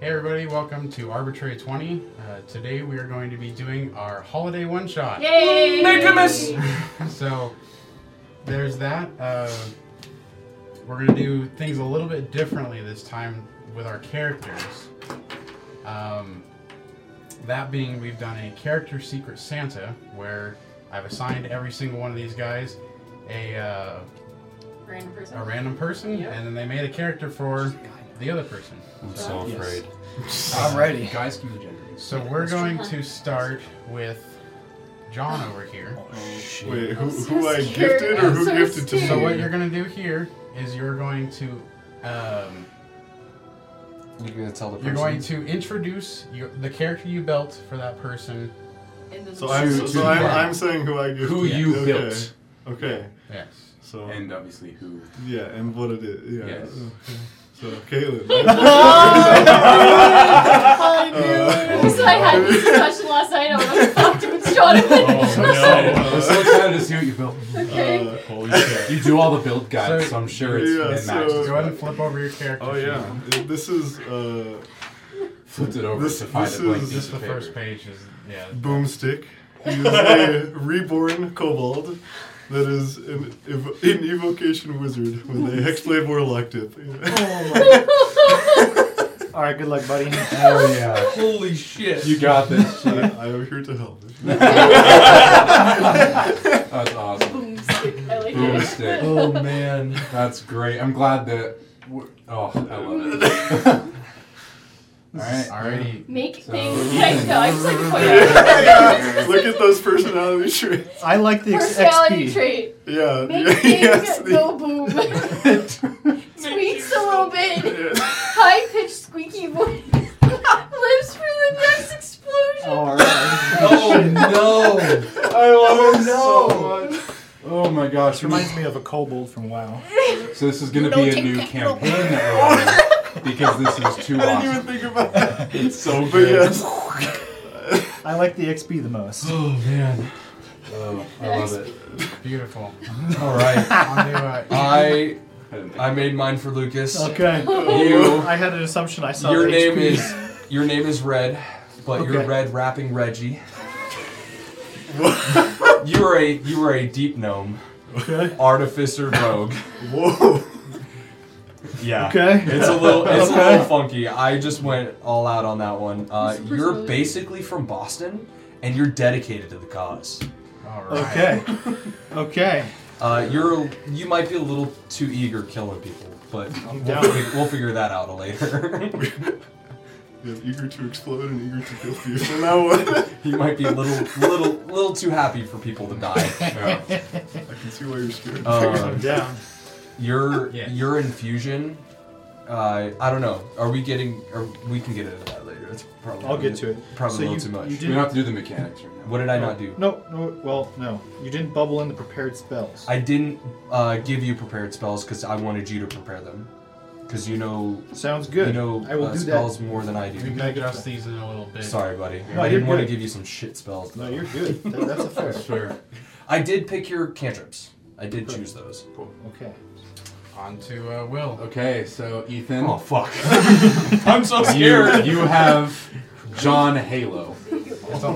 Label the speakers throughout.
Speaker 1: Hey everybody, welcome to Arbitrary 20. Uh, today we are going to be doing our holiday one shot.
Speaker 2: Yay!
Speaker 3: Nicomus!
Speaker 1: so there's that. Uh, we're gonna do things a little bit differently this time with our characters. Um, that being, we've done a character secret Santa where I've assigned every single one of these guys a uh,
Speaker 2: Random person.
Speaker 1: a random person,
Speaker 2: Yep.
Speaker 1: and then they made a character for the other person.
Speaker 4: I'm
Speaker 2: so
Speaker 4: so
Speaker 3: Yes.
Speaker 4: afraid.
Speaker 3: afraid.
Speaker 4: I'm ready.
Speaker 3: Guys can be genders.
Speaker 1: So we're going to start with John over here.
Speaker 5: Wait, who,
Speaker 2: I'm so
Speaker 5: who I
Speaker 2: scared.
Speaker 5: gifted or
Speaker 2: I'm
Speaker 5: who
Speaker 2: so
Speaker 5: gifted to me?
Speaker 1: So
Speaker 2: scared.
Speaker 1: what you're gonna do here is you're going to um,
Speaker 4: You're gonna tell the person.
Speaker 1: you're going to introduce your, the character you built for that person.
Speaker 2: And then
Speaker 5: So I'm, so,
Speaker 4: To-
Speaker 5: so
Speaker 4: to
Speaker 5: I'm,
Speaker 4: them.
Speaker 5: I'm saying who I gifted.
Speaker 3: Who you
Speaker 5: okay.
Speaker 3: built.
Speaker 5: Okay,
Speaker 1: Yes.
Speaker 5: so
Speaker 3: And obviously who.
Speaker 5: yeah, and what it is. Yeah.
Speaker 3: Yes. Oh,
Speaker 5: Okay. So Caitlin. Uh,
Speaker 2: so I had this discussion last night. I was fucked with Jonathan.
Speaker 4: I'm so excited to see what you built.
Speaker 2: okay.
Speaker 5: Uh,
Speaker 3: Holy shit.
Speaker 4: You do all the build guides,
Speaker 1: So-
Speaker 4: so, I'm sure it's
Speaker 5: Yeah,
Speaker 4: it
Speaker 5: so-
Speaker 1: Go
Speaker 4: matches.
Speaker 1: ahead and flip over your character.
Speaker 5: oh
Speaker 1: sheet.
Speaker 5: yeah, Th- this is uh,
Speaker 4: Flipped it over
Speaker 5: This-
Speaker 4: to find
Speaker 5: this
Speaker 4: a blank
Speaker 5: is-
Speaker 4: piece
Speaker 1: Just
Speaker 4: of
Speaker 1: the
Speaker 4: paper.
Speaker 1: first page is yeah.
Speaker 5: Boomstick. He is a reborn kobold that is an, ev- an evocation wizard with a hexblade warlock tip. Oh.
Speaker 6: All right, good luck, buddy.
Speaker 4: Oh yeah,
Speaker 3: Holy shit.
Speaker 4: you got this.
Speaker 5: I,
Speaker 4: shit.
Speaker 5: I am here to help.
Speaker 4: That's awesome.
Speaker 2: Boomstick. I like it.
Speaker 4: Boomstick.
Speaker 3: Oh man.
Speaker 4: That's great. I'm glad that. we're- Oh, I love it. All right.
Speaker 1: Alrighty.
Speaker 2: Make
Speaker 4: So-
Speaker 2: things. Like, no, I just like to point out
Speaker 5: Look at those personality traits.
Speaker 6: I like the ex-
Speaker 2: personality
Speaker 6: XP.
Speaker 2: trait.
Speaker 5: Yeah.
Speaker 2: Make
Speaker 5: yeah,
Speaker 2: things
Speaker 5: yes, the-
Speaker 2: go boom. Tweaks a little bit.
Speaker 5: yeah.
Speaker 2: High pitched squeaky voice. Lives for the next explosion.
Speaker 6: Oh, all right.
Speaker 4: Oh no! I love it
Speaker 5: So much.
Speaker 4: Oh my gosh!
Speaker 6: This reminds me of a kobold from WoW.
Speaker 4: So this is going to be a new campaign that we're running because this is too
Speaker 5: I didn't even
Speaker 4: awesome.
Speaker 5: think about that.
Speaker 4: It's so
Speaker 5: But yes.
Speaker 6: I like the XP the most.
Speaker 1: Oh man.
Speaker 4: Oh, I love it.
Speaker 1: Beautiful.
Speaker 3: All right.
Speaker 1: On to, uh,
Speaker 3: I
Speaker 4: I
Speaker 3: I made mine for Lucas.
Speaker 6: Okay. Oh.
Speaker 3: You.
Speaker 6: I had an assumption I saw
Speaker 3: Your
Speaker 6: the
Speaker 3: name
Speaker 6: XP.
Speaker 3: is your name is Red, but you're
Speaker 6: Okay.
Speaker 3: Red rapping Reggie. you are a you are a deep gnome,
Speaker 6: Okay.
Speaker 3: artificer rogue.
Speaker 5: Whoa.
Speaker 3: Yeah.
Speaker 6: Okay.
Speaker 3: It's a little it's a
Speaker 6: Okay.
Speaker 3: little funky. I just went all out on that one. Uh,
Speaker 2: Super
Speaker 3: you're
Speaker 2: smooth.
Speaker 3: basically from Boston, and you're dedicated to the cause.
Speaker 1: Alright.
Speaker 6: Okay. Okay.
Speaker 3: Uh, you're you might be a little too eager killing people, but
Speaker 6: I'm down.
Speaker 3: we'll, fig- we'll figure that out later.
Speaker 5: Yeah, eager to explode and eager to kill people. Now what?
Speaker 3: you might be a little little little too happy for people to die.
Speaker 4: Yeah.
Speaker 5: I can see why you're scared.
Speaker 3: Uh,
Speaker 6: I'm down.
Speaker 3: your
Speaker 1: Yeah.
Speaker 3: your infusion. Uh, I don't know. Are we getting? Or we can get into that later. It's probably
Speaker 6: I'll get to it.
Speaker 3: Probably
Speaker 6: So
Speaker 3: a little
Speaker 6: you-
Speaker 3: too much.
Speaker 6: you
Speaker 4: We don't have to do the mechanics right now.
Speaker 3: What did I not do?
Speaker 6: No, no. Well, no. You didn't bubble in the prepared spells.
Speaker 3: I didn't uh, give you prepared spells because I wanted you to prepare them. Because you know,
Speaker 6: Sounds good.
Speaker 3: you know
Speaker 6: I will
Speaker 3: uh,
Speaker 6: do
Speaker 3: spells more than I
Speaker 1: We
Speaker 3: do.
Speaker 1: can adjust these in a little bit.
Speaker 3: Sorry, buddy.
Speaker 6: No,
Speaker 3: I
Speaker 6: you're
Speaker 3: didn't want to
Speaker 6: good.
Speaker 3: give you some shit spells.
Speaker 6: that. No,
Speaker 3: though.
Speaker 6: you're good. That- that's a fair.
Speaker 1: Sure.
Speaker 3: I did pick your cantrips. I did choose those.
Speaker 6: Okay.
Speaker 1: On to uh, Will.
Speaker 4: Okay, so Ethan,
Speaker 3: Oh fuck! I'm so
Speaker 4: you, you have John Halo,
Speaker 1: It's all-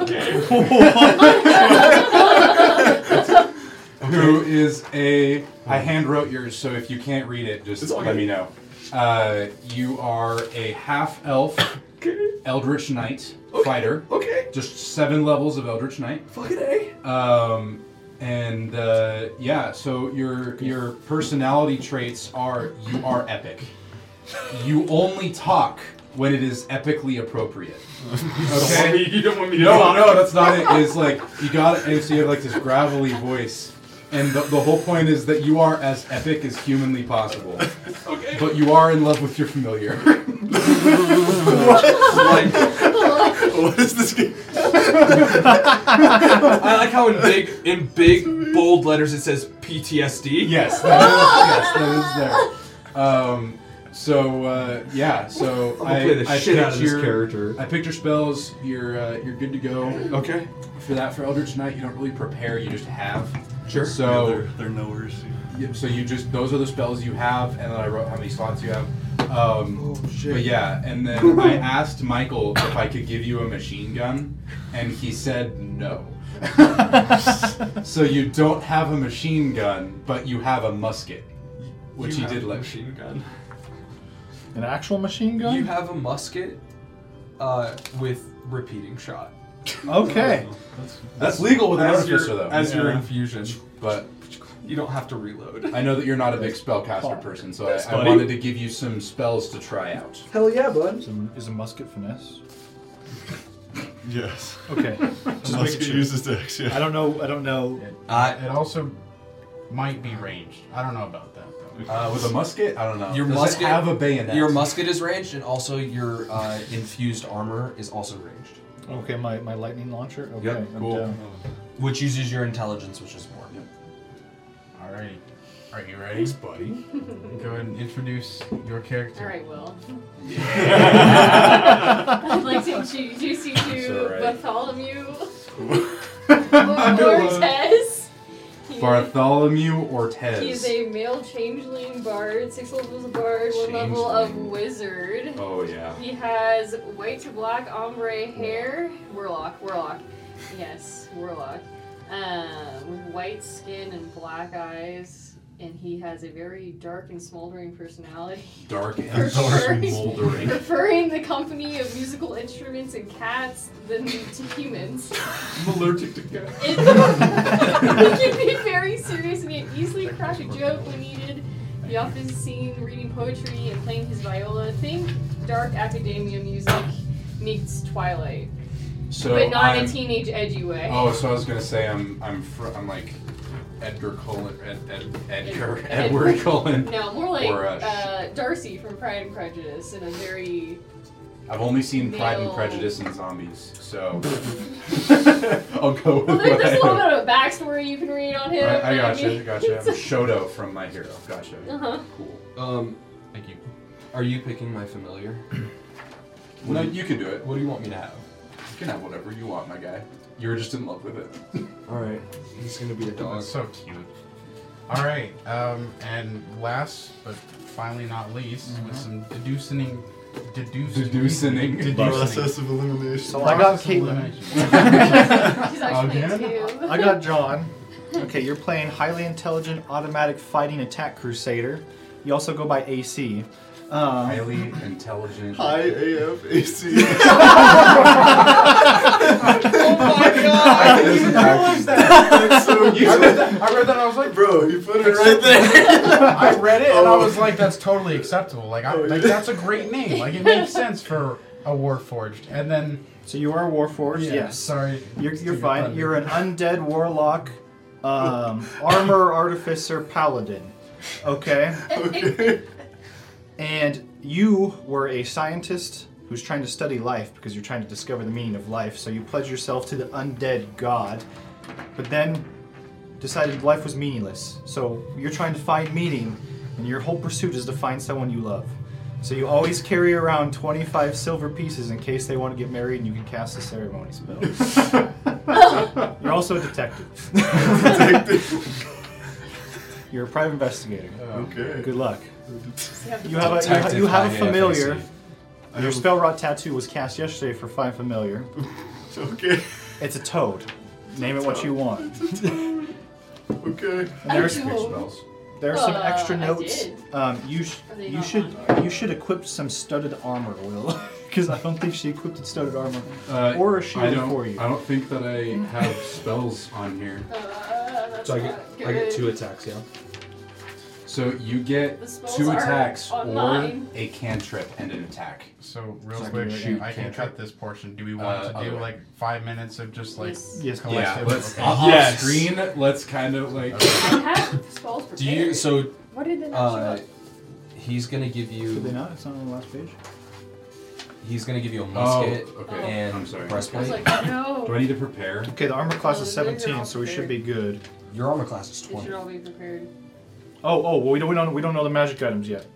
Speaker 4: who is a. I hand wrote yours, so if you can't read it, just
Speaker 5: It's all
Speaker 4: let
Speaker 5: good.
Speaker 4: me know. Uh, you are a half elf, Eldritch Knight fighter.
Speaker 3: okay.
Speaker 4: Just seven levels of Eldritch Knight.
Speaker 3: Fucking a.
Speaker 4: Um, and uh, yeah, so your your personality traits are you are epic. You only talk when it is epically appropriate. Okay.
Speaker 5: You don't want me
Speaker 4: No, no, that's not it. It's like you got it. And so you have like this gravelly voice, and the, the whole point is that you are as epic as humanly possible. Okay. But you are in love with your familiar.
Speaker 3: Like,
Speaker 5: What is this game?
Speaker 3: I like how in big in big bold letters it says PTSD.
Speaker 4: Yes, that is, yes, that is there. Um, so uh, yeah, so
Speaker 3: I'm
Speaker 4: I,
Speaker 3: gonna play the
Speaker 4: I
Speaker 3: shit
Speaker 4: picked
Speaker 3: out of this
Speaker 4: your-
Speaker 3: character.
Speaker 4: I picked your spells. You're uh, you're good to go
Speaker 3: Okay.
Speaker 4: for that. For Eldritch Knight, you don't really prepare. You just have.
Speaker 3: Sure.
Speaker 4: So
Speaker 5: they're nowhere.
Speaker 4: yep, so you just those are the spells you have, and then I wrote how many slots you have. Um,
Speaker 3: Oh.
Speaker 4: But yeah, and then I asked Michael if I could give you a machine gun, and he said no. so you don't have a machine gun, but you have a musket, which
Speaker 7: you
Speaker 4: he did
Speaker 7: have a
Speaker 4: let
Speaker 7: machine gun.
Speaker 6: An actual machine gun?
Speaker 7: You have a musket uh, with repeating shot.
Speaker 6: okay.
Speaker 4: That's legal with an
Speaker 7: as your,
Speaker 4: Oh, artificer, though.
Speaker 7: As your
Speaker 6: Yeah.
Speaker 7: infusion,
Speaker 4: but
Speaker 7: you don't have to reload.
Speaker 4: I know that you're not a big spellcaster
Speaker 6: Fuck.
Speaker 4: person, so I, I
Speaker 7: funny.
Speaker 4: wanted to give you some spells to try out.
Speaker 7: Hell yeah, bud.
Speaker 6: Is a, is a musket finesse?
Speaker 5: Yes.
Speaker 6: Okay. Just
Speaker 5: Unless
Speaker 6: making
Speaker 5: you
Speaker 6: sure.
Speaker 5: use this dex,
Speaker 6: I
Speaker 5: yeah.
Speaker 6: don't know. I don't know.
Speaker 7: Uh,
Speaker 1: It also might be ranged. I don't know about that though.
Speaker 4: Uh, with a musket, I don't know.
Speaker 7: Your
Speaker 4: Does it
Speaker 7: musket-
Speaker 4: have a bayonet.
Speaker 7: your musket is ranged, and also your uh, infused armor is also ranged,
Speaker 6: Okay, my, my lightning launcher. Okay,
Speaker 7: Yep,
Speaker 6: I'm
Speaker 4: cool.
Speaker 6: down.
Speaker 7: which uses your intelligence, which is more.
Speaker 1: Alrighty. Are you ready?
Speaker 5: Thanks, buddy.
Speaker 1: Go ahead and introduce your character.
Speaker 2: All right, Will. I'd like to introduce you to
Speaker 4: alright.
Speaker 2: Bartholomew Cortez. He-
Speaker 4: Bartholomew Ortez.
Speaker 2: He's a male changeling bard, six levels of bard, one level of
Speaker 4: Changeling.
Speaker 2: wizard.
Speaker 4: oh yeah.
Speaker 2: He has white to black ombre hair. Warlock, warlock. Yes, warlock. Um, with white skin and black eyes. And he has a very dark and smoldering personality.
Speaker 4: Dark and dark
Speaker 2: Preferring-
Speaker 4: and moldering.
Speaker 2: Preferring the company of musical instruments and cats than to humans.
Speaker 7: I'm allergic to gas.
Speaker 2: It, he can be very serious and can easily crack a joke when needed. He often is seen reading poetry and playing his viola. Think dark academia music meets Twilight,
Speaker 4: So
Speaker 2: but not
Speaker 4: I'm-
Speaker 2: in a teenage edgy way.
Speaker 4: Oh, so I was gonna say I'm I'm fr- I'm like Edgar Cullen, Ed, Ed, Edgar,
Speaker 2: Ed-
Speaker 4: Edward
Speaker 2: Edward.
Speaker 4: Cullen.
Speaker 2: No, more like
Speaker 4: Or, uh,
Speaker 2: uh, Darcy from Pride and Prejudice in a very
Speaker 4: I've only seen Pride and
Speaker 2: Male.
Speaker 4: Prejudice and zombies, so I'll go
Speaker 2: well.
Speaker 4: with
Speaker 2: There,
Speaker 4: what
Speaker 2: there's a
Speaker 4: I
Speaker 2: little
Speaker 4: know.
Speaker 2: bit of a backstory you can read on him.
Speaker 4: I, I
Speaker 2: but
Speaker 4: gotcha,
Speaker 2: mean,
Speaker 4: gotcha. I'm
Speaker 2: it's-
Speaker 4: Shoto from My Hero. Gotcha.
Speaker 2: uh-huh.
Speaker 4: Cool.
Speaker 7: Um,
Speaker 1: Thank you.
Speaker 7: are you picking my familiar?
Speaker 4: No, you can do it.
Speaker 7: What do you want me to have?
Speaker 4: You can have whatever you want, my guy. You were just in love with it.
Speaker 7: All right, he's gonna be a dog.
Speaker 1: That's so cute. All right, um, and last but finally not least, with some deducing, deducing,
Speaker 4: Deducining.
Speaker 1: deducing.
Speaker 5: Process of elimination.
Speaker 6: So I got
Speaker 1: Process
Speaker 6: Caitlin.
Speaker 1: elimination.
Speaker 2: She's actually
Speaker 1: Again?
Speaker 2: two.
Speaker 6: I got John. Okay, you're playing highly intelligent automatic fighting attack crusader. You also go by AC. Um,
Speaker 4: Highly intelligent.
Speaker 5: High AF AC.
Speaker 7: Oh my god! I didn't even realize that.
Speaker 5: That's so
Speaker 4: I read that. I read that. I was like,
Speaker 5: Bro, you put it right there.
Speaker 1: I read it and I
Speaker 5: Oh.
Speaker 1: was like, that's totally acceptable. Like, I,
Speaker 5: Oh,
Speaker 1: like
Speaker 5: yeah.
Speaker 1: that's a great name. Like, it makes sense for a Warforged. And then,
Speaker 6: so you are a warforged.
Speaker 1: yeah,
Speaker 6: yes.
Speaker 1: sorry,
Speaker 6: You're, you're
Speaker 1: Stupid
Speaker 6: fine.
Speaker 1: thunder.
Speaker 6: You're an undead warlock, um, armor artificer paladin. Okay? And you were a scientist who's trying to study life because you're trying to discover the meaning of life, so you pledged yourself to the undead god, but then decided life was meaningless. So you're trying to find meaning, and your whole pursuit is to find someone you love. So you always carry around 25 silver pieces in case they want to get married and you can cast the ceremony spell. You're also a detective. You're a private investigator.
Speaker 5: okay.
Speaker 6: Good luck.
Speaker 2: She's
Speaker 6: Uh, You have a, you have, you have a
Speaker 7: Detective
Speaker 6: familiar.
Speaker 7: IAFAC.
Speaker 6: Your spell rot tattoo was cast yesterday for find familiar.
Speaker 5: Okay.
Speaker 6: It's a toad. Name it what you want.
Speaker 5: Okay.
Speaker 6: And there's
Speaker 2: I do.
Speaker 4: spells.
Speaker 6: there are some
Speaker 2: Uh,
Speaker 6: extra
Speaker 2: I
Speaker 6: notes.
Speaker 2: did.
Speaker 6: Um, you sh-
Speaker 2: Are they
Speaker 6: you
Speaker 2: not
Speaker 6: should
Speaker 2: on there?
Speaker 6: you should equip some studded armor, Will, because I don't think she equipped studded armor
Speaker 4: Uh,
Speaker 6: or a
Speaker 4: I
Speaker 6: shield
Speaker 4: don't.
Speaker 6: for you.
Speaker 4: I don't think that I have spells on here.
Speaker 2: Uh, that's
Speaker 7: So I
Speaker 2: not
Speaker 7: get, I get
Speaker 2: good.
Speaker 7: two attacks, yeah.
Speaker 4: So you get
Speaker 2: The spells
Speaker 4: two
Speaker 2: are
Speaker 4: attacks or
Speaker 2: online.
Speaker 4: a cantrip and an attack.
Speaker 1: So real
Speaker 6: Second
Speaker 1: quick,
Speaker 6: shoot,
Speaker 1: I can
Speaker 6: can't
Speaker 1: cut this portion. Do we want
Speaker 4: Uh,
Speaker 1: to do
Speaker 4: other way.
Speaker 1: like five minutes of just like
Speaker 2: Yes.
Speaker 6: Yes,
Speaker 1: Yeah,
Speaker 6: collective.
Speaker 1: let's-
Speaker 6: Oh, Okay.
Speaker 4: off
Speaker 7: Yes.
Speaker 4: screen. Let's kind of like
Speaker 2: I have spells prepared.
Speaker 7: Do you? So
Speaker 2: What did the next
Speaker 7: uh,
Speaker 2: one?
Speaker 7: he's gonna give
Speaker 6: Did they
Speaker 7: you.
Speaker 6: not? It's not on the last page.
Speaker 7: He's gonna give you a musket
Speaker 4: okay.
Speaker 7: and
Speaker 4: I'm sorry.
Speaker 2: I was
Speaker 7: breastplate.
Speaker 2: like, no.
Speaker 4: do I need to prepare?
Speaker 6: Okay, the armor class
Speaker 2: Oh,
Speaker 6: is
Speaker 2: they're all
Speaker 6: 17, so we should be good.
Speaker 7: Your armor class is
Speaker 2: They
Speaker 7: twenty.
Speaker 2: should all be prepared.
Speaker 6: Oh, oh, well we don't we don't we don't know the magic items yet.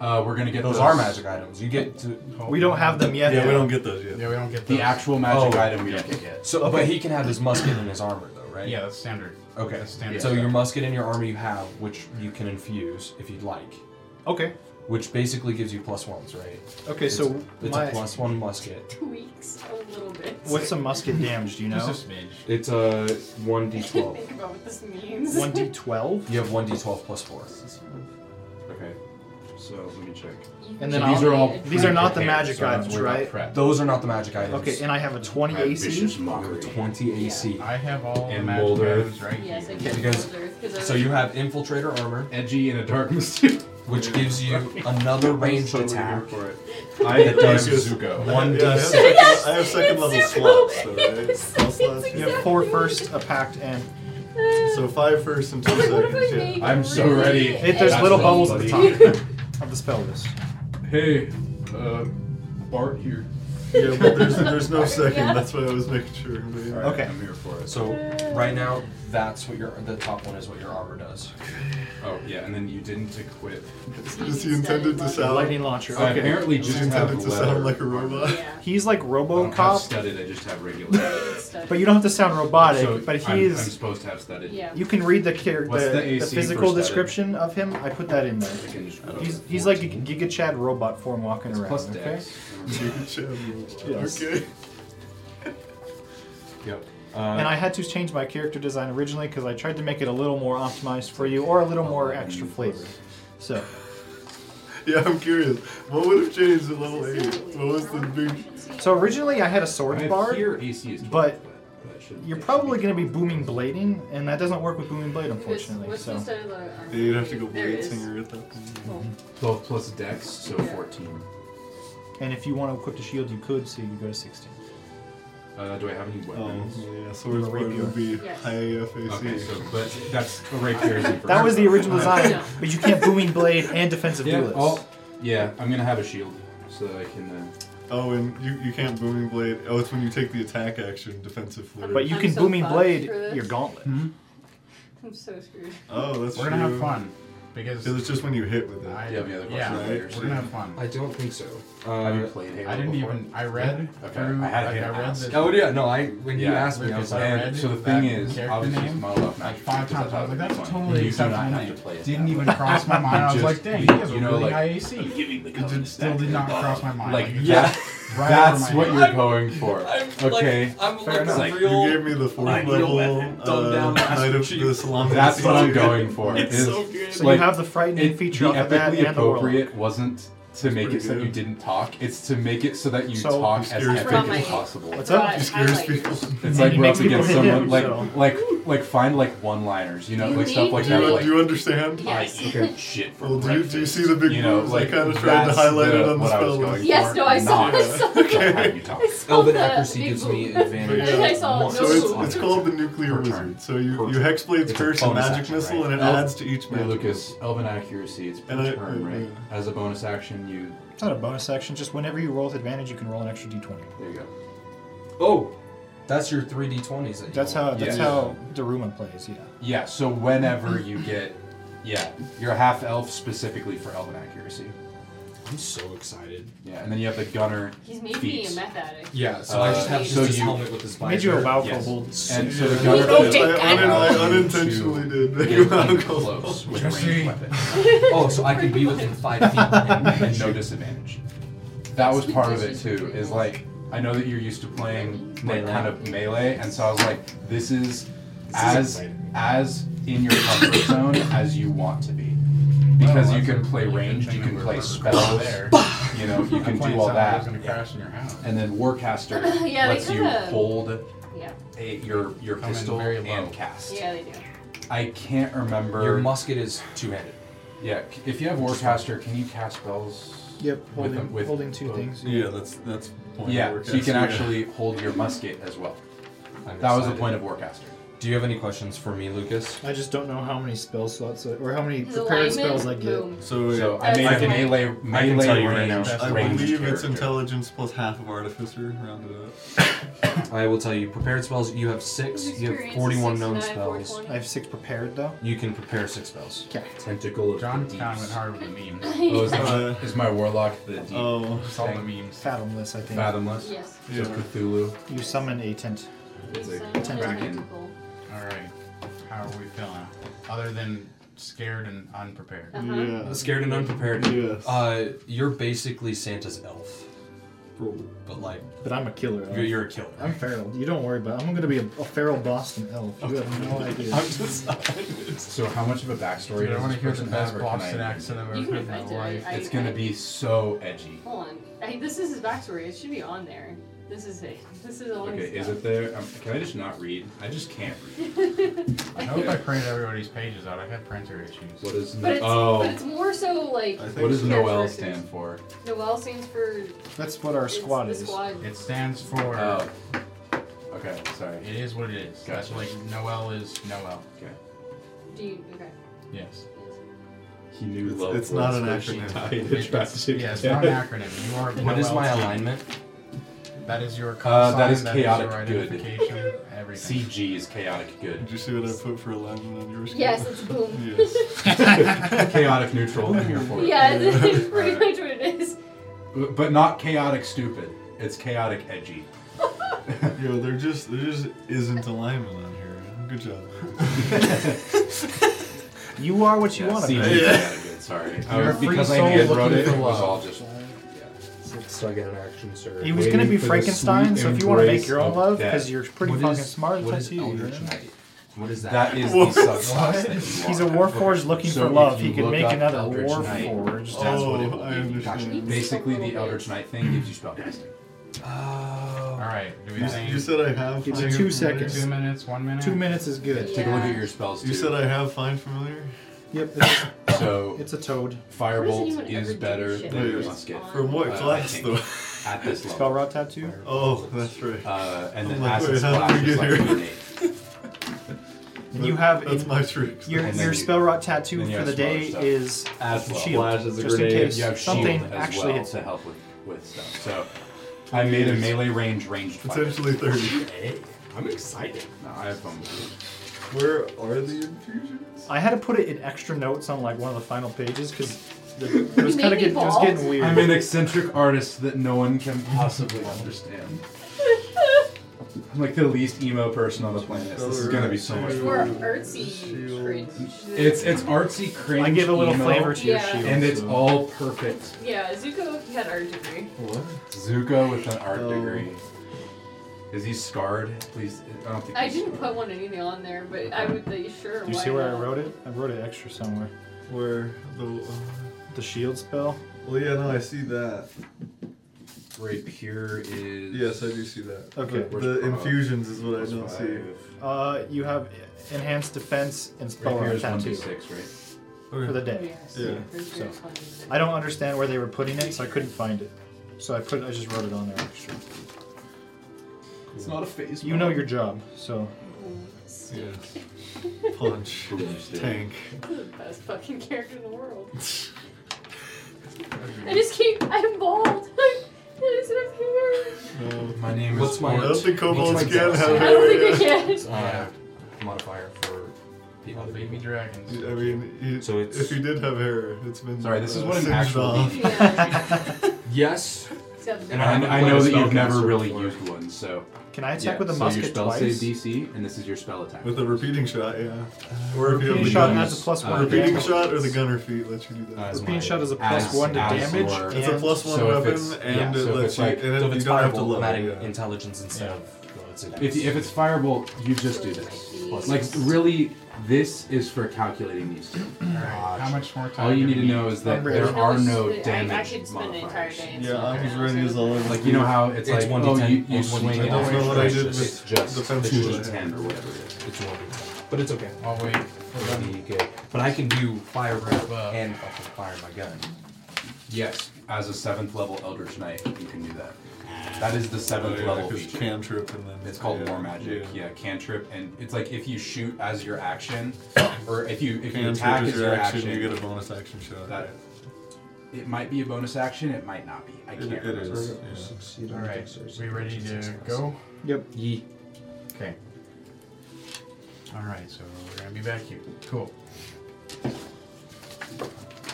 Speaker 4: Uh, we're gonna get
Speaker 7: Those are magic items. You get to.
Speaker 6: We don't have them yet.
Speaker 5: Yeah, we
Speaker 6: though.
Speaker 5: don't get those yet.
Speaker 1: Oh, Yeah, we don't get
Speaker 4: The
Speaker 1: those.
Speaker 4: actual magic
Speaker 7: Oh.
Speaker 4: item we don't get yet.
Speaker 7: So, but he can have his musket and his armor, though, right?
Speaker 1: Yeah, that's standard.
Speaker 7: Okay.
Speaker 1: That's standard.
Speaker 7: So
Speaker 1: stuff.
Speaker 7: your musket and your armor you have, which you can infuse if you'd like.
Speaker 6: Okay.
Speaker 7: which basically gives you plus ones, right?
Speaker 6: Okay,
Speaker 7: It's-
Speaker 6: so
Speaker 7: it's
Speaker 6: my,
Speaker 7: a plus one musket.
Speaker 2: Tweaks a little bit.
Speaker 6: what's a musket damage? Do you know?
Speaker 1: Just a smidge.
Speaker 7: It's a one
Speaker 2: I
Speaker 7: d
Speaker 2: can
Speaker 7: twelve.
Speaker 2: think about what this means.
Speaker 6: One d twelve,
Speaker 7: You have one d twelve plus four.
Speaker 4: Okay. So let me check.
Speaker 6: and
Speaker 2: So
Speaker 6: then
Speaker 4: So these
Speaker 6: I'll,
Speaker 4: are all
Speaker 2: These
Speaker 6: these are not the
Speaker 4: prepared,
Speaker 6: magic
Speaker 4: so I don't have to
Speaker 6: items,
Speaker 4: worry about
Speaker 6: right?
Speaker 4: prep.
Speaker 7: Those are not the magic items.
Speaker 6: Okay, and I have a twenty AC.
Speaker 8: Vicious mockery.
Speaker 7: twenty AC.
Speaker 1: I have all the
Speaker 4: And
Speaker 1: magic
Speaker 4: Boulder.
Speaker 1: items right
Speaker 2: Yes, I
Speaker 1: here.
Speaker 2: can
Speaker 7: Because-
Speaker 2: because
Speaker 7: So you have infiltrator armor,
Speaker 4: Edgy and a dark mystic.
Speaker 7: which gives you another ranged attack.
Speaker 4: for it. I am
Speaker 7: does-
Speaker 4: Zuko.
Speaker 7: One
Speaker 5: Yeah, I
Speaker 7: d
Speaker 5: have
Speaker 7: six.
Speaker 5: second, I have second level
Speaker 2: Yes,
Speaker 5: slots, though,
Speaker 2: Zuko.
Speaker 5: right?
Speaker 2: Yes,
Speaker 5: Spell slots.
Speaker 2: exactly-
Speaker 6: You have four first, a pact, and
Speaker 2: "Uh."
Speaker 5: So five first and two
Speaker 2: Like, what if I
Speaker 5: seconds.
Speaker 2: make
Speaker 5: Yeah.
Speaker 4: I'm
Speaker 2: a
Speaker 4: so
Speaker 2: really
Speaker 4: ready.
Speaker 6: Hey, there's
Speaker 4: That's
Speaker 6: little
Speaker 4: lovely.
Speaker 6: bubbles at the top of the spell list.
Speaker 4: Hey, uh, Bart here.
Speaker 5: yeah, but there's there's no second.
Speaker 2: Yeah.
Speaker 5: That's why I was making sure. man.
Speaker 4: All right,
Speaker 6: Okay.
Speaker 4: I'm here for it.
Speaker 7: So right now, that's what your the top one is what your armor does.
Speaker 4: Oh yeah, and then you didn't equip.
Speaker 5: Is he intended to
Speaker 6: The
Speaker 5: sound?
Speaker 6: lightning launcher.
Speaker 4: I
Speaker 6: Okay.
Speaker 4: apparently
Speaker 5: Is
Speaker 4: just
Speaker 5: he
Speaker 4: have
Speaker 5: intended to
Speaker 4: leather.
Speaker 5: sound like a robot?
Speaker 2: Yeah.
Speaker 6: He's like
Speaker 4: I don't have
Speaker 6: RoboCop,
Speaker 4: studded. I just have regular.
Speaker 6: but you don't have to sound robotic.
Speaker 4: So
Speaker 6: but
Speaker 4: I'm,
Speaker 6: he
Speaker 4: I'm
Speaker 6: is.
Speaker 4: supposed to have studded.
Speaker 2: Yeah.
Speaker 6: You can read the character,
Speaker 4: What's
Speaker 6: the,
Speaker 4: the AC
Speaker 6: the
Speaker 4: for
Speaker 6: physical
Speaker 4: studded?
Speaker 6: description of him. I put that in there.
Speaker 4: I can just-
Speaker 6: He's, he's like a Giga Chad robot form walking around.
Speaker 4: plus
Speaker 6: okay?
Speaker 4: dex.
Speaker 6: Yes.
Speaker 5: Okay.
Speaker 4: Yep.
Speaker 6: And I had to change my character design originally because I tried to make it a little more optimized for you or a little more extra flavor. So,
Speaker 5: Yeah, I'm curious. What would have changed at level eight? What was the big?
Speaker 6: so originally I had a sword
Speaker 4: I
Speaker 6: bard.
Speaker 4: hear AC is 12,
Speaker 6: but
Speaker 4: that should- that
Speaker 6: You're
Speaker 4: should
Speaker 6: probably
Speaker 4: be
Speaker 6: going to be
Speaker 4: fine.
Speaker 6: booming blading, and that doesn't work with booming blade, unfortunately.
Speaker 2: What's
Speaker 6: So,
Speaker 2: the study like? Alright.
Speaker 5: Yeah, you'd have to go
Speaker 2: There
Speaker 5: blade
Speaker 2: is. Oh,
Speaker 5: singer at that point.
Speaker 2: Cool.
Speaker 4: 12 plus dex, so
Speaker 2: Yeah.
Speaker 4: 14.
Speaker 6: and if you want to equip the shield, you could, so you could go to 16.
Speaker 4: Uh, do I have
Speaker 1: Um,
Speaker 4: any
Speaker 5: Oh,
Speaker 4: weapons?
Speaker 5: yeah, swords
Speaker 6: The
Speaker 5: part
Speaker 6: rapier.
Speaker 5: would be
Speaker 2: Yes.
Speaker 5: high AFAC.
Speaker 4: Okay, so but that's a rapier is the
Speaker 6: That was the original design,
Speaker 2: No.
Speaker 6: but you can't booming blade and defensive
Speaker 4: Yeah,
Speaker 6: duelist.
Speaker 4: I'll, yeah, I'm gonna have a shield so that I can. Uh,
Speaker 5: Oh, and you, you can't booming blade. Oh, it's when you take the attack action, defensive flurry.
Speaker 6: but you
Speaker 2: I'm
Speaker 6: can
Speaker 2: so
Speaker 6: booming
Speaker 2: fucked
Speaker 6: blade
Speaker 2: for this.
Speaker 6: your gauntlet.
Speaker 2: I'm so screwed.
Speaker 5: oh, that's
Speaker 1: We're gonna have
Speaker 5: true.
Speaker 1: fun because
Speaker 5: Because it's just when you hit with it.
Speaker 1: I,
Speaker 4: Do you have any other
Speaker 1: yeah,
Speaker 4: questions later,
Speaker 1: we're
Speaker 4: Steve?
Speaker 1: gonna have fun.
Speaker 7: I don't think so.
Speaker 4: have you
Speaker 7: Uh,
Speaker 4: played Halo
Speaker 1: I didn't
Speaker 4: before?
Speaker 1: even. I read
Speaker 4: Okay,
Speaker 1: through.
Speaker 4: I had
Speaker 1: like,
Speaker 4: him
Speaker 1: I read
Speaker 4: ask.
Speaker 1: this.
Speaker 7: oh yeah, no. I when you
Speaker 4: Yeah,
Speaker 7: asked me, I was
Speaker 1: Lucas, I
Speaker 7: like,
Speaker 1: read-
Speaker 4: And so the
Speaker 1: that
Speaker 4: thing is,
Speaker 1: character
Speaker 4: obviously, it's
Speaker 1: name,
Speaker 4: modeled off
Speaker 1: like
Speaker 4: magic,
Speaker 1: five
Speaker 4: because I
Speaker 1: times. I was like,
Speaker 4: thought it'd be
Speaker 1: that's
Speaker 4: fun.
Speaker 1: totally
Speaker 4: You do not
Speaker 1: acceptable
Speaker 4: have
Speaker 1: name.
Speaker 4: to play it
Speaker 1: Didn't
Speaker 4: that
Speaker 1: even
Speaker 4: way.
Speaker 1: cross my mind. I was
Speaker 4: Just
Speaker 1: like, dang, he
Speaker 4: be-
Speaker 1: has a
Speaker 4: you know,
Speaker 1: really
Speaker 4: like-
Speaker 1: high AC.
Speaker 8: Giving the
Speaker 1: It did,
Speaker 8: covenant
Speaker 1: still did not cross my mind.
Speaker 4: Like,
Speaker 1: it was
Speaker 7: yeah,
Speaker 1: right
Speaker 4: That's
Speaker 1: over my
Speaker 4: what
Speaker 1: head.
Speaker 4: you're going for.
Speaker 7: I'm
Speaker 4: okay,
Speaker 7: like, I'm
Speaker 4: fair
Speaker 7: like
Speaker 4: enough.
Speaker 5: you
Speaker 7: real.
Speaker 5: gave me the fourth
Speaker 8: I need a
Speaker 5: level
Speaker 8: weapon.
Speaker 5: uh,
Speaker 7: Dumbed down Master
Speaker 5: Knight of
Speaker 7: Chief.
Speaker 5: the Salon.
Speaker 4: that's what I'm going for.
Speaker 8: It's
Speaker 4: is,
Speaker 8: so good.
Speaker 6: So
Speaker 4: like,
Speaker 6: you have the frightening
Speaker 4: it-
Speaker 6: feature
Speaker 4: the
Speaker 6: off of that
Speaker 4: epically
Speaker 6: and the warlock.
Speaker 4: appropriate wasn't to make it
Speaker 5: pretty
Speaker 4: so that
Speaker 5: good.
Speaker 4: you didn't talk. It's to make it so that you
Speaker 6: So-
Speaker 4: talk as
Speaker 5: Excuse
Speaker 4: epic
Speaker 2: me.
Speaker 4: as possible.
Speaker 6: What's up?
Speaker 2: But
Speaker 5: He scares
Speaker 2: highlighters.
Speaker 5: people.
Speaker 4: It's like
Speaker 6: You
Speaker 4: we're up
Speaker 6: make people
Speaker 4: against
Speaker 6: hit
Speaker 4: someone
Speaker 6: him,
Speaker 4: like
Speaker 6: so- like,
Speaker 4: like like find like one liners, you know,
Speaker 2: You
Speaker 4: like stuff
Speaker 2: need
Speaker 4: like
Speaker 5: Do
Speaker 4: that.
Speaker 5: you,
Speaker 4: Like,
Speaker 5: do you understand?
Speaker 2: Yes.
Speaker 4: okay, shit. For
Speaker 5: Well, do you, do you
Speaker 4: breakfast.
Speaker 5: see the big
Speaker 4: You know,
Speaker 5: moves?
Speaker 4: like
Speaker 5: I kind of tried to
Speaker 4: that's
Speaker 5: highlight
Speaker 4: the,
Speaker 5: it on the
Speaker 4: what I
Speaker 5: spell
Speaker 4: was going
Speaker 5: list.
Speaker 2: Yes,
Speaker 4: for.
Speaker 2: no, I saw-
Speaker 4: Not
Speaker 2: I saw
Speaker 4: how
Speaker 5: Okay.
Speaker 4: you talk.
Speaker 7: Elven
Speaker 2: Well, the
Speaker 7: accuracy
Speaker 2: big
Speaker 7: gives
Speaker 2: boom.
Speaker 7: me advantage.
Speaker 5: And I
Speaker 2: saw
Speaker 7: Once.
Speaker 2: no
Speaker 5: So
Speaker 2: boom.
Speaker 5: it's, it's called the nuclear
Speaker 7: Per turn.
Speaker 5: wizard. So you,
Speaker 7: Per
Speaker 5: you
Speaker 7: turn.
Speaker 5: hex blades
Speaker 7: It's a
Speaker 5: curse and
Speaker 7: bonus
Speaker 5: magic
Speaker 7: action,
Speaker 5: missile,
Speaker 7: right?
Speaker 5: and it
Speaker 4: Oh.
Speaker 5: adds to each
Speaker 4: Hey,
Speaker 5: magic.
Speaker 4: Lucas, Elven accuracy. It's per
Speaker 5: And I-
Speaker 4: turn,
Speaker 5: uh,
Speaker 4: right?
Speaker 5: yeah.
Speaker 4: As a bonus action, you
Speaker 6: It's not a bonus action, just whenever you roll with advantage, you can roll an extra d20.
Speaker 4: there you go.
Speaker 7: Oh, that's your three d20s. That you
Speaker 6: That's
Speaker 7: roll.
Speaker 6: how that's
Speaker 4: Yeah.
Speaker 6: how Daruma plays, yeah.
Speaker 4: Yeah. So whenever you get, yeah, you're a half elf specifically for Elven accuracy.
Speaker 7: I'm so excited.
Speaker 4: Yeah, and then you have the gunner.
Speaker 2: He's making me
Speaker 4: feats.
Speaker 2: a meth addict.
Speaker 7: Yeah, so
Speaker 4: Uh,
Speaker 7: I just have
Speaker 2: so
Speaker 7: just this
Speaker 4: you-
Speaker 7: helmet with the spider.
Speaker 6: Made you a wow
Speaker 4: Yes.
Speaker 6: kobold.
Speaker 4: And so the
Speaker 5: Yeah.
Speaker 4: gunner.
Speaker 2: Oh,
Speaker 4: feats
Speaker 5: I,
Speaker 2: dick,
Speaker 5: I, un- I
Speaker 4: allow you to
Speaker 5: unintentionally did.
Speaker 4: get in
Speaker 5: Make
Speaker 4: close with
Speaker 1: Jesse.
Speaker 4: ranged weapon.
Speaker 7: Oh, so I can be within five feet and,
Speaker 4: and
Speaker 7: and
Speaker 4: no
Speaker 7: no
Speaker 4: disadvantage. That was part of it too. Is like I know that you're used to playing like
Speaker 7: Melee.
Speaker 4: kind of melee, and so I was like, this is as as in your comfort zone as you want to be, because you can play ranged, you can play spells,
Speaker 1: there.
Speaker 4: you know, you can do all
Speaker 1: Is
Speaker 4: that,
Speaker 1: gonna crash in your house.
Speaker 4: and then warcaster
Speaker 2: Yeah, they
Speaker 4: lets you
Speaker 2: kinda-
Speaker 4: hold
Speaker 2: Yeah.
Speaker 4: a, your your
Speaker 1: Come in
Speaker 4: pistol
Speaker 1: very low.
Speaker 4: and cast.
Speaker 2: Yeah, they do.
Speaker 4: I can't remember.
Speaker 7: Your musket is two-handed.
Speaker 4: yeah, c- if you have warcaster, can you cast spells?
Speaker 6: Yep,
Speaker 4: With
Speaker 6: holding,
Speaker 4: them- with
Speaker 6: holding two
Speaker 4: both.
Speaker 6: things.
Speaker 5: Yeah, that's that's. Point
Speaker 4: Yeah,
Speaker 5: of
Speaker 4: so you can
Speaker 5: orchestra.
Speaker 4: actually hold your musket as well.
Speaker 7: I'm
Speaker 4: That was the
Speaker 7: excited.
Speaker 4: point of Warcaster.
Speaker 7: Do you have any questions for me, Lucas?
Speaker 6: I just don't know how many spell slots I- or how many
Speaker 2: His
Speaker 6: prepared
Speaker 2: alignment.
Speaker 6: spells I get.
Speaker 2: Boom.
Speaker 5: So,
Speaker 4: So
Speaker 5: so
Speaker 4: I made
Speaker 2: That's
Speaker 4: a
Speaker 2: fine.
Speaker 4: melee, melee
Speaker 8: tell you right
Speaker 4: range,
Speaker 8: now,
Speaker 5: I
Speaker 4: ranged
Speaker 5: believe it's
Speaker 4: character.
Speaker 5: intelligence plus half of artificer rounded up.
Speaker 7: I will tell you. Prepared spells. You have six.
Speaker 2: His
Speaker 7: You have
Speaker 2: experience is
Speaker 7: forty-one known
Speaker 2: 69,
Speaker 7: spells.
Speaker 2: 420.
Speaker 6: I have six prepared though.
Speaker 7: You can prepare six spells.
Speaker 6: Okay.
Speaker 4: Tentacle of
Speaker 1: John
Speaker 4: the
Speaker 1: Town went
Speaker 4: Deeps.
Speaker 1: hard with the memes.
Speaker 4: Oh, is,
Speaker 5: Uh,
Speaker 4: that, is my warlock the deep?
Speaker 5: Oh,
Speaker 1: Just all the memes.
Speaker 6: Fathomless, I think.
Speaker 4: Fathomless?
Speaker 2: Yes.
Speaker 5: yeah.
Speaker 4: Just Cthulhu.
Speaker 6: You summon a tent.
Speaker 2: He's
Speaker 4: like
Speaker 2: a
Speaker 4: Kraken.
Speaker 2: tentacle.
Speaker 1: All right. How are we feeling? Other than scared and unprepared.
Speaker 2: Uh-huh.
Speaker 5: Yeah.
Speaker 7: Scared and unprepared.
Speaker 5: Yes.
Speaker 7: Uh, you're basically Santa's elf,
Speaker 5: Bro.
Speaker 7: but like
Speaker 6: But I'm a killer. elf.
Speaker 7: you're, you're a killer.
Speaker 6: I'm feral. You don't worry about it. I'm going to be a, a feral Boston elf. You have no idea.
Speaker 7: I'm just.
Speaker 8: So how much of a backstory
Speaker 1: Dude, I
Speaker 8: does
Speaker 1: want
Speaker 8: this
Speaker 1: to hear the
Speaker 8: person have,
Speaker 1: best
Speaker 8: or can I
Speaker 1: Boston
Speaker 8: even-
Speaker 1: accent I've ever
Speaker 2: You can
Speaker 1: heard in my
Speaker 2: invent it.
Speaker 1: life.
Speaker 2: I-
Speaker 4: It's gonna be so edgy.
Speaker 2: Hold on. I, this is his backstory. It should be on there. This is it. This is all.
Speaker 4: Okay,
Speaker 2: his
Speaker 4: is it there? Um, can I just not read? I just can't read.
Speaker 1: I hope I printed everybody's pages out. I've had printer issues.
Speaker 4: What is
Speaker 2: But it's, but
Speaker 4: oh?
Speaker 2: it's more so like
Speaker 5: I think
Speaker 4: What does
Speaker 5: so.
Speaker 4: Noel
Speaker 2: characteristics.
Speaker 4: stand for?
Speaker 2: Noel stands for
Speaker 6: That's what our
Speaker 2: it's
Speaker 6: squad
Speaker 2: the
Speaker 6: is.
Speaker 2: squad.
Speaker 1: It stands for.
Speaker 4: Oh. Okay, sorry.
Speaker 1: It is what it is. That's like
Speaker 4: Gotcha.
Speaker 1: Noel is Noel.
Speaker 4: Okay.
Speaker 2: Do you okay?
Speaker 1: Yes.
Speaker 4: He knew
Speaker 5: It's-
Speaker 4: love
Speaker 5: it's not
Speaker 4: was
Speaker 5: an
Speaker 4: what she
Speaker 5: acronym.
Speaker 4: died and
Speaker 1: It-
Speaker 4: tried
Speaker 1: it's-
Speaker 4: to
Speaker 1: yeah, it's not an acronym. You are.
Speaker 7: What is
Speaker 1: Noel
Speaker 7: my
Speaker 1: team.
Speaker 7: alignment?
Speaker 1: That is your. call
Speaker 4: Uh, that
Speaker 1: sign,
Speaker 4: is chaotic
Speaker 1: your
Speaker 4: good.
Speaker 1: identification, Everything.
Speaker 4: CG is chaotic
Speaker 5: Did
Speaker 4: good.
Speaker 5: you see what I put for alignment on yours?
Speaker 2: Yes, it's boom.
Speaker 5: Yes.
Speaker 4: chaotic neutral, I'm here for it.
Speaker 2: yeah, it's pretty much what it is.
Speaker 4: B- But not chaotic stupid. It's chaotic edgy.
Speaker 5: Yo, there just there just isn't alignment on here. Good job.
Speaker 6: You are what you
Speaker 4: Yeah,
Speaker 6: want to
Speaker 4: CG
Speaker 6: be.
Speaker 4: is chaotic good, sorry. I
Speaker 1: You're
Speaker 4: was-
Speaker 1: a free
Speaker 4: because I
Speaker 1: soul
Speaker 4: hand wrote
Speaker 1: looking
Speaker 4: it,
Speaker 1: for
Speaker 4: it was
Speaker 1: love.
Speaker 4: all just.
Speaker 8: So I get an action, sir.
Speaker 6: He was going to be Frankenstein, so if you want to make your own love,
Speaker 4: death.
Speaker 6: because you're pretty
Speaker 7: What
Speaker 6: fucking
Speaker 7: is-
Speaker 6: smart,
Speaker 7: What
Speaker 6: that's
Speaker 7: is
Speaker 6: you.
Speaker 7: Eldritch
Speaker 6: right?
Speaker 7: Knight? What is that?
Speaker 4: That is the
Speaker 5: What?
Speaker 4: subclass. that you
Speaker 6: He's a
Speaker 4: are.
Speaker 6: warforged looking
Speaker 4: So
Speaker 6: for
Speaker 4: if
Speaker 6: love.
Speaker 4: you
Speaker 6: He could
Speaker 4: look
Speaker 6: make
Speaker 4: up
Speaker 6: another
Speaker 4: Eldritch Knight-
Speaker 6: warforged.
Speaker 4: That's what it
Speaker 5: Oh,
Speaker 4: will
Speaker 5: I
Speaker 4: be.
Speaker 5: understand.
Speaker 4: Basically, the Eldritch Knight thing gives you spellcasting.
Speaker 1: All right. Do we
Speaker 5: You,
Speaker 1: think
Speaker 5: you said I have.
Speaker 6: Gives
Speaker 5: find
Speaker 6: you two
Speaker 5: familiar?
Speaker 6: seconds.
Speaker 1: two minutes, one minute?
Speaker 6: Two minutes is good.
Speaker 2: Yeah.
Speaker 4: Take a look at your spells too.
Speaker 5: You said I have find familiar.
Speaker 6: Yep, it's,
Speaker 4: so
Speaker 6: it's a toad.
Speaker 2: Why does anyone
Speaker 4: firebolt
Speaker 2: ever
Speaker 4: is
Speaker 2: do
Speaker 4: better
Speaker 2: shit
Speaker 4: than
Speaker 5: like
Speaker 4: your
Speaker 5: this?
Speaker 4: musket
Speaker 5: From what
Speaker 4: Uh, I
Speaker 5: class
Speaker 4: think-
Speaker 5: though?
Speaker 4: at this
Speaker 6: Spell
Speaker 4: level.
Speaker 6: rod tattoo?
Speaker 5: Oh, that's right.
Speaker 4: Uh, and
Speaker 5: I'm
Speaker 4: then
Speaker 5: like,
Speaker 4: acid
Speaker 5: wait, how did
Speaker 4: splash
Speaker 5: we
Speaker 4: is
Speaker 5: get
Speaker 4: like
Speaker 5: here?
Speaker 4: innate.
Speaker 6: And you have
Speaker 5: that's
Speaker 6: a,
Speaker 5: my trick. so-
Speaker 6: your,
Speaker 4: And then
Speaker 6: your
Speaker 4: you-
Speaker 6: spell rod tattoo
Speaker 4: then you
Speaker 6: for
Speaker 4: have
Speaker 6: the
Speaker 4: some other
Speaker 6: day
Speaker 4: stuff.
Speaker 6: is
Speaker 4: As well.
Speaker 6: shield.
Speaker 8: Flash as a
Speaker 6: just in
Speaker 8: grenade.
Speaker 6: case
Speaker 4: You have
Speaker 6: something
Speaker 4: shield as
Speaker 6: actually
Speaker 4: well
Speaker 6: hits
Speaker 4: to
Speaker 6: him.
Speaker 4: help with, with stuff. So I made a melee range ranged fighter.
Speaker 5: Potentially thirty.
Speaker 8: I'm excited.
Speaker 4: No, I have um,
Speaker 5: Where are the infusions?
Speaker 6: I had to put it in extra notes on like one of the final pages because it was
Speaker 2: You
Speaker 6: kind
Speaker 2: made
Speaker 6: of
Speaker 2: me
Speaker 6: getting, it was
Speaker 2: bald.
Speaker 6: getting weird.
Speaker 4: I'm an eccentric artist that no one can possibly understand. I'm like the least emo person on the planet. This is gonna be so much fun.
Speaker 2: We're artsy cringe.
Speaker 4: It's it's artsy cringe.
Speaker 6: I give a little
Speaker 4: emo,
Speaker 6: flavor to your
Speaker 2: Yeah.
Speaker 6: shield.
Speaker 4: and it's
Speaker 6: so-
Speaker 4: all perfect.
Speaker 2: yeah, Zuko had art degree.
Speaker 5: What?
Speaker 4: Zuko with an art
Speaker 5: Oh.
Speaker 4: degree. Is he scarred? Please, I don't think.
Speaker 2: I
Speaker 4: he's
Speaker 2: didn't
Speaker 4: scarred.
Speaker 2: put one anything on there, but I would be sure.
Speaker 6: Do you
Speaker 2: why
Speaker 6: see where I
Speaker 2: not?
Speaker 6: wrote it? I wrote it extra somewhere.
Speaker 5: Where the? Uh,
Speaker 6: The shield spell.
Speaker 5: well, yeah, no, I see that.
Speaker 4: Right here is.
Speaker 5: Yes, I do see that.
Speaker 6: Okay.
Speaker 5: But the infusions is what I don't see.
Speaker 6: Uh, you have enhanced defense and spell
Speaker 4: Right here
Speaker 6: rod
Speaker 4: is one d
Speaker 6: tattoo
Speaker 4: six, right?
Speaker 6: for the
Speaker 5: Okay.
Speaker 6: day.
Speaker 2: Yes.
Speaker 5: Yeah.
Speaker 2: There's
Speaker 6: So.
Speaker 2: there's one.
Speaker 6: I don't understand where they were putting it, so I couldn't find it. So I put I just wrote it on there extra.
Speaker 4: It's not a phase.
Speaker 6: You know your job, so
Speaker 5: Yes. Punch. Tank.
Speaker 2: the best fucking character in the world. I just keep. I'm bald. It isn't up here.
Speaker 5: No.
Speaker 7: My name is.
Speaker 4: What's my-
Speaker 5: I don't think kobolds
Speaker 7: What's my
Speaker 5: can have
Speaker 7: downside?
Speaker 2: I don't think I can.
Speaker 7: Uh, modifier for people
Speaker 1: Oh,
Speaker 7: that
Speaker 1: baby
Speaker 7: baby.
Speaker 1: dragons.
Speaker 5: I mean, he,
Speaker 7: So it's-
Speaker 5: if he did have hair, it's been.
Speaker 4: Sorry, this is
Speaker 5: uh,
Speaker 4: what an
Speaker 5: singed
Speaker 4: actual
Speaker 5: off.
Speaker 4: DD
Speaker 2: Yeah.
Speaker 7: Yes.
Speaker 2: It's got the
Speaker 7: And
Speaker 4: And I, I know that you've never
Speaker 7: Spellcaster
Speaker 4: really
Speaker 7: before.
Speaker 4: used one, so
Speaker 6: can I attack
Speaker 4: yeah,
Speaker 6: with a
Speaker 4: so
Speaker 6: musket
Speaker 4: your spell
Speaker 6: twice?
Speaker 4: save DC, and this is your spell attack.
Speaker 5: With a repeating shot, yeah. Or if you have
Speaker 6: Repeating
Speaker 5: the
Speaker 6: shot
Speaker 5: gunner-
Speaker 6: has a plus
Speaker 4: uh,
Speaker 6: one. to
Speaker 5: repeating
Speaker 6: damage.
Speaker 5: shot or the gunner feat lets you do that.
Speaker 7: Uh,
Speaker 6: Repeating shot is a
Speaker 4: As-
Speaker 6: plus one to
Speaker 4: as
Speaker 6: damage.
Speaker 4: your-
Speaker 5: it's a
Speaker 6: and-
Speaker 5: plus one
Speaker 4: so if
Speaker 5: weapon,
Speaker 4: it's-
Speaker 5: and
Speaker 4: yeah,
Speaker 5: it
Speaker 4: so if
Speaker 5: lets
Speaker 4: it's
Speaker 5: you,
Speaker 4: like-
Speaker 5: and
Speaker 7: So
Speaker 5: it,
Speaker 7: if
Speaker 5: you
Speaker 7: it's
Speaker 5: don't have to
Speaker 7: fireball, I'm
Speaker 5: level.
Speaker 7: adding
Speaker 5: yeah.
Speaker 7: intelligence instead of. well, it's
Speaker 4: If, if it's firebolt, you just do this. Like really, this is for calculating these two.
Speaker 1: All right. How much more time?
Speaker 4: All you
Speaker 1: do
Speaker 4: need
Speaker 1: we
Speaker 4: to know is that
Speaker 6: I'm ready.
Speaker 4: there are no
Speaker 2: I, I
Speaker 4: damage
Speaker 2: could spend the entire
Speaker 4: modifiers.
Speaker 2: day. in
Speaker 5: yeah,
Speaker 2: Smack
Speaker 5: I'm as
Speaker 2: Down,
Speaker 5: ready
Speaker 2: so-
Speaker 5: as all of
Speaker 4: Like you know how it's,
Speaker 7: It's
Speaker 4: like
Speaker 7: 1d10
Speaker 4: oh you, you
Speaker 7: and
Speaker 4: swing
Speaker 7: 1d10.
Speaker 4: it
Speaker 5: I don't know what I did
Speaker 4: it's
Speaker 5: with
Speaker 4: just
Speaker 5: the fence
Speaker 4: two
Speaker 5: shield.
Speaker 4: to ten or whatever. it is.
Speaker 7: It's one d10. But it's okay.
Speaker 1: I'll wait.
Speaker 7: It'll be good. But I can do fire breath
Speaker 1: Well.
Speaker 7: and fucking fire my gun.
Speaker 4: Yes, as a seventh level Eldritch Knight, you can do that. That is the
Speaker 5: Oh,
Speaker 4: seventh
Speaker 5: yeah,
Speaker 4: level
Speaker 5: 'cause
Speaker 4: feature.
Speaker 5: cantrip and then
Speaker 4: It's called
Speaker 5: yeah,
Speaker 4: war magic.
Speaker 5: Yeah.
Speaker 4: Yeah. cantrip, and it's like if you shoot as your action, or if you if you
Speaker 5: Cantrip
Speaker 4: attack
Speaker 5: is
Speaker 4: as your action,
Speaker 5: you get a bonus action shot.
Speaker 4: that it might be a bonus action. It might not be. I
Speaker 5: It-
Speaker 4: can't.
Speaker 5: it
Speaker 4: remember.
Speaker 5: is.
Speaker 1: All right. We ready to go?
Speaker 6: Yep.
Speaker 7: Ye.
Speaker 1: Okay. All right. So we're gonna be back here. Cool.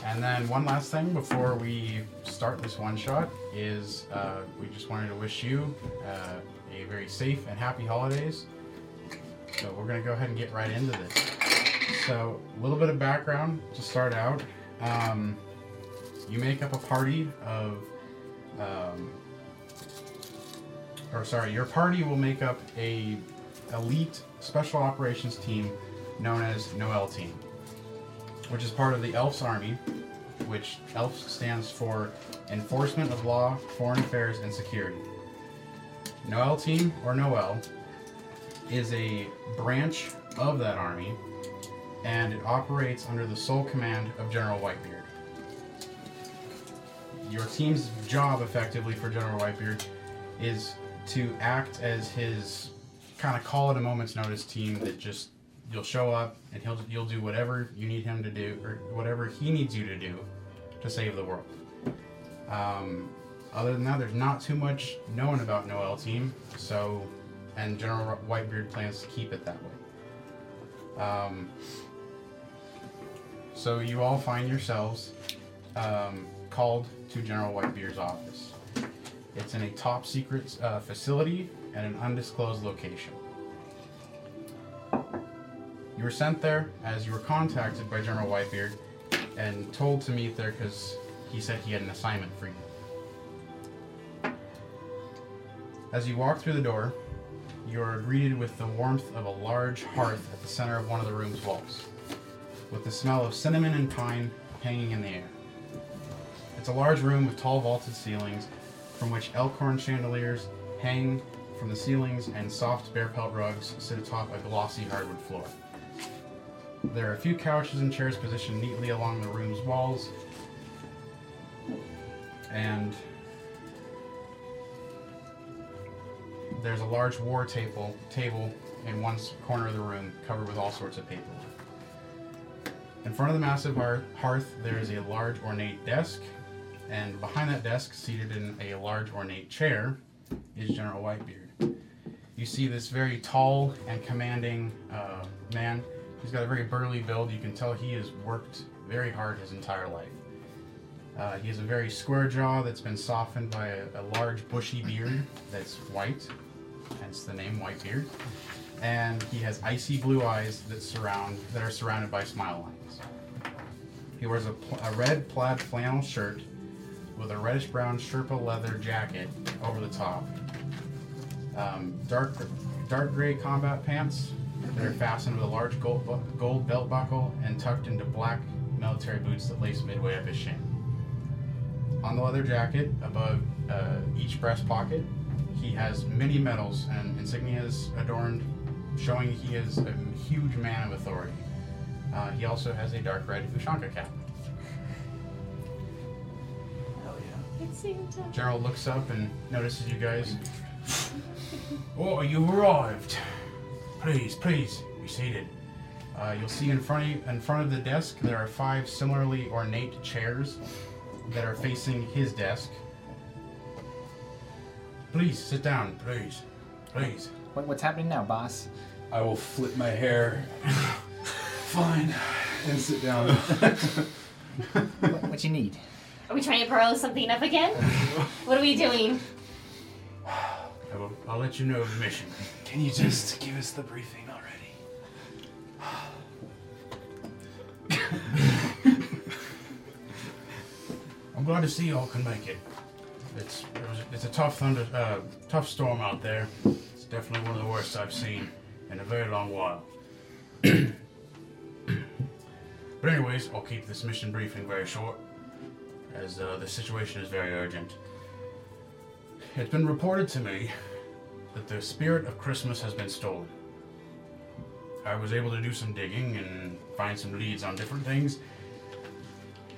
Speaker 1: And then one last thing before we start this one shot is uh, we just wanted to wish you uh, a very safe and happy holidays. So we're gonna go ahead and get right into this. So, a little bit of background to start out. Um, you make up a party of, um, or sorry, your party will make up a elite special operations team known as Noel Team, which is part of the Elf's Army, which Elf's stands for Enforcement of Law, Foreign Affairs, and Security. Noel Team, or Noel, is a branch of that army and it operates under the sole command of General Whitebeard. Your team's job, effectively, for General Whitebeard is to act as his kind of call at a moment's notice team that just you'll show up and he'll you'll do whatever you need him to do or whatever he needs you to do to save the world. Um, other than that, there's not too much known about Noel team, so and General Whitebeard plans to keep it that way. Um, so you all find yourselves um, called to General Whitebeard's office. It's in a top secret uh, facility at an undisclosed location. You were sent there as you were contacted by General Whitebeard and told to meet there because he said he had an assignment for you. As you walk through the door, you are greeted with the warmth of a large hearth at the center of one of the room's walls, with the smell of cinnamon and pine hanging in the air. It's a large room with tall vaulted ceilings, from which elkhorn chandeliers hang from the ceilings and soft bear pelt rugs sit atop a glossy hardwood floor. There are a few couches and chairs positioned neatly along the room's walls, and there's a large war table table in one s- corner of the room covered with all sorts of paperwork. In front of the massive hear- hearth, there is a large ornate desk, and behind that desk, seated in a large ornate chair, is General Whitebeard. You see this very tall and commanding uh, man. He's got a very burly build. You can tell he has worked very hard his entire life. Uh, he has a very square jaw that's been softened by a, a large bushy beard that's white, hence the name Whitebeard. And he has icy blue eyes that surround that are surrounded by smile lines. He wears a, pl- a red plaid flannel shirt with a reddish brown Sherpa leather jacket over the top. Um, dark dark gray combat pants that are fastened with a large gold, bu- gold belt buckle and tucked into black military boots that lace midway up his shin. On the leather jacket, above uh, each breast pocket, he has many medals and insignias adorned, showing he is a huge man of authority. Uh, he also has a dark red Ushanka cap.
Speaker 2: It's Santa.
Speaker 1: General looks up and notices you guys. Oh, you arrived! Please, please, be seated. Uh, you'll see in front of you, in front of the desk there are five similarly ornate chairs that are facing his desk. Please sit down, please, please.
Speaker 6: What, what's happening now, boss?
Speaker 4: I will flip my hair. Fine. And sit down.
Speaker 6: What, what you need?
Speaker 9: Are we trying to borrow something up again? what are we doing?
Speaker 1: I will, I'll let you know of the mission.
Speaker 4: Can you just give us the briefing already?
Speaker 1: I'm glad to see y'all can make it. It's it was, it's a tough thunder uh, tough storm out there. It's definitely one of the worst I've seen in a very long while. but anyways, I'll keep this mission briefing very short, as uh, the situation is very urgent. It's been reported to me that the spirit of Christmas has been stolen. I was able to do some digging and find some leads on different things,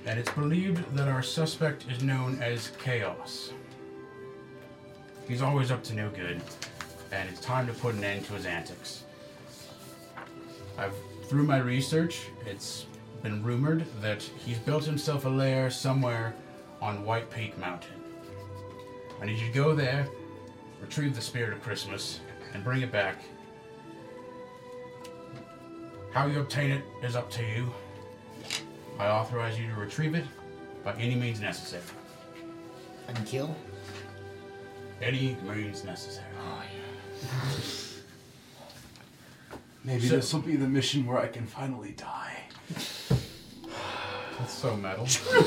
Speaker 1: and it's believed that our suspect is known as Chaos. He's always up to no good, and it's time to put an end to his antics. I've through my research, it's been rumored that he's built himself a lair somewhere on White Peak Mountain. I need you to go there, retrieve the spirit of Christmas, and bring it back. How you obtain it is up to you, I authorize you to retrieve it by any means necessary.
Speaker 6: I can kill.
Speaker 1: Any means necessary.
Speaker 4: Maybe
Speaker 1: So-
Speaker 4: this will be the mission where I can finally die.
Speaker 1: That's so metal. or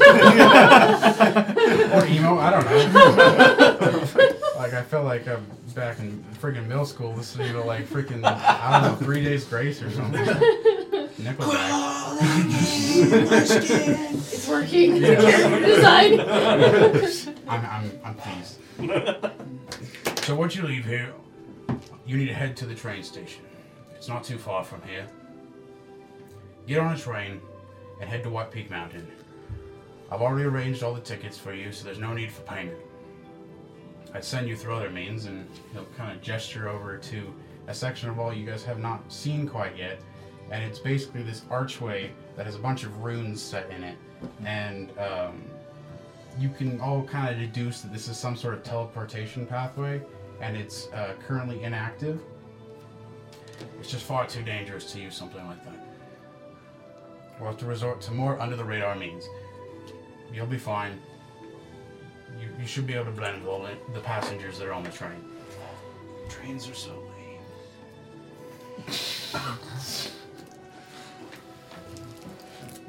Speaker 1: emo, I don't know. like I felt like I'm back in freaking middle school listening to like freaking I don't know Three Days Grace or something. Nickelback.
Speaker 2: It's working.
Speaker 1: Yeah.
Speaker 2: Character design.
Speaker 1: I'm I'm I'm pleased. So once you leave here, you need to head to the train station. It's not too far from here. Get on a train and head to White Peak Mountain. I've already arranged all the tickets for you, so there's no need for payment. I'd send you through other means, and he'll kind of gesture over to a section of wall you guys have not seen quite yet. And it's basically this archway that has a bunch of runes set in it. And um, you can all kind of deduce that this is some sort of teleportation pathway, and it's uh, currently inactive. It's just far too dangerous to use something like that. We'll have to resort to more under the radar means. You'll be fine. You, you should be able to blend with all the- the passengers that are on the train.
Speaker 4: Trains are so lame.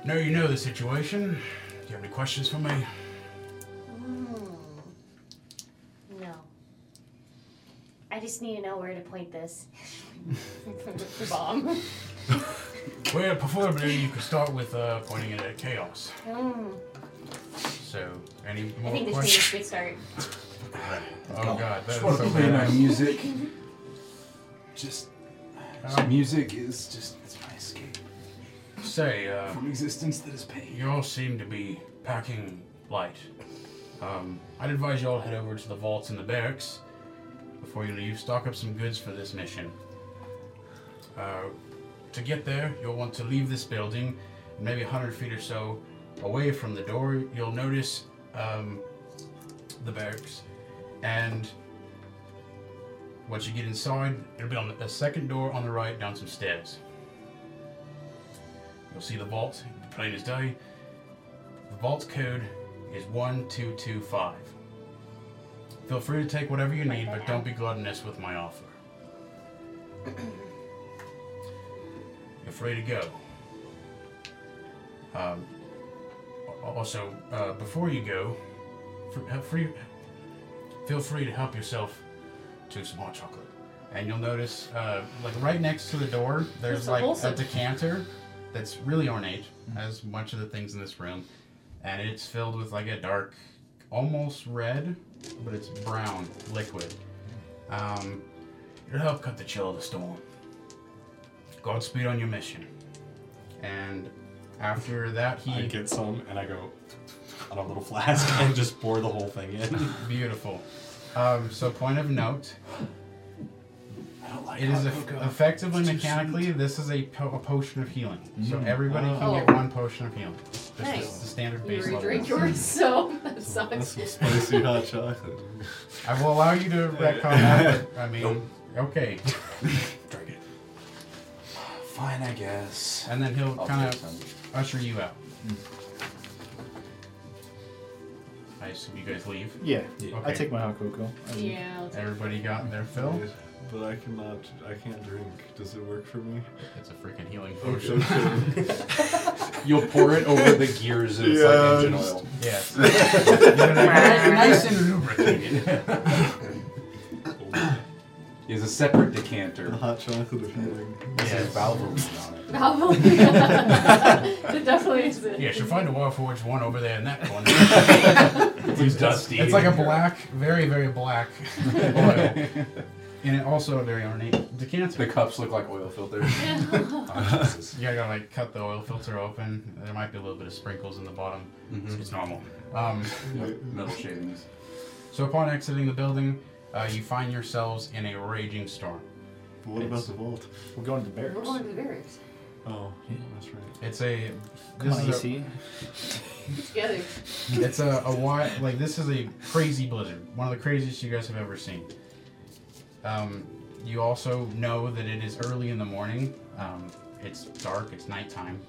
Speaker 1: Now you know the situation. Do you have any questions for me?
Speaker 9: Mm. No. I just need to know where to point this.
Speaker 2: Bomb.
Speaker 1: Well, preferably you could start with uh, pointing it at chaos.
Speaker 9: Mm.
Speaker 1: So, any
Speaker 9: I
Speaker 1: more
Speaker 9: think this thing is
Speaker 1: questions?
Speaker 9: a good start.
Speaker 1: Oh god, that is
Speaker 4: Just
Speaker 1: so
Speaker 4: want to play my
Speaker 1: bad.
Speaker 4: music. Just, just
Speaker 1: Um,
Speaker 4: music is just it's my escape
Speaker 1: Say, uh,
Speaker 4: from existence that is pain.
Speaker 1: you all seem to be packing light. Um, I'd advise you all head over to the vaults in the barracks before you leave. Stock up some goods for this mission. Uh, to get there, you'll want to leave this building, maybe 100 feet or so away from the door. You'll notice um, the barracks, and once you get inside, it'll be on the, the second door on the right, down some stairs. You'll see the vault, plain as day. The vault code is 1225. Feel free to take whatever you need, but don't be gluttonous with my offer. You're free to go. Um, al- also, uh, before you go, fr- have free, feel free to help yourself to some hot chocolate. And you'll notice, uh, like right next to the door, there's
Speaker 2: That's
Speaker 1: like a
Speaker 2: wholesome.
Speaker 1: decanter that's really ornate, as much of the things in this room, and it's filled with like a dark, almost red, but it's brown liquid. Um, it'll help cut the chill of the storm. Godspeed on your mission. And after that,
Speaker 8: I
Speaker 1: he
Speaker 8: get some and I go on a little flask and just pour the whole thing in.
Speaker 1: beautiful. Um, so point of note,
Speaker 4: I don't like
Speaker 1: it is
Speaker 4: hot
Speaker 1: eff-
Speaker 4: cocoa.
Speaker 1: effectively
Speaker 4: It's too
Speaker 1: mechanically this is a, po- a potion of healing. So
Speaker 8: Mm-hmm.
Speaker 4: Mm.
Speaker 1: everybody
Speaker 2: Oh.
Speaker 1: can get one potion of healing. Just
Speaker 2: Nice.
Speaker 1: this is the standard
Speaker 2: You
Speaker 1: base
Speaker 2: already
Speaker 1: level.
Speaker 2: drink yours, so that
Speaker 5: That's
Speaker 2: sucks.
Speaker 5: some spicy hot chocolate.
Speaker 1: I will allow you to retcon that. but, I mean, okay.
Speaker 4: Drink it. Fine, I guess.
Speaker 1: And then he'll
Speaker 7: I'll
Speaker 1: kind
Speaker 7: take
Speaker 1: of
Speaker 7: some.
Speaker 1: usher you out. I assume you guys leave.
Speaker 6: Yeah. I
Speaker 1: Okay.
Speaker 6: take my hot cocoa. I mean,
Speaker 2: Yeah. I'll take-
Speaker 1: Everybody got their fill.
Speaker 5: But I cannot. I can't drink. Does it work for me?
Speaker 1: It's a freaking healing
Speaker 5: Oh,
Speaker 1: potion.
Speaker 5: so good.
Speaker 4: You'll pour it over the gears of it's
Speaker 5: Yeah,
Speaker 4: like engine
Speaker 5: just-
Speaker 4: oil.
Speaker 1: Yes. You're gonna- nice and lubricated.
Speaker 4: Is a separate decanter.
Speaker 5: The hot chocolate of healing.
Speaker 1: Yes.
Speaker 7: Valvoline on it.
Speaker 2: Valve. it definitely is.
Speaker 1: Yes, you'll find a Warforged one over there in that corner.
Speaker 4: It's dusty.
Speaker 1: it's like a black, very, very black oil. And it also a very ornate
Speaker 4: The
Speaker 1: decanter.
Speaker 4: cups look like oil filters.
Speaker 1: You gotta like cut the oil filter open. There might be a little bit of sprinkles in the bottom. It's, it's normal. Mm-hmm. Um,
Speaker 4: Metal shavings.
Speaker 1: So upon exiting the building, uh, you find yourselves in a raging storm.
Speaker 5: But what about the vault?
Speaker 6: We're going to the
Speaker 2: We're
Speaker 6: barracks.
Speaker 2: going to the barracks.
Speaker 5: Oh, that's right.
Speaker 1: It's a
Speaker 6: Come
Speaker 1: this
Speaker 6: on,
Speaker 1: is a,
Speaker 6: EC.
Speaker 2: Together.
Speaker 1: it's a, a wi- like this is a crazy blizzard, one of the craziest you guys have ever seen. Um, you also know that it is early in the morning. Um, it's dark. It's nighttime.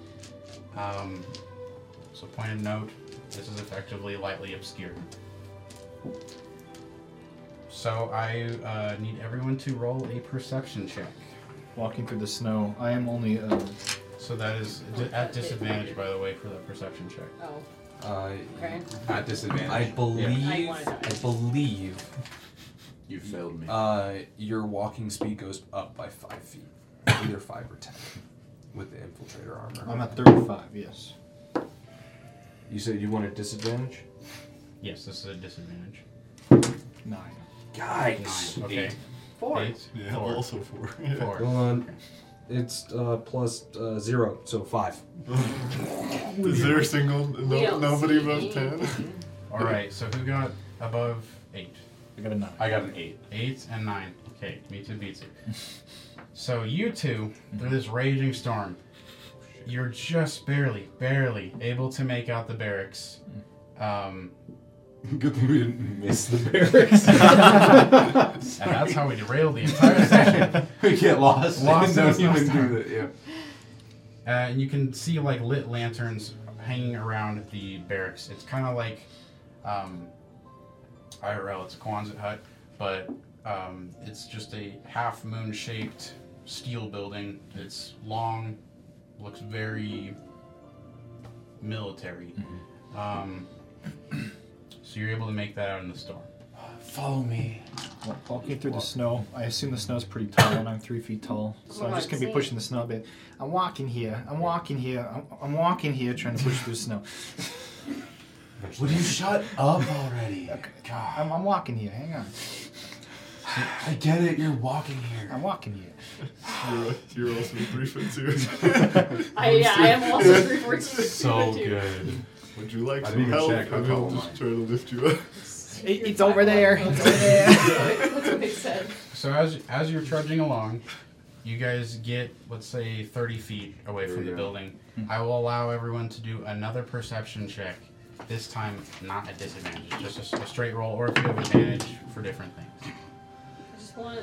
Speaker 1: Um, so point of note, this is effectively lightly obscured. So I uh, need everyone to roll a perception check.
Speaker 6: walking through the snow. I am only uh,
Speaker 1: So that is di- at disadvantage, by the way, for the perception check.
Speaker 2: Oh,
Speaker 3: Uh,
Speaker 2: okay.
Speaker 1: At disadvantage.
Speaker 3: I believe.
Speaker 2: I wanna die.
Speaker 3: I believe.
Speaker 10: You failed me.
Speaker 3: Uh, your walking speed goes up by five feet, either five or ten, with the infiltrator armor.
Speaker 6: I'm at 35. Yes.
Speaker 3: You said you wanted disadvantage.
Speaker 1: yes, this is a disadvantage.
Speaker 6: Nine.
Speaker 3: Guys.
Speaker 1: Nine. Okay.
Speaker 2: Four.
Speaker 1: Eight.
Speaker 5: Yeah,
Speaker 1: Four.
Speaker 5: also four. Yeah.
Speaker 1: Four.
Speaker 3: Hold on. It's uh, plus uh, zero, so five.
Speaker 5: Is there a single
Speaker 2: We
Speaker 5: no,
Speaker 2: don't
Speaker 5: nobody
Speaker 2: see
Speaker 5: above ten?
Speaker 2: anything.
Speaker 1: All right. So who got above eight?
Speaker 6: I got a nine.
Speaker 1: I got an eight. Eight and nine. Okay, me too beats it. so you two, through this raging storm, you're just barely, barely able to make out the barracks. Um,
Speaker 4: Good thing we didn't miss the barracks.
Speaker 1: and that's how we derailed the entire session. Uh,
Speaker 4: we get lost.
Speaker 1: Lost
Speaker 4: Don't
Speaker 1: is lost
Speaker 4: even
Speaker 1: time.
Speaker 4: do that. Yeah.
Speaker 1: Uh, and you can see like lit lanterns hanging around the barracks. It's kind of like um, IRL, it's a Quonset hut, but um, it's just a half moon shaped steel building. It's long, looks very military. Um, so you're able to make that out in the storm.
Speaker 4: Follow me.
Speaker 6: Wa- Walking through the snow, I assume the snow's pretty tall, and I'm three feet tall, so I'm
Speaker 2: Well,
Speaker 6: just gonna be
Speaker 2: same.
Speaker 6: pushing the snow a bit. I'm walking here. I'm walking here. I'm, I'm walking here, trying to push through the snow.
Speaker 4: Would you shut up already? God,
Speaker 6: I'm, I'm walking here. Hang on.
Speaker 4: I get it. You're walking here.
Speaker 6: I'm walking here.
Speaker 5: You're, you're also three foot two.
Speaker 2: I, yeah, I am also three fourths.
Speaker 4: So good.
Speaker 5: Would you like
Speaker 4: I
Speaker 5: some
Speaker 4: didn't even
Speaker 5: help?
Speaker 4: check, I
Speaker 5: I
Speaker 4: follow
Speaker 5: will just
Speaker 4: mine.
Speaker 5: try to lift you up.
Speaker 6: It- it's over there. It's over
Speaker 2: That's what they said.
Speaker 1: So as as you're trudging along, you guys get let's say 30 feet away from the building. I will allow everyone to do another perception check. This time, not a disadvantage, just a s- a, straight roll, or if you have advantage for different things.
Speaker 2: I just want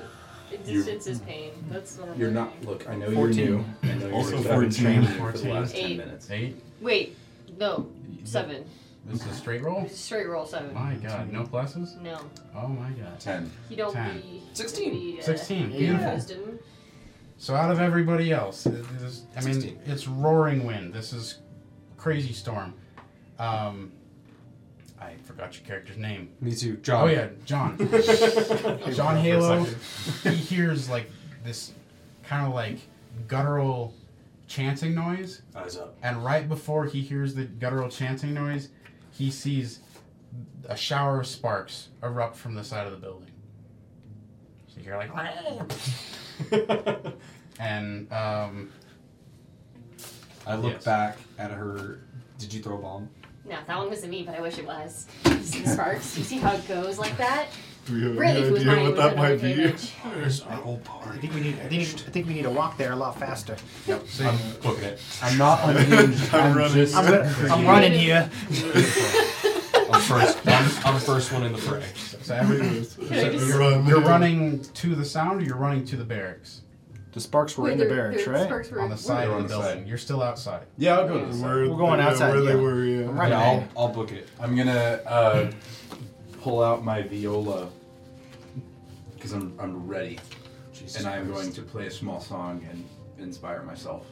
Speaker 2: existence is pain. That's what I'm
Speaker 10: You're
Speaker 2: learning.
Speaker 10: not. Look, I know
Speaker 6: Fourteen.
Speaker 10: you're new. I know you're
Speaker 5: Also
Speaker 10: I've been
Speaker 5: 14.
Speaker 10: training you for the
Speaker 1: Fourteen.
Speaker 10: last ten
Speaker 2: Eight.
Speaker 10: minutes.
Speaker 1: Eight.
Speaker 2: Wait, no, seven.
Speaker 1: This is a straight roll.
Speaker 2: Straight roll seven.
Speaker 1: My God, no pluses.
Speaker 2: No,
Speaker 1: Oh my God.
Speaker 10: Ten.
Speaker 2: he don't
Speaker 1: Ten.
Speaker 2: be.
Speaker 3: Sixteen.
Speaker 2: Be, uh,
Speaker 1: Sixteen.
Speaker 2: yeah,
Speaker 1: Beautiful.
Speaker 2: wisdom.
Speaker 1: So out of everybody else, it- it is- I mean,
Speaker 3: 16.
Speaker 1: it's roaring wind. This is crazy storm. Um, I forgot your character's name.
Speaker 3: Me too.
Speaker 1: Oh
Speaker 3: John.
Speaker 1: yeah, John. John Halo. He hears like this kind of like guttural chanting noise,
Speaker 10: Eyes up.
Speaker 1: and right before he hears the guttural chanting noise, he sees a shower of sparks erupt from the side of the building. So you're like, and um,
Speaker 3: I look
Speaker 1: Yes.
Speaker 3: back at her. Did you throw a bomb?
Speaker 9: No, that one wasn't me, but I wish it was. You see the sparks? You see how it goes like that?
Speaker 5: Do we have
Speaker 9: Really,
Speaker 5: any
Speaker 9: if it was
Speaker 5: idea
Speaker 9: mine,
Speaker 5: what
Speaker 9: it
Speaker 5: that
Speaker 9: would
Speaker 5: might
Speaker 9: have been
Speaker 5: be?
Speaker 9: advantage.
Speaker 10: There's our whole party.
Speaker 6: I think we need. I think, I think we need to walk there a lot faster.
Speaker 1: so
Speaker 4: Booking it.
Speaker 3: I'm not unhinged.
Speaker 5: I'm
Speaker 3: I'm,
Speaker 5: running.
Speaker 3: just.
Speaker 6: I'm, gonna, I'm running here.
Speaker 3: I'm first. I'm, I'm first one in the fray.
Speaker 1: so every,
Speaker 5: Run.
Speaker 1: you're running to the sound, or you're running to the barracks
Speaker 6: The sparks were
Speaker 2: Wait,
Speaker 6: in the
Speaker 2: they're-
Speaker 6: barracks,
Speaker 2: they're-
Speaker 6: right?
Speaker 2: sparks were-
Speaker 1: on the side
Speaker 4: We're
Speaker 1: of
Speaker 4: on
Speaker 1: the
Speaker 4: the
Speaker 1: building.
Speaker 4: side.
Speaker 1: You're still outside.
Speaker 11: Yeah, I'll go to the side.
Speaker 5: Where-
Speaker 6: We're going
Speaker 5: yeah,
Speaker 6: outside,
Speaker 5: Where they
Speaker 6: yeah.
Speaker 5: were, yeah.
Speaker 6: I'm running.
Speaker 3: Yeah, I'll, I'll book it.
Speaker 4: I'm gonna uh, pull out my viola because I'm I'm ready,
Speaker 3: Jesus
Speaker 4: and I'm
Speaker 3: Christ.
Speaker 4: going to play a small song and inspire myself.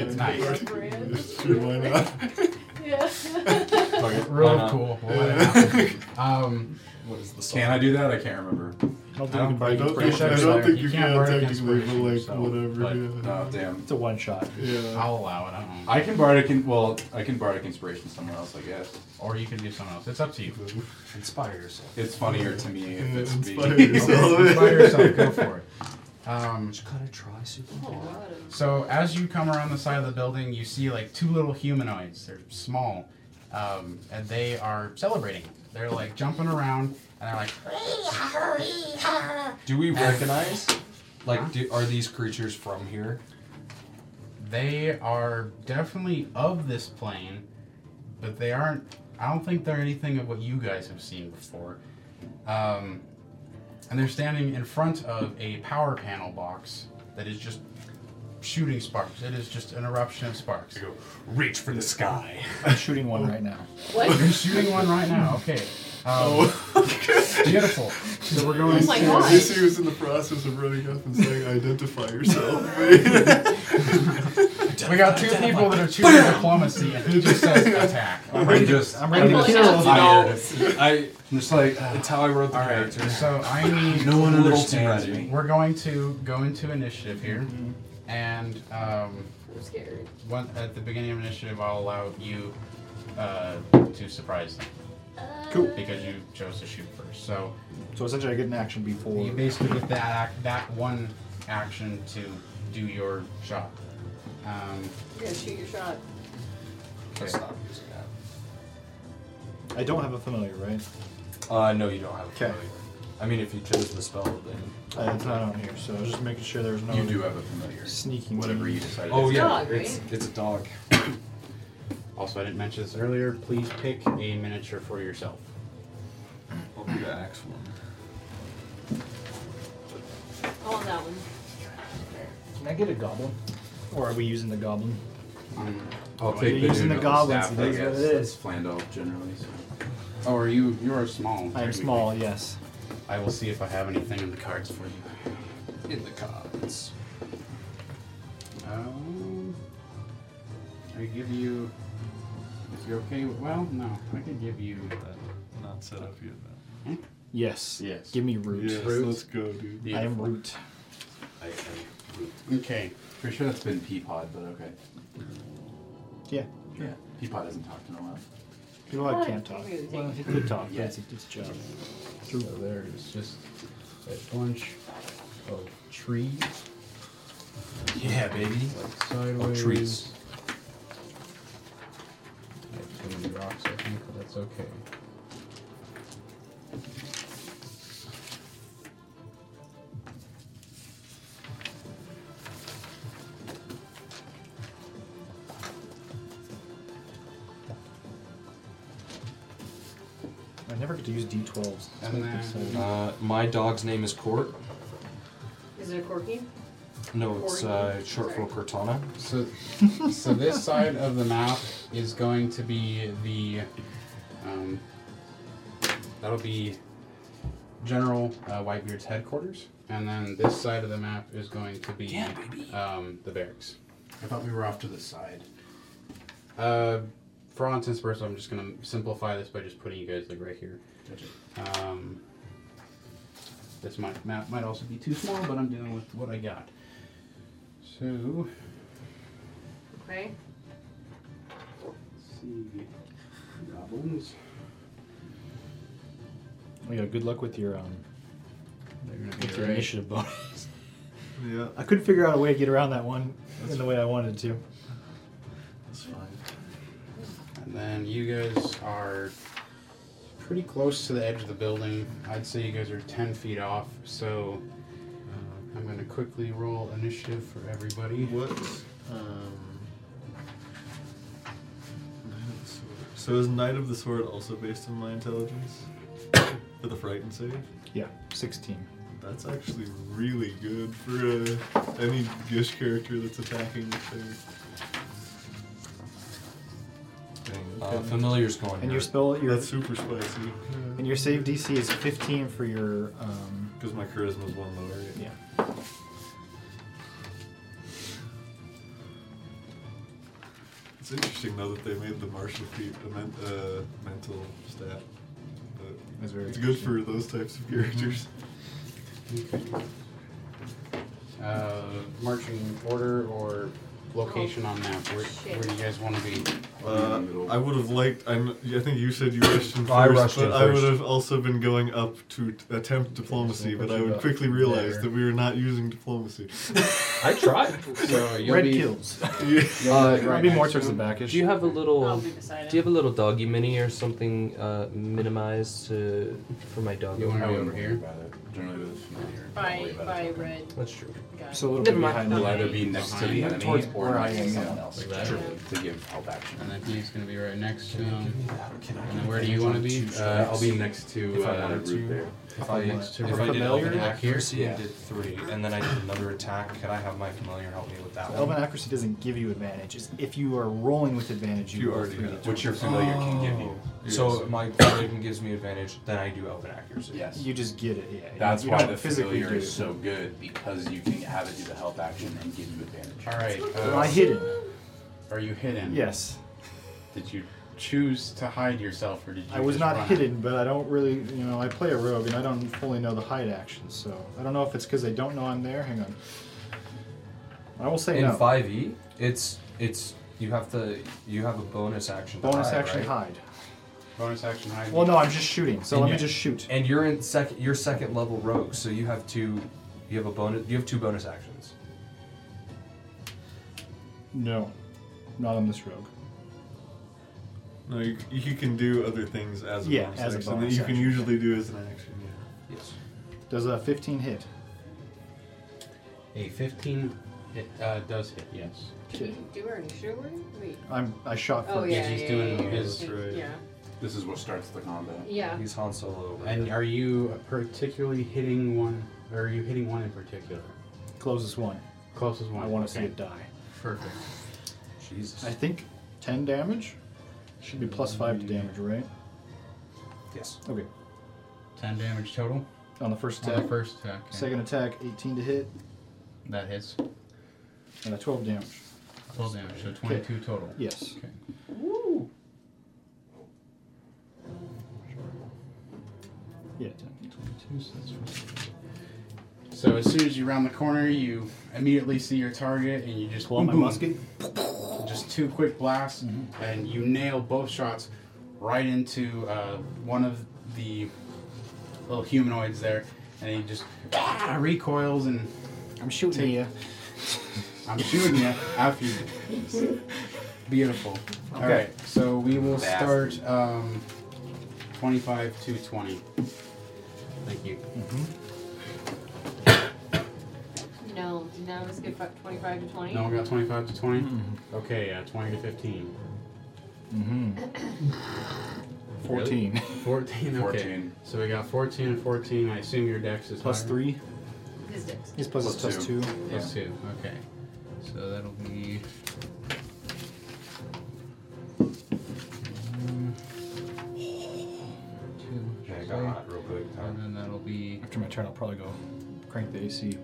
Speaker 1: It's nice.
Speaker 5: Sure, why not?
Speaker 2: Yeah.
Speaker 3: Why
Speaker 1: Real
Speaker 3: not?
Speaker 1: cool. We'll let it happen. Um,
Speaker 10: What is the song?
Speaker 4: Can I do that? I can't remember.
Speaker 6: I'll do
Speaker 4: I
Speaker 6: it
Speaker 4: don't-
Speaker 6: by
Speaker 5: I don't think, I
Speaker 1: Inspiration.
Speaker 5: don't think
Speaker 1: You
Speaker 5: you,
Speaker 1: can't
Speaker 5: can
Speaker 1: bark
Speaker 5: technically, but like,
Speaker 1: inspiration, so,
Speaker 5: whatever.
Speaker 4: But uh,
Speaker 5: yeah.
Speaker 4: no, Oh, damn.
Speaker 6: It's a one shot.
Speaker 5: yeah.
Speaker 1: I'll allow it. I don't know.
Speaker 4: I can bardic. In, well, I can bardic inspiration somewhere else. I guess
Speaker 1: Or you can do something else. It's up to you.
Speaker 10: Inspire yourself.
Speaker 4: it's funnier to me if it's
Speaker 5: Inspire
Speaker 4: being.
Speaker 5: yourself.
Speaker 1: By yourself, go for it. Um,
Speaker 10: Just kind of try super
Speaker 2: Oh,
Speaker 10: hard.
Speaker 2: God.
Speaker 1: so as you come around the side of the building, you see like two little humanoids. They're small, um, and they are celebrating. They're like jumping around, and they're like,
Speaker 3: Do we recognize? Like, do, are these creatures from here?
Speaker 1: they are definitely of this plane, but they aren't. I don't think they're anything of what you guys have seen before. Um, and they're standing in front of a power panel box that is just shooting sparks. It is just an eruption of sparks.
Speaker 10: Reach for the sky.
Speaker 6: I'm shooting one right now.
Speaker 2: What?
Speaker 4: Oh.
Speaker 1: You're shooting one right now. Okay. Um,
Speaker 3: Beautiful.
Speaker 1: So we're going
Speaker 2: Oh my
Speaker 1: to
Speaker 2: God.
Speaker 5: Lacey was in the process of running up and saying, "Identify yourself."
Speaker 1: We got two people that are choosing diplomacy, and who just says attack?
Speaker 4: I'm just, I'm
Speaker 6: I'm ready to
Speaker 2: pulling
Speaker 6: kill.
Speaker 2: out.
Speaker 4: tired.
Speaker 7: I
Speaker 4: I'm just like, "Ah,
Speaker 7: it's how I wrote the
Speaker 1: All right,
Speaker 7: character.
Speaker 1: so I need.
Speaker 4: no one
Speaker 7: A little
Speaker 4: understands
Speaker 7: too ready.
Speaker 4: me.
Speaker 1: We're going to go into initiative here, and um,
Speaker 2: I'm scared.
Speaker 1: one, at the beginning of initiative, I'll allow you uh, to surprise them
Speaker 6: Cool.
Speaker 1: because you chose to shoot first. So
Speaker 6: So essentially, I get an action before.
Speaker 1: you basically get that act, that one action to do your shot. Um,
Speaker 2: You're gonna shoot your shot.
Speaker 1: okay.
Speaker 7: Stop using that.
Speaker 6: I don't have a familiar, right?
Speaker 7: Uh, no, you don't have a
Speaker 6: 'Kay.
Speaker 7: familiar. I mean, if you chose the spell, then
Speaker 6: Uh, it's not on here, so I was just making sure there was no.
Speaker 4: You do have a familiar.
Speaker 6: sneaking.
Speaker 4: Whatever
Speaker 6: team.
Speaker 4: you decided.
Speaker 7: oh
Speaker 2: a
Speaker 7: yeah,
Speaker 2: dog,
Speaker 7: it's
Speaker 2: right?
Speaker 7: it's a dog.
Speaker 1: Also, I didn't mention this earlier. Please pick a miniature for yourself.
Speaker 7: I'll do the axe one.
Speaker 2: I want that one.
Speaker 3: Can I get a goblin?
Speaker 6: Or are we using the goblin?
Speaker 1: Um,
Speaker 4: I'll
Speaker 6: You're
Speaker 4: take the
Speaker 6: using
Speaker 4: dude
Speaker 6: the
Speaker 4: with
Speaker 6: goblins,
Speaker 4: staff,
Speaker 6: it is
Speaker 4: I
Speaker 6: what
Speaker 4: guess.
Speaker 6: it
Speaker 4: That's
Speaker 6: is.
Speaker 4: Flandel generally. So.
Speaker 1: oh, are you? You are small.
Speaker 6: I am
Speaker 1: technically.
Speaker 6: small. Yes.
Speaker 1: I will see if I have anything in the cards for you.
Speaker 7: In the cards.
Speaker 1: Um, I give you. If you're okay with. Well, no. I could give you.
Speaker 5: Not set up yet.
Speaker 6: Yes.
Speaker 1: Yes.
Speaker 6: Give me root.
Speaker 5: Yes, let's go, dude.
Speaker 6: I am root.
Speaker 1: Okay.
Speaker 4: Pretty sure that's been Peapod, but okay.
Speaker 6: Yeah.
Speaker 4: Yeah. Peapod doesn't talk to no one.
Speaker 6: People like can't talk. Well, he could talk.
Speaker 4: Yeah.
Speaker 6: Yeah. It's, it's a job.
Speaker 3: So there is just a bunch of trees,
Speaker 7: Yeah, baby.
Speaker 3: like sideways.
Speaker 7: trees.
Speaker 3: I have too many rocks, I think, but that's okay.
Speaker 6: I never get to use d12s.
Speaker 1: And then-
Speaker 7: Uh, my dog's name is Court.
Speaker 2: Is it a corky?
Speaker 7: No, it's uh, short for Cortana.
Speaker 1: So, so this side of the map is going to be the. Um, that'll be General uh, Whitebeard's headquarters, and then this side of the map is going to be um, the barracks. I thought we were off to the side. Uh, for all intents and purposes, I'm just going to simplify this by just putting you guys like right here. Um, this might, map might also be too small, but I'm dealing with what I got. So,
Speaker 2: Okay.
Speaker 1: see goblins.
Speaker 6: Oh, yeah, good luck with your um
Speaker 1: They're
Speaker 6: with
Speaker 1: gonna
Speaker 6: your
Speaker 1: be right.
Speaker 6: initiative bonus.
Speaker 5: Yeah,
Speaker 6: I couldn't figure out a way to get around that one in the way I wanted to.
Speaker 5: that's fine.
Speaker 1: And then you guys are pretty close to the edge of the building. I'd say you guys are ten feet off. So uh, I'm gonna quickly roll initiative for everybody.
Speaker 5: What? Um, Knight of the Sword. So is Knight of the Sword also based on my intelligence? For the frightened save?
Speaker 6: Yeah, sixteen.
Speaker 5: That's actually really good for uh, any Gish character that's attacking the thing. Dang,
Speaker 7: Uh,
Speaker 5: okay.
Speaker 7: familiar's going.
Speaker 6: And your
Speaker 7: here.
Speaker 6: spell your
Speaker 5: that's super spicy.
Speaker 6: Um, and your save DC is fifteen for your um
Speaker 5: Because my charisma's one lower.
Speaker 6: yeah.
Speaker 5: It's interesting though that they made the martial feat a men- uh, mental stat. But
Speaker 6: That's very
Speaker 5: it's good for
Speaker 6: interesting. Mm-hmm.
Speaker 5: those types of characters.
Speaker 1: Uh, marching order or location on map. Where,
Speaker 2: shit.
Speaker 1: where do you guys want to be?
Speaker 5: Uh, I would have liked. I kn- I think you said you rushed in first,
Speaker 7: I rushed
Speaker 5: but
Speaker 7: in
Speaker 5: I would
Speaker 7: first.
Speaker 5: have also been going up to t- attempt diplomacy, but I would quickly realize that we were not using diplomacy.
Speaker 12: I tried.
Speaker 1: So you'll
Speaker 6: Red
Speaker 1: be.
Speaker 6: kills.
Speaker 5: Yeah.
Speaker 12: Uh,
Speaker 1: Right
Speaker 6: Maybe more
Speaker 1: next
Speaker 6: towards
Speaker 1: to
Speaker 6: the
Speaker 1: him.
Speaker 6: backish.
Speaker 12: do you have a
Speaker 2: I'll
Speaker 12: little?
Speaker 2: be beside
Speaker 12: Do you
Speaker 2: it.
Speaker 12: have a little doggy mini or something uh, minimized to, for my dog?
Speaker 1: You want to
Speaker 4: I
Speaker 1: be
Speaker 4: wouldn't
Speaker 1: over
Speaker 4: worry
Speaker 1: here?
Speaker 4: about it. Generally, with familiar. don't worry
Speaker 2: By
Speaker 4: about
Speaker 2: by
Speaker 4: it.
Speaker 2: red
Speaker 12: That's true.
Speaker 2: guy.
Speaker 6: so a little
Speaker 12: Never
Speaker 6: bit
Speaker 12: mind.
Speaker 4: You'll
Speaker 2: Okay.
Speaker 4: either be next to
Speaker 1: Behind
Speaker 4: the
Speaker 1: him
Speaker 4: enemy
Speaker 1: towards
Speaker 4: or
Speaker 6: where I
Speaker 4: next to
Speaker 6: am,
Speaker 4: someone
Speaker 6: yeah.
Speaker 4: else
Speaker 12: Like that.
Speaker 4: to give help action.
Speaker 1: and then he's going to be right next to
Speaker 3: Give
Speaker 1: him.
Speaker 3: me that, or can I
Speaker 1: And
Speaker 3: get
Speaker 1: then where do
Speaker 3: advantage
Speaker 1: you want to
Speaker 3: on
Speaker 1: be?
Speaker 3: two
Speaker 4: Uh, I'll be
Speaker 3: strikes?
Speaker 4: next to
Speaker 3: If I
Speaker 4: uh,
Speaker 3: wanted to.
Speaker 4: Root there.
Speaker 3: If I,
Speaker 1: next to
Speaker 3: if I
Speaker 1: her.
Speaker 3: did
Speaker 1: Familiar?
Speaker 3: Elven accuracy
Speaker 6: Yeah.
Speaker 3: and did three, and then I did another attack, could I have my familiar help me with that
Speaker 6: Elven
Speaker 3: one?
Speaker 6: accuracy doesn't give you advantage. It's if you are rolling with advantage, you,
Speaker 5: You
Speaker 6: roll
Speaker 5: already
Speaker 6: three
Speaker 5: have.
Speaker 6: d20.
Speaker 4: Which your familiar can give you.
Speaker 3: So my Dragon gives me advantage, then I do Elven accuracy.
Speaker 4: Yes.
Speaker 6: You just get it. Yeah.
Speaker 4: That's
Speaker 6: you
Speaker 4: why
Speaker 6: don't
Speaker 4: the
Speaker 6: physically
Speaker 4: familiar
Speaker 6: do
Speaker 4: is
Speaker 6: it.
Speaker 4: so good because you can have it do the help action and give you advantage.
Speaker 1: All right.
Speaker 6: Am
Speaker 1: Uh,
Speaker 6: I hidden?
Speaker 1: are you hidden?
Speaker 6: Yes.
Speaker 1: Did you choose to hide yourself, or did you?
Speaker 6: I was
Speaker 1: just
Speaker 6: not
Speaker 1: run out?
Speaker 6: hidden, but I don't really, you know, I play a rogue and I don't fully know the hide actions, so I don't know if it's because I don't know I'm there. Hang on. I will say
Speaker 3: In
Speaker 6: no.
Speaker 3: five E, it's it's you have to you have a bonus action. to
Speaker 6: Bonus
Speaker 3: hide,
Speaker 6: action
Speaker 3: right?
Speaker 6: hide.
Speaker 1: Bonus action hide.
Speaker 6: Well, no, I'm just shooting, so
Speaker 3: And
Speaker 6: let me
Speaker 3: you-
Speaker 6: just shoot.
Speaker 3: And you're in second. You're second level rogue, so you have two. You have a bonus. You have two bonus actions.
Speaker 6: No, not on this rogue.
Speaker 5: No, you, you can do other things as a
Speaker 6: Yeah,
Speaker 5: bonus
Speaker 6: as a
Speaker 5: action
Speaker 6: bonus
Speaker 5: that you
Speaker 6: action,
Speaker 5: can usually do as an action. Yeah.
Speaker 3: Yes.
Speaker 6: Does a 15 hit?
Speaker 1: A 15 it, uh, does hit, yes.
Speaker 2: Did you do her any shooting? Wait.
Speaker 6: I'm I shot first.
Speaker 2: Oh yeah,
Speaker 1: he's
Speaker 2: yeah,
Speaker 1: doing
Speaker 2: yeah, yeah,
Speaker 1: his-
Speaker 2: yeah,
Speaker 5: right.
Speaker 2: Yeah.
Speaker 4: This is what starts the combat.
Speaker 2: Yeah.
Speaker 3: He's Han Solo. Over
Speaker 1: And
Speaker 3: here.
Speaker 1: are you particularly hitting one, or are you hitting one in particular?
Speaker 6: Closest one.
Speaker 1: Closest one.
Speaker 6: I want to
Speaker 1: okay.
Speaker 6: see it die.
Speaker 1: Perfect.
Speaker 3: Jesus.
Speaker 6: I think 10 damage. Should be plus five to damage, right?
Speaker 3: Yes.
Speaker 6: Okay.
Speaker 1: 10 damage total
Speaker 6: On the first
Speaker 1: on
Speaker 6: attack.
Speaker 1: the first attack. okay.
Speaker 6: Second attack, 18 to hit,
Speaker 1: That hits.
Speaker 6: and a 12 damage.
Speaker 1: 12 damage, so 22 total.
Speaker 6: Yes.
Speaker 1: Okay.
Speaker 6: Yeah, 10.
Speaker 1: So as soon as you round the corner, you immediately see your target, and you just
Speaker 6: Pull out my
Speaker 1: boom, boom.
Speaker 6: musket.
Speaker 1: Just two quick blasts, and you nail both shots right into uh, one of the little humanoids there, and he just ah, recoils and
Speaker 6: I'm shooting
Speaker 1: Take-
Speaker 6: you.
Speaker 1: I'm shooting you after you. Beautiful. All right, so we will start um, 25 to 20. Thank you.
Speaker 2: No. Did none of us get fi- 25 to 20?
Speaker 1: No one got 25 to 20? Okay, yeah, 20 to 15.
Speaker 6: Mm-hmm. 14.
Speaker 1: 14, okay.
Speaker 4: 14.
Speaker 1: So we got 14 and 14. I assume your dex is
Speaker 6: Plus
Speaker 1: higher?
Speaker 6: three.
Speaker 2: His dicks.
Speaker 6: His plus, is
Speaker 4: Plus
Speaker 6: plus two.
Speaker 4: two.
Speaker 1: Plus 2, okay. So that'll be. Mm. Two.
Speaker 3: Yeah, I got hot real quick. huh?
Speaker 1: And then that'll be.
Speaker 6: After my turn, I'll probably go crank the AC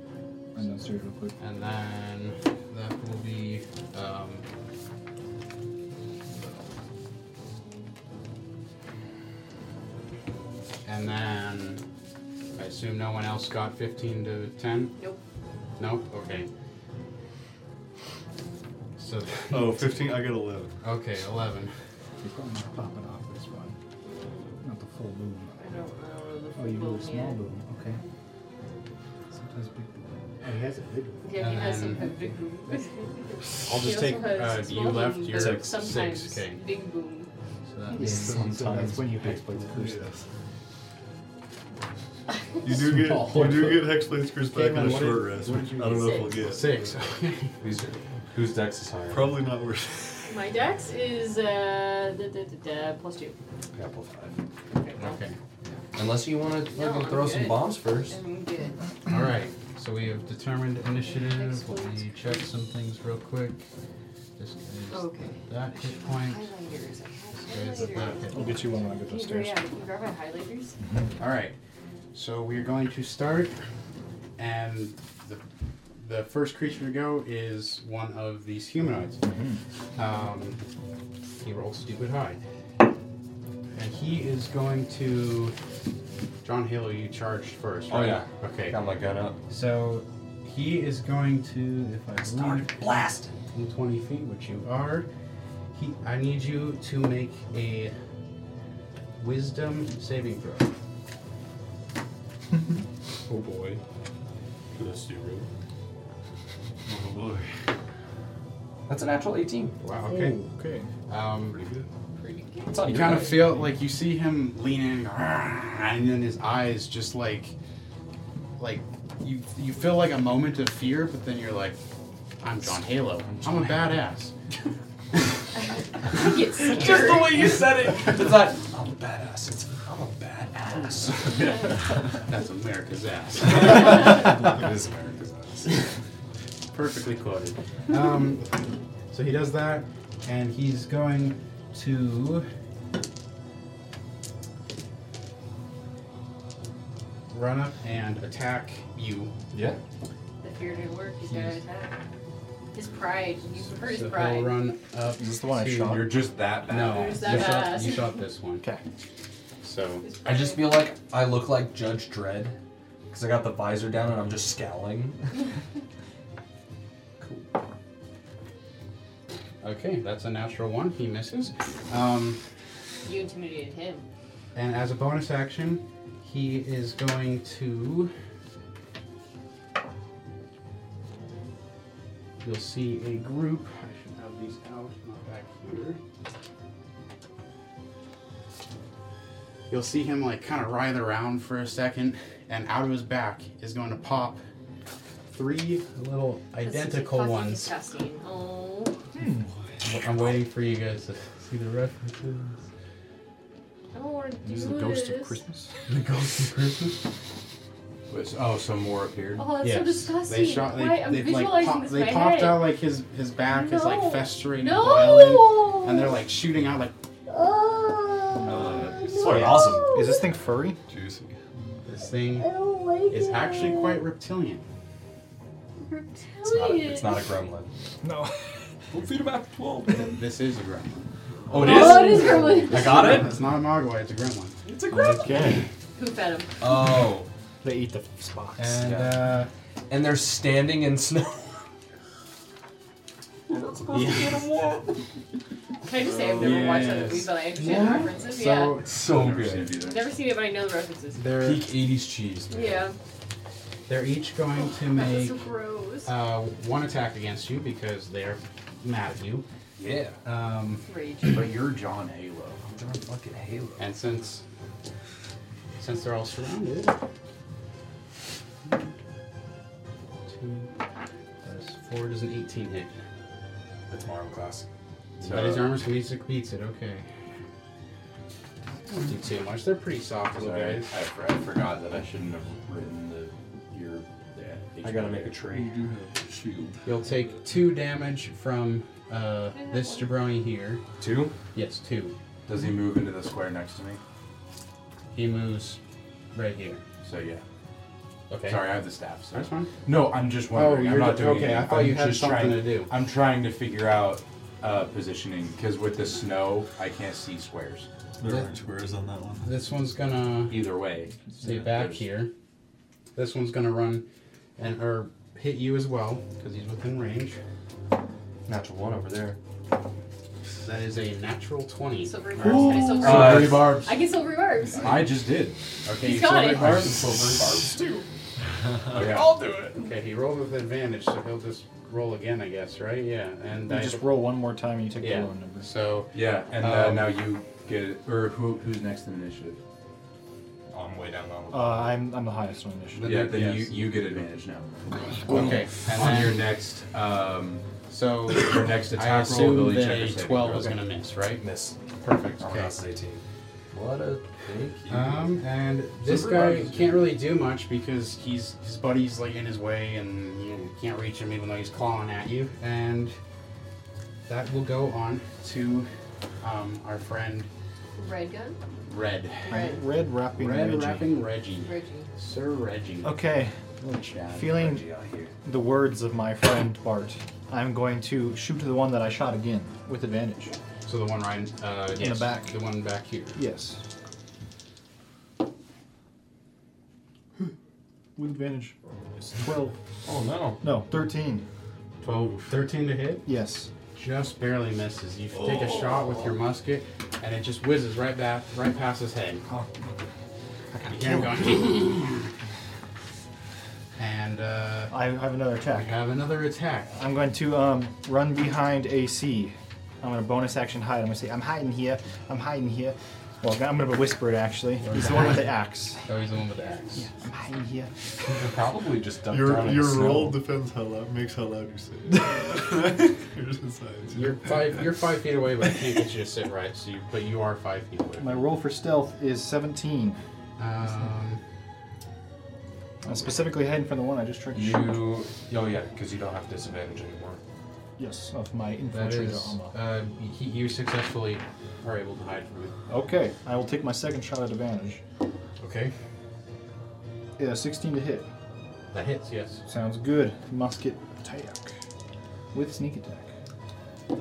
Speaker 6: and then real quick.
Speaker 1: And then that will be um, and then I assume no one else got 15 to 10?
Speaker 2: Nope.
Speaker 1: Nope? Okay. So
Speaker 5: Oh, 15, I got 11.
Speaker 1: okay, 11.
Speaker 6: You're probably not popping off this one. Not the full boom.
Speaker 2: I don't, I don't know the
Speaker 6: Oh, you
Speaker 2: full
Speaker 6: do a
Speaker 2: yet.
Speaker 6: small boom. Okay. Sometimes big boom. Oh, he has a big boom.
Speaker 2: Yeah, he has some
Speaker 1: And
Speaker 2: kind of big boom.
Speaker 1: I'll just take uh, you left your
Speaker 2: six.
Speaker 1: 6.
Speaker 2: Sometimes
Speaker 1: Okay.
Speaker 2: big boom.
Speaker 1: So that
Speaker 2: Yes.
Speaker 6: Sometimes when you hexblade curse
Speaker 5: Yes. You do get you do get Hexblade's Curse back
Speaker 6: Caitlin,
Speaker 5: on a
Speaker 6: what
Speaker 5: short
Speaker 6: did-
Speaker 5: rest.
Speaker 6: what
Speaker 5: which
Speaker 6: did
Speaker 5: I
Speaker 6: you
Speaker 5: don't know if we'll
Speaker 2: Six.
Speaker 5: get
Speaker 1: 6. Okay.
Speaker 3: These are- Whose dex is higher?
Speaker 5: Probably not worth.
Speaker 2: My dex is uh, da, da, da, da, plus two.
Speaker 3: Yeah, plus five.
Speaker 2: Okay. well,
Speaker 1: okay.
Speaker 3: Unless you want to
Speaker 2: No, I'm
Speaker 3: throw some
Speaker 2: good.
Speaker 3: bombs first.
Speaker 2: I'm good.
Speaker 1: All right, so we have determined initiative. Let me check some things real quick. Just use
Speaker 2: Okay.
Speaker 1: that hit point.
Speaker 2: Highlighters. I have
Speaker 1: There's the
Speaker 2: highlighters.
Speaker 1: that hit
Speaker 6: I'll
Speaker 1: point.
Speaker 6: get you one when I get
Speaker 2: Can you, grab,
Speaker 6: upstairs.
Speaker 2: yeah, can you grab my highlighters?
Speaker 1: All right, so we're going to start, and the, the first creature to go is one of these humanoids.
Speaker 3: Mm-hmm.
Speaker 1: Um, he rolls stupid high, and he is going to. John Halo, you charged first,
Speaker 3: Oh,
Speaker 1: right?
Speaker 3: yeah.
Speaker 1: Okay.
Speaker 3: Got my gun up.
Speaker 1: So he is going to, if I started blasting, 20 feet, which you are. He, I need you to make a wisdom saving throw.
Speaker 5: Oh boy. That's zero. Oh boy.
Speaker 3: That's a natural 18.
Speaker 1: Wow. Okay.
Speaker 6: Okay.
Speaker 1: Um,
Speaker 5: Pretty good.
Speaker 3: It's on
Speaker 1: you
Speaker 3: your
Speaker 1: kind of
Speaker 3: dex.
Speaker 1: feel like you see him leaning, and then his eyes just like, like you you feel like a moment of fear, but then you're like, I'm John Halo. I'm a badass.
Speaker 2: Get scared.
Speaker 3: Just the way you said it. It's not. I'm a badass. It's I'm a badass.
Speaker 1: That's America's ass.
Speaker 3: it is America's ass.
Speaker 1: Perfectly quoted. Um, so he does that, and he's going to run up and attack you.
Speaker 4: Yeah.
Speaker 2: The fear didn't work. He's gotta attack. His pride. You hurt his
Speaker 1: So
Speaker 2: pride.
Speaker 1: he'll run up.
Speaker 6: Is this the one I
Speaker 1: to-
Speaker 6: shot?
Speaker 4: You're just that bad.
Speaker 1: No,
Speaker 2: Who's
Speaker 1: you
Speaker 2: that
Speaker 1: shot,
Speaker 2: ass?
Speaker 1: you shot this one.
Speaker 6: Okay.
Speaker 1: So
Speaker 2: His
Speaker 3: I just
Speaker 2: pride.
Speaker 3: feel like I look like Judge Dredd because I got the visor down and I'm just scowling. cool.
Speaker 1: okay, that's a natural one. He misses. Um,
Speaker 2: you intimidated him.
Speaker 1: And as a bonus action, he is going to. You'll see a group. I should have these out, not back here. You'll see him like kind of writhe around for a second, and out of his back is going to pop three little identical ones.
Speaker 2: Oh.
Speaker 1: I'm waiting for you guys to see the references.
Speaker 2: I don't want to do
Speaker 6: Is the ghost of
Speaker 2: this.
Speaker 6: Christmas?
Speaker 1: The ghost of Christmas.
Speaker 4: Was- Oh, some more appeared.
Speaker 2: Oh, that's so
Speaker 1: Yes.
Speaker 2: disgusting.
Speaker 1: They shot. They,
Speaker 2: Why? I'm
Speaker 1: they, like,
Speaker 2: visualizing
Speaker 1: pop,
Speaker 2: this in
Speaker 1: they
Speaker 2: my
Speaker 1: popped
Speaker 2: head.
Speaker 1: out like his his back is
Speaker 2: No.
Speaker 1: like festering,
Speaker 2: No.
Speaker 1: and boiling, and they're like shooting out like.
Speaker 9: Oh,
Speaker 3: It's fucking awesome.
Speaker 6: Is this thing furry?
Speaker 5: Juicy.
Speaker 1: This thing is actually quite reptilian.
Speaker 3: It's not, a, it's not a gremlin.
Speaker 6: No.
Speaker 3: We'll feed him after 12.
Speaker 1: This is a gremlin.
Speaker 3: Oh, it
Speaker 2: Oh,
Speaker 3: is?
Speaker 2: it is gremlin.
Speaker 3: I got it?
Speaker 1: It's not a mogwai. It's a gremlin.
Speaker 3: It's a
Speaker 6: Okay.
Speaker 2: Who fed him?
Speaker 3: Oh.
Speaker 6: They eat the spots.
Speaker 1: And
Speaker 3: Yeah.
Speaker 1: uh,
Speaker 3: And they're standing in snow. We're not supposed
Speaker 1: to get
Speaker 3: them warm.
Speaker 2: Can I just say I've never watched that movie,
Speaker 1: Oh, Yes.
Speaker 2: but I understand the references?
Speaker 1: so
Speaker 2: yeah.
Speaker 3: So
Speaker 4: Never seen
Speaker 3: good.
Speaker 4: it either.
Speaker 2: Never seen it, but I know the references.
Speaker 1: they're
Speaker 3: Peak 80s cheese, man.
Speaker 2: Yeah.
Speaker 1: they're each going to
Speaker 2: That's
Speaker 1: make
Speaker 2: so gross.
Speaker 1: uh, one attack against you because they're mad at you.
Speaker 3: Yeah.
Speaker 1: Um,
Speaker 2: Rage.
Speaker 4: But you're John Halo.
Speaker 3: I'm drawing fucking Halo.
Speaker 1: and since since they're all surrounded, two plus four does an eighteen hit.
Speaker 3: That's Mario Classic.
Speaker 1: So his armor beats it, beats it. Okay. Don't do too much. They're pretty soft little
Speaker 4: Sorry, I, I,
Speaker 1: guys.
Speaker 4: for- I forgot that I shouldn't have written the your. Yeah,
Speaker 3: I gotta make a tree.
Speaker 5: do have a shield.
Speaker 1: You'll take two damage from uh, this jabroni here.
Speaker 4: two.
Speaker 1: Yes, two.
Speaker 4: Does he move into the square next to me?
Speaker 1: He moves right here.
Speaker 4: So yeah.
Speaker 1: Okay.
Speaker 4: Sorry, I have the staff. So.
Speaker 1: That's fine.
Speaker 4: No, I'm just wondering.
Speaker 1: Oh,
Speaker 4: I'm
Speaker 1: you're
Speaker 4: not
Speaker 1: the-
Speaker 4: doing
Speaker 1: okay,
Speaker 4: anything.
Speaker 1: I thought
Speaker 4: I'm
Speaker 1: you had
Speaker 4: just
Speaker 1: something
Speaker 4: trying,
Speaker 1: to do.
Speaker 4: I'm trying to figure out uh, positioning because with the snow, I can't see squares
Speaker 5: There aren't squares on that one.
Speaker 1: This one's gonna
Speaker 4: either way.
Speaker 1: stay
Speaker 4: Yeah,
Speaker 1: back
Speaker 4: there's-
Speaker 1: here. This one's gonna run and or hit you as well because he's within range.
Speaker 3: Natural one over there.
Speaker 1: That is a natural twenty.
Speaker 2: Silver barbs. Can I silver
Speaker 4: Uh,
Speaker 2: barbs?
Speaker 4: Silvery barbs.
Speaker 2: I get silver barbs.
Speaker 4: I just did.
Speaker 1: Okay,
Speaker 2: He's
Speaker 1: you
Speaker 2: got
Speaker 1: silver
Speaker 2: it.
Speaker 1: barb?
Speaker 4: Okay.
Speaker 3: do it.
Speaker 1: Okay, he rolled with advantage, so he'll just roll again, I guess, right? Yeah, and
Speaker 6: You
Speaker 1: I
Speaker 6: just roll one more time and you take
Speaker 1: yeah.
Speaker 6: the lower number.
Speaker 1: So
Speaker 4: Yeah, and uh,
Speaker 1: Um,
Speaker 4: now you get it. Or who who's next in initiative?
Speaker 3: I'm way down on
Speaker 6: Uh, I'm, I'm the highest on initiative.
Speaker 4: Yeah, then
Speaker 1: yes.
Speaker 4: you, you get advantage now.
Speaker 1: okay, and
Speaker 4: On your
Speaker 1: then,
Speaker 4: next um,
Speaker 1: so
Speaker 4: your next attack
Speaker 1: I
Speaker 4: roll,
Speaker 1: assume
Speaker 4: ability
Speaker 1: that
Speaker 4: check or
Speaker 1: a
Speaker 4: saving
Speaker 1: twelve
Speaker 4: throw.
Speaker 1: is gonna miss, right?
Speaker 3: Miss.
Speaker 1: Perfect.
Speaker 3: Armor
Speaker 1: Okay.
Speaker 3: class is 18. What a thank you.
Speaker 1: Um, and this guy can't really do much because he's his buddy's like in his way, and you can't reach him even though he's clawing at you. And that will go on to um, our friend
Speaker 2: Red gun?
Speaker 1: Red.
Speaker 2: Red.
Speaker 6: Red wrapping
Speaker 1: Red
Speaker 6: Reggie. Oh.
Speaker 1: wrapping Reggie,
Speaker 2: Reggie.
Speaker 1: Sir Reggie.
Speaker 6: Okay, feeling the words of my friend Bart, I'm going to shoot the one that I shot again with advantage.
Speaker 1: So the one right uh, in
Speaker 6: the back.
Speaker 1: the one back here.
Speaker 6: Yes. With advantage. It's 12.
Speaker 3: Oh no.
Speaker 6: No, 13.
Speaker 1: 12, 13 to hit.
Speaker 6: Yes.
Speaker 1: Just barely misses. You take a shot with your musket, and it just whizzes right back, right past his head.
Speaker 6: Oh.
Speaker 1: You hear him going. and uh,
Speaker 6: I have another
Speaker 1: we
Speaker 6: attack.
Speaker 1: have another attack.
Speaker 6: I'm going to um, run behind AC. I'm going to bonus action hide. I'm going to say, I'm hiding here. I'm hiding here. Well, I'm gonna whisper it actually. He's the one with the axe.
Speaker 1: Oh, he's the one with the axe.
Speaker 6: Hi, yeah.
Speaker 7: They're probably just ducked down
Speaker 5: Your
Speaker 7: in
Speaker 5: your
Speaker 7: the snow.
Speaker 5: roll depends how loud makes how loud you say. it. Here's the science.
Speaker 1: You're five. You're five feet away, but I can't get you to sit right. So, you, but you are five feet away.
Speaker 6: My roll for stealth is 17.
Speaker 1: Um,
Speaker 6: I'm specifically heading for the one I just tricked.
Speaker 7: You. Oh yeah, because you don't have disadvantage anymore.
Speaker 6: Yes, of my
Speaker 1: that
Speaker 6: infiltrator
Speaker 1: is.
Speaker 6: armor.
Speaker 1: Uh, he, you successfully are able to hide from it.
Speaker 6: Okay, I will take my second shot at advantage.
Speaker 1: Okay.
Speaker 6: Yeah, 16 to hit.
Speaker 1: That hits. Yes.
Speaker 6: Sounds good. Musket attack with sneak attack.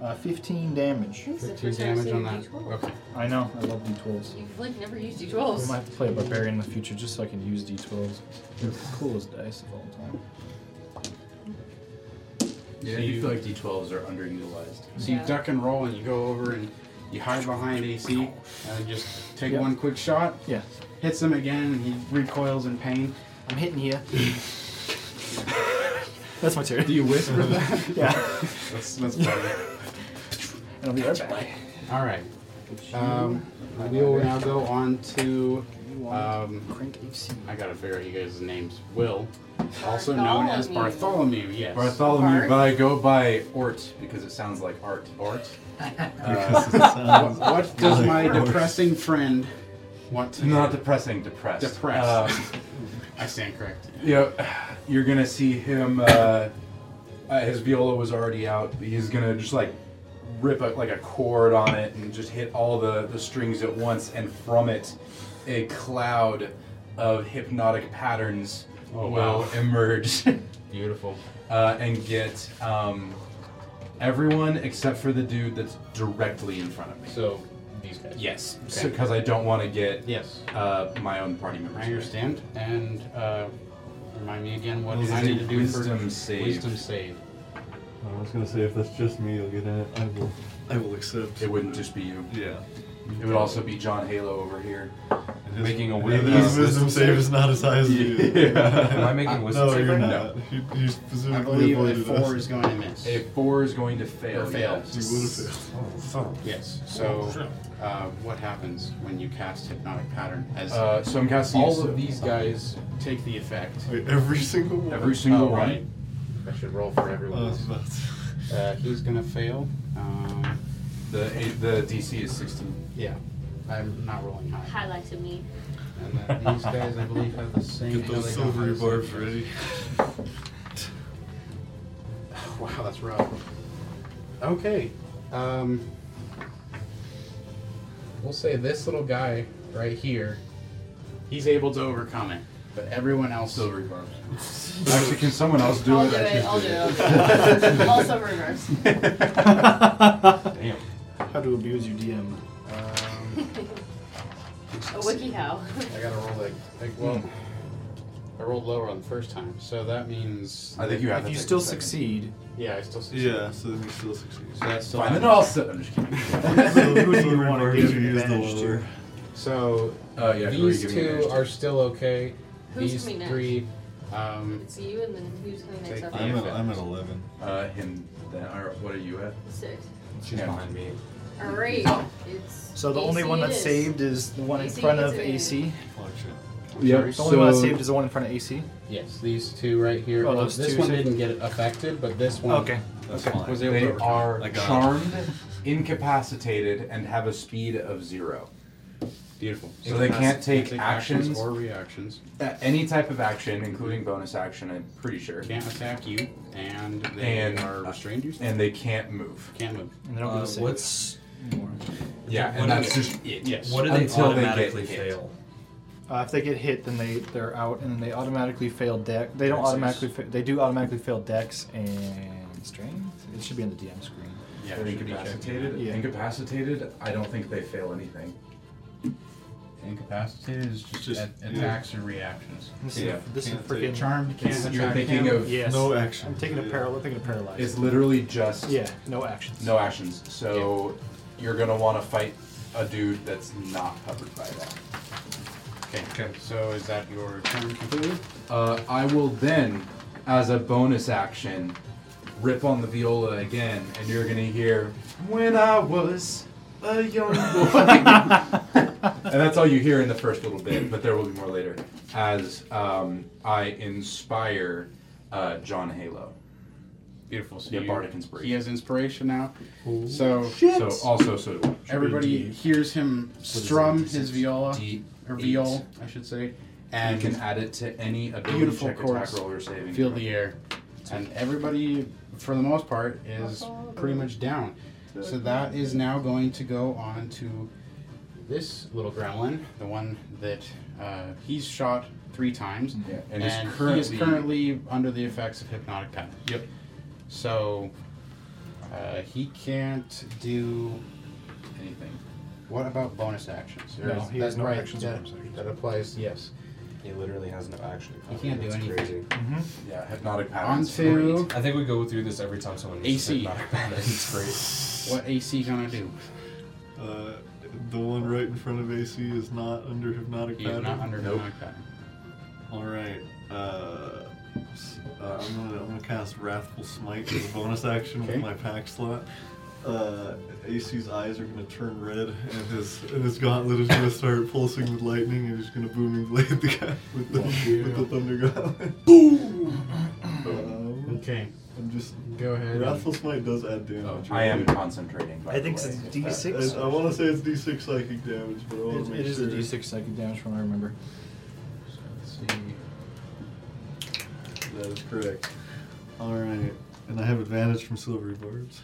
Speaker 6: Uh, 15 damage.
Speaker 2: This is the
Speaker 1: Fifteen
Speaker 2: first time I've
Speaker 1: damage on
Speaker 2: seen
Speaker 1: that.
Speaker 2: D12.
Speaker 1: Okay.
Speaker 6: I know. I love d12s.
Speaker 2: You've like never used
Speaker 6: We might
Speaker 2: D12s.
Speaker 6: have to play a barbarian in the future just so I can use d12s. They're the coolest dice of all time.
Speaker 1: Yeah,
Speaker 4: so you
Speaker 1: you-
Speaker 4: feel like D12s are underutilized.
Speaker 1: So you
Speaker 2: Yeah.
Speaker 1: duck and roll, and you go over and you hide behind AC, and then just take
Speaker 6: Yeah.
Speaker 1: one quick shot.
Speaker 6: Yeah.
Speaker 1: Hits him again, and he recoils in pain.
Speaker 6: I'm hitting here. That's my turn.
Speaker 1: Do you whisper that?
Speaker 6: Yeah.
Speaker 1: that's that's funny.
Speaker 6: And I'll be right back.
Speaker 1: All right. Um, we will now go on to. Um,
Speaker 6: Crank AC.
Speaker 1: I gotta figure out you guys' names. Will, also known as
Speaker 2: Bartholomew.
Speaker 1: Bartholomew. Yes.
Speaker 4: Bartholomew,
Speaker 2: Art.
Speaker 4: but I go by Ort because it sounds like art.
Speaker 1: Ort.
Speaker 3: Uh,
Speaker 5: Sounds-
Speaker 1: What does my
Speaker 5: Ort.
Speaker 1: depressing friend want to?
Speaker 4: Not
Speaker 1: know?
Speaker 4: depressing, depressed.
Speaker 1: depressed.
Speaker 4: Uh,
Speaker 1: I stand corrected.
Speaker 4: you know, you're gonna see him. Uh, uh, his viola was already out. but He's gonna just like rip a, like a chord on it and just hit all the the strings at once, and from it, a cloud of hypnotic patterns
Speaker 1: Oh, wow.
Speaker 4: will emerge uh,
Speaker 1: Beautiful.
Speaker 4: and get um, everyone except for the dude that's directly in front of me.
Speaker 1: So these guys.
Speaker 4: Yes,
Speaker 1: Okay.
Speaker 4: because I don't want to get
Speaker 1: Yes.
Speaker 4: uh, my own party members.
Speaker 1: I understand. And uh, remind me again what I
Speaker 4: Wisdom-
Speaker 1: need to do for
Speaker 4: wisdom save.
Speaker 1: wisdom save.
Speaker 3: I was gonna say if that's just me, you'll get it. I will.
Speaker 5: I will accept.
Speaker 4: It wouldn't just be you.
Speaker 3: Yeah.
Speaker 4: It would also be John Halo over here making a
Speaker 5: His
Speaker 4: wave.
Speaker 5: wisdom save is not as high as you.
Speaker 7: Am I making wisdom
Speaker 5: No,
Speaker 7: save
Speaker 5: you're
Speaker 7: right
Speaker 5: not. He, he specifically
Speaker 1: I believe a
Speaker 5: avoided
Speaker 1: four
Speaker 5: us.
Speaker 1: is going to miss.
Speaker 4: A four is going to fail.
Speaker 1: Or fail.
Speaker 5: You would have failed.
Speaker 1: Yes. So uh, what happens when you cast hypnotic pattern? As
Speaker 4: yes. Uh, so I'm casting
Speaker 1: all of these guys take the effect.
Speaker 5: Wait, every single one.
Speaker 4: Every
Speaker 1: Oh,
Speaker 4: single one.
Speaker 1: right. I should roll for everyone.
Speaker 5: Oh,
Speaker 1: else.
Speaker 5: that's-
Speaker 1: Uh, he's gonna fail. Um,
Speaker 4: The the DC is 16.
Speaker 1: yeah, I'm not rolling high.
Speaker 9: Highlight to me.
Speaker 1: And then these guys, I believe, have the same.
Speaker 5: Get
Speaker 1: no,
Speaker 5: those
Speaker 1: they don't
Speaker 5: silvery
Speaker 1: have the
Speaker 5: barbs
Speaker 1: same-
Speaker 5: ready.
Speaker 1: Wow, that's rough. Okay. Um, we'll say this little guy right here, he's able to overcome it, but everyone else.
Speaker 4: Silvery barbs. Actually, can someone else do
Speaker 2: I'll
Speaker 4: it?
Speaker 2: do
Speaker 4: I
Speaker 2: it.
Speaker 4: can't
Speaker 2: I'll do it. also reverse.
Speaker 6: Damn. How to abuse your DM.
Speaker 1: Um,
Speaker 2: A wiki how.
Speaker 1: I gotta roll like, like well, I rolled lower on the first time, so that means.
Speaker 4: Hmm. I think you have
Speaker 6: If
Speaker 4: to
Speaker 6: you
Speaker 4: take
Speaker 6: still
Speaker 4: a second.
Speaker 6: succeed,
Speaker 1: Yeah, I still. succeed.
Speaker 5: Yeah, so he still succeeds.
Speaker 1: So that's still.
Speaker 4: Fine, then I'll sit. I'm just kidding.
Speaker 5: Silvery
Speaker 6: Who do you wanna
Speaker 5: barbs,
Speaker 6: give
Speaker 5: you use the
Speaker 6: advantage to?
Speaker 5: lower.
Speaker 1: So
Speaker 4: Uh, yeah, who are you
Speaker 1: these
Speaker 4: giving
Speaker 1: two
Speaker 4: advantage to?
Speaker 1: are still okay.
Speaker 2: Who's
Speaker 1: these
Speaker 2: coming next?
Speaker 1: three. Um,
Speaker 2: It's you and then who's coming next
Speaker 1: Take
Speaker 2: up?
Speaker 1: the
Speaker 5: I'm at,
Speaker 1: effect.
Speaker 5: I'm at 11.
Speaker 4: Uh, him then. Or what are you at?
Speaker 2: Six.
Speaker 7: She's
Speaker 4: Yeah.
Speaker 7: behind me.
Speaker 2: Alright. It's
Speaker 6: so the only
Speaker 2: AC
Speaker 6: one
Speaker 2: it
Speaker 6: that's
Speaker 2: is.
Speaker 6: saved is the one in
Speaker 2: AC
Speaker 6: front
Speaker 2: is
Speaker 6: of
Speaker 2: a-
Speaker 6: AC.
Speaker 5: Fuck shit.
Speaker 4: Yeah.
Speaker 6: The only one that's saved is the one in front of AC.
Speaker 1: yes, these two right here.
Speaker 6: Oh, those
Speaker 1: this
Speaker 6: two
Speaker 1: one
Speaker 6: save-
Speaker 1: didn't get affected, but this one.
Speaker 7: That's fine.
Speaker 1: Was able
Speaker 4: They
Speaker 1: to overcome.
Speaker 4: are
Speaker 7: I got it.
Speaker 4: charmed, incapacitated, and have a speed of zero.
Speaker 1: Beautiful.
Speaker 4: So they can't take actions?
Speaker 1: or reactions.
Speaker 4: Uh, any type of action, including bonus action, I'm pretty sure.
Speaker 1: Can't attack you, and they
Speaker 4: And- uh,
Speaker 1: are restrained. You
Speaker 4: And they can't move.
Speaker 1: can't move.
Speaker 6: And they don't get
Speaker 7: Uh,
Speaker 6: a save.
Speaker 7: what's
Speaker 4: Yeah,
Speaker 7: What
Speaker 4: and that's
Speaker 7: do they-
Speaker 4: just it.
Speaker 1: Yes.
Speaker 7: what do they
Speaker 4: Until they get
Speaker 7: automatically
Speaker 4: hit.
Speaker 7: fail?
Speaker 6: Uh, if they get hit, then they they're out, and then they automatically fail deck. They don't
Speaker 4: Dex saves.
Speaker 6: automatically. Fa- they do automatically fail decks and strength. It should be on the DM screen.
Speaker 1: Yeah,
Speaker 4: They're
Speaker 1: it should be checked.
Speaker 4: incapacitated.
Speaker 6: Yeah.
Speaker 4: Incapacitated. I don't think they fail anything.
Speaker 1: Incapacitated is just,
Speaker 5: Just-
Speaker 1: a- attacks or reactions.
Speaker 6: This
Speaker 4: Yeah.
Speaker 6: is this is
Speaker 5: Can't take
Speaker 6: freaking.
Speaker 1: Charmed can't
Speaker 4: It's-
Speaker 1: attack
Speaker 4: you're thinking
Speaker 1: him.
Speaker 4: of
Speaker 6: Yes.
Speaker 5: No action.
Speaker 6: I'm taking a
Speaker 5: Yeah.
Speaker 6: parallel. I'm thinking a paralyzed.
Speaker 4: it's literally just
Speaker 6: yeah. No actions.
Speaker 4: no actions. So you're gonna want to fight a dude that's not covered by that.
Speaker 1: Okay. So is that your turn completely?
Speaker 4: Uh, I will then, as a bonus action, rip on the viola again, and you're gonna hear "When I was
Speaker 5: a young
Speaker 4: and that's all you hear in the first little bit, but there will be more later. As um, I inspire uh, John Halo.
Speaker 1: Beautiful. So
Speaker 4: Yeah,
Speaker 1: you-
Speaker 4: bardic inspiration.
Speaker 1: He has inspiration now. So
Speaker 4: So also so do I.
Speaker 1: everybody hears him strum
Speaker 4: D6?
Speaker 1: his viola
Speaker 4: D
Speaker 1: or
Speaker 4: eight.
Speaker 1: viol, I should say, and
Speaker 4: you can add it to any ability
Speaker 1: beautiful
Speaker 4: check,
Speaker 1: chorus.
Speaker 4: attack roll, or saving.
Speaker 1: Feel
Speaker 4: throw.
Speaker 1: the air, and everybody, for the most part, is pretty much down. So that is now going to go on to this little gremlin, the one that uh, he's shot three times,
Speaker 4: Yeah,
Speaker 1: and,
Speaker 4: and is
Speaker 1: he
Speaker 4: currently-
Speaker 1: is currently under the effects of hypnotic power. Yep. So uh, he can't do anything. What about bonus actions? Or
Speaker 6: No,
Speaker 1: is-
Speaker 6: he
Speaker 1: that's
Speaker 6: has no
Speaker 1: right,
Speaker 6: actions,
Speaker 1: That,
Speaker 6: bonus actions.
Speaker 1: that applies. Yes.
Speaker 7: He literally has no action.
Speaker 1: He can't do
Speaker 7: It's
Speaker 1: anything.
Speaker 7: Crazy.
Speaker 4: yeah hypnotic
Speaker 1: On
Speaker 4: patterns.
Speaker 1: to
Speaker 7: I think we go through this every time someone uses
Speaker 1: AC.
Speaker 7: hypnotic patterns. It's
Speaker 1: what AC gonna do?
Speaker 5: Uh, the one right in front of AC is not under hypnotic
Speaker 1: He is
Speaker 5: pattern.
Speaker 1: not under
Speaker 4: Nope.
Speaker 1: hypnotic pattern.
Speaker 5: All right. Uh, s- uh, I'm gonna I'm gonna cast Wrathful Smite as a bonus action
Speaker 1: Okay.
Speaker 5: with my pack slot. Uh, AC's eyes are gonna turn red, and his and his gauntlet is gonna start pulsing with lightning, and he's gonna booming blade the guy with the, with the thunder gauntlet. Boom. Um,
Speaker 1: Okay,
Speaker 5: I'm just
Speaker 1: go ahead.
Speaker 5: Wrathful Smite does add damage.
Speaker 4: I am
Speaker 5: right?
Speaker 4: concentrating. By
Speaker 6: I
Speaker 4: the
Speaker 6: think
Speaker 4: way,
Speaker 6: it's a
Speaker 4: if
Speaker 6: D6.
Speaker 4: that-
Speaker 7: Uh,
Speaker 5: I, want to say it's D6 psychic damage, but I want
Speaker 6: It,
Speaker 5: to make
Speaker 6: it is
Speaker 5: sure.
Speaker 6: a d6 psychic damage from what I remember.
Speaker 1: So let's see.
Speaker 5: That is correct. All right, and I have advantage from silvery barbs.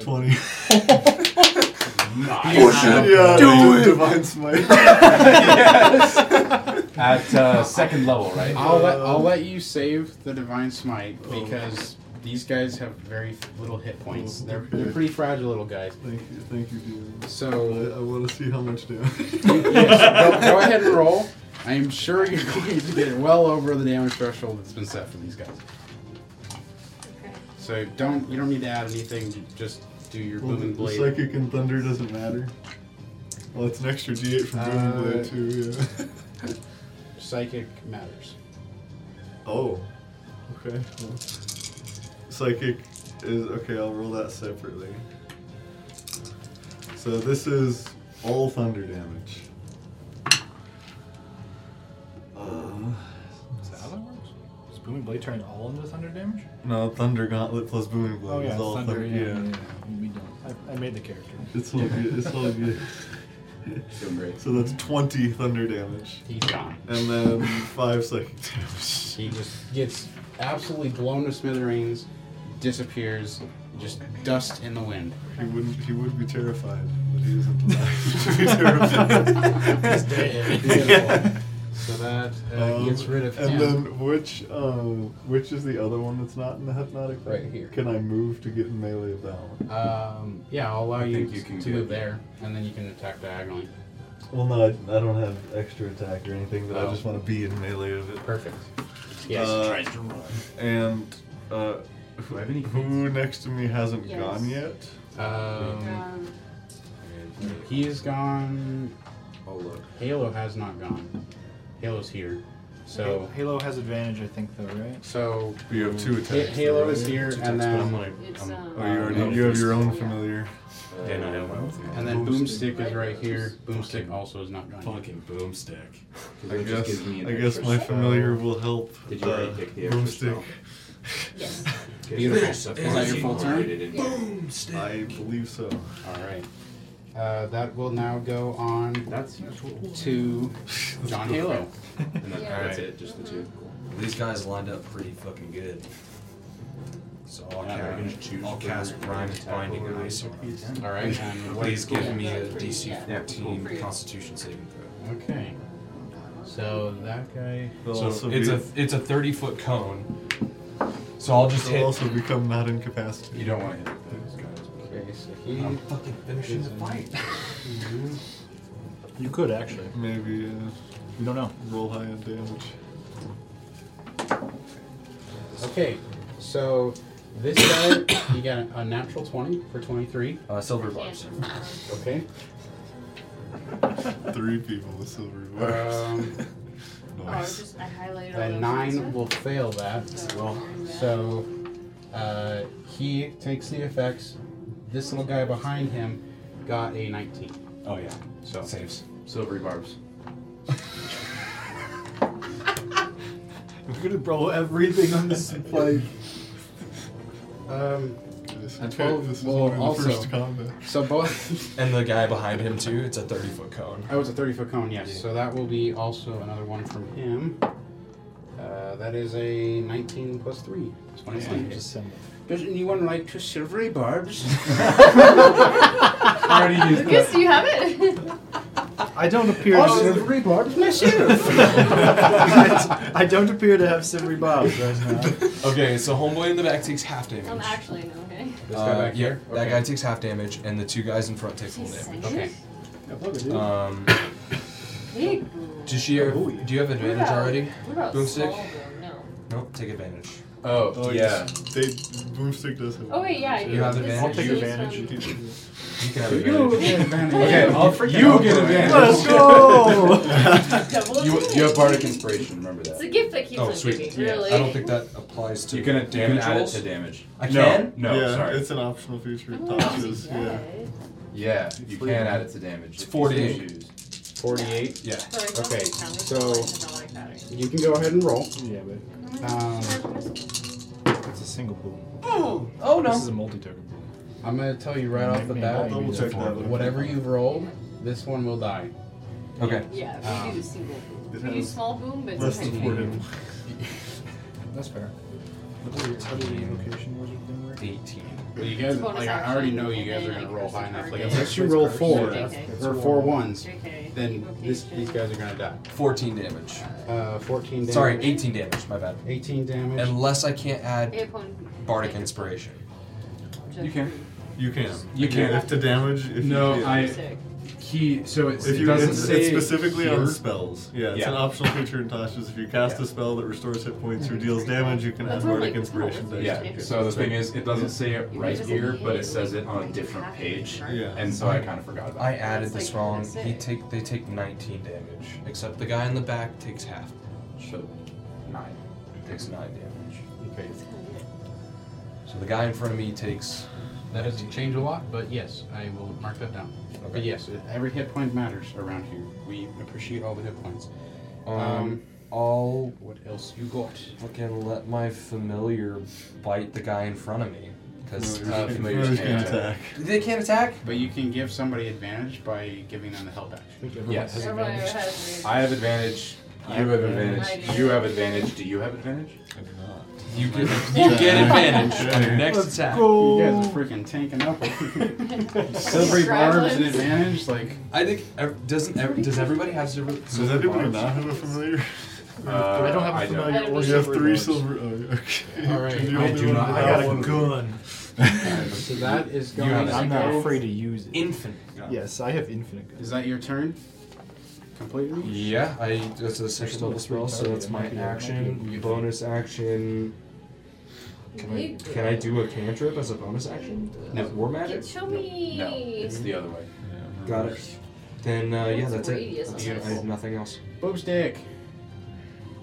Speaker 5: twenty. yeah, do divine smite.
Speaker 4: At uh, second level, right?
Speaker 1: I'll let I'll let you save the divine smite because these guys have very little hit points. They're they're pretty fragile little guys.
Speaker 5: thank you, thank you, dude.
Speaker 1: So
Speaker 5: I, want to see how much damage.
Speaker 1: yes, go, go ahead and roll. I am sure you're going to get well over the damage threshold that's been set for these guys.
Speaker 2: Okay.
Speaker 1: So don't you don't need to add anything. you Just do your
Speaker 5: Well,
Speaker 1: booming
Speaker 5: the
Speaker 1: blade.
Speaker 5: Psychic and thunder doesn't matter. Well, it's an extra D8 from booming
Speaker 1: Uh,
Speaker 5: blade too. Yeah.
Speaker 1: Psychic matters.
Speaker 5: Oh. Okay. well, psychic is okay. I'll roll that separately. So this is all thunder damage. Uh,
Speaker 6: Is that how that works? Does Booming Blade turn all into thunder damage?
Speaker 5: no, thunder gauntlet plus booming blade
Speaker 6: Oh,
Speaker 5: is all thunder. Oh, yeah.
Speaker 6: We don't. I, I made the character.
Speaker 5: It's all good. It's all good.
Speaker 4: Doing great.
Speaker 5: So that's twenty thunder damage,
Speaker 1: He's gone.
Speaker 5: and then five psychic damage.
Speaker 1: He just gets absolutely blown to smithereens, disappears, just dust in the wind.
Speaker 5: He wouldn't. He would be terrified, but he isn't allowed to be terrified.
Speaker 1: He's dead. Beautiful. So that uh,
Speaker 5: Um,
Speaker 1: gets rid of him.
Speaker 5: and then which um, which is the other one that's not in the hypnotic? pattern?
Speaker 1: Right here.
Speaker 5: Can I move to get in melee of that one?
Speaker 1: um, yeah, I'll allow
Speaker 4: I
Speaker 1: you,
Speaker 4: think you can
Speaker 1: to move
Speaker 4: get-
Speaker 1: there, and then you can attack diagonally.
Speaker 5: Well, no, I, I don't have extra attack or anything, but
Speaker 1: Oh.
Speaker 5: I just want to be in melee of it.
Speaker 1: Perfect.
Speaker 5: Yes, tries to run. And uh,
Speaker 4: Do I have any
Speaker 5: who next to me hasn't
Speaker 2: Yes.
Speaker 5: gone yet?
Speaker 1: Um,
Speaker 2: Um,
Speaker 1: he is gone.
Speaker 7: Oh look.
Speaker 1: Halo has not gone. Halo's here. So,
Speaker 6: Halo has advantage, I think, though, right?
Speaker 1: so
Speaker 5: You have two
Speaker 1: Ha-
Speaker 5: attacks.
Speaker 1: Halo
Speaker 5: right?
Speaker 1: is here,
Speaker 7: Two
Speaker 1: and
Speaker 7: attacks, but I'm
Speaker 1: then
Speaker 7: like,
Speaker 2: it's
Speaker 7: I'm-
Speaker 2: um.
Speaker 5: Oh, you
Speaker 7: Uh,
Speaker 5: already
Speaker 7: no,
Speaker 5: you have
Speaker 7: first-
Speaker 5: your own
Speaker 2: yeah.
Speaker 5: familiar.
Speaker 7: uh, yeah, no, I don't know.
Speaker 1: and then boomstick is
Speaker 2: Boomstick.
Speaker 1: right here. Boomstick also is not gone.
Speaker 7: Fucking boomstick.
Speaker 5: I
Speaker 4: That just
Speaker 5: guess
Speaker 4: gives me an
Speaker 5: I guess
Speaker 4: extra
Speaker 5: my
Speaker 4: spell.
Speaker 5: familiar will help.
Speaker 4: Did you already
Speaker 5: uh,
Speaker 4: pick the extra
Speaker 5: boomstick?
Speaker 4: spell?
Speaker 2: Yes.
Speaker 1: Beautiful. Is that your full turn?
Speaker 5: I believe so.
Speaker 1: All right. Uh, that will now go on
Speaker 4: That's useful.
Speaker 1: to John Halo.
Speaker 4: And then
Speaker 2: Yeah.
Speaker 4: that's it, just the two.
Speaker 7: These guys lined up pretty fucking good. So I'll,
Speaker 1: Yeah,
Speaker 7: ca-
Speaker 1: I'm gonna
Speaker 7: I'll cast Rhyme Binding Ice on them.
Speaker 1: All right. And what
Speaker 4: uh,
Speaker 7: Please
Speaker 1: is
Speaker 7: give me a DC
Speaker 2: Yeah.
Speaker 7: 14
Speaker 2: Cool.
Speaker 7: Constitution saving throw.
Speaker 1: Okay. So that guy.
Speaker 5: They'll
Speaker 7: So
Speaker 5: also
Speaker 7: it's
Speaker 5: be-
Speaker 7: a it's a 30 foot cone. So I'll just
Speaker 5: They'll
Speaker 7: hit.
Speaker 5: also become not incapacitated.
Speaker 4: You don't want to hit those guys.
Speaker 1: Okay, so he.
Speaker 7: I'm fucking finishing the fight.
Speaker 6: You could, actually.
Speaker 5: Maybe uh,
Speaker 6: We don't know.
Speaker 5: roll high on damage.
Speaker 1: Okay, so this guy, he got a, a natural 20 for 23.
Speaker 7: Uh, silver bars.
Speaker 2: Can't.
Speaker 1: Okay.
Speaker 5: Three people with silver bars.
Speaker 1: Um,
Speaker 2: Oh, I
Speaker 5: nice.
Speaker 2: just I highlighted all
Speaker 1: a
Speaker 2: those
Speaker 1: 9
Speaker 2: ones.
Speaker 1: will fail that.
Speaker 2: So,
Speaker 7: Well,
Speaker 2: very bad.
Speaker 1: So Uh, he takes the effects. This little guy behind him got a 19.
Speaker 4: Oh yeah,
Speaker 1: So
Speaker 3: Saves.
Speaker 4: silvery barbs.
Speaker 6: We're gonna blow everything on this play.
Speaker 1: Um,
Speaker 5: This,
Speaker 13: A
Speaker 5: okay,
Speaker 13: 12
Speaker 5: this is
Speaker 13: well,
Speaker 5: only the
Speaker 1: also-
Speaker 5: first combat.
Speaker 1: so both.
Speaker 3: And the guy behind him too. It's a thirty foot cone.
Speaker 1: I was Oh, a 30 foot cone, yes. So that will be also another one from him. Uh, that is a 19 plus 3. It's 23. Does anyone like to silvery barbs?
Speaker 4: I already used
Speaker 2: Lucas,
Speaker 4: that.
Speaker 2: do you have it?
Speaker 6: I don't appear to.
Speaker 1: barbs myself.
Speaker 6: I don't appear to have silvery bobs right now.
Speaker 3: Okay, so homeboy in the back takes half damage.
Speaker 2: I'm Um, actually no, okay.
Speaker 1: This
Speaker 3: Uh,
Speaker 1: guy back
Speaker 3: yeah,
Speaker 1: here?
Speaker 3: That
Speaker 1: Okay.
Speaker 3: guy takes half damage, and the two guys in front take full
Speaker 2: He's
Speaker 3: damage.
Speaker 1: Okay.
Speaker 2: saying
Speaker 3: Um,
Speaker 2: Big.
Speaker 3: does she? Have,
Speaker 6: Ooh, yeah.
Speaker 3: do you have advantage already?
Speaker 2: What about
Speaker 3: Boomstick?
Speaker 2: small though? No.
Speaker 3: Nope. Take advantage.
Speaker 4: Oh, yeah.
Speaker 5: Oh, yes. They, boomstick does have
Speaker 2: Oh wait, yeah. I
Speaker 5: advantage.
Speaker 2: do.
Speaker 3: You have
Speaker 2: This
Speaker 3: advantage.
Speaker 2: is um,
Speaker 6: I'll take
Speaker 2: based on-
Speaker 6: advantage.
Speaker 3: You can have
Speaker 1: You
Speaker 3: advantage.
Speaker 1: get advantage.
Speaker 4: Okay, I'll you get advantage.
Speaker 6: Let's go!
Speaker 2: Double
Speaker 4: You,
Speaker 2: advantage.
Speaker 4: you have bardic inspiration. Remember
Speaker 2: It's a
Speaker 4: that.
Speaker 2: gift that keeps
Speaker 3: Oh
Speaker 2: on
Speaker 3: sweet.
Speaker 2: giving. Really.
Speaker 3: I don't think that applies to.
Speaker 4: You can, you can
Speaker 3: damage
Speaker 4: add it
Speaker 3: rolls?
Speaker 4: to damage.
Speaker 3: I
Speaker 4: no,
Speaker 3: can?
Speaker 4: no,
Speaker 5: yeah,
Speaker 4: sorry.
Speaker 5: it's an optional
Speaker 2: Oh,
Speaker 5: feature.
Speaker 2: I
Speaker 5: It
Speaker 2: don't think
Speaker 5: touches,
Speaker 2: it's
Speaker 5: yeah.
Speaker 2: yet.
Speaker 4: Yeah, you
Speaker 6: free.
Speaker 4: can add it to damage. It's
Speaker 3: 48.
Speaker 1: 48.
Speaker 3: Yeah.
Speaker 2: Sorry, I don't
Speaker 1: Okay,
Speaker 2: think it's
Speaker 1: so-
Speaker 2: counted. I don't like that.
Speaker 1: You can go ahead and roll.
Speaker 6: Yeah, but
Speaker 1: Um,
Speaker 6: it's a single boom.
Speaker 3: Oh
Speaker 6: This is a multi-target boom.
Speaker 1: I'm going to tell you right off the
Speaker 5: I'll
Speaker 1: bat
Speaker 5: double check that.
Speaker 1: whatever you've rolled, this one will die.
Speaker 3: Okay.
Speaker 2: Yeah, we
Speaker 1: Um,
Speaker 2: do the single boom.
Speaker 5: it
Speaker 2: We do
Speaker 5: has
Speaker 2: small boom, but
Speaker 5: Less
Speaker 2: it's
Speaker 5: than
Speaker 2: technically.
Speaker 5: four hit
Speaker 6: That's fair. What is the invocation wizard thing work?
Speaker 3: 18.
Speaker 1: But you guys,
Speaker 2: It's bonus
Speaker 1: like, I already
Speaker 2: action,
Speaker 1: know you
Speaker 2: and
Speaker 1: guys
Speaker 2: then,
Speaker 1: are going to
Speaker 2: like,
Speaker 1: roll
Speaker 2: that's
Speaker 1: high
Speaker 2: a
Speaker 1: enough. Like,
Speaker 2: target.
Speaker 1: unless you roll four
Speaker 2: Okay.
Speaker 1: or four ones,
Speaker 2: JK.
Speaker 1: then this,
Speaker 2: Evocation.
Speaker 1: these guys are going to die.
Speaker 3: 14 damage.
Speaker 1: Uh, 14 damage.
Speaker 3: Sorry, 18 damage. My bad.
Speaker 1: 18 damage.
Speaker 3: Unless I can't add
Speaker 2: Upon-
Speaker 3: bardic inspiration.
Speaker 4: You can.
Speaker 5: You can.
Speaker 4: You can.
Speaker 5: If to damage. If
Speaker 4: No,
Speaker 5: you,
Speaker 4: I-
Speaker 2: Sick.
Speaker 4: He so it's,
Speaker 5: If
Speaker 4: it
Speaker 5: you,
Speaker 4: doesn't
Speaker 5: it's,
Speaker 4: say
Speaker 5: it's specifically
Speaker 4: here.
Speaker 5: on spells. Yeah, it's
Speaker 4: Yeah.
Speaker 5: an optional feature in Tasha's. If you cast a spell that restores hit points or deals damage, you can
Speaker 2: That's
Speaker 5: add
Speaker 2: what I'm
Speaker 5: bardic
Speaker 2: like,
Speaker 5: inspiration
Speaker 2: oh,
Speaker 5: dice.
Speaker 4: Mm-hmm. Yeah.
Speaker 5: to it.
Speaker 4: So the thing is, it doesn't say it
Speaker 2: You
Speaker 4: right
Speaker 2: just
Speaker 4: here,
Speaker 2: need
Speaker 4: but
Speaker 2: it.
Speaker 4: it says it on a
Speaker 2: You
Speaker 4: different
Speaker 2: have to
Speaker 4: page,
Speaker 2: try.
Speaker 5: Yeah.
Speaker 4: and so I kind of forgot about.
Speaker 3: I
Speaker 4: it.
Speaker 3: added
Speaker 2: That's
Speaker 3: this
Speaker 2: like
Speaker 3: wrong.
Speaker 2: what I
Speaker 3: He
Speaker 2: said.
Speaker 3: take they take 19 damage. Except the guy in the back takes half.
Speaker 4: So nine.
Speaker 3: Takes nine damage.
Speaker 1: Okay.
Speaker 3: So the guy in front of me takes.
Speaker 1: That doesn't change a lot, but yes, I will mark that down. But yes, every hit point matters around here. We appreciate all the hit points.
Speaker 3: Um,
Speaker 1: Um,
Speaker 3: I'll
Speaker 1: What else you got?
Speaker 3: fucking let my familiar bite the guy in front of me because
Speaker 5: No,
Speaker 1: Uh,
Speaker 5: you're-
Speaker 1: familiar
Speaker 5: you're
Speaker 1: is
Speaker 5: just gonna
Speaker 1: hand
Speaker 5: attack.
Speaker 3: they can't attack.
Speaker 1: But you can give somebody advantage by giving them the help action.
Speaker 4: Yes.
Speaker 2: Everyone has
Speaker 4: I have advantage. You have
Speaker 2: I
Speaker 4: advantage.
Speaker 2: do.
Speaker 4: You have advantage. Do you have advantage?
Speaker 3: You get you get advantage on your next
Speaker 6: Let's
Speaker 3: attack.
Speaker 1: You
Speaker 6: go!
Speaker 1: guys are freaking tanking up. Silvery barbs and advantage, like
Speaker 3: I think ev- doesn't ev- does everybody have silver?
Speaker 5: Does everybody not have a familiar?
Speaker 4: Uh,
Speaker 6: I don't have a
Speaker 4: I don't.
Speaker 6: familiar
Speaker 2: don't.
Speaker 6: or
Speaker 5: you have
Speaker 6: silver
Speaker 5: three
Speaker 6: ones.
Speaker 5: silver. Oh, okay.
Speaker 1: All right,
Speaker 5: You're the
Speaker 1: I
Speaker 5: only
Speaker 4: do
Speaker 5: one
Speaker 4: not-
Speaker 5: without
Speaker 4: I got a
Speaker 5: one.
Speaker 6: gun.
Speaker 1: so. That is
Speaker 4: You
Speaker 1: going.
Speaker 4: have
Speaker 1: to
Speaker 6: I'm not
Speaker 1: go-
Speaker 6: afraid to use it.
Speaker 3: Infant.
Speaker 6: yes, I have infinite guns.
Speaker 1: Is that your turn? Completely.
Speaker 3: Yeah, I that's a second level spell, so that's my action. Bonus action. Can I, can I do a cantrip as a bonus action?
Speaker 1: No.
Speaker 3: War magic.
Speaker 2: Show me.
Speaker 4: No, it's the other way.
Speaker 3: Got it. Then uh, yeah,
Speaker 2: What's
Speaker 3: that's it.
Speaker 2: radius
Speaker 3: That's
Speaker 1: on
Speaker 3: it. I
Speaker 1: this?
Speaker 3: have nothing else.
Speaker 1: Boomstick.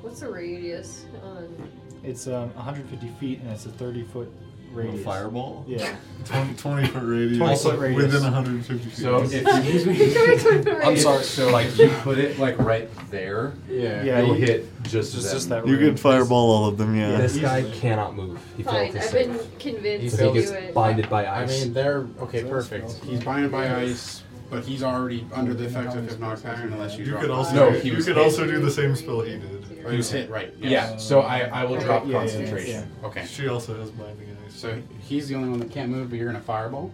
Speaker 2: What's the radius on?
Speaker 6: It's um, 150 feet and it's a 30 foot radius.
Speaker 5: Fireball.
Speaker 6: Yeah.
Speaker 5: 20, 20 foot radius.
Speaker 6: 20 foot radius.
Speaker 5: Within 150 feet.
Speaker 4: So if you
Speaker 3: I'm sorry.
Speaker 4: so like you put it like right there,
Speaker 1: Yeah.
Speaker 6: Yeah,
Speaker 4: you'll
Speaker 6: you-
Speaker 4: hit just
Speaker 6: It's
Speaker 4: them.
Speaker 6: just that
Speaker 5: you
Speaker 6: range.
Speaker 5: can fireball all of them. Yeah.
Speaker 3: This guy cannot move. He failed
Speaker 2: Fine,
Speaker 3: his
Speaker 2: I've
Speaker 3: save.
Speaker 2: been convinced
Speaker 3: So
Speaker 2: to
Speaker 3: he
Speaker 2: do
Speaker 3: gets
Speaker 2: it.
Speaker 3: blinded by
Speaker 1: I
Speaker 3: ice.
Speaker 1: mean, they're okay. Perfect. He's blinded by ice, but he's already under the effect of hypnotic iron unless you.
Speaker 5: You
Speaker 1: drop
Speaker 5: could
Speaker 1: it.
Speaker 5: also
Speaker 4: No,
Speaker 5: do,
Speaker 4: he
Speaker 5: you
Speaker 4: was
Speaker 5: could
Speaker 4: hit.
Speaker 5: also do the same spell he did.
Speaker 1: Oh, he was hit, right? yes.
Speaker 4: Yeah. So I I will drop
Speaker 6: Yeah, yeah, yeah,
Speaker 4: concentration.
Speaker 6: yeah.
Speaker 1: Okay.
Speaker 5: She also has blinding eyes.
Speaker 1: So he's the only one that can't move, but you're gonna fireball.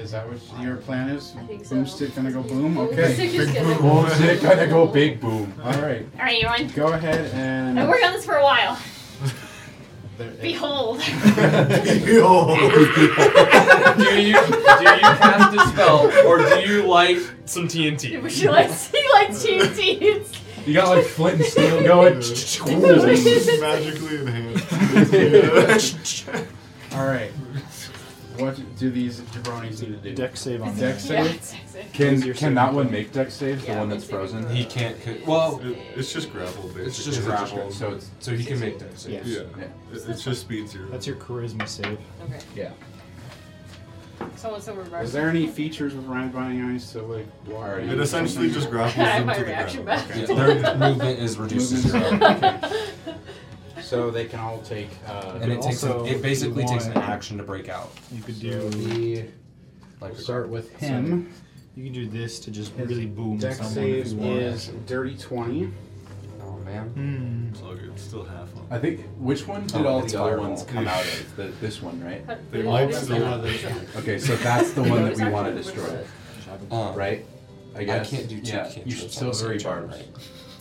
Speaker 1: Is that what your plan is?
Speaker 2: I think so.
Speaker 1: Boomstick gonna go boom.
Speaker 2: Boomstick
Speaker 1: Okay.
Speaker 2: is gonna
Speaker 5: boom.
Speaker 4: Well, so it kinda go big boom.
Speaker 1: All right.
Speaker 9: All right, you're on.
Speaker 1: Go ahead and.
Speaker 9: I worked on this for a while.
Speaker 1: There- it-
Speaker 9: Behold.
Speaker 3: do you do you cast a spell or do you light some TNT?
Speaker 9: Would you like to see like TNT? It's-
Speaker 4: You got like flint and steel going.
Speaker 5: magically enhanced.
Speaker 1: All right. What do these jabronis need to do?
Speaker 6: Deck save on
Speaker 1: Dex
Speaker 6: that.
Speaker 2: Yeah,
Speaker 1: save?
Speaker 2: it's exit.
Speaker 4: Can
Speaker 6: Easier
Speaker 4: can
Speaker 6: saving
Speaker 4: that one make deck saves? The
Speaker 2: Yeah,
Speaker 4: one
Speaker 2: we
Speaker 4: that's
Speaker 2: save it
Speaker 4: frozen.
Speaker 2: for-
Speaker 4: He
Speaker 3: He
Speaker 4: can
Speaker 3: can't.
Speaker 2: It's
Speaker 3: co- well,
Speaker 5: It, it's just grapple, basically.
Speaker 3: it's just
Speaker 4: Is it just
Speaker 3: grapple,
Speaker 4: gra- so it's-
Speaker 3: so he can make dex saves.
Speaker 5: Yeah.
Speaker 4: Yeah.
Speaker 5: It, it's just speed zero.
Speaker 6: That's your charisma save.
Speaker 2: Okay.
Speaker 3: Yeah.
Speaker 2: Someone somewhere
Speaker 1: Is there any features with Ryan Binding Ice to like water?
Speaker 4: Alrighty.
Speaker 5: It essentially just grapples
Speaker 2: I have
Speaker 5: them
Speaker 2: my
Speaker 5: to the
Speaker 2: reaction
Speaker 5: ground.
Speaker 2: back.
Speaker 3: Yeah, their movement is reduced to zero,
Speaker 1: So they can all take. Uh,
Speaker 3: and it takes a,
Speaker 6: Also,
Speaker 3: it basically
Speaker 6: you
Speaker 3: takes an
Speaker 6: want-
Speaker 3: action to break out.
Speaker 6: You could
Speaker 3: So
Speaker 6: do
Speaker 3: we
Speaker 1: we'll
Speaker 3: like
Speaker 1: start with him.
Speaker 6: you can do this to just
Speaker 1: His
Speaker 6: really boom
Speaker 1: Deck
Speaker 6: someone
Speaker 1: save
Speaker 6: if you want.
Speaker 1: is dirty twenty.
Speaker 3: Oh man.
Speaker 6: Hmm.
Speaker 5: It's all good. It's still half on.
Speaker 4: I think which one did
Speaker 3: Oh,
Speaker 4: all
Speaker 3: it's
Speaker 4: the other
Speaker 3: fireball.
Speaker 4: ones come out of? The, this one, right?
Speaker 5: They
Speaker 2: might
Speaker 5: might still have this one.
Speaker 4: Okay, so that's the one that we want to destroy,
Speaker 3: Uh,
Speaker 4: right? I
Speaker 3: I
Speaker 4: guess.
Speaker 3: can't do two
Speaker 4: Yeah, you
Speaker 3: cantrips
Speaker 4: should
Speaker 3: on
Speaker 4: still
Speaker 3: the same
Speaker 4: very
Speaker 3: turn,
Speaker 4: barbs.
Speaker 3: right?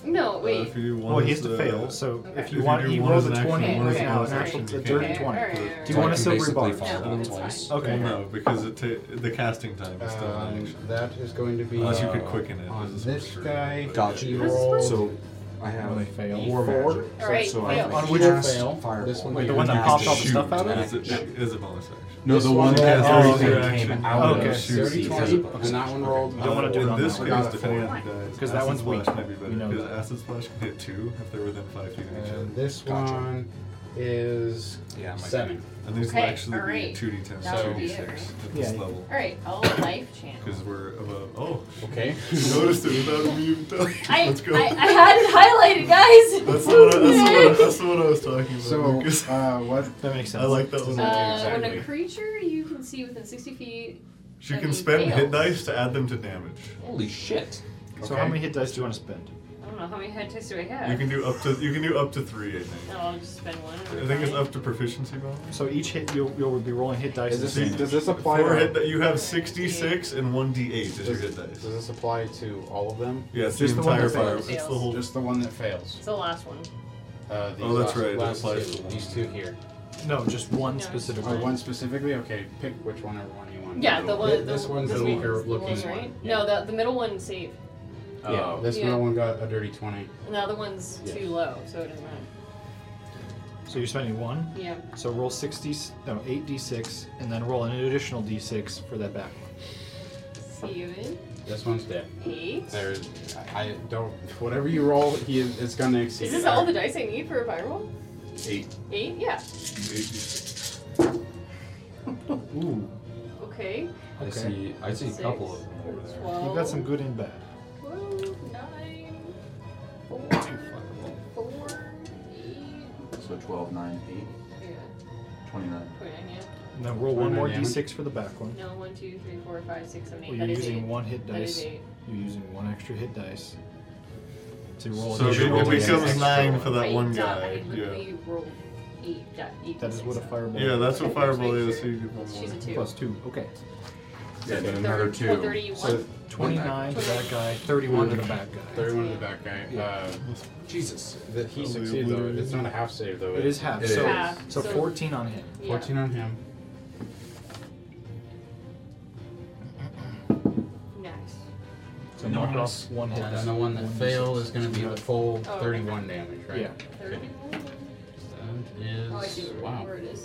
Speaker 2: No, wait.
Speaker 5: Uh, if you do one
Speaker 6: Well, he
Speaker 5: as
Speaker 6: has to
Speaker 5: the-
Speaker 6: fail, so
Speaker 2: Okay.
Speaker 6: if
Speaker 5: If
Speaker 6: you
Speaker 5: you
Speaker 6: want,
Speaker 5: do
Speaker 6: he
Speaker 5: one
Speaker 6: rolls a
Speaker 5: as an action,
Speaker 6: 20.
Speaker 2: one as
Speaker 6: it's
Speaker 2: a
Speaker 6: now
Speaker 2: bonus
Speaker 6: an
Speaker 2: action,
Speaker 6: action, it's a
Speaker 5: you
Speaker 6: dirty
Speaker 5: can't.
Speaker 6: 20. Do you
Speaker 3: So I
Speaker 6: want a
Speaker 3: can
Speaker 6: silvery
Speaker 3: basically
Speaker 6: bar?
Speaker 3: fire
Speaker 2: No,
Speaker 3: them
Speaker 2: it's
Speaker 3: twice.
Speaker 2: fine.
Speaker 6: Okay.
Speaker 5: No, because it ta- the casting time is still an
Speaker 1: Um,
Speaker 5: action.
Speaker 1: that is going to be
Speaker 5: Unless you could
Speaker 6: uh,
Speaker 5: quicken it.
Speaker 1: on
Speaker 5: as a
Speaker 1: this
Speaker 5: sorcerer,
Speaker 1: guy.
Speaker 5: but-
Speaker 3: Gotcha.
Speaker 1: He rolled
Speaker 7: So I have
Speaker 3: Well, they fail.
Speaker 7: war
Speaker 1: Four.
Speaker 7: magic.
Speaker 2: Alright,
Speaker 7: so
Speaker 2: fail.
Speaker 7: I
Speaker 3: On
Speaker 7: have
Speaker 3: which
Speaker 7: cast
Speaker 3: fail?
Speaker 7: Fireball.
Speaker 3: This one
Speaker 6: The one that popped all the
Speaker 3: Shoot.
Speaker 6: stuff out of
Speaker 3: Yeah.
Speaker 6: it?
Speaker 5: Is it, is a bonus action.
Speaker 4: No,
Speaker 1: This
Speaker 4: the
Speaker 1: one
Speaker 4: one that
Speaker 1: has
Speaker 4: has
Speaker 6: all
Speaker 4: everything
Speaker 6: your
Speaker 4: came
Speaker 5: action.
Speaker 4: out
Speaker 6: Okay.
Speaker 4: of.
Speaker 5: Shoot.
Speaker 1: dirty
Speaker 5: Shoot.
Speaker 1: twenty, and that one rolled.
Speaker 6: Don't wanna do it
Speaker 5: in
Speaker 6: on
Speaker 5: this
Speaker 6: that
Speaker 1: one.
Speaker 5: case, depending on who dies,
Speaker 6: 'Cause that
Speaker 5: acid
Speaker 6: one's
Speaker 5: splash
Speaker 6: weak.
Speaker 5: might be
Speaker 6: We know
Speaker 5: better. Because
Speaker 6: that.
Speaker 5: acid splash can hit two if they're within five feet
Speaker 6: Uh,
Speaker 5: of each other,
Speaker 1: And Uh, this
Speaker 3: Gotcha.
Speaker 1: one is
Speaker 3: Yeah, my
Speaker 1: seven.
Speaker 5: and these
Speaker 2: Okay,
Speaker 5: will actually
Speaker 2: alright.
Speaker 5: be two d ten,
Speaker 2: That
Speaker 5: two
Speaker 2: would be
Speaker 5: d
Speaker 2: it,
Speaker 5: six at
Speaker 6: Yeah.
Speaker 5: this level
Speaker 2: Alright, I'll life channel.
Speaker 5: because we're above. Oh,
Speaker 1: Okay.
Speaker 5: you noticed it without me even telling. you.
Speaker 2: I,
Speaker 5: Let's go.
Speaker 2: I, I had it highlighted, guys!
Speaker 5: that's, the one I, that's, the one I,
Speaker 2: Uh,
Speaker 5: that's the one I was talking about.
Speaker 1: So
Speaker 5: Lucas.
Speaker 1: uh, what?
Speaker 6: That makes sense.
Speaker 5: I like that one.
Speaker 2: Uh, when
Speaker 1: Exactly.
Speaker 2: a creature you can see within 60 feet.
Speaker 5: She
Speaker 2: that
Speaker 5: can
Speaker 2: he
Speaker 5: spend
Speaker 2: fails.
Speaker 5: hit dice to add them to damage.
Speaker 3: Holy shit.
Speaker 6: So
Speaker 1: Okay.
Speaker 6: how many hit dice do you want to spend?
Speaker 2: I don't know how many head ticks do I have.
Speaker 5: You can do up to you can do up to three. I think.
Speaker 2: No, I'll just spend one.
Speaker 5: I think it's up to proficiency bonus.
Speaker 6: So each hit you'll, you'll be rolling hit dice.
Speaker 1: Is
Speaker 6: the
Speaker 1: this,
Speaker 6: same.
Speaker 1: does this apply?
Speaker 5: Four hit
Speaker 1: To,
Speaker 5: that you have sixty six and one d eight as your
Speaker 1: does,
Speaker 5: hit
Speaker 1: does
Speaker 5: dice.
Speaker 1: this apply to all of them?
Speaker 5: Yeah, it's
Speaker 6: Just
Speaker 5: the
Speaker 6: the one
Speaker 5: entire
Speaker 6: that
Speaker 5: fire. It's
Speaker 2: fails.
Speaker 5: the whole.
Speaker 1: Just the one that fails.
Speaker 2: It's the last one.
Speaker 1: Uh, these
Speaker 5: Oh, that's
Speaker 1: last,
Speaker 5: right, it
Speaker 1: Last
Speaker 5: applies
Speaker 1: two,
Speaker 5: to one.
Speaker 1: these two here.
Speaker 6: No, just one
Speaker 2: No, just
Speaker 6: specific.
Speaker 1: Oh, one specifically. Okay, pick which one ever one you want.
Speaker 2: Yeah, the one.
Speaker 1: Th-
Speaker 2: The,
Speaker 1: This one's
Speaker 2: this
Speaker 1: the weaker
Speaker 2: one's the
Speaker 1: looking
Speaker 2: one, right?
Speaker 1: one.
Speaker 2: No, the, the middle one's safe.
Speaker 1: Yeah,
Speaker 4: Oh.
Speaker 1: this
Speaker 2: Yeah.
Speaker 1: middle one got a dirty twenty.
Speaker 2: And the other one's
Speaker 1: Yes.
Speaker 2: too low, so it doesn't matter.
Speaker 6: So you're spending one.
Speaker 2: Yeah.
Speaker 6: So roll 60, no, 8d6, and then roll an additional d6 for that back one.
Speaker 2: Seven,
Speaker 1: This one's dead.
Speaker 2: eight.
Speaker 1: There's, I I don't. Whatever you roll, he is, it's gonna exceed.
Speaker 2: Is this all the dice I need for a viral?
Speaker 1: Eight.
Speaker 2: Eight? Yeah.
Speaker 6: Ooh,
Speaker 2: Okay.
Speaker 3: I see. I see a couple of them over
Speaker 2: Six,
Speaker 3: there.
Speaker 2: Twelve.
Speaker 6: you got some good and bad.
Speaker 2: 12, nine, four, four, eight.
Speaker 4: So 12, 9,
Speaker 2: Yeah.
Speaker 4: 8, 29.
Speaker 2: 29, yeah.
Speaker 6: And then roll one more
Speaker 1: Twenty-nine
Speaker 6: d6 for the back one.
Speaker 2: No, one, two, three, four, five, six, seven, eight.
Speaker 6: Well, you're
Speaker 2: That is
Speaker 6: using
Speaker 2: eight.
Speaker 6: one hit
Speaker 2: That is
Speaker 6: dice.
Speaker 2: eight.
Speaker 6: You're using one extra hit dice. To roll
Speaker 5: So
Speaker 6: additional
Speaker 5: it
Speaker 6: d6.
Speaker 5: becomes nine for that
Speaker 2: I
Speaker 5: one
Speaker 2: dou-
Speaker 5: guy.
Speaker 2: I
Speaker 5: Yeah.
Speaker 2: literally rolled eight. dou- eight
Speaker 6: That is what a
Speaker 2: d6.
Speaker 6: fireball
Speaker 5: Yeah, that's what fireball
Speaker 2: Make
Speaker 5: is.
Speaker 2: sure.
Speaker 5: So you get one more.
Speaker 2: She's a two.
Speaker 6: Plus two. Okay.
Speaker 4: Yeah, then
Speaker 2: Thirty-
Speaker 4: another two.
Speaker 2: well, 31.
Speaker 1: So
Speaker 6: 29 to that guy, 31 to the back guy.
Speaker 1: thirty-one to the back guy. Uh,
Speaker 3: Jesus.
Speaker 1: that he succeeded though. It's not a half save though.
Speaker 6: It is half,
Speaker 4: It
Speaker 6: so,
Speaker 4: is.
Speaker 2: Half,
Speaker 6: so
Speaker 2: so-
Speaker 6: 14 on him.
Speaker 2: yeah.
Speaker 1: fourteen on him.
Speaker 2: Nice.
Speaker 6: So knock off one hit
Speaker 1: And
Speaker 6: die.
Speaker 1: then the one that
Speaker 6: One d6.
Speaker 1: failed is gonna be the full
Speaker 2: Oh, okay.
Speaker 1: thirty-one damage, right?
Speaker 6: Yeah.
Speaker 2: Thirty-one.
Speaker 1: That
Speaker 2: Oh, I see
Speaker 1: is
Speaker 2: where,
Speaker 1: wow.
Speaker 2: where it is.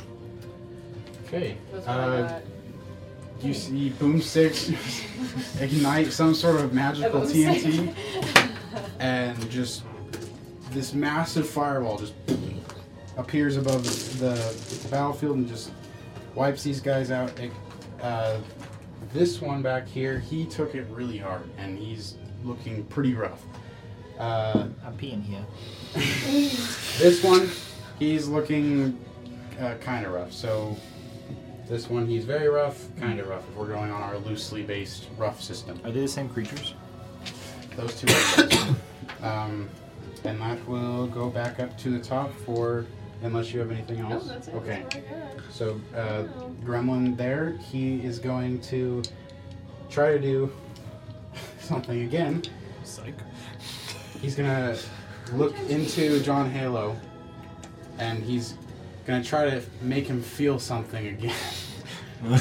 Speaker 1: Okay.
Speaker 2: That's what I
Speaker 1: Uh,
Speaker 2: got.
Speaker 1: you see Boom Six ignite some sort of magical
Speaker 2: Oh,
Speaker 1: TNT.
Speaker 2: sick.
Speaker 1: and just this massive fireball just appears above the, the battlefield and just wipes these guys out. It, uh, this one back here, he took it really hard, and he's looking pretty rough. Uh,
Speaker 6: I'm peeing here.
Speaker 1: this one, he's looking uh, kind of rough. So this one, he's very rough, kind of rough. If we're going on our loosely based rough system,
Speaker 6: Are they the same creatures?
Speaker 1: those two items. um, and that will go back up to the top for unless you have anything
Speaker 2: No,
Speaker 1: else
Speaker 2: that's it.
Speaker 1: okay
Speaker 2: That's what I got.
Speaker 1: so uh, gremlin there he is going to try to do something again
Speaker 6: Psych.
Speaker 1: he's gonna look into john halo and he's gonna try to make him feel something again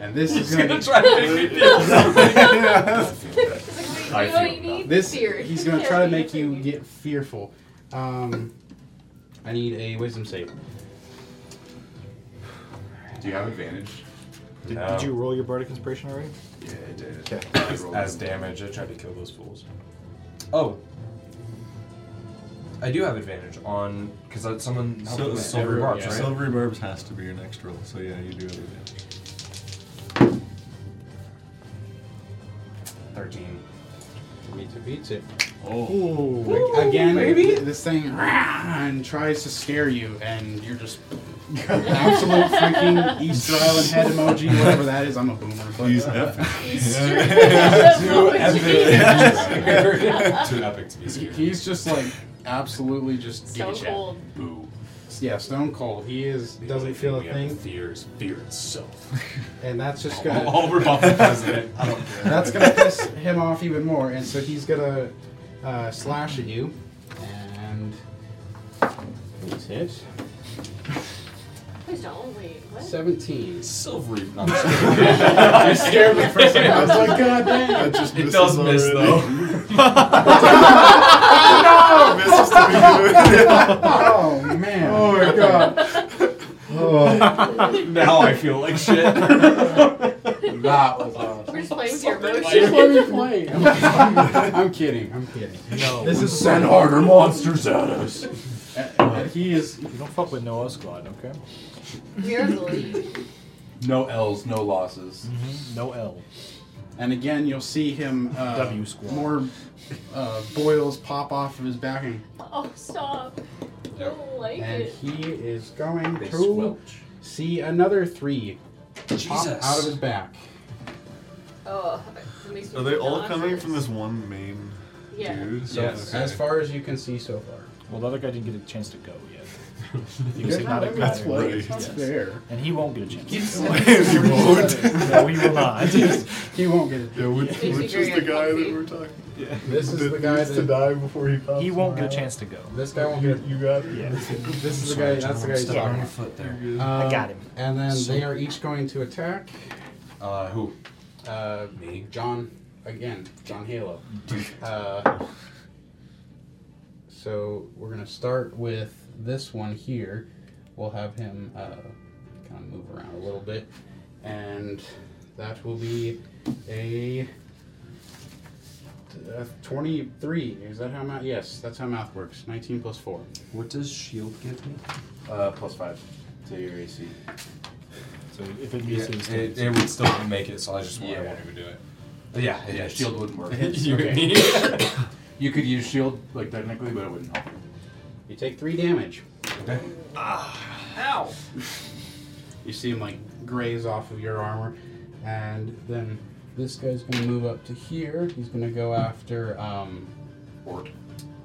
Speaker 1: and this is gonna, be-
Speaker 2: It's like, wait, you know what you need?
Speaker 1: This
Speaker 2: Fear.
Speaker 1: he's gonna try to
Speaker 2: Therapy,
Speaker 1: make you
Speaker 2: therapy.
Speaker 1: get fearful. Um, I need a wisdom save.
Speaker 4: Do you have advantage?
Speaker 6: Did,
Speaker 8: No.
Speaker 6: did
Speaker 5: Um,
Speaker 6: you roll your bardic inspiration already?
Speaker 8: Yeah, it did.
Speaker 6: Okay.
Speaker 8: As, as damage, I tried to kill those fools. Oh. I do have advantage on because someone helped
Speaker 5: So-
Speaker 8: with silver barbs, right?
Speaker 5: Silvery Barbs has to be your next roll, so yeah, you do have advantage.
Speaker 8: Thirteen.
Speaker 3: Beats it, beats it.
Speaker 5: Oh.
Speaker 6: Ooh.
Speaker 1: Again, this thing "Rah!" and tries to scare you, and you're just absolute freaking Easter Island head emoji, whatever that is. I'm a boomer. But,
Speaker 5: Use F.
Speaker 2: Easter.
Speaker 8: Too epic. Too epic to be
Speaker 1: He-
Speaker 8: scared.
Speaker 1: He's just like absolutely just
Speaker 2: so
Speaker 1: giga chat.
Speaker 2: cold.
Speaker 8: Boo.
Speaker 1: Yeah, stone cold. He is Oh. doesn't feel a
Speaker 8: We have to
Speaker 1: thing,
Speaker 8: Fear is fear itself.
Speaker 1: and that's just
Speaker 8: All,
Speaker 1: gonna
Speaker 8: we're off the president. I don't care.
Speaker 1: that's gonna piss him off even more, and so he's gonna uh, slash at you, and he's hit
Speaker 2: "Oh, Please don't wait. What?
Speaker 1: seventeen.
Speaker 8: Silvery.
Speaker 1: You scared me for a second. I was like, God damn.
Speaker 5: That just
Speaker 8: It does miss
Speaker 5: already.
Speaker 8: though.
Speaker 5: Misses to begin with.
Speaker 1: Oh man.
Speaker 5: Oh my god.
Speaker 8: now I feel like shit.
Speaker 1: that was awesome.
Speaker 2: We're just playing with your
Speaker 1: Just
Speaker 2: emotions.
Speaker 1: let me play. I'm, I'm kidding. I'm kidding.
Speaker 6: No.
Speaker 1: This is
Speaker 8: Send harder monsters at us.
Speaker 1: And he is
Speaker 6: You don't fuck with Noah Squad, okay?
Speaker 2: We're the lead.
Speaker 4: No L's, no losses.
Speaker 1: Mm-hmm.
Speaker 6: No L.
Speaker 1: And again, you'll see him uh,
Speaker 6: W squad.
Speaker 1: more uh, boils pop off of his back, and,
Speaker 2: Oh, stop. I don't like
Speaker 1: and
Speaker 2: it.
Speaker 1: he is going
Speaker 8: They
Speaker 1: to
Speaker 8: squelch.
Speaker 1: see another three pop
Speaker 8: Jesus.
Speaker 1: out of his back.
Speaker 2: Oh, it makes me
Speaker 5: Are they all
Speaker 2: nauseous.
Speaker 5: coming from this one main
Speaker 2: Yeah.
Speaker 5: dude? So,
Speaker 8: Yes.
Speaker 5: okay.
Speaker 3: As far as you can see so far.
Speaker 6: Well, the other guy didn't get a chance to go yet. He
Speaker 1: That's
Speaker 6: was hypnotic
Speaker 5: that's
Speaker 6: matter,
Speaker 5: what-
Speaker 1: It's not
Speaker 6: yes.
Speaker 1: fair.
Speaker 6: And he won't get a chance.
Speaker 5: you won't.
Speaker 6: no, we will not.
Speaker 1: He won't get it.
Speaker 5: Yeah, which,
Speaker 2: Makes me
Speaker 5: which
Speaker 2: very
Speaker 5: is the guy
Speaker 2: uncomfy.
Speaker 5: that we're talking
Speaker 1: This is the guy
Speaker 5: needs to
Speaker 1: that.
Speaker 5: die before he pops.
Speaker 6: he won't get a
Speaker 5: out.
Speaker 6: chance to go.
Speaker 1: This guy won't get it.
Speaker 5: You got it.
Speaker 6: Yeah.
Speaker 1: This is the guy. That's the guy. He's
Speaker 6: Sorry,
Speaker 1: talking
Speaker 6: John,
Speaker 1: about.
Speaker 8: Foot there.
Speaker 5: You're good.
Speaker 1: Um,
Speaker 6: got him.
Speaker 1: And then they are each going to attack.
Speaker 8: Uh, who?
Speaker 1: Uh,
Speaker 8: Me?
Speaker 1: John again. John Halo. Uh, so we're gonna start with this one here. We'll have him uh, kind of move around a little bit, and that will be a uh, twenty-three. Is that how math? Yes, that's how math works. Nineteen plus four.
Speaker 8: What does shield give me? Uh, plus five to your AC.
Speaker 6: So if it
Speaker 8: Yeah,
Speaker 6: meets his
Speaker 8: it, it would still make it, so I just yeah. I
Speaker 4: Yeah.
Speaker 8: won't even do it. Yeah,
Speaker 4: Yeah, shield wouldn't work.
Speaker 8: you
Speaker 1: Okay.
Speaker 4: You could use shield, like technically, but it wouldn't help.
Speaker 1: You take three damage. Ah.
Speaker 8: Okay.
Speaker 2: Ow.
Speaker 1: You see him like graze off of your armor, and then this guy's gonna move up to here. He's gonna go after um,
Speaker 4: Or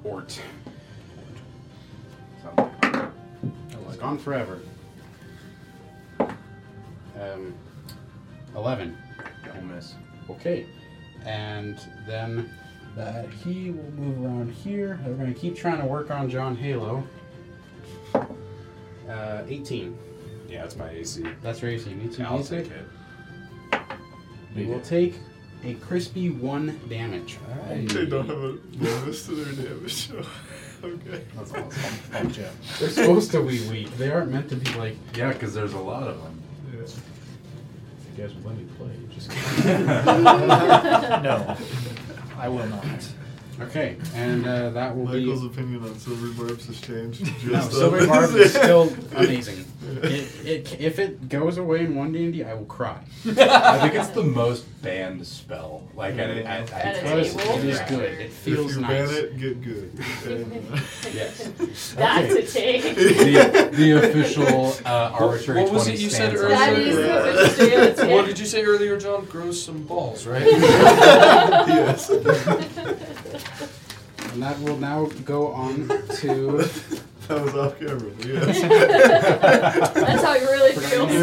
Speaker 1: Ort.
Speaker 4: something.
Speaker 1: It's Oh, gone forever. Um, eleven.
Speaker 4: Don't miss.
Speaker 1: Okay, and then that he will move around here. They're gonna keep trying to work on John Halo. Uh, 18.
Speaker 8: Yeah, it's my AC.
Speaker 1: That's your 18. 18
Speaker 8: I'll
Speaker 1: basic.
Speaker 8: take it.
Speaker 1: You will take a crispy one damage.
Speaker 5: They don't have a bonus to their damage. So. Okay.
Speaker 8: That's awesome.
Speaker 6: Uh,
Speaker 1: They're supposed to be weak. They aren't meant to be like.
Speaker 4: Yeah, because there's a lot of them.
Speaker 5: Yeah.
Speaker 3: You guys will let me play. Just
Speaker 6: no, I will not.
Speaker 1: Okay, and uh, that will
Speaker 5: Michael's
Speaker 1: be.
Speaker 5: opinion on Silvery Barbs has changed.
Speaker 1: No,
Speaker 5: Just
Speaker 1: Silver
Speaker 5: on
Speaker 1: Barb is
Speaker 5: this.
Speaker 1: still amazing. It, it, if it goes away in one D&D, I will cry.
Speaker 4: I think it's the most banned spell. Like, I, I, I,
Speaker 2: That is
Speaker 1: Because
Speaker 2: evil.
Speaker 1: it is good. It feels
Speaker 5: if you
Speaker 1: nice.
Speaker 5: ban it, get good. And,
Speaker 4: yes.
Speaker 2: That's a take.
Speaker 4: The, the official uh, arbitrary
Speaker 12: what was
Speaker 4: 20
Speaker 12: it you said
Speaker 4: stands.
Speaker 2: That
Speaker 12: earlier?
Speaker 2: is the official
Speaker 12: What
Speaker 2: take.
Speaker 12: did you say earlier, John? Grow some balls, right?
Speaker 5: yes.
Speaker 1: And that will now go on to.
Speaker 5: That was off camera. Yes.
Speaker 2: That's how it really feels.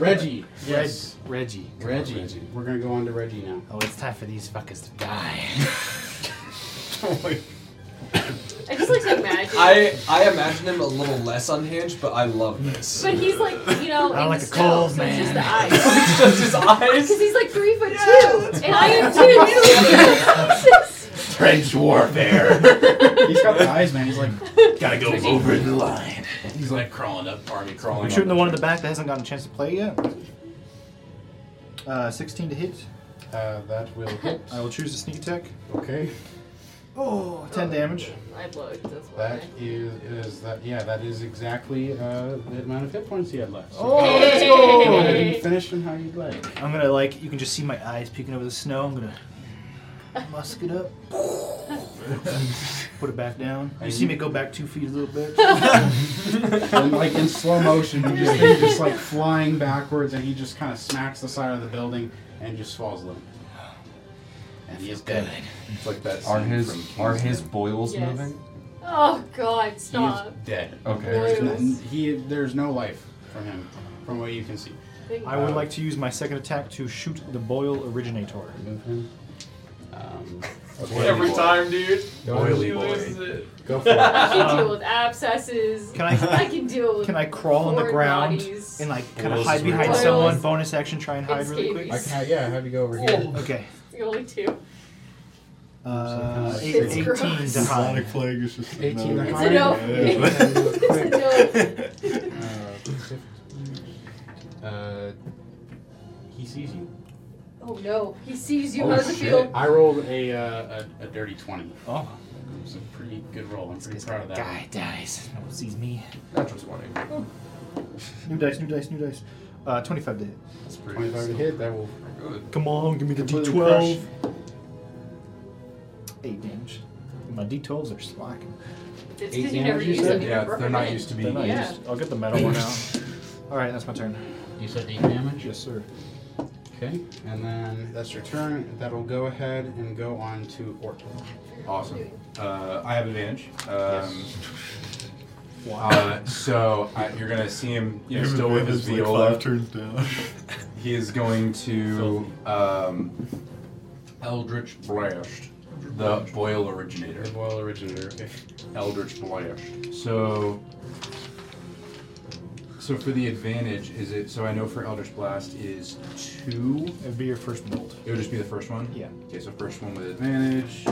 Speaker 1: Reggie. Yes.
Speaker 6: Reggie.
Speaker 1: Reggie. We're going to go on to Reggie now.
Speaker 6: Oh, it's time for these fuckers to die.
Speaker 5: oh my
Speaker 2: I just like to imagine.
Speaker 12: I I imagine him a little less unhinged, but I love this.
Speaker 2: but he's like, you know,
Speaker 6: I
Speaker 2: in
Speaker 6: like
Speaker 2: the
Speaker 6: a
Speaker 2: snow,
Speaker 6: cold
Speaker 2: so it's just
Speaker 6: man.
Speaker 2: the eyes.
Speaker 12: it's just his eyes.
Speaker 2: Because he's like three foot two, and I am two. Jesus.
Speaker 4: Trench warfare.
Speaker 1: He's got the eyes, man. He's like.
Speaker 4: Gotta go over the line. He's like crawling up, army crawling.
Speaker 6: I'm shooting the one in the back that hasn't gotten a chance to play yet. Uh, 16 to hit.
Speaker 1: Uh, that will hit.
Speaker 6: I will choose a sneak attack.
Speaker 1: Okay.
Speaker 6: Oh, 10 damage.
Speaker 2: I bloat, that's why.
Speaker 1: That is, is that yeah, that is exactly uh, the amount of hit points he had left. So
Speaker 6: Oh,
Speaker 1: go
Speaker 6: let's go!
Speaker 1: ahead and finish him how you'd like.
Speaker 6: I'm gonna, like, you can just see my eyes peeking over the snow. I'm gonna musk it up. Put it back down. You see me go back two feet a little bit.
Speaker 1: And like in slow motion, you just he's just like flying backwards, and he just kind of smacks the side of the building and just falls limp. And he is dead.
Speaker 4: It's like that.
Speaker 8: Are
Speaker 4: scene
Speaker 8: his
Speaker 4: from
Speaker 8: are
Speaker 4: Kingsman.
Speaker 8: his boils
Speaker 2: Yes.
Speaker 8: moving?
Speaker 2: Oh god,
Speaker 1: He is
Speaker 2: stop.
Speaker 1: dead.
Speaker 8: Okay.
Speaker 1: There's no,
Speaker 2: Yes.
Speaker 1: he there's no life from him, from what you can see.
Speaker 2: Big-
Speaker 6: I would like to use my second attack to shoot the boil originator.
Speaker 1: Move him. Um,
Speaker 4: Every time,
Speaker 3: dude.
Speaker 4: Oily boy.
Speaker 3: Go for it.
Speaker 2: I can deal with abscesses.
Speaker 6: Can I
Speaker 2: I can deal with
Speaker 6: can I crawl on the
Speaker 2: foreign
Speaker 6: ground
Speaker 2: bodies.
Speaker 6: and like kind of
Speaker 8: Boils
Speaker 6: hide
Speaker 8: is
Speaker 6: behind
Speaker 2: really
Speaker 6: someone?
Speaker 2: good.
Speaker 6: Bonus action, try and hide really quick.
Speaker 3: I can, yeah, have you go over here.
Speaker 6: Okay,
Speaker 2: The only two.
Speaker 6: uh, eight-
Speaker 2: It's
Speaker 6: 18
Speaker 2: gross.
Speaker 6: to hide.
Speaker 5: Sonic plague is just
Speaker 1: 18
Speaker 5: no.
Speaker 1: to
Speaker 2: It's
Speaker 1: hide.
Speaker 2: a no.
Speaker 5: Yeah.
Speaker 2: It's a no.
Speaker 1: Uh, uh, he sees you.
Speaker 2: Oh no, he sees you
Speaker 1: Oh,
Speaker 2: out of the
Speaker 1: shit.
Speaker 2: field.
Speaker 1: I rolled a, uh, a a dirty twenty.
Speaker 6: Oh,
Speaker 1: It was a pretty good roll. I'm pretty proud of that. one.
Speaker 6: dies. No one sees me.
Speaker 8: Natural twenty.
Speaker 6: New dice, new dice, new dice. Uh, 25 to hit.
Speaker 8: That's pretty
Speaker 1: Twenty-five to hit. That will
Speaker 8: good.
Speaker 6: Come on, give me the
Speaker 1: Completely
Speaker 6: d12. Eight damage. My d12s are slacking.
Speaker 2: It's because you
Speaker 1: 18
Speaker 2: never
Speaker 1: hours, you
Speaker 2: use
Speaker 1: said?
Speaker 2: them. you
Speaker 8: Yeah,
Speaker 2: never
Speaker 8: they're not
Speaker 2: recommend.
Speaker 8: used to
Speaker 6: They're
Speaker 8: being
Speaker 6: not
Speaker 2: Yeah.
Speaker 6: used. I'll get the metal one out. All right, that's my turn.
Speaker 1: You said eight damage.
Speaker 6: Yes, sir.
Speaker 1: Okay, and then that's your turn. That'll go ahead and go on to Ort.
Speaker 4: Awesome. Uh, I have advantage. Um,
Speaker 6: Wow.
Speaker 4: uh, so I, you're gonna see him. You know,
Speaker 5: His
Speaker 4: still with his
Speaker 5: advantage, like
Speaker 4: viola.
Speaker 5: five turns down.
Speaker 4: He is going to um, Eldritch Blast, the boil originator.
Speaker 1: The boil originator. Okay.
Speaker 4: Eldritch Blast. So, so for the advantage, is it? So I know for Eldritch Blast is two.
Speaker 6: It'd be your first bolt.
Speaker 4: It would just be the first one.
Speaker 6: Yeah.
Speaker 4: Okay, so first one with advantage.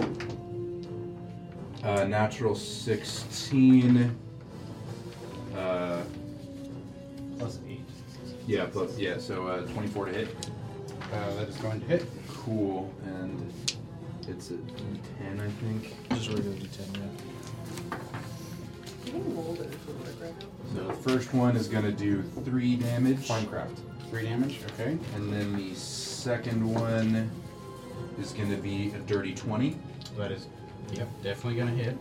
Speaker 4: Uh, natural sixteen. Uh,
Speaker 3: Plus eight.
Speaker 4: yeah, plus yeah, so uh, twenty-four to hit.
Speaker 1: Uh, that is going to hit.
Speaker 4: Cool, and it's a D10, I think.
Speaker 6: Just regular d10, yeah.
Speaker 2: Getting older is what I recommend.
Speaker 4: So the first one is gonna do three damage,
Speaker 8: Minecraft.
Speaker 1: Three damage. Okay.
Speaker 4: and then the second one is gonna be a dirty twenty,
Speaker 1: That is. Yep. Definitely gonna hit.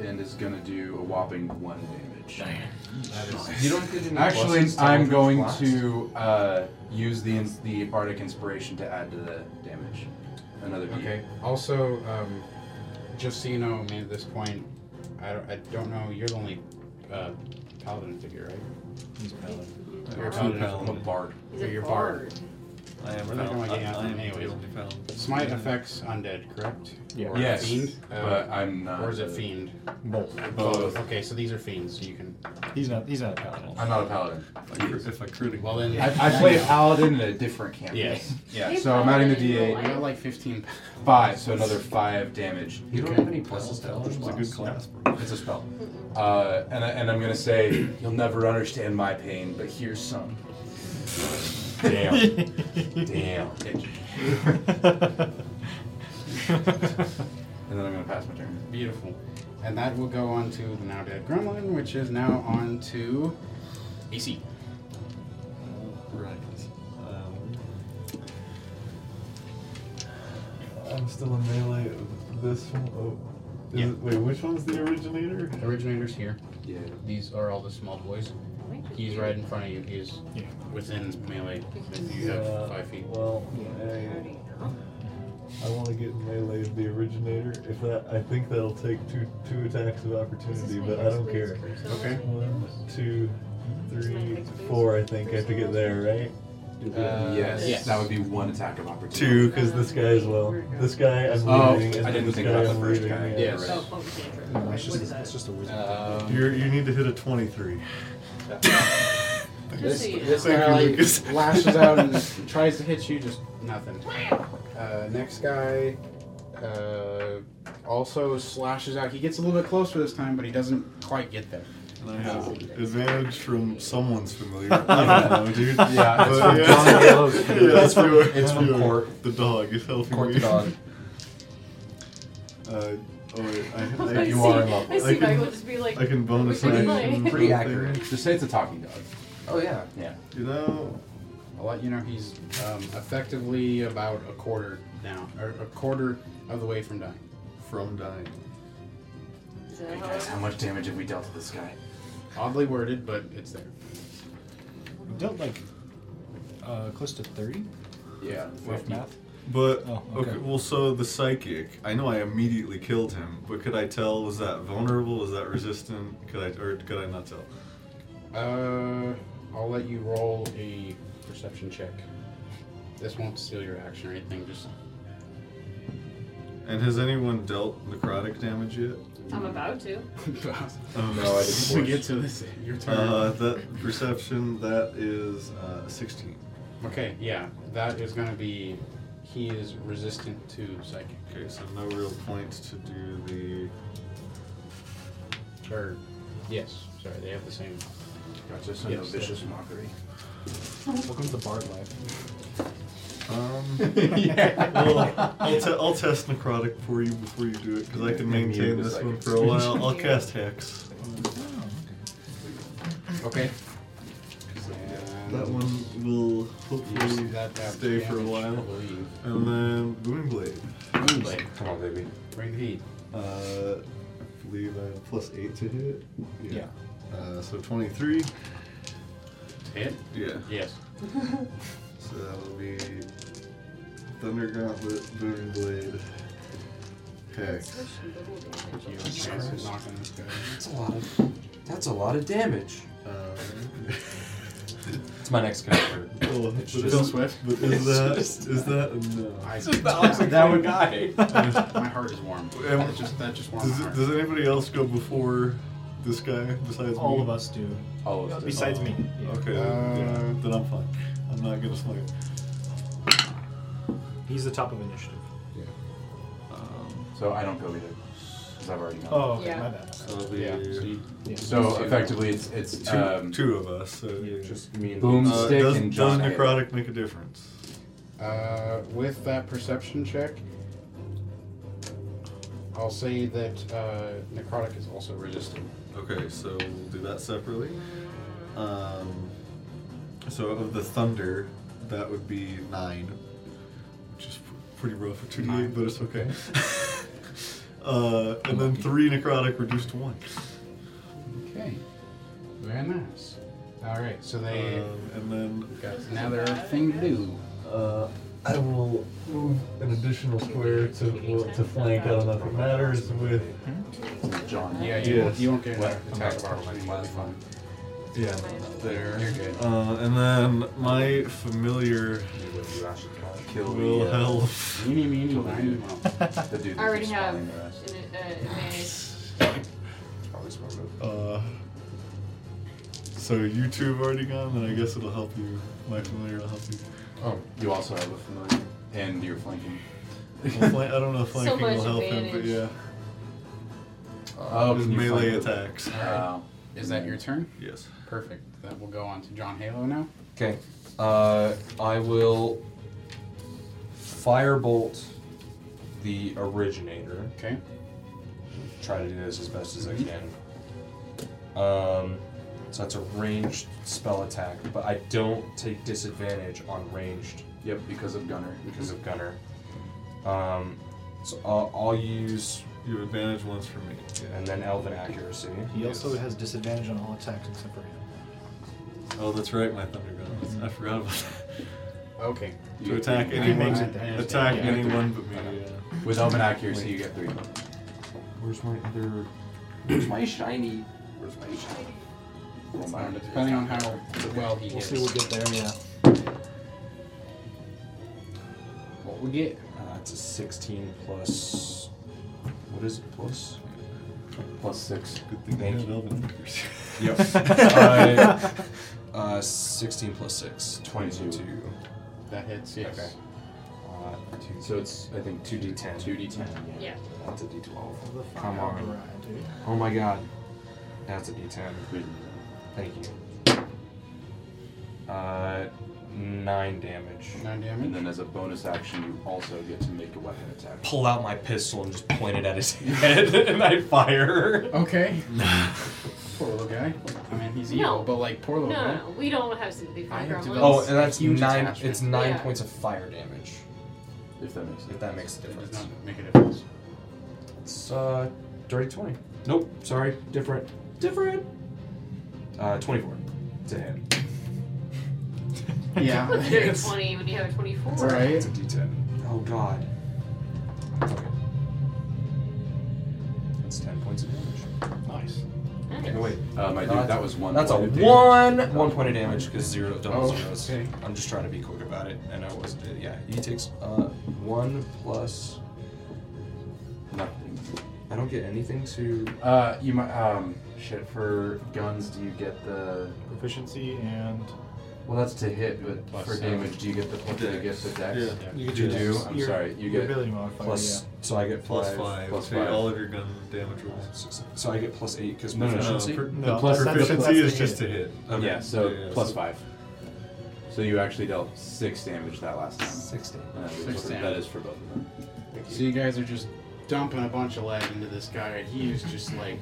Speaker 4: and is gonna do a whopping one damage.
Speaker 1: That is.
Speaker 8: You don't get any
Speaker 4: Actually,
Speaker 8: pluses to
Speaker 4: I'm
Speaker 8: Eldritch
Speaker 4: going
Speaker 8: Blast?
Speaker 4: to uh, use the ins- the bardic inspiration to add to the damage. Another D.
Speaker 1: Okay. Also, um, just so you know, I mean, at this point, I don't, I don't know. You're the only uh, paladin figure, right?
Speaker 6: He's a paladin.
Speaker 1: You're a
Speaker 2: Paladin.
Speaker 1: paladin.
Speaker 4: I'm a bard.
Speaker 2: He's a
Speaker 1: You're
Speaker 2: bard.
Speaker 5: I am
Speaker 1: We're not
Speaker 5: found.
Speaker 1: gonna
Speaker 5: I,
Speaker 1: get
Speaker 5: I am
Speaker 1: anyways.
Speaker 5: the only found.
Speaker 1: Smite affects undead, correct?
Speaker 6: Yeah.
Speaker 1: Or
Speaker 4: Yes,
Speaker 1: Fiend?
Speaker 4: but
Speaker 1: Uh,
Speaker 4: I'm not.
Speaker 1: or is it
Speaker 4: a-
Speaker 1: fiend?
Speaker 6: Both.
Speaker 4: Both.
Speaker 1: Okay, so these are fiends. You can.
Speaker 6: He's not. He's not a paladin.
Speaker 4: I'm not a paladin.
Speaker 5: If I crit- If I critic,
Speaker 1: Well then.
Speaker 4: I, I play a paladin in a different campaign.
Speaker 1: Yes.
Speaker 4: Yeah. So I'm adding the
Speaker 1: We
Speaker 4: D8.
Speaker 1: got like 15.
Speaker 4: Five. So another five damage.
Speaker 8: You don't
Speaker 1: Okay.
Speaker 8: have any pluses to Eldritch
Speaker 5: it's a
Speaker 8: Blast.
Speaker 5: good class, bro.
Speaker 4: It's a spell. Uh, and, I, and I'm gonna say, you'll never understand my pain, but here's some. Damn. Damn. And then I'm gonna pass my turn.
Speaker 1: Beautiful. And that will go on to the now dead gremlin, which is now on to AC.
Speaker 5: Right. Um, I'm still in melee. with This one. Oh. Is
Speaker 1: Yeah.
Speaker 5: it, wait, which one's the originator?
Speaker 1: The originator's here.
Speaker 4: Yeah.
Speaker 1: These are all the small boys. He's right in front of you. He's
Speaker 6: Yeah.
Speaker 1: within melee. If you have
Speaker 5: Uh,
Speaker 1: five
Speaker 4: Um,
Speaker 1: feet.
Speaker 5: Well, I, I want to get in melee with the originator. If that, I think that'll take two two attacks of opportunity, but I don't care.
Speaker 1: Okay.
Speaker 5: One, two, three, four. I think I have to get there, right?
Speaker 1: Uh,
Speaker 4: yes,
Speaker 1: yes.
Speaker 4: That would be one attack of opportunity.
Speaker 5: Two, because this guy as well. This guy I'm
Speaker 4: Oh,
Speaker 5: leading, and
Speaker 4: I
Speaker 5: then
Speaker 4: didn't
Speaker 5: this
Speaker 4: think
Speaker 5: guy
Speaker 4: about the
Speaker 5: I'm
Speaker 4: first
Speaker 5: leading.
Speaker 4: guy.
Speaker 5: Yeah.
Speaker 1: Yes.
Speaker 2: Oh, focus cantrip.
Speaker 6: No, it's
Speaker 2: What
Speaker 6: just,
Speaker 2: is that?
Speaker 6: it's just a wizard.
Speaker 1: Um,
Speaker 5: You're, you need to hit a 23.
Speaker 2: Just
Speaker 1: this
Speaker 2: so you
Speaker 1: this
Speaker 5: Thank you,
Speaker 1: guy
Speaker 5: Lucas.
Speaker 1: lashes out and tries to hit you, just nothing. Uh, next guy uh, also slashes out. He gets a little bit closer this time, but he doesn't quite get there.
Speaker 5: And I have advantage from someone's familiar. I don't know, dude.
Speaker 4: Yeah, it's
Speaker 5: But
Speaker 4: from
Speaker 5: yeah.
Speaker 4: John Gallo's
Speaker 5: yeah,
Speaker 4: It's
Speaker 5: from,
Speaker 3: it's from Court.
Speaker 5: The dog is helping
Speaker 3: Court
Speaker 5: me.
Speaker 3: the dog.
Speaker 5: Uh, oh wait, I, I,
Speaker 2: I
Speaker 5: you
Speaker 2: see,
Speaker 5: are.
Speaker 2: I see
Speaker 5: I can-
Speaker 2: Michael just be like,
Speaker 5: I can bonus
Speaker 2: We can
Speaker 5: action.
Speaker 2: play.
Speaker 5: from
Speaker 4: Pretty
Speaker 5: the
Speaker 4: accurate.
Speaker 5: thing.
Speaker 4: Just say it's a talking dog.
Speaker 3: Oh yeah.
Speaker 4: Yeah.
Speaker 5: You know,
Speaker 1: I'll let you know he's um, effectively about a quarter down, or a quarter of the way from dying.
Speaker 5: from dying.
Speaker 2: "Is that
Speaker 4: Hey
Speaker 2: how
Speaker 4: guys,
Speaker 2: it-
Speaker 4: how much damage have we dealt to this guy?
Speaker 1: Oddly worded, but it's there.
Speaker 6: We dealt like uh, close to 30?
Speaker 4: Yeah.
Speaker 6: Rough math.
Speaker 5: But
Speaker 6: Oh,
Speaker 5: okay.
Speaker 6: okay.
Speaker 5: well, so the psychic. I know I immediately killed him, but could I tell? Was that vulnerable? Was that resistant? Could I or could I not tell?
Speaker 1: Uh, I'll let you roll a perception check. This won't steal your action or anything. Just
Speaker 5: And has anyone dealt necrotic damage yet?
Speaker 2: I'm about to.
Speaker 5: Um,
Speaker 3: No, I didn't.
Speaker 1: we get to this. Your turn.
Speaker 5: Uh, that perception. That is uh, sixteen.
Speaker 1: okay, yeah, that is gonna be. He is resistant to psychic
Speaker 5: Okay, so no real points to do the.
Speaker 1: or yes. Sorry, they have the same.
Speaker 4: Gotcha. So
Speaker 1: Yes,
Speaker 4: no vicious mockery.
Speaker 6: Welcome to the bard life.
Speaker 5: Um,
Speaker 4: yeah.
Speaker 5: well, I'll, te- I'll test necrotic for you before you do it because I can maintain
Speaker 4: to
Speaker 5: this
Speaker 4: psychic.
Speaker 5: one for a while. I'll cast hex.
Speaker 1: Okay.
Speaker 5: That one will
Speaker 1: You see
Speaker 5: hopefully
Speaker 1: that that
Speaker 5: stay for a
Speaker 1: damage, I
Speaker 5: while.
Speaker 1: believe.
Speaker 5: And then booming blade.
Speaker 1: Moonblade,
Speaker 3: Come on, baby.
Speaker 1: bring the heat.
Speaker 5: Uh, I believe I have plus eight to hit.
Speaker 6: Yeah.
Speaker 5: Uh, so 23.
Speaker 1: Hit?
Speaker 5: Yeah.
Speaker 1: Yes.
Speaker 5: So that will be Thunder Gauntlet, Booming Blade, Hex.
Speaker 1: You chance of knocking this guy.
Speaker 3: That's a lot of. That's a lot of damage.
Speaker 5: Um,
Speaker 3: It's my next character.
Speaker 5: oh,
Speaker 3: It's
Speaker 5: but is-
Speaker 3: just-
Speaker 5: But is
Speaker 3: It's
Speaker 5: that,
Speaker 3: just-
Speaker 5: is that enough?
Speaker 1: I,
Speaker 4: that would guy.
Speaker 1: my heart is warm.
Speaker 5: Um,
Speaker 1: That just that just warmed my
Speaker 5: Does,
Speaker 1: heart.
Speaker 5: does anybody else go before this guy besides me?
Speaker 6: All of us do.
Speaker 4: All of us.
Speaker 6: Besides me. Yeah.
Speaker 5: Okay, then, yeah, then I'm fine. I'm not gonna smoke.
Speaker 6: He's the top of initiative.
Speaker 4: So I don't go either, because I've already gone.
Speaker 6: Oh, okay,
Speaker 2: Yeah.
Speaker 6: my bad.
Speaker 5: So it'll be
Speaker 1: yeah. So you,
Speaker 4: So effectively, it's it's
Speaker 5: two,
Speaker 4: um,
Speaker 5: two of us. So yeah.
Speaker 3: Just me and
Speaker 4: Boom.
Speaker 5: Uh,
Speaker 4: Stick
Speaker 5: does,
Speaker 4: and
Speaker 5: does
Speaker 4: John Hader.
Speaker 5: necrotic make a difference?
Speaker 1: uh, with that perception check, I'll say that uh, necrotic is also resistant.
Speaker 5: Okay, so we'll do that separately. Um, so of the thunder, that would be nine, which is pr- pretty rough for two D
Speaker 1: Nine.
Speaker 5: eight, but it's okay. uh, and then three necrotic reduced to one.
Speaker 1: Okay. Very nice. All right. So
Speaker 5: Um,
Speaker 1: they
Speaker 5: and then
Speaker 1: got another thing to do.
Speaker 5: uh, I will move an additional square to to flank. I don't know if it matters with
Speaker 4: John.
Speaker 1: Yeah. You, won't,
Speaker 5: Yes.
Speaker 1: you won't get an
Speaker 4: What?
Speaker 1: attack of
Speaker 4: Okay.
Speaker 1: opportunity. That'll be fine.
Speaker 5: yeah there.
Speaker 1: You're good.
Speaker 5: Uh, and then my familiar
Speaker 4: Kill
Speaker 5: will
Speaker 4: the, uh,
Speaker 5: help.
Speaker 1: Meeny, meeny, miny, moe.
Speaker 4: the dude.
Speaker 2: I already
Speaker 4: that's
Speaker 2: have an
Speaker 4: spawning the rest.
Speaker 2: uh, advantage.
Speaker 5: Uh, so you two have already gone, then I guess it'll help you. My familiar will help you.
Speaker 4: Oh, you also have a familiar, and you're flanking.
Speaker 5: Well, flan- I don't know if
Speaker 2: So
Speaker 5: flanking will
Speaker 2: much
Speaker 5: help him, but
Speaker 2: advantage.
Speaker 5: yeah.
Speaker 4: Oh,
Speaker 5: His
Speaker 4: can you
Speaker 5: melee
Speaker 4: flank?
Speaker 5: attacks.
Speaker 4: Wow.
Speaker 1: Is that your turn?
Speaker 5: Yes.
Speaker 1: Perfect. That will go on to John Halo now.
Speaker 3: Okay. Uh, I will firebolt the originator.
Speaker 1: Okay.
Speaker 3: Try to do this as best as I can. Um, so that's a ranged spell attack, but I don't take disadvantage on ranged
Speaker 4: Yep, because of Gunner.
Speaker 3: because of Gunner. Um, so I'll, I'll use
Speaker 5: You have advantage once for me.
Speaker 3: and then Elven accuracy.
Speaker 6: He also has disadvantage on all attacks except for him.
Speaker 5: Oh, that's right, my thunder gun. I forgot about that.
Speaker 1: Okay.
Speaker 5: to attack
Speaker 1: I
Speaker 5: anyone,
Speaker 1: makes it there.
Speaker 5: attack
Speaker 1: Yeah.
Speaker 5: anyone but me. Yeah.
Speaker 4: With open accuracy, you get three.
Speaker 3: Where's my other? Where's my shiny?
Speaker 4: Where's my shiny?
Speaker 1: Um, depending on how well he
Speaker 6: We'll
Speaker 1: hits.
Speaker 6: see what we get there, yeah.
Speaker 1: What we get.
Speaker 3: Uh, it's a 16 plus. What is it plus?
Speaker 4: Plus six.
Speaker 5: Good thing
Speaker 3: Thank
Speaker 5: you have
Speaker 3: you.
Speaker 5: elven fingers.
Speaker 3: Yep. uh, uh, 16 plus 6.
Speaker 4: 22.
Speaker 1: That hits, yes.
Speaker 3: Okay. Uh, two,
Speaker 4: So it's, I think,
Speaker 3: 2d10.
Speaker 4: 2d10.
Speaker 2: Yeah.
Speaker 3: That's a d12.
Speaker 6: The fuck
Speaker 3: Come
Speaker 6: out
Speaker 3: on.
Speaker 6: of the ride, dude.
Speaker 3: Oh my god. That's a D10. Thank you. Uh, nine damage.
Speaker 1: Nine
Speaker 4: And
Speaker 1: damage.
Speaker 4: then as a bonus action, you also get to make a weapon attack.
Speaker 3: Pull out my pistol and just point it at his head, and I fire.
Speaker 1: Okay. poor little guy. I mean, he's evil,
Speaker 2: No.
Speaker 1: but like poor little
Speaker 2: No,
Speaker 1: guy.
Speaker 2: no, no, we don't have sympathy for
Speaker 1: I have
Speaker 2: gremlins.
Speaker 1: developed-
Speaker 3: Oh, and that's
Speaker 1: Huge
Speaker 3: nine.
Speaker 1: attachment.
Speaker 3: It's nine
Speaker 2: Yeah.
Speaker 3: points of fire damage.
Speaker 4: If that makes sense.
Speaker 3: If that makes a
Speaker 1: It does
Speaker 3: difference.
Speaker 1: not make a difference.
Speaker 3: It's uh, dirty twenty. Nope. Sorry, different. Different. Uh, twenty-four to hit.
Speaker 1: Yeah.
Speaker 2: What's dirty 20 when you have a 24?
Speaker 1: All right.
Speaker 3: It's a D10. Oh God. Okay. That's ten points of damage.
Speaker 5: Nice.
Speaker 2: Nice.
Speaker 3: Oh, wait.
Speaker 4: Uh, my dude,
Speaker 3: That's-
Speaker 4: that was one.
Speaker 3: That's a
Speaker 4: point of damage.
Speaker 3: one. One point of damage because zero double
Speaker 1: Oh,
Speaker 3: zeros.
Speaker 1: okay.
Speaker 3: I'm just trying to be quick about it, and I wasn't. Yeah, he takes uh one plus.
Speaker 4: Nothing.
Speaker 3: I don't get anything to.
Speaker 4: Uh, you might. Um, shit. For guns, do you get the?
Speaker 6: Proficiency and
Speaker 4: Well, that's to hit, but
Speaker 1: Plus
Speaker 4: for
Speaker 1: seven.
Speaker 4: damage, do you get the? Do you get the dex?
Speaker 5: Yeah.
Speaker 1: Yeah.
Speaker 3: You do.
Speaker 4: I'm
Speaker 6: Your-
Speaker 4: sorry. You
Speaker 6: your
Speaker 4: get
Speaker 6: ability modifier.
Speaker 3: Plus,
Speaker 6: Oh, yeah.
Speaker 3: so I get
Speaker 5: Plus
Speaker 3: five.
Speaker 5: five.
Speaker 4: Plus
Speaker 5: to
Speaker 4: five.
Speaker 5: all of your gun damage rolls.
Speaker 3: So- So I get plus eight because
Speaker 4: No, no, no.
Speaker 3: proficiency.
Speaker 5: No, per-
Speaker 6: No,
Speaker 5: the
Speaker 6: that's-
Speaker 5: plus
Speaker 6: that's-
Speaker 5: proficiency
Speaker 6: that's
Speaker 5: is
Speaker 6: the
Speaker 5: just a
Speaker 6: hit.
Speaker 5: hit.
Speaker 3: Okay.
Speaker 4: Yeah, so
Speaker 5: Yeah, yeah,
Speaker 4: plus
Speaker 5: so-
Speaker 4: five. So you actually dealt six damage that last time.
Speaker 3: Six damage.
Speaker 4: And that is
Speaker 1: Six
Speaker 4: for-
Speaker 1: damage.
Speaker 4: That is for both of them.
Speaker 1: So you guys are just dumping a bunch of lead into this guy. He is just like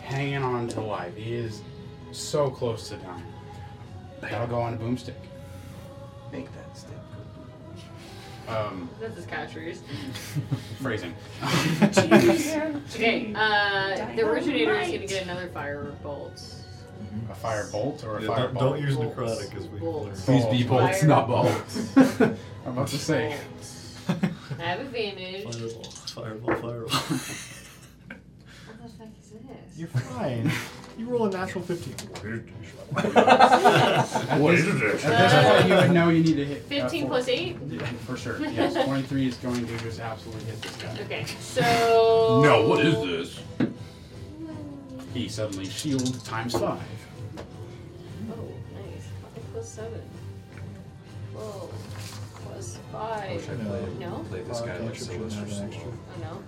Speaker 1: hanging on to life. He is so close to dying. That'll go on a boomstick.
Speaker 4: Make that stick.
Speaker 1: Um,
Speaker 2: That's his catchphrase.
Speaker 1: phrasing.
Speaker 2: Okay, uh, the originator is gonna get another firebolt.
Speaker 1: A fire bolt or a
Speaker 5: Yeah,
Speaker 1: fire
Speaker 5: don't, don't use
Speaker 2: Bolts.
Speaker 5: necrotic as we learned.
Speaker 2: Bolts.
Speaker 4: Please be
Speaker 2: Fire.
Speaker 4: bolts, not bolts.
Speaker 1: I'm about to say.
Speaker 2: I have advantage. What
Speaker 5: Fireball, fireball, fireball.
Speaker 2: the fuck is this?
Speaker 6: You're fine. you roll a natural 15.
Speaker 1: What is this? At this point, you would know you need to hit. uh,
Speaker 2: 15
Speaker 1: four.
Speaker 2: plus 8?
Speaker 1: Yeah, for sure. Yes, 23 is going to just absolutely hit this guy.
Speaker 2: Okay, so.
Speaker 4: no, what is this?
Speaker 1: He suddenly shield times five.
Speaker 2: Oh, nice. Five plus 7. Whoa. Plus 5. No?
Speaker 3: Play this guy
Speaker 6: Okay,
Speaker 3: like
Speaker 6: should we
Speaker 3: Sylvester
Speaker 6: have an
Speaker 3: Stallone.
Speaker 6: extra?
Speaker 2: Oh, no.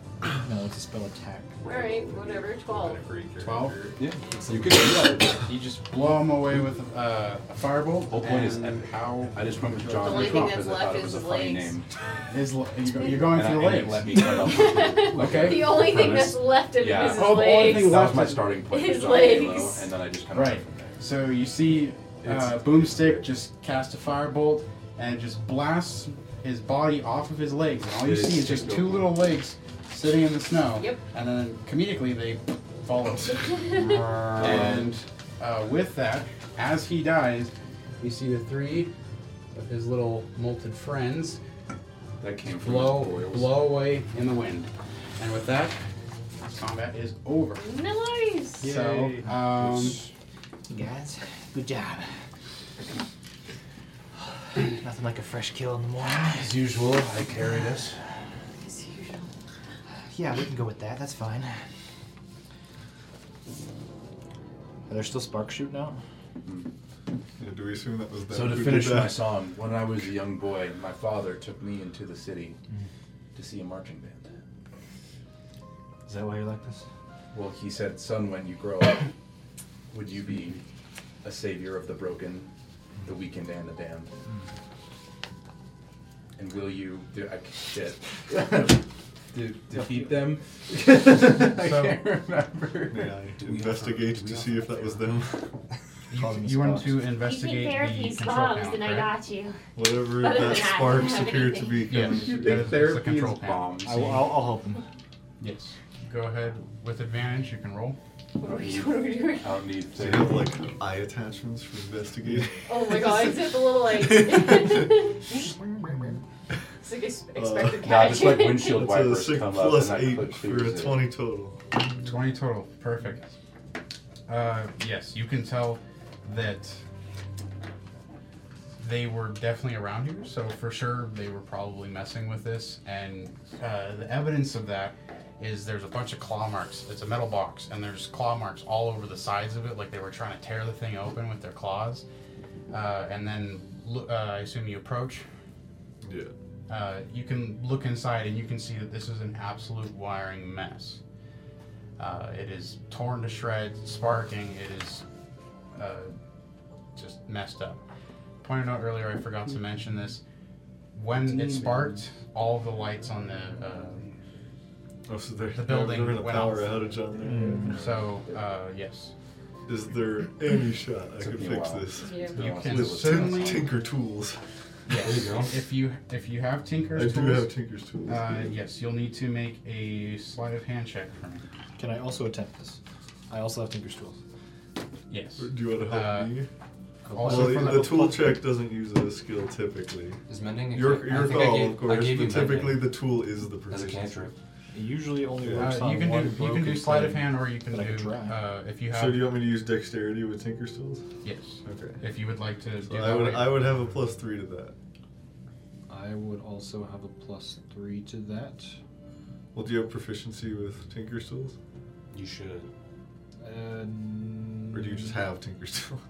Speaker 6: No, it's a spell attack.
Speaker 2: Alright, whatever. 12.
Speaker 1: Twelve.
Speaker 4: Yeah, you could do that.
Speaker 1: You just blow him away with uh, a firebolt.
Speaker 4: Whole point is
Speaker 1: and
Speaker 4: epic.
Speaker 1: how
Speaker 4: I just went with John
Speaker 2: The only
Speaker 4: Wick
Speaker 2: thing
Speaker 4: because
Speaker 2: that's
Speaker 4: I thought
Speaker 2: left
Speaker 4: it was a
Speaker 2: is
Speaker 4: funny
Speaker 2: legs.
Speaker 4: name.
Speaker 1: his le- you're going
Speaker 4: And I-
Speaker 1: for the
Speaker 4: and it
Speaker 1: legs.
Speaker 4: let me cut off.
Speaker 1: Okay.
Speaker 2: The only thing
Speaker 4: Premise.
Speaker 2: that's left of
Speaker 4: Yeah.
Speaker 2: it is his
Speaker 1: Oh, the only
Speaker 2: legs.
Speaker 1: thing
Speaker 4: That was
Speaker 1: left
Speaker 4: my
Speaker 1: is-
Speaker 4: starting point.
Speaker 2: His
Speaker 4: was John Halo,
Speaker 2: legs.
Speaker 4: And then I just kind of
Speaker 1: Right. So you see uh, Boomstick just cast a firebolt and it just blasts his body off of his legs. And all you
Speaker 4: It is
Speaker 1: see is just
Speaker 4: stick
Speaker 1: two little legs sitting in the snow.
Speaker 2: Yep.
Speaker 1: And then comedically they fall over. and uh, with that, as he dies, you see the three of his little molted friends
Speaker 4: That came from
Speaker 1: blow
Speaker 4: his boils.
Speaker 1: blow away in the wind. And with that, this combat is over.
Speaker 2: Nice!
Speaker 1: So, um,
Speaker 6: Guys, good job. Nothing like a fresh kill in the morning.
Speaker 4: As usual, I carry this.
Speaker 2: As usual.
Speaker 6: Yeah, we can go with that. That's fine. Are there still sparks shooting out?
Speaker 5: Yeah, do we assume that was that?
Speaker 4: So to
Speaker 5: who did
Speaker 4: finish
Speaker 5: that?
Speaker 4: my song, when I was a young boy, my father took me into the city to see a marching band.
Speaker 6: Is that why you're like this?
Speaker 4: Well, he said, "Son, when you grow up, would you be a savior of the broken, the weakened, and the damned? And will you do I, shit De- defeat them?" I
Speaker 1: So-
Speaker 4: can't remember.
Speaker 5: May I investigate to see if that was them?
Speaker 1: you,
Speaker 6: Causing
Speaker 1: you want
Speaker 6: sparks.
Speaker 1: to
Speaker 9: Keeping
Speaker 1: investigate the
Speaker 9: therapy's
Speaker 1: control
Speaker 9: bombs,
Speaker 1: panel,
Speaker 9: and I
Speaker 1: correct?
Speaker 9: got you.
Speaker 5: Whatever
Speaker 9: Other than
Speaker 5: that
Speaker 9: that,
Speaker 5: sparks
Speaker 9: I don't have
Speaker 5: appeared to be.
Speaker 9: anything.
Speaker 1: Yes.
Speaker 5: coming.
Speaker 1: That is- it's the control panel.
Speaker 4: bombs.
Speaker 6: I will, I'll, I'll help him.
Speaker 1: Yes. Go ahead with advantage. You can roll.
Speaker 2: What are we, what are we doing?
Speaker 4: I don't need
Speaker 5: Do you have
Speaker 4: to.
Speaker 5: like eye attachments for investigating?
Speaker 2: Oh my god, except the little like. it's like ex- expected catch.
Speaker 4: Nah, just like windshield
Speaker 5: That's a
Speaker 4: wipers
Speaker 5: six
Speaker 4: come up
Speaker 5: plus
Speaker 4: and that clip
Speaker 5: eight for a
Speaker 4: clears it.
Speaker 5: twenty total.
Speaker 1: Twenty total. Perfect. Uh, yes, you can tell that they were definitely around here. So for sure, they were probably messing with this. And uh, the evidence of that is there's a bunch of claw marks. It's a metal box, and there's claw marks all over the sides of it, like they were trying to tear the thing open with their claws. Uh, and then lo- uh, I assume you approach.
Speaker 5: Yeah.
Speaker 1: uh, you can look inside and you can see that this is an absolute wiring mess. Uh, Uh, it is torn to shreds, sparking. It is uh, just messed up. Pointed out earlier, I forgot to mention this. When it sparked, all the lights on the uh,
Speaker 5: Oh, so they're,
Speaker 1: The building
Speaker 5: they're in a
Speaker 1: went
Speaker 5: power
Speaker 1: off.
Speaker 5: outage on there.
Speaker 1: so uh, yes,
Speaker 4: Mm.
Speaker 5: Is there any shot I
Speaker 8: Took
Speaker 5: could
Speaker 8: me a
Speaker 5: fix
Speaker 8: while.
Speaker 5: this?
Speaker 2: Yeah.
Speaker 1: you can
Speaker 5: With tin-
Speaker 1: certainly
Speaker 5: Tinker tools.
Speaker 1: yes.
Speaker 8: There you go.
Speaker 1: If you if you have Tinker's
Speaker 5: I do
Speaker 1: tools,
Speaker 5: have Tinker's tools.
Speaker 1: uh, yes, you'll need to make a sleight of hand check for me.
Speaker 6: Can I also attempt this? I also have Tinker's Tools.
Speaker 1: Yes.
Speaker 5: Or Do you want to help
Speaker 1: Uh,
Speaker 5: me?
Speaker 1: Also,
Speaker 5: well,
Speaker 1: for
Speaker 5: the,
Speaker 1: the-
Speaker 5: tool check doesn't use a skill typically.
Speaker 3: Is mending a
Speaker 5: Your,
Speaker 3: can-
Speaker 5: your
Speaker 3: I think I
Speaker 5: call,
Speaker 3: gave-
Speaker 5: of course,
Speaker 3: I gave you
Speaker 5: but typically
Speaker 3: mending
Speaker 5: the tool is the
Speaker 3: as a
Speaker 5: proficiency.
Speaker 3: cantrip.
Speaker 6: It usually only
Speaker 5: Yeah.
Speaker 6: works
Speaker 1: Uh,
Speaker 6: on
Speaker 1: you can
Speaker 6: one
Speaker 1: do you
Speaker 6: broken
Speaker 1: can do sleight of
Speaker 6: thing.
Speaker 1: hand, or you can
Speaker 6: But I can
Speaker 1: do
Speaker 6: try.
Speaker 1: uh, if you have
Speaker 5: So do you want me to use dexterity with Tinker's tools?
Speaker 1: yes,
Speaker 5: Okay.
Speaker 1: if you would like to
Speaker 5: So
Speaker 1: do
Speaker 5: I
Speaker 1: that.
Speaker 5: would
Speaker 1: way.
Speaker 5: I would have a plus three to that.
Speaker 6: I would also have a plus three to that.
Speaker 5: Well, do you have proficiency with Tinker's tools,
Speaker 3: You should.
Speaker 6: Um,
Speaker 5: or do you just
Speaker 6: Mm.
Speaker 5: have Tinker's tools?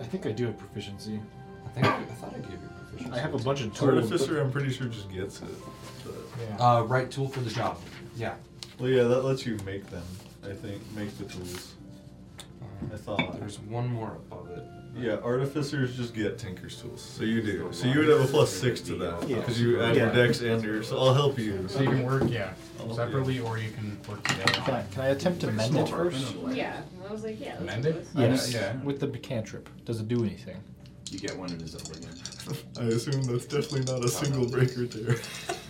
Speaker 6: I think I do have proficiency.
Speaker 3: I think I thought I gave you proficiency.
Speaker 6: I have a bunch of tools.
Speaker 5: Artificer, I'm pretty sure just gets it. But,
Speaker 6: Yeah.
Speaker 3: Uh, right tool for the job. Yeah.
Speaker 5: well, yeah, that lets you make them. I think make the tools. I thought.
Speaker 3: There's one more above it.
Speaker 5: Yeah, artificers just get tinker's tools. So you do. So you would have a plus six to that
Speaker 6: Yeah.
Speaker 5: because you add your dex and your. So I'll help you.
Speaker 1: So you can work, yeah,
Speaker 5: Oh, yeah.
Speaker 1: separately, or you can work together.
Speaker 6: Can I, can I attempt to mend it first?
Speaker 2: Yeah. I was like, yeah.
Speaker 1: Mend it?
Speaker 6: Yes.
Speaker 4: yeah.
Speaker 6: With the cantrip. Does it do anything?
Speaker 8: You get one and it's over again.
Speaker 5: I assume that's definitely not a single breaker there.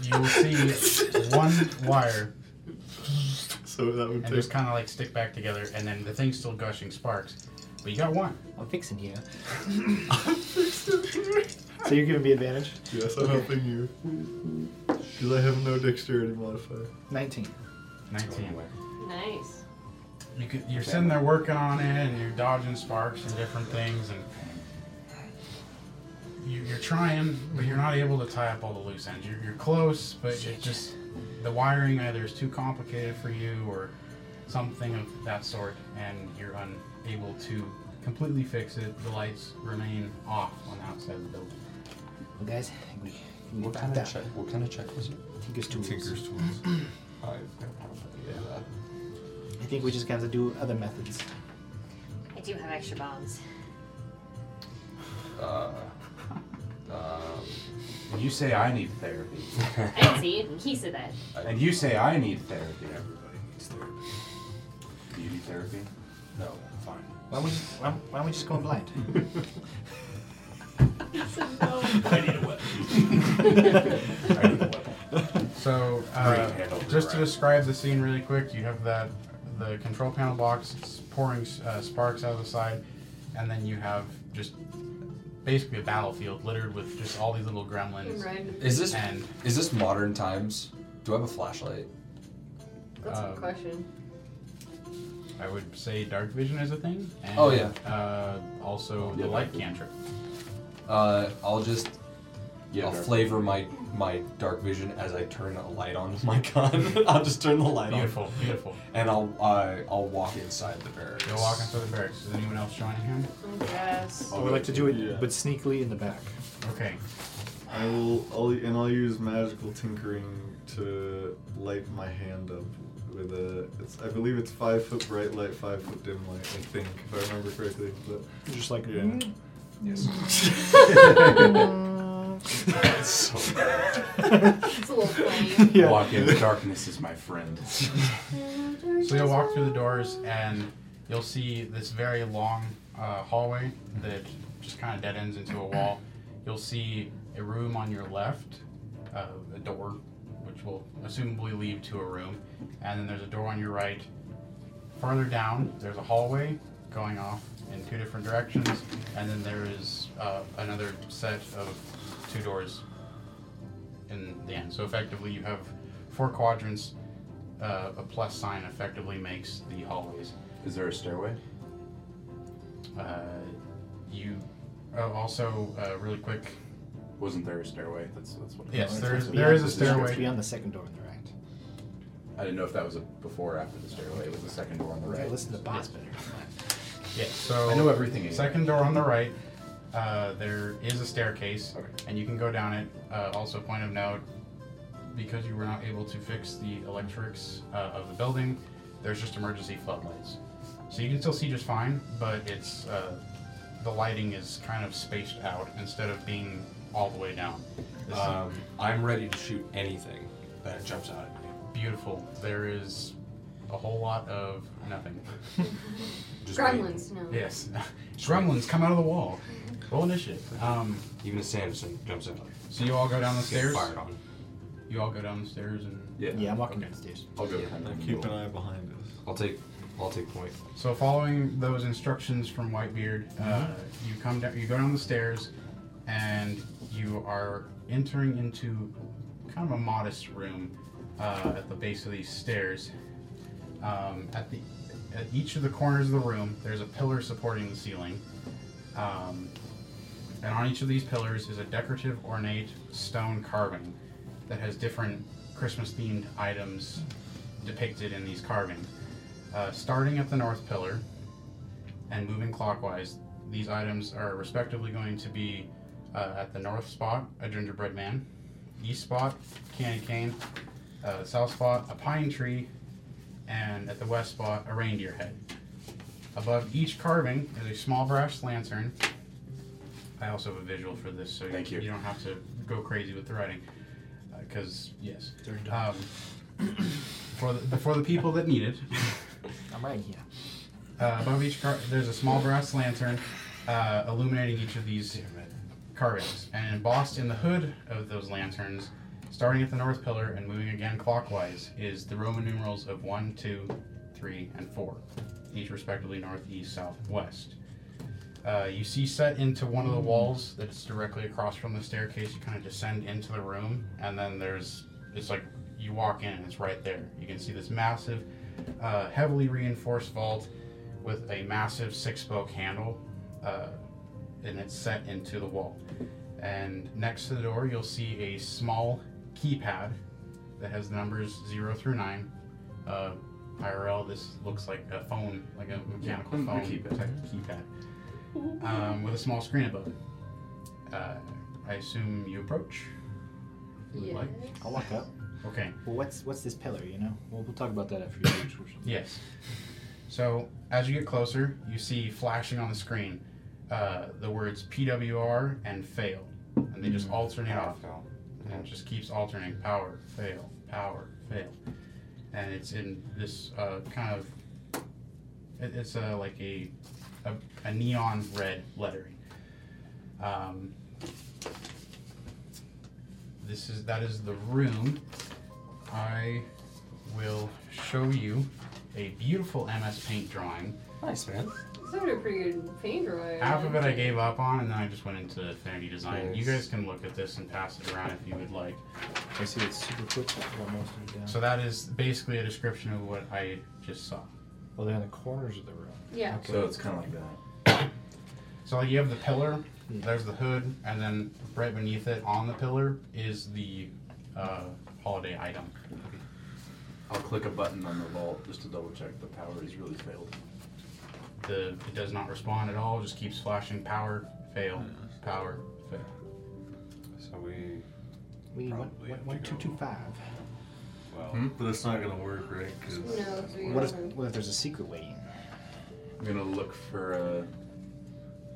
Speaker 1: You will see one wire
Speaker 5: So that would
Speaker 1: and
Speaker 5: take.
Speaker 1: just kind of like stick back together, and then the thing's still gushing sparks, but you got one.
Speaker 6: I'm fixing you. so you're giving me advantage?
Speaker 5: Yes, I'm helping you. Because I have no dexterity modifier.
Speaker 6: 19.
Speaker 1: Nineteen.
Speaker 2: Nice.
Speaker 1: You could, you're sitting there working on it, and you're dodging sparks and different things, and you, you're trying, but you're not able to tie up all the loose ends. You're, you're close, but it just the wiring either is too complicated for you or something of that sort, and you're unable to completely fix it. The lights remain off on the outside of the building.
Speaker 6: Well, guys, we, we
Speaker 3: What kind of check? What kind of check was it?
Speaker 6: Tinker's tools.
Speaker 5: Tinker's tools.
Speaker 3: I don't have any of that.
Speaker 6: I think we just have to do other methods.
Speaker 9: I do have extra bombs.
Speaker 4: And you say I need therapy.
Speaker 9: I didn't see it. He said that.
Speaker 4: And you say I need therapy.
Speaker 8: Everybody needs therapy. Do you need therapy? No. Fine.
Speaker 6: Why don't we, why, why don't we just go in blind?
Speaker 8: I need a weapon. I need a weapon.
Speaker 1: So, uh,
Speaker 8: Great handle,
Speaker 1: just to
Speaker 8: right.
Speaker 1: describe the scene really quick, you have that the control panel box it's pouring uh, sparks out of the side, and then you have just basically a battlefield littered with just all these little gremlins.
Speaker 2: Random.
Speaker 3: Is this
Speaker 1: And
Speaker 3: is this modern times? Do I have a flashlight?
Speaker 2: That's a
Speaker 1: Um,
Speaker 2: good question.
Speaker 1: I would say dark vision is a thing. And,
Speaker 3: Oh, yeah.
Speaker 1: Uh, also the
Speaker 8: Yeah,
Speaker 1: light
Speaker 8: dark vision.
Speaker 1: cantrip.
Speaker 3: Uh, I'll just I'll
Speaker 8: dark.
Speaker 3: flavor my my dark vision as I turn a light on my gun. I'll just turn the light
Speaker 1: Beautiful,
Speaker 3: on.
Speaker 1: beautiful.
Speaker 3: And I'll I, I'll walk inside the barracks.
Speaker 1: You're walking through the barracks. Is anyone else joining him?
Speaker 2: I guess.
Speaker 6: I would like to do it,
Speaker 5: Yeah.
Speaker 6: but sneakily in the back.
Speaker 1: Okay.
Speaker 5: I will. I'll, and I'll use magical tinkering to light my hand up with a. It's. I believe it's five foot bright light, five foot dim light. I think, if I remember correctly. But
Speaker 6: Just like,
Speaker 5: Yeah.
Speaker 6: mm,
Speaker 3: Yes.
Speaker 8: That's so bad.
Speaker 2: It's a little flame.
Speaker 6: Yeah.
Speaker 8: Walk in. Darkness is my friend.
Speaker 1: So you'll walk through the doors and you'll see this very long uh, hallway that just kind of dead ends into a wall. You'll see a room on your left, uh, a door, which will assumably lead to a room, and then there's a door on your right. Farther down, there's a hallway going off in two different directions, and then there is uh, another set of two doors in the end. So effectively, you have four quadrants uh, a plus sign effectively makes the hallways.
Speaker 8: Is there a stairway?
Speaker 1: Uh, you oh, also uh, really quick.
Speaker 8: Wasn't there a stairway? That's that's what. I
Speaker 1: Yes,
Speaker 8: thought.
Speaker 1: there is there is a
Speaker 6: It's
Speaker 1: stairway.
Speaker 6: beyond the second door on the right.
Speaker 8: I didn't know if that was a before or after the stairway. It was the second door on the
Speaker 6: Right.
Speaker 8: right.
Speaker 6: Listen to the boss better.
Speaker 1: Yes, so
Speaker 8: I know everything. anyway.
Speaker 1: Second door on the right. Uh, there is a staircase,
Speaker 8: Okay.
Speaker 1: and you can go down it. Uh, also, point of note: because you were not able to fix the electrics uh, of the building, there's just emergency floodlights. So you can still see just fine, but it's uh, the lighting is kind of spaced out instead of being all the way down. This is
Speaker 3: Um, I'm ready to shoot anything that jumps out at me.
Speaker 1: beautiful. There is a whole lot of nothing.
Speaker 3: Just wait.
Speaker 2: Gremlins, no.
Speaker 1: Yes. Gremlins come out of the wall. Roll initiative. Um,
Speaker 3: Even a Sanderson jumps out.
Speaker 1: so you all go down the
Speaker 3: Get
Speaker 1: stairs.
Speaker 3: fired on.
Speaker 1: You all go down the stairs and
Speaker 8: Yeah.
Speaker 6: Yeah, I'm walking
Speaker 1: Okay.
Speaker 6: down the stairs.
Speaker 8: I'll go behind them.
Speaker 5: Keep an eye behind us.
Speaker 3: I'll take. I'll take point.
Speaker 1: So, following those instructions from Whitebeard, uh, you come down, you go down the stairs, and you are entering into kind of a modest room uh, at the base of these stairs. Um, at the at each of the corners of the room, there's a pillar supporting the ceiling, um, and on each of these pillars is a decorative, ornate stone carving that has different Christmas-themed items depicted in these carvings. Uh, starting at the north pillar and moving clockwise, these items are respectively going to be uh, at the north spot, a gingerbread man, east spot, candy cane, uh, south spot, a pine tree, and at the west spot, a reindeer head. Above each carving is a small brass lantern. I also have a visual for this, so
Speaker 8: Thank you.
Speaker 1: you don't have to go crazy with the writing. Because, yes. Um, for, the, for the people that need it,
Speaker 6: I'm right here.
Speaker 1: uh, above each car, there's a small brass lantern uh, illuminating each of these carvings. And embossed in the hood of those lanterns, starting at the north pillar and moving again clockwise, is the Roman numerals of 1, 2, 3, and 4, each respectively north, east, south, and west. Uh, you see set into one of the walls that's directly across from the staircase. You kind of descend into the room, and then there's it's like you walk in and it's right there. You can see this massive, uh, heavily reinforced vault with a massive six-spoke handle, uh, and it's set into the wall. And next to the door, you'll see a small keypad that has the numbers zero through nine. Uh, IRL, this looks like a phone, like a mechanical
Speaker 8: mm, a
Speaker 1: phone
Speaker 8: keypad.
Speaker 1: type of keypad, um, with a small screen above it. Uh, I assume you approach. You would
Speaker 2: Yes.
Speaker 1: like?
Speaker 6: I'll walk up.
Speaker 1: Okay.
Speaker 6: Well, what's what's this pillar? You know, we'll, we'll talk about that after you do
Speaker 1: Yes. So as you get closer, you see flashing on the screen uh, the words PWR and fail, and they just alternate off, and it just keeps alternating power, fail, power, fail, and it's in this uh, kind of it, it's uh, like a, a a neon red lettering. Um, this is that is the room. I will show you a beautiful MS Paint drawing.
Speaker 3: Nice man.
Speaker 2: Those are pretty good paint drawings.
Speaker 1: Half of it I gave up on, and then I just went into Affinity Design. You
Speaker 3: Nice.
Speaker 1: guys can look at this and pass it around if you would like.
Speaker 6: I see it's super quick. Well, most of it down.
Speaker 1: So that is basically a description of what I just saw.
Speaker 6: oh, they're in the corners of the room.
Speaker 2: Yeah.
Speaker 8: So it's kind of like that.
Speaker 1: So like you have the pillar, there's the hood, and then right beneath it on the pillar is the uh, holiday item.
Speaker 8: I'll click a button on the vault just to double check the power is really failed.
Speaker 1: The it does not respond at all; just keeps flashing power, fail, power, fail.
Speaker 3: So we.
Speaker 6: We one,
Speaker 3: Probably
Speaker 6: one,
Speaker 3: have
Speaker 6: one
Speaker 3: to
Speaker 6: two
Speaker 3: go.
Speaker 6: two five.
Speaker 3: Well.
Speaker 8: Hmm?
Speaker 5: But it's not gonna work, right? 'Cause
Speaker 2: Who knows? We
Speaker 6: What if
Speaker 2: don't know.
Speaker 6: what if there's a secret way
Speaker 8: I'm
Speaker 6: in?
Speaker 8: gonna look for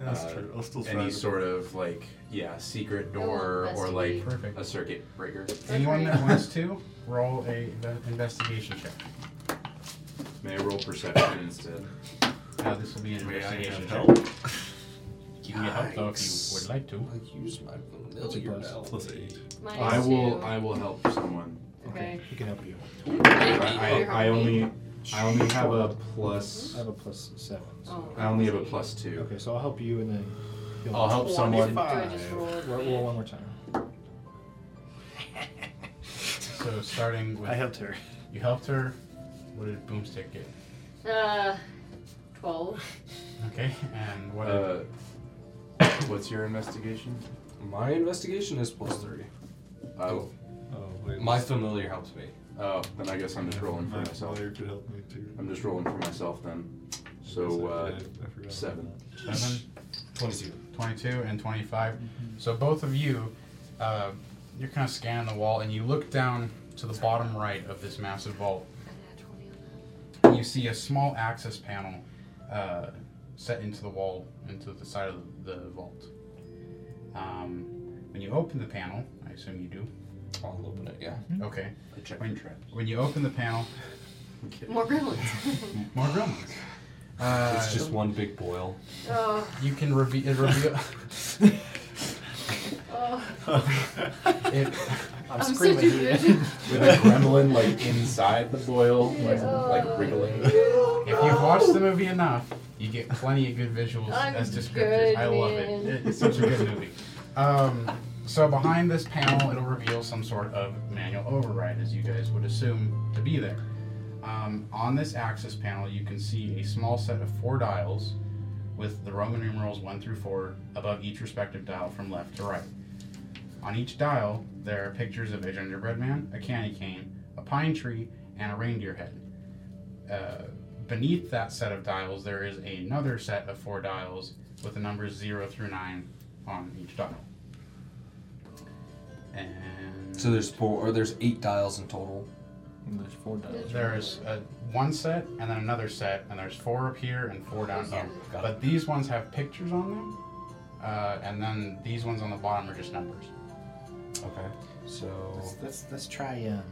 Speaker 8: uh,
Speaker 5: that's
Speaker 8: Uh,
Speaker 5: true. I'll still try.
Speaker 8: any
Speaker 5: to-
Speaker 8: sort of like yeah secret
Speaker 2: Go on,
Speaker 8: door or like
Speaker 2: investigate.
Speaker 1: Perfect.
Speaker 8: a circuit breaker.
Speaker 1: Anyone that wants to roll a inve- investigation check.
Speaker 8: May I roll perception instead?
Speaker 1: Uh, this will be an
Speaker 5: May I
Speaker 1: investigation
Speaker 5: have
Speaker 1: check.
Speaker 5: help?
Speaker 1: You can get help though if you
Speaker 3: Yikes.
Speaker 1: would like to.
Speaker 3: I use my familiar now.
Speaker 5: Plus eight.
Speaker 2: Minus
Speaker 8: I will.
Speaker 2: two.
Speaker 8: I will help someone.
Speaker 2: Okay.
Speaker 6: He can help you.
Speaker 8: I, I, I only. I only have a plus.
Speaker 6: I have a plus seven. So.
Speaker 2: Oh.
Speaker 8: I only have a plus two.
Speaker 6: Okay, so I'll help you and then. you'll-
Speaker 8: I'll help someone.
Speaker 2: Do I just roll?
Speaker 6: Roll, roll one more time.
Speaker 1: So starting with
Speaker 6: her.
Speaker 1: you helped her. What did Boomstick get?
Speaker 2: Uh, twelve.
Speaker 1: Okay, and what? did-
Speaker 8: Uh, what's your investigation?
Speaker 3: My investigation is plus three.
Speaker 8: Oh,
Speaker 5: Oh, wait.
Speaker 3: My familiar helps me.
Speaker 8: oh, then I guess I'm just rolling for
Speaker 5: My
Speaker 8: myself.
Speaker 5: lawyer could help me too.
Speaker 8: I'm just rolling for myself then. So
Speaker 5: I
Speaker 8: uh,
Speaker 5: guess I did. I forgot about
Speaker 8: seven.
Speaker 5: that.
Speaker 1: seven.
Speaker 3: Twenty-two.
Speaker 1: 22 and 25. So both of you, uh, You're kind of scanning the wall, and you look down to the bottom right of this massive vault. And you see a small access panel uh, set into the wall, into the side of the vault. Um, when you open the panel, I assume you do.
Speaker 3: I'll open it, yeah.
Speaker 1: Okay.
Speaker 4: I check
Speaker 1: When, when you open the panel,
Speaker 2: More gremlins.
Speaker 1: more gremlins. Uh,
Speaker 3: It's just one big boil.
Speaker 2: oh,
Speaker 1: you can reve- it reveal.
Speaker 2: oh,
Speaker 1: it,
Speaker 2: I'm, such a good.
Speaker 4: With a gremlin like inside the boil, like,
Speaker 2: Oh.
Speaker 4: like wriggling.
Speaker 1: If you've watched the movie enough, you get plenty of good visuals
Speaker 2: I'm
Speaker 1: as descriptors.
Speaker 2: good,
Speaker 1: I love
Speaker 2: man.
Speaker 1: it. It's such a good movie. Um, so behind this panel, it'll reveal some sort of manual override, as you guys would assume to be there. Um, on this axis panel, you can see a small set of four dials with the Roman numerals 1 through 4 above each respective dial from left to right. On each dial, there are pictures of a gingerbread man, a candy cane, a pine tree, and a reindeer head uh, beneath that set of dials, there is another set of four dials with the numbers 0 through 9 on each dial. And
Speaker 3: So there's four, or there's eight dials in total.
Speaker 6: There's four dials.
Speaker 1: there's uh one set and then another set, and there's four up here and four down here.
Speaker 3: Got
Speaker 1: But these ones have pictures on them, uh, and then these ones on the bottom are just numbers.
Speaker 3: Okay. So
Speaker 6: Let's, let's let's try um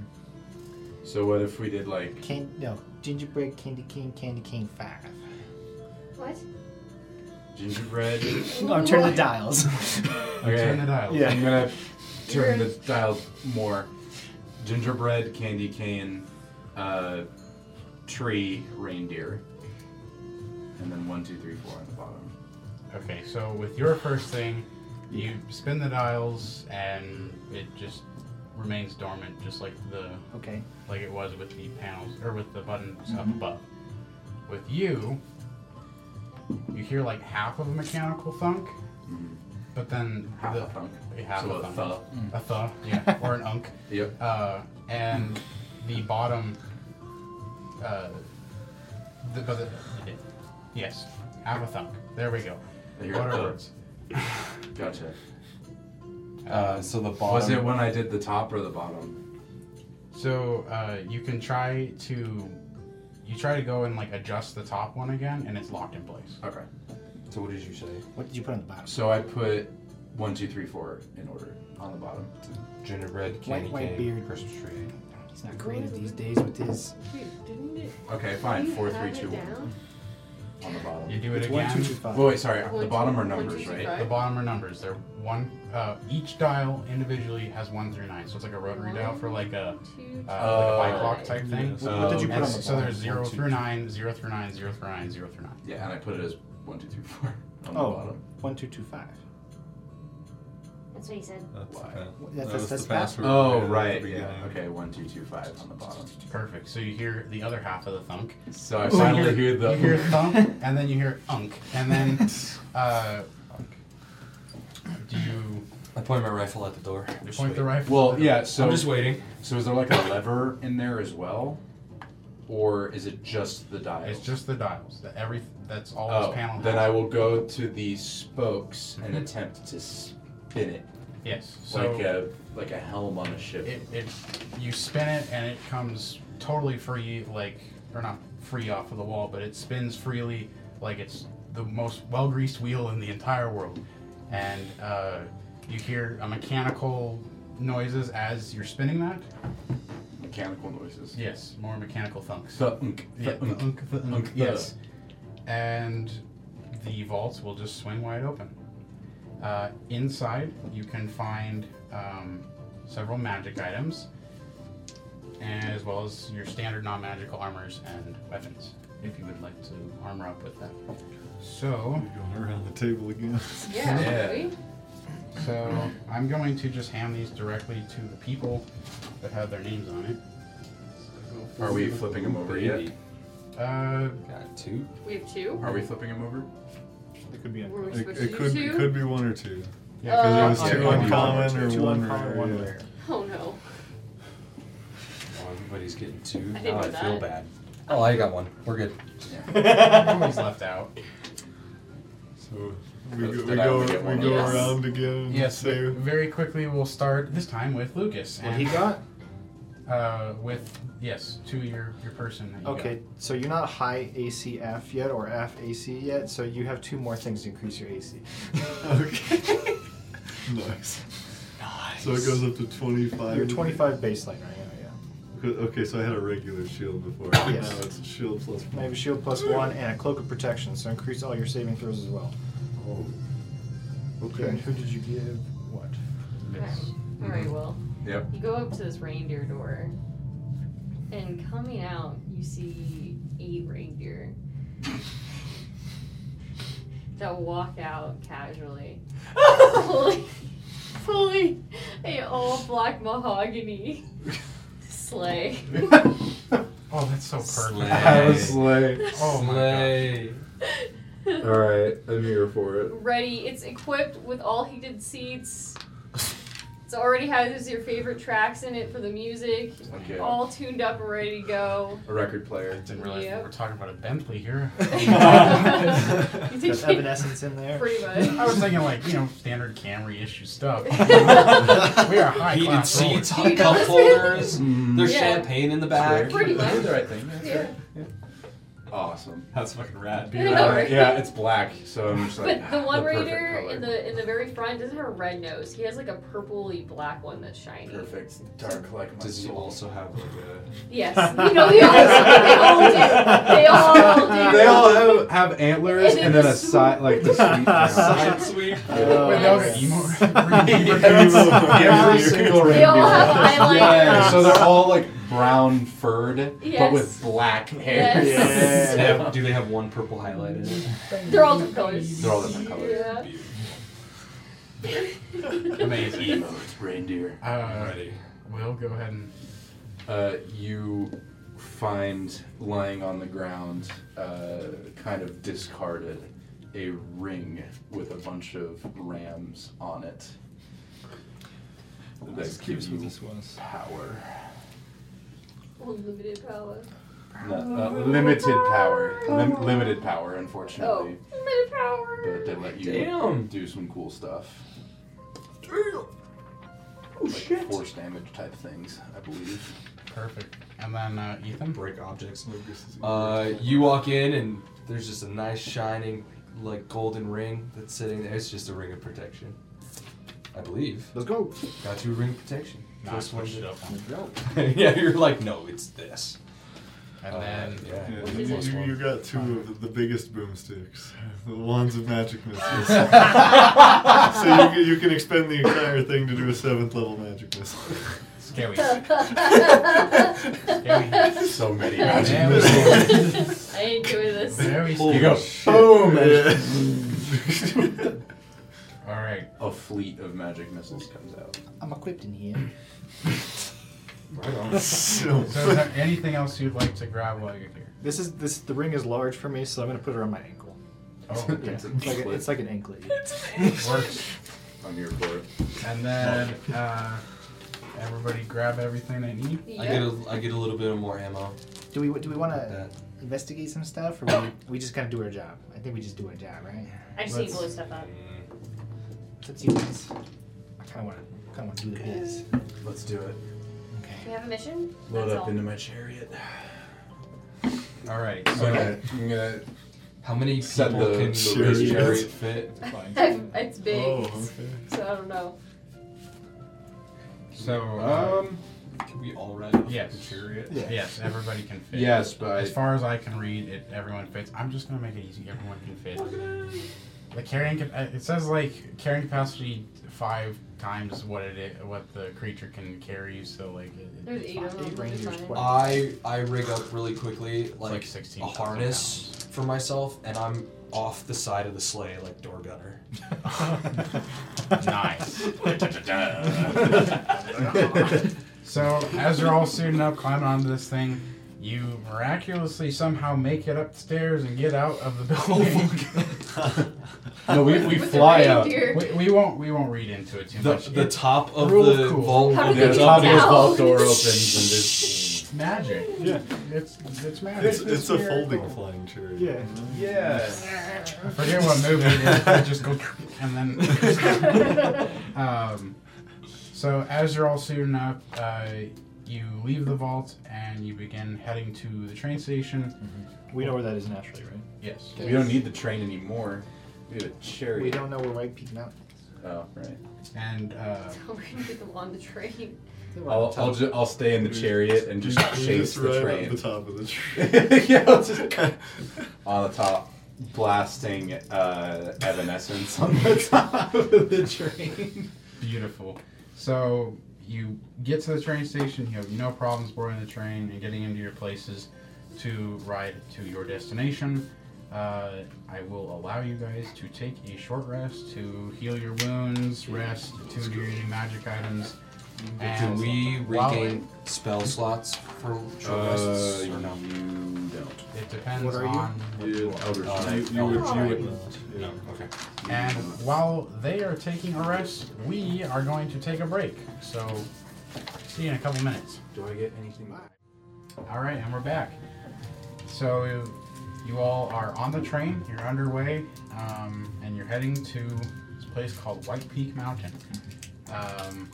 Speaker 4: So what if we did like
Speaker 6: can no gingerbread candy cane candy cane five.
Speaker 9: What?
Speaker 4: gingerbread?
Speaker 6: I'm turning the dials.
Speaker 1: Turn the
Speaker 4: Okay.
Speaker 1: dials.
Speaker 6: Yeah.
Speaker 4: I'm gonna turn
Speaker 2: You're-
Speaker 4: the dial more. Gingerbread, candy cane, uh, tree, reindeer, and then one, two, three, four on the bottom.
Speaker 1: Okay, so with your first thing, you spin the dials, and it just remains dormant, just like the
Speaker 6: okay.
Speaker 1: like it was with the panels or with the buttons
Speaker 4: Mm-hmm.
Speaker 1: up above. With you, you hear like half of a mechanical thunk, but then
Speaker 4: Mm-hmm. Half
Speaker 1: the,
Speaker 4: a thunk.
Speaker 1: a half
Speaker 4: So
Speaker 1: a
Speaker 4: a
Speaker 1: thunk,
Speaker 4: thuh.
Speaker 1: a thuh, yeah, or an unk,
Speaker 4: Yep.
Speaker 1: uh, and the bottom, uh, the, but the, yes, half a thunk. There we go.
Speaker 4: I hear
Speaker 1: What
Speaker 4: a
Speaker 1: are
Speaker 4: thuh.
Speaker 1: words?
Speaker 4: Oh, Gotcha.
Speaker 3: uh, so the bottom.
Speaker 4: Was it when I did the top or the bottom?
Speaker 1: So uh, you can try to. You try to go and like adjust the top one again, and it's locked in place.
Speaker 4: Okay.
Speaker 3: So what did you say?
Speaker 6: What did you put on the bottom?
Speaker 4: So I put one, two, three, four in order on the bottom.
Speaker 3: Gingerbread, candy
Speaker 6: White, white
Speaker 3: cane,
Speaker 6: beard.
Speaker 3: Christmas tree.
Speaker 6: He's not creative these days with his
Speaker 2: Dude, didn't it?
Speaker 4: Okay, fine.
Speaker 2: you
Speaker 4: Four,
Speaker 2: have
Speaker 4: three,
Speaker 2: it
Speaker 4: two, one
Speaker 2: down?
Speaker 4: on the bottom.
Speaker 1: You do it
Speaker 6: It's
Speaker 1: again.
Speaker 6: one, two, two, five.
Speaker 4: Well, wait, sorry.
Speaker 2: One,
Speaker 4: the bottom
Speaker 2: two,
Speaker 4: are
Speaker 2: one, two,
Speaker 4: numbers,
Speaker 2: three,
Speaker 4: right?
Speaker 2: five.
Speaker 1: The bottom are numbers. They're one. Uh, each dial individually has one through nine, so it's like a rotary dial for like a
Speaker 2: Two,
Speaker 1: uh,
Speaker 4: Oh.
Speaker 1: like a biclock type thing.
Speaker 6: What- what did you
Speaker 1: And
Speaker 6: put on the
Speaker 1: so
Speaker 6: bottom?
Speaker 1: there's zero through nine, zero through nine, zero through nine, zero through nine.
Speaker 4: Yeah, and I put it as one, two, three, four on the
Speaker 6: Oh,
Speaker 4: bottom.
Speaker 6: one, two, two, five.
Speaker 9: That's what he said.
Speaker 5: That's
Speaker 4: Why?
Speaker 5: okay.
Speaker 6: Well,
Speaker 5: That
Speaker 6: That's, that's,
Speaker 5: was
Speaker 6: that's
Speaker 5: the password.
Speaker 6: password.
Speaker 4: Oh,
Speaker 5: we had at the
Speaker 4: right. Yeah.
Speaker 5: beginning.
Speaker 4: Okay, one, two, two, five on the bottom.
Speaker 1: Perfect. So you hear the other half of the thunk.
Speaker 4: So I
Speaker 1: So you
Speaker 4: finally hear the.
Speaker 1: you hear thump, and then you hear unk, and then uh, do you
Speaker 3: I point my rifle at the door.
Speaker 1: you
Speaker 3: Just
Speaker 1: point the
Speaker 3: wait.
Speaker 1: rifle?
Speaker 4: well, yeah. So
Speaker 3: I'm just waiting.
Speaker 4: So is there like a lever in there as well, or is it just the dial?
Speaker 1: It's just the dials. That every that's all
Speaker 4: Oh,
Speaker 1: this panel.
Speaker 4: then
Speaker 1: has.
Speaker 4: I will go to the spokes and attempt to spin it
Speaker 1: yes. So
Speaker 4: like a like a helm on a ship.
Speaker 1: it, it you spin it and it comes totally free, like or not free off of the wall, but it spins freely, like it's the most well greased wheel in the entire world. And uh, you hear a mechanical noises as you're spinning that.
Speaker 4: Mechanical noises.
Speaker 1: Yes, more mechanical thunks.
Speaker 4: Thunk,
Speaker 1: Yeah, the
Speaker 4: thunk.
Speaker 1: unk, the unk,
Speaker 4: unk,
Speaker 1: yes. And the vaults will just swing wide open. Uh, inside, you can find um, several magic items, and as well as your standard non-magical armors and weapons, if you would like to armor up with that. So,
Speaker 5: We're going around the table again.
Speaker 2: Yeah.
Speaker 4: Yeah.
Speaker 2: see?
Speaker 1: so I'm going to just hand these directly to the people that have their names on it.
Speaker 4: Are we flipping them over yet?
Speaker 1: Uh,
Speaker 3: Got two.
Speaker 2: We have two.
Speaker 4: Are we flipping them over?
Speaker 6: It could be a
Speaker 2: Were we
Speaker 5: It,
Speaker 2: supposed
Speaker 5: it
Speaker 2: to
Speaker 5: could
Speaker 2: do
Speaker 5: it
Speaker 2: two?
Speaker 5: could be one or two.
Speaker 1: yeah, 'cause
Speaker 5: Because
Speaker 2: Uh,
Speaker 5: it was two
Speaker 4: yeah.
Speaker 5: uncommon or
Speaker 6: two
Speaker 5: one
Speaker 6: uncommon,
Speaker 5: rare.
Speaker 6: one
Speaker 5: yeah.
Speaker 6: rare.
Speaker 2: Oh no.
Speaker 3: Oh, everybody's getting two.
Speaker 2: I didn't
Speaker 3: now I
Speaker 2: know that.
Speaker 3: feel bad. Oh, I got one. We're good.
Speaker 1: Always left out.
Speaker 5: So We go,
Speaker 3: That
Speaker 5: we
Speaker 3: I
Speaker 5: go,
Speaker 3: would get
Speaker 5: we
Speaker 3: one
Speaker 5: go
Speaker 2: of those.
Speaker 5: around again and
Speaker 1: Yes,
Speaker 5: say,
Speaker 1: but very quickly we'll start this time with Lucas.
Speaker 6: What
Speaker 1: and,
Speaker 6: he got?
Speaker 1: Uh, with yes, to your your person. That you
Speaker 6: Okay, so you're not high ACF yet or FAC yet, so you have two more things to increase your AC.
Speaker 5: okay. nice. So it goes up to 25.
Speaker 6: You're 25 baseline right now, yeah.
Speaker 5: Okay, so I had a regular shield before.
Speaker 6: Yes.
Speaker 5: Now it's a shield plus
Speaker 6: And I have
Speaker 5: one.
Speaker 6: a shield plus one and a cloak of protection, so increase all your saving throws as well.
Speaker 5: Oh.
Speaker 6: And
Speaker 5: Okay.
Speaker 6: who did you give what?
Speaker 1: Yes.
Speaker 2: Alright, well.
Speaker 4: Yep.
Speaker 2: You go up to this reindeer door, and coming out, you see eight reindeer that walk out casually. fully, fully a all black mahogany sleigh.
Speaker 1: Oh, that's so perfect.
Speaker 4: I was like,
Speaker 1: Oh my gosh.
Speaker 4: all right, I'm here for it.
Speaker 2: Ready. It's equipped with all heated seats. It's already has your favorite tracks in it for the music.
Speaker 4: Okay.
Speaker 2: All tuned up and ready to go.
Speaker 4: A record player.
Speaker 1: Didn't realize
Speaker 2: Yep.
Speaker 1: we were talking about a Bentley here.
Speaker 2: You
Speaker 6: There's
Speaker 2: think-
Speaker 6: evanescence in there.
Speaker 2: Pretty
Speaker 1: I
Speaker 2: much.
Speaker 1: was thinking like you know standard Camry issue stuff. we are high
Speaker 3: Heated
Speaker 1: class rollers.
Speaker 3: seats,
Speaker 2: You know
Speaker 3: cup
Speaker 2: this
Speaker 3: holders.
Speaker 4: Mm,
Speaker 3: There's
Speaker 2: Yeah.
Speaker 3: champagne in the back.
Speaker 2: Pretty much.
Speaker 4: did the right thing. That's
Speaker 2: Yeah.
Speaker 4: right. Awesome. Uh,
Speaker 3: That's fucking rad.
Speaker 2: I know, right?
Speaker 4: yeah, it's black, so I'm just like. ah.
Speaker 2: But the one
Speaker 4: perfect
Speaker 2: raider
Speaker 4: color.
Speaker 2: in the in the very front doesn't have a red nose. He has like a purpley black one that's shiny.
Speaker 4: Perfect. Dark like my
Speaker 3: Does he
Speaker 4: soul.
Speaker 3: also have like
Speaker 2: Yes, you know they all, they all do. They all do.
Speaker 4: They all have, have antlers
Speaker 2: And
Speaker 4: and,
Speaker 2: then
Speaker 4: then
Speaker 2: the
Speaker 4: a
Speaker 2: swoop.
Speaker 4: side like the sweet
Speaker 3: a
Speaker 4: side.
Speaker 3: sweep?
Speaker 1: Wait,
Speaker 2: Yes.
Speaker 1: that was emo. Uh,
Speaker 4: Every single
Speaker 2: They
Speaker 4: reindeer.
Speaker 2: all have eyeliners.
Speaker 4: yeah, so they're all like brown furred,
Speaker 2: Yes.
Speaker 4: but with black hair.
Speaker 2: Yes.
Speaker 6: Yeah.
Speaker 3: Do they have- do they have one purple highlight in it?
Speaker 2: They're all different colors.
Speaker 4: They're all different colors.
Speaker 2: Yeah.
Speaker 1: Amazing.
Speaker 4: Emote reindeer.
Speaker 1: Uh, Will, go ahead and
Speaker 4: Uh, you find lying on the ground, uh, kind of discarded, a ring with a bunch of rams on it. That gives you
Speaker 8: was.
Speaker 4: power.
Speaker 2: Unlimited power.
Speaker 4: No, uh, limited power. Lim- limited power,
Speaker 2: Oh.
Speaker 4: unfortunately.
Speaker 2: Unlimited power.
Speaker 4: But they let you do some cool stuff.
Speaker 3: Oh,
Speaker 2: Oh,
Speaker 4: like force damage type things, I believe.
Speaker 1: perfect. And then uh, Ethan.
Speaker 3: Break objects.
Speaker 5: Lucas is-
Speaker 3: Uh, you walk in and there's just a nice shining like golden ring that's sitting there. It's just a ring of protection. I believe.
Speaker 6: Let's go.
Speaker 3: Got you a ring of protection.
Speaker 1: Nah, I
Speaker 3: First one
Speaker 1: switched it up.
Speaker 3: to- yeah, you're like, no, it's this.
Speaker 1: And
Speaker 3: Uh,
Speaker 1: then
Speaker 3: yeah.
Speaker 5: Yeah,
Speaker 3: Plus
Speaker 5: you, you,
Speaker 3: one.
Speaker 5: you got two of the biggest boomsticks, the wands of magic missiles. so you, you can expend the entire thing to do a seventh level magic missile.
Speaker 1: Scary.
Speaker 4: So many
Speaker 1: Yeah,
Speaker 4: magic
Speaker 1: we-
Speaker 2: I enjoy this.
Speaker 1: Very
Speaker 4: You
Speaker 1: scary.
Speaker 4: go, boom! and
Speaker 5: Oh, Yeah.
Speaker 1: All right.
Speaker 4: A fleet of magic missiles comes out.
Speaker 6: I'm equipped in here.
Speaker 5: so,
Speaker 1: So, is there anything else you'd like to grab while you're here?
Speaker 6: This is this. The ring is large for me, so I'm gonna put it around my ankle.
Speaker 1: Oh, okay.
Speaker 6: It's like, a, it's like an anklet.
Speaker 1: Works.
Speaker 4: I'm here for it.
Speaker 1: And then uh, everybody grab everything they need.
Speaker 2: Yeah.
Speaker 3: I get a, I get a little bit of more ammo.
Speaker 6: Do we do we want
Speaker 3: Like
Speaker 6: to
Speaker 3: that.
Speaker 6: investigate some stuff, or we, we just kind of do our job? I think we just do our job, right?
Speaker 2: I just need to
Speaker 1: Let's-
Speaker 2: blow stuff up.
Speaker 6: Let's do this. I kind of want to kind of want to do the biz.
Speaker 4: Let's do it.
Speaker 2: We have a mission.
Speaker 4: Load
Speaker 2: That's
Speaker 4: up
Speaker 2: all.
Speaker 4: into my chariot.
Speaker 1: All right.
Speaker 4: So I'm gonna
Speaker 3: How many
Speaker 4: Set
Speaker 3: people
Speaker 4: the-
Speaker 5: the
Speaker 3: can the
Speaker 5: chariot.
Speaker 3: ring chariot fit?
Speaker 2: I've- it's big,
Speaker 5: oh, okay.
Speaker 2: so I don't know.
Speaker 1: So uh,
Speaker 4: um
Speaker 3: Can we all ride off
Speaker 1: Yes.
Speaker 3: the chariot?
Speaker 1: uh, yes, everybody can fit.
Speaker 4: yes, but
Speaker 1: As far as I can read, it everyone fits. I'm just gonna make it easy. Everyone can fit. The carrying cap- uh, it says like carrying capacity five times what it i what the creature can carry. So like it, it-
Speaker 2: There's
Speaker 1: it's
Speaker 2: eight of
Speaker 1: fine.
Speaker 2: them.
Speaker 6: Eight
Speaker 2: they're
Speaker 6: rangers,
Speaker 2: fine.
Speaker 6: what?
Speaker 3: I I rig up really quickly like,
Speaker 1: like 16
Speaker 3: a harness for myself, and I'm off the side of the sleigh like door gunner.
Speaker 1: Nice. so as you're all suiting up, climbing onto this thing, you miraculously somehow make it up the stairs and get out of the building.
Speaker 4: no, we, we
Speaker 2: With the
Speaker 4: fly out.
Speaker 2: reindeer.
Speaker 1: we, we won't we won't read into it too
Speaker 3: The,
Speaker 1: much.
Speaker 3: the
Speaker 1: It-
Speaker 3: top of
Speaker 1: Rule of
Speaker 3: the
Speaker 1: cool.
Speaker 3: vault
Speaker 2: How did
Speaker 3: opens
Speaker 2: they
Speaker 4: The
Speaker 2: get
Speaker 3: up.
Speaker 4: top of his
Speaker 2: out?
Speaker 4: vault door opens and just
Speaker 1: magic.
Speaker 8: Yeah.
Speaker 1: It's it's
Speaker 5: It's,
Speaker 1: magic.
Speaker 5: it's a folding flying chair. you
Speaker 6: Yeah.
Speaker 5: know?
Speaker 8: Yeah.
Speaker 1: I forget what movie it is. I just go and then. um, so as you're all suiting up, uh, you leave the vault and you begin heading to the train station.
Speaker 6: We know where that is naturally, right?
Speaker 1: Yes.
Speaker 8: We don't need the train anymore. We have a chariot.
Speaker 6: We don't know where White Peak Mountain
Speaker 8: Oh, right.
Speaker 1: And uh,
Speaker 2: We're gonna get them on the train.
Speaker 4: Oh,
Speaker 8: I'll I'll, ju- I'll stay in the chariot and just
Speaker 5: Just
Speaker 8: chase the
Speaker 5: right
Speaker 8: train.
Speaker 5: At the top of the train.
Speaker 8: yeah, I'll just on the top, blasting uh, Evanescence on the top of the train.
Speaker 1: beautiful. So you get to the train station. You have no problems boarding the train and getting into your places to ride to your destination. Uh, I will allow you guys to take a short rest to heal your wounds, rest, attune to your magic items.
Speaker 3: Do
Speaker 1: And
Speaker 3: we
Speaker 1: while it-
Speaker 3: regain spell slots for
Speaker 5: Uh,
Speaker 3: short rests or no?
Speaker 8: Uh, you don't.
Speaker 1: It depends
Speaker 6: What are you?
Speaker 1: on.
Speaker 8: Elder
Speaker 3: Uh,
Speaker 8: Knight.
Speaker 5: you, you would, you would not.
Speaker 3: No.
Speaker 5: Yeah.
Speaker 3: Okay.
Speaker 1: And while they are taking a rest, we are going to take a break. So, see you in a couple minutes.
Speaker 8: Do I get anything?
Speaker 1: All right, and we're back. So, you all are on the train. You're underway, um, and you're heading to this place called White Peak Mountain. Um,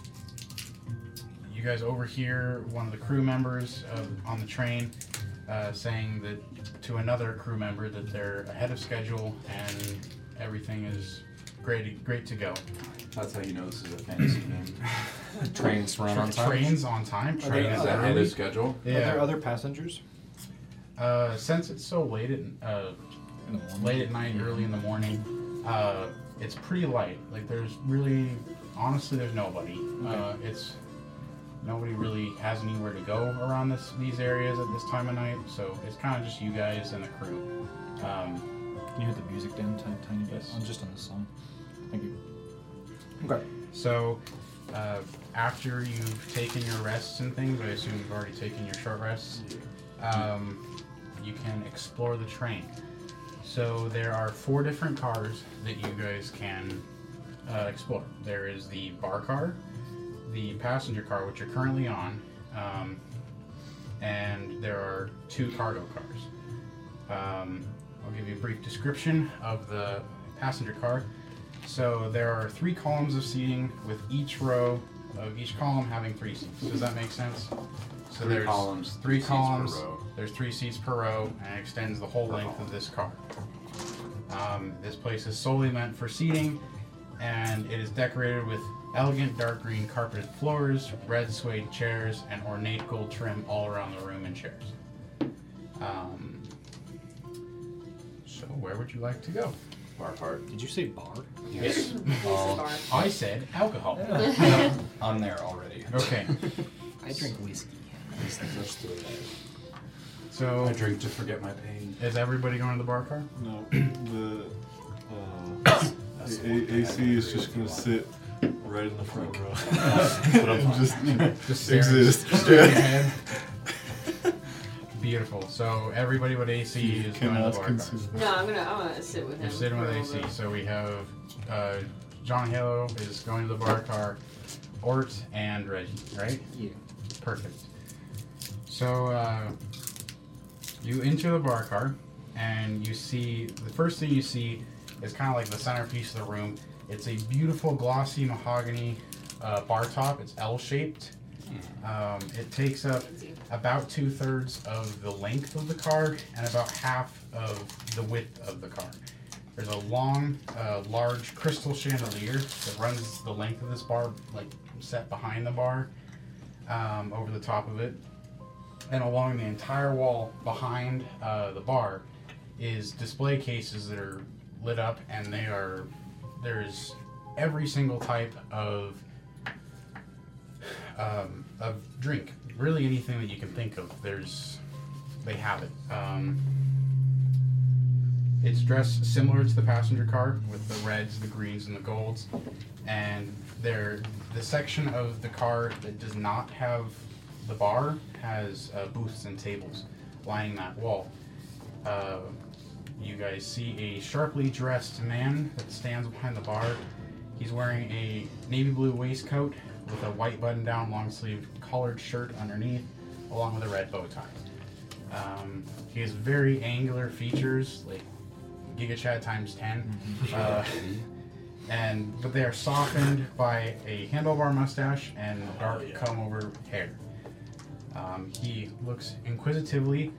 Speaker 1: you guys overhear one of the crew members of, on the train uh, saying that to another crew member that they're ahead of schedule and everything is great, great to go.
Speaker 8: That's how you know this is a fantasy game.
Speaker 3: Trains run on time.
Speaker 1: Trains on time. Train
Speaker 8: Is
Speaker 1: is
Speaker 8: that
Speaker 1: early.
Speaker 8: ahead of schedule?
Speaker 6: Are there
Speaker 1: Yeah.
Speaker 6: other passengers?
Speaker 1: Uh, since it's so late at uh, late at night, early in the morning, uh, it's pretty light. Like there's really, honestly, there's nobody. Uh, it's nobody really has anywhere to go around this these areas at this time of night. So it's kind of just you guys and the crew. Um,
Speaker 6: Can you hear the music down tiny, tiny bit?
Speaker 1: Yes.
Speaker 6: I'm just on this song. Thank you.
Speaker 1: so. Uh, after you've taken your rests and things, I assume you've already taken your short rests. um, you can explore the train. So there are four different cars that you guys can uh, explore. There is the bar car, the passenger car, which you're currently on, um, and there are two cargo cars. Um, I'll give you a brief description of the passenger car. So there are three columns of seating, with each row of each column having three seats. Does that make sense? So
Speaker 8: Three
Speaker 1: there's
Speaker 8: columns,
Speaker 1: three
Speaker 8: three seats per
Speaker 1: columns.
Speaker 8: row.
Speaker 1: There's three seats per row, and it extends the whole length of this car. Um, this place is solely meant for seating, and it is decorated with elegant dark green carpeted floors, red suede chairs, and ornate gold trim all around the room and chairs. Um, so, where would you like to go?
Speaker 8: Bar part.
Speaker 6: Did you say bar?
Speaker 5: Uh,
Speaker 1: Yes.
Speaker 3: Um,
Speaker 1: I said alcohol.
Speaker 8: I'm there already.
Speaker 1: Okay,
Speaker 12: I drink whiskey.
Speaker 1: so
Speaker 8: I drink to forget my pain.
Speaker 1: is everybody going to the bar car?
Speaker 5: No. The uh, A- A- AC is just gonna sit right in the front row. and just
Speaker 1: Just staring-
Speaker 5: exist.
Speaker 1: staring ahead. Beautiful. So everybody with AC is
Speaker 5: You
Speaker 1: going to the
Speaker 5: cannot
Speaker 1: bar car.
Speaker 5: consume
Speaker 2: No, I'm gonna I'm gonna sit with him.
Speaker 1: You're sitting
Speaker 2: for
Speaker 1: with
Speaker 2: a
Speaker 1: AC.
Speaker 2: little bit.
Speaker 1: So we have uh, John Halo is going to the bar car, Ort and Reggie, right?
Speaker 12: Yeah.
Speaker 1: Perfect. So uh, you enter the bar car, and you see the first thing you see is kind of like the centerpiece of the room. It's a beautiful glossy mahogany uh, bar top. It's L shaped. Um, it takes up about two thirds of the length of the car and about half of the width of the car. There's a long, uh, large crystal chandelier that runs the length of this bar, like set behind the bar, um, over the top of it, and along the entire wall behind uh, the bar is display cases that are lit up, and they are there's every single type of um, of drink. Really, anything that you can think of. There's, they have it. Um, it's dressed similar to the passenger car with the reds, the greens, and the golds. And there, the section of the car that does not have the bar has uh, booths and tables lining that wall. Uh, you guys see a sharply dressed man that stands behind the bar. He's wearing a navy blue waistcoat with a white button down long sleeve collared shirt underneath, along with a red bow tie. Um, he has very angular features, like Giga Chad times 10. Uh, and But they are softened by a handlebar mustache and dark comb over hair. Um, he looks inquisitively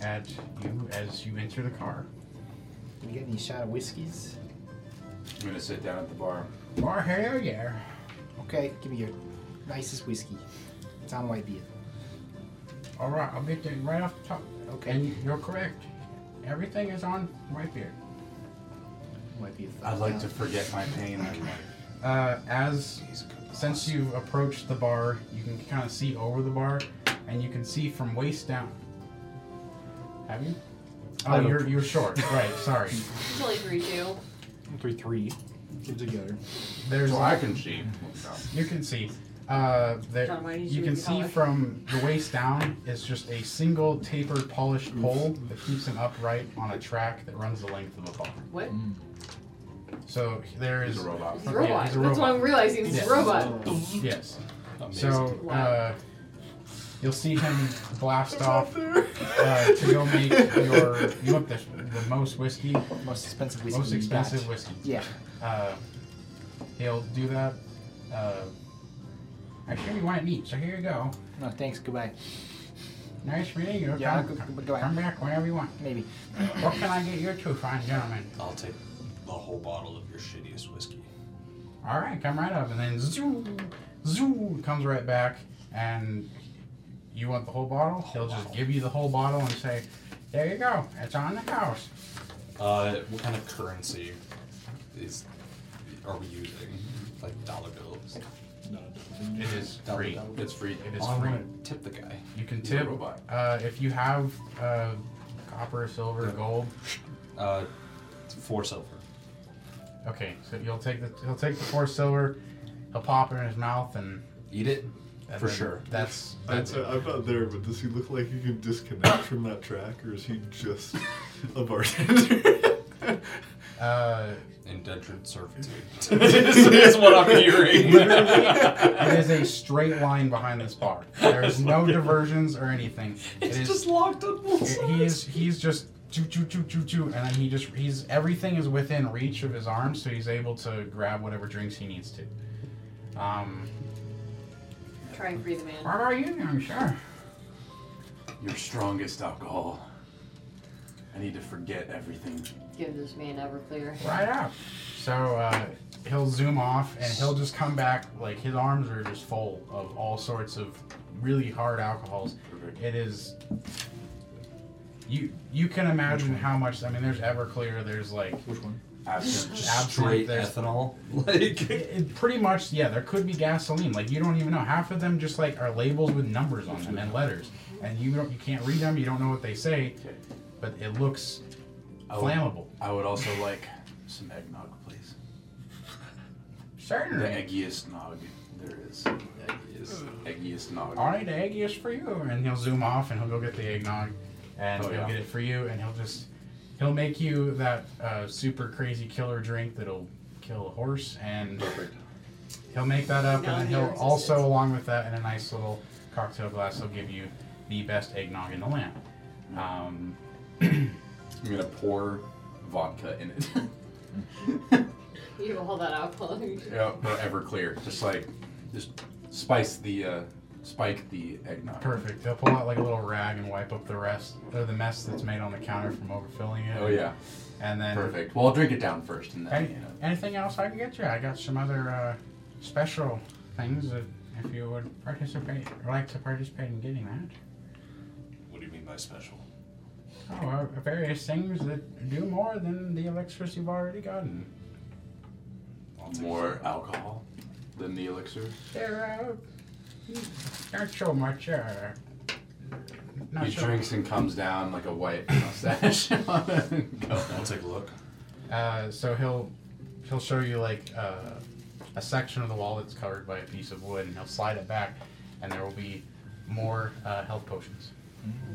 Speaker 1: at you as you enter the car.
Speaker 6: Can we get any shot of whiskeys?
Speaker 8: I'm gonna sit down at the bar.
Speaker 1: Bar hair, Oh, yeah.
Speaker 6: Okay, give me your nicest whiskey. It's on white beer.
Speaker 1: All right, I'll get that right off the top.
Speaker 6: Okay.
Speaker 1: And you're correct. Everything is on right here.
Speaker 6: White beer.
Speaker 8: I'd like to forget my pain.
Speaker 1: Uh, as since you approach the bar, you can kind of see over the bar, and you can see from waist down. Have you? Oh,
Speaker 12: I've
Speaker 1: you're you're short. right. Sorry.
Speaker 2: It's only three two.
Speaker 6: Three, three. Keep it together.
Speaker 1: There's
Speaker 8: Well, I can see.
Speaker 1: you can see. Uh, there,
Speaker 2: John, why did
Speaker 1: you
Speaker 2: you
Speaker 1: can
Speaker 2: leave
Speaker 1: see
Speaker 2: color?
Speaker 1: from the waist down is just a single tapered polished pole that keeps him upright on a track that runs the length of a bar.
Speaker 2: What?
Speaker 1: So there is
Speaker 8: He's a robot.
Speaker 2: He's
Speaker 1: Yeah,
Speaker 2: a robot.
Speaker 1: he's a
Speaker 2: That's why
Speaker 1: robot.
Speaker 2: I'm realizing he's
Speaker 1: Yes.
Speaker 2: a robot.
Speaker 1: Yes. So uh,
Speaker 2: Wow.
Speaker 1: you'll see him blast off uh, to go make your you want the, the most whiskey,
Speaker 6: Most expensive whiskey.
Speaker 1: most
Speaker 6: you got.
Speaker 1: expensive whiskey.
Speaker 6: Yeah.
Speaker 1: Uh, he'll do that. Uh, I sure you want it neat, so here you go.
Speaker 6: No, thanks. Goodbye.
Speaker 1: Nice meeting you.
Speaker 6: Yeah,
Speaker 1: come,
Speaker 6: go-
Speaker 1: come-
Speaker 6: go ahead.
Speaker 1: come back whenever you want.
Speaker 6: Maybe.
Speaker 1: What can I get you two fine gentlemen?
Speaker 3: I'll take the whole bottle of your shittiest whiskey.
Speaker 1: All right, come right up, and then zoo, zoo comes right back, and you want the whole bottle? He'll just give you the whole bottle and say, "There you go, it's on the house."
Speaker 3: Uh, what kind of currency is are we using? Like dollar bills.
Speaker 1: It is
Speaker 3: Double,
Speaker 1: free.
Speaker 3: double.
Speaker 1: It's free. It is
Speaker 3: I
Speaker 1: free.
Speaker 3: want to tip the guy.
Speaker 1: You can
Speaker 3: He's a
Speaker 1: tip
Speaker 3: robot.
Speaker 1: uh, if you have uh, copper, silver, gold.
Speaker 3: Uh, four silver.
Speaker 1: Okay, so you'll take the he'll take the four silver. He'll pop it in his mouth, and,
Speaker 3: Eat it.
Speaker 1: and
Speaker 3: For
Speaker 1: then
Speaker 3: sure.
Speaker 1: That's
Speaker 5: I,
Speaker 1: that's
Speaker 5: I, I'm not there, but does he look like he can disconnect from that track, or is he just a bartender?
Speaker 1: uh,
Speaker 3: Indentured servitude. That's what I'm hearing.
Speaker 1: it is a straight line behind this bar. There is no diversions or anything. It is-
Speaker 3: locked on both
Speaker 1: It- he is he's just choo choo choo choo choo and then he just he's everything is within reach of his arm so he's able to grab whatever drinks he needs to um
Speaker 2: Try and free the man.
Speaker 1: what about you young sir
Speaker 8: Your strongest alcohol. I need to forget everything.
Speaker 2: Give this man Everclear.
Speaker 1: right up so uh he'll zoom off and he'll just come back like his arms are just full of all sorts of really hard alcohols it is you you can imagine how much i mean there's everclear there's like
Speaker 6: Which one?
Speaker 8: Absinthe.
Speaker 1: Absinthe,
Speaker 3: Straight
Speaker 1: there's
Speaker 3: ethanol. Like
Speaker 1: It, it pretty much, yeah, there could be gasoline. Like you don't even know. Half of them just like are labels with numbers on them and letters, and you don't you can't read them. You don't know what they say, but it looks
Speaker 8: Oh.
Speaker 1: flammable.
Speaker 8: I would also like some eggnog, please. The
Speaker 1: Certainly.
Speaker 8: eggiest nog there is. Eggiest, eggiest nog.
Speaker 1: All right, the egg is for you, and he'll zoom off and he'll go get the eggnog, and
Speaker 8: Oh,
Speaker 1: he'll
Speaker 8: yeah.
Speaker 1: get it for you, and he'll just he'll make you that uh, super crazy killer drink that'll kill a horse, and
Speaker 8: Perfect.
Speaker 1: he'll make that up,
Speaker 2: No,
Speaker 1: and then
Speaker 2: your
Speaker 1: he'll
Speaker 2: existence.
Speaker 1: also, along with that, in a nice little cocktail glass, he'll give you the best eggnog in the land. Um,
Speaker 8: I'm gonna pour vodka in it.
Speaker 2: You have all that alcohol.
Speaker 8: yeah, or Everclear. Just like, just spice the, uh, spike the eggnog.
Speaker 1: Perfect. They'll pull out like a little rag and wipe up the rest or the mess that's made on the counter from overfilling it.
Speaker 8: Oh yeah,
Speaker 1: And then
Speaker 8: perfect. Well, I'll drink it down first, and then
Speaker 1: Any,
Speaker 8: you know.
Speaker 1: anything else I can get you? I got some other uh, special things that if you would participate or like to participate in getting that.
Speaker 3: What do you mean by special?
Speaker 1: Oh, uh, various things that do more than the elixirs you've already gotten.
Speaker 3: I'll take
Speaker 8: more alcohol than the elixir.
Speaker 1: They're uh, not so much. Uh, not
Speaker 8: he
Speaker 1: so
Speaker 8: drinks and comes down like a white mustache.
Speaker 3: Oh, I'll take a look.
Speaker 1: Uh, so he'll he'll show you like uh, a section of the wall that's covered by a piece of wood, and he'll slide it back, and there will be more uh, health potions.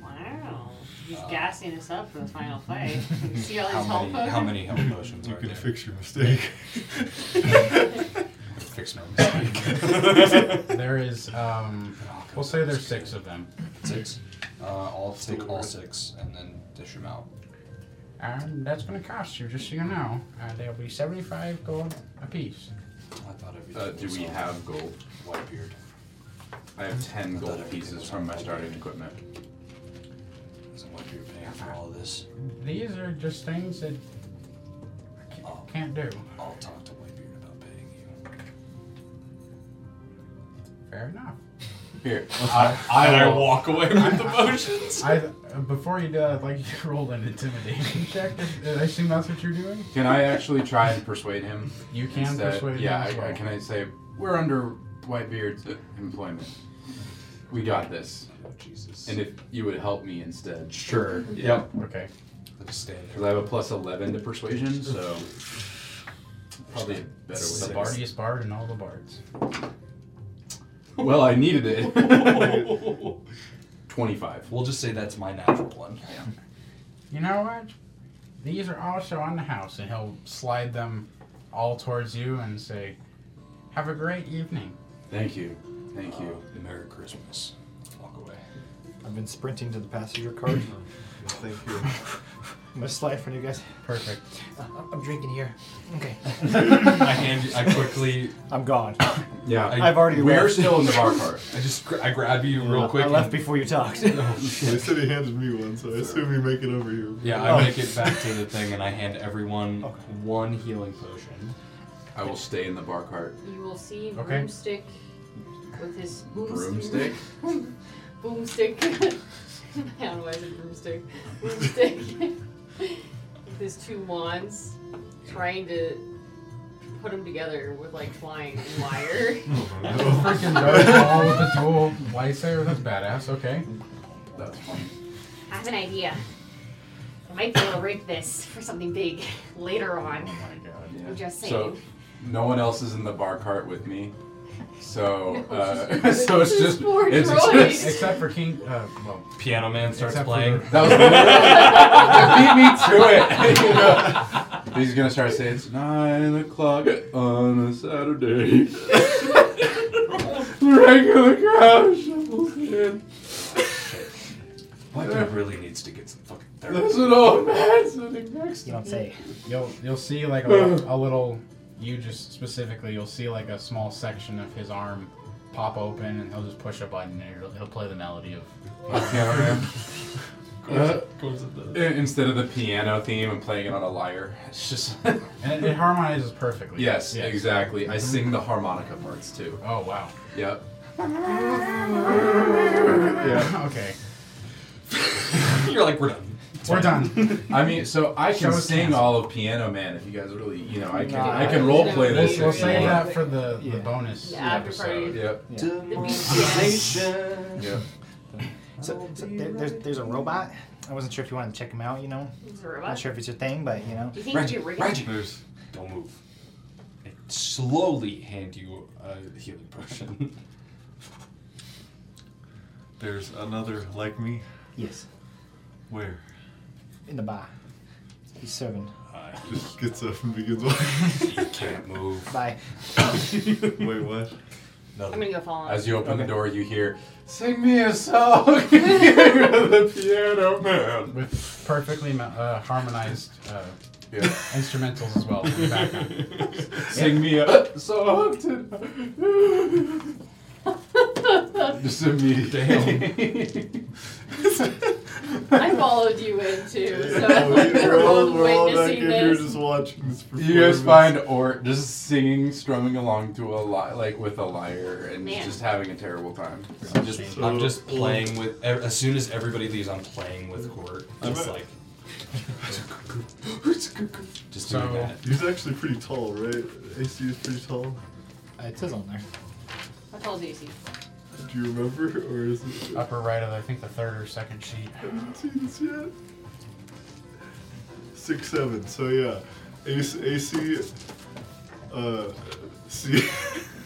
Speaker 2: Wow. He's gassing us up for the final fight. You see all
Speaker 3: How
Speaker 2: these health
Speaker 3: many, how
Speaker 2: potions?
Speaker 3: many health potions
Speaker 5: you
Speaker 3: are
Speaker 5: can
Speaker 3: there?
Speaker 5: fix your mistake.
Speaker 3: Fix
Speaker 1: matrix mode. there is, um, we'll say there's six of them.
Speaker 3: Six. Uh, I'll take all six and then dish them out.
Speaker 1: And that's going to cost you, just so you know. Uh, they'll be 75 gold apiece.
Speaker 3: I thought everything
Speaker 4: Uh, do
Speaker 3: was
Speaker 4: we
Speaker 3: all
Speaker 4: have gold?
Speaker 3: white beard?
Speaker 4: I have 10 gold pieces from my starting equipment.
Speaker 3: Isn't white beard paying for all this?
Speaker 1: These are just things that I ca- can't do.
Speaker 3: I'll talk to white beard about paying you.
Speaker 1: Fair enough.
Speaker 4: Here.
Speaker 14: I, and I walk away with the motions.
Speaker 1: I, uh, before you do that, I'd like you to roll an intimidation check. Uh, I assume that's what you're doing?
Speaker 4: Can I actually try and persuade him?
Speaker 1: You can
Speaker 4: instead?
Speaker 1: persuade him
Speaker 4: Yeah,
Speaker 1: as
Speaker 4: I, I,
Speaker 1: well.
Speaker 4: can I say, we're under Whitebeard's employment. We got this.
Speaker 3: Oh, Jesus.
Speaker 4: And if you would help me instead.
Speaker 3: sure.
Speaker 4: Yeah.
Speaker 1: Okay.
Speaker 3: Let us stand
Speaker 4: Because
Speaker 3: there.
Speaker 4: I have a plus 11 to persuasion, so. Probably a better
Speaker 1: The
Speaker 4: way.
Speaker 1: bardiest bard and all the bards.
Speaker 4: Well, I needed it. 25.
Speaker 3: We'll just say that's my natural one. Yeah.
Speaker 1: You know what? These are also on the house, and he'll slide them all towards you and say, "Have a great evening."
Speaker 4: Thank you. Thank you.
Speaker 3: Uh, Merry Christmas. Walk away.
Speaker 6: I've been sprinting to the passenger cart.
Speaker 5: Thank you.
Speaker 6: I'm gonna slide in front of you guys.
Speaker 1: Perfect.
Speaker 6: I'm drinking here. Okay.
Speaker 3: I hand. You, I quickly.
Speaker 6: I'm gone.
Speaker 4: Yeah.
Speaker 3: I-
Speaker 6: I've already
Speaker 4: we're
Speaker 6: left.
Speaker 4: still in the bar cart.
Speaker 3: I just. gra- I grab you real quick.
Speaker 6: I left
Speaker 3: and-
Speaker 6: before you talked.
Speaker 5: They said he handed me one, so I assume you make it over here.
Speaker 3: Yeah,
Speaker 6: Oh.
Speaker 3: I make it back to the thing, and I hand everyone
Speaker 6: Okay.
Speaker 3: one healing potion.
Speaker 4: I will stay in the bar cart.
Speaker 2: You will see
Speaker 1: Okay.
Speaker 2: Broomstick with his
Speaker 4: Broomstick?
Speaker 2: boomstick. I don't know why I said broomstick. Boomstick. with his two wands, trying to put them together with like flying wire.
Speaker 1: Freaking Darth Maul with the dual lightsaber. That's badass. Okay.
Speaker 4: That's fun.
Speaker 15: I have an idea. I might be able to rig this for something big later on.
Speaker 1: Oh my god.
Speaker 4: Yeah.
Speaker 15: I'm just
Speaker 4: So
Speaker 15: saying.
Speaker 4: no one else is in the bar cart with me. So
Speaker 2: No,
Speaker 4: uh,
Speaker 2: it's just-
Speaker 4: so it's
Speaker 2: it's
Speaker 4: just
Speaker 2: for
Speaker 4: it's
Speaker 2: droids.
Speaker 4: just
Speaker 1: Except for King. Uh, well,
Speaker 3: Piano Man starts
Speaker 1: Except for
Speaker 3: playing.
Speaker 1: the-
Speaker 4: that was literally- you beat me to it. you know? He's gonna start saying it's nine o'clock on a Saturday. Regular crowd shuffles in.
Speaker 3: White dude really needs to get some fucking
Speaker 4: There's
Speaker 3: therapy.
Speaker 4: an old man sitting next to
Speaker 6: You don't say.
Speaker 1: you'll you'll see like a, a little. You just specifically, you'll see like a small section of his arm pop open, and he'll just push a button, and he'll, he'll play the melody of.
Speaker 4: my camera. Uh,
Speaker 3: Goes at the-
Speaker 4: i- instead of the piano theme, I'm playing it on a lyre. It's just
Speaker 1: And it, it harmonizes perfectly.
Speaker 4: yes, exactly. I sing the harmonica parts too.
Speaker 1: Oh wow.
Speaker 4: Yep.
Speaker 1: okay.
Speaker 3: You're like, we're done.
Speaker 1: We're done.
Speaker 4: I mean, so I
Speaker 1: Show
Speaker 4: can
Speaker 1: us
Speaker 4: sing
Speaker 1: dance.
Speaker 4: all of Piano Man if you guys really, you know, I can
Speaker 6: Nah.
Speaker 4: I can role play this.
Speaker 1: We'll,
Speaker 4: if
Speaker 1: we'll
Speaker 4: you
Speaker 1: save
Speaker 4: want.
Speaker 1: that for the,
Speaker 6: Yeah.
Speaker 1: the bonus
Speaker 2: Yeah, after
Speaker 1: episode.
Speaker 2: party.
Speaker 4: Yep.
Speaker 3: Demonstration.
Speaker 4: Yep.
Speaker 6: So, so there, there's there's a robot. I wasn't sure if you wanted to check him out. You know,
Speaker 2: It's a robot.
Speaker 6: not sure if it's your thing, but you know.
Speaker 15: Do you think you rig it?
Speaker 5: There's
Speaker 3: Don't move. I slowly hand you a healing potion.
Speaker 5: there's another like me.
Speaker 6: Yes.
Speaker 5: Where?
Speaker 6: In the bar. He's serving.
Speaker 3: Uh,
Speaker 5: Just gets up and begins walking.
Speaker 3: you can't move.
Speaker 6: Bye.
Speaker 5: Wait, what?
Speaker 2: I'm gonna go follow him.
Speaker 4: As you open the door, you hear "Sing me a song." the Piano Man.
Speaker 1: With perfectly ma- uh, harmonized uh,
Speaker 4: Yeah.
Speaker 1: instrumentals as well in the background.
Speaker 4: Sing me a song tonight. Just immediately.
Speaker 2: I followed you in too, so
Speaker 5: Yeah, we-
Speaker 2: we're, both witnessing
Speaker 5: here
Speaker 2: this.
Speaker 5: just watching this
Speaker 4: You guys
Speaker 5: performance.
Speaker 4: find or just singing, strumming along to a li- like with a lyre, and
Speaker 15: Man.
Speaker 4: just having a terrible time.
Speaker 3: I'm just, I'm just playing with. ev- As soon as everybody leaves, I'm playing with Court. Just
Speaker 5: I'm-
Speaker 3: like. Just
Speaker 1: So-
Speaker 3: doing that.
Speaker 5: He's actually pretty tall, right? AC is pretty tall.
Speaker 6: Uh, it says on there.
Speaker 2: I told you, see.
Speaker 5: Do you remember, or is it?
Speaker 1: Upper right of, I think, the third or second sheet.
Speaker 5: I haven't seen this yet. Six seven. So yeah, AC. AC uh, see,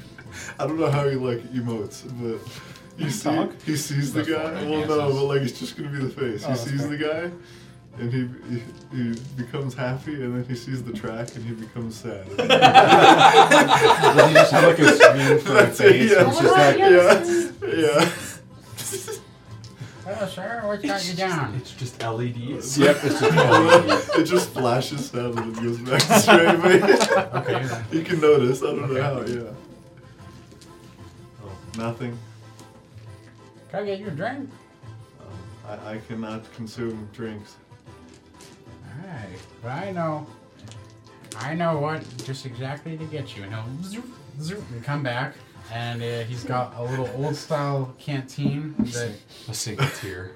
Speaker 5: I don't know how he like emotes, but you see,
Speaker 6: talk?
Speaker 5: he sees the
Speaker 1: That's
Speaker 5: guy.
Speaker 1: fine, I
Speaker 5: Well,
Speaker 1: guess
Speaker 5: no,
Speaker 1: it's-
Speaker 5: but like it's just gonna be the face.
Speaker 6: Oh,
Speaker 5: he
Speaker 6: that's
Speaker 5: sees
Speaker 6: fair.
Speaker 5: the guy, and he, he he becomes happy, and then he sees the track, and he becomes sad.
Speaker 4: Does he just have like a screen for a
Speaker 5: That's it,
Speaker 4: face?
Speaker 5: yeah.
Speaker 4: It's just like,
Speaker 5: yeah, yeah.
Speaker 1: Hello, sir. What got you down?
Speaker 3: It's just E LEDs.
Speaker 4: yep, it's just E
Speaker 5: it just flashes down and it goes back straight away.
Speaker 1: Okay. then.
Speaker 5: you can notice. I don't know how. Yeah. Oh, nothing.
Speaker 1: Can I get you a drink?
Speaker 5: Um, I, I cannot consume drinks.
Speaker 1: Alright. Well, I know. I know what just exactly to get you. And he'll zoop, zoop, and come back. And uh, he's got a little old style canteen that
Speaker 3: A single tear.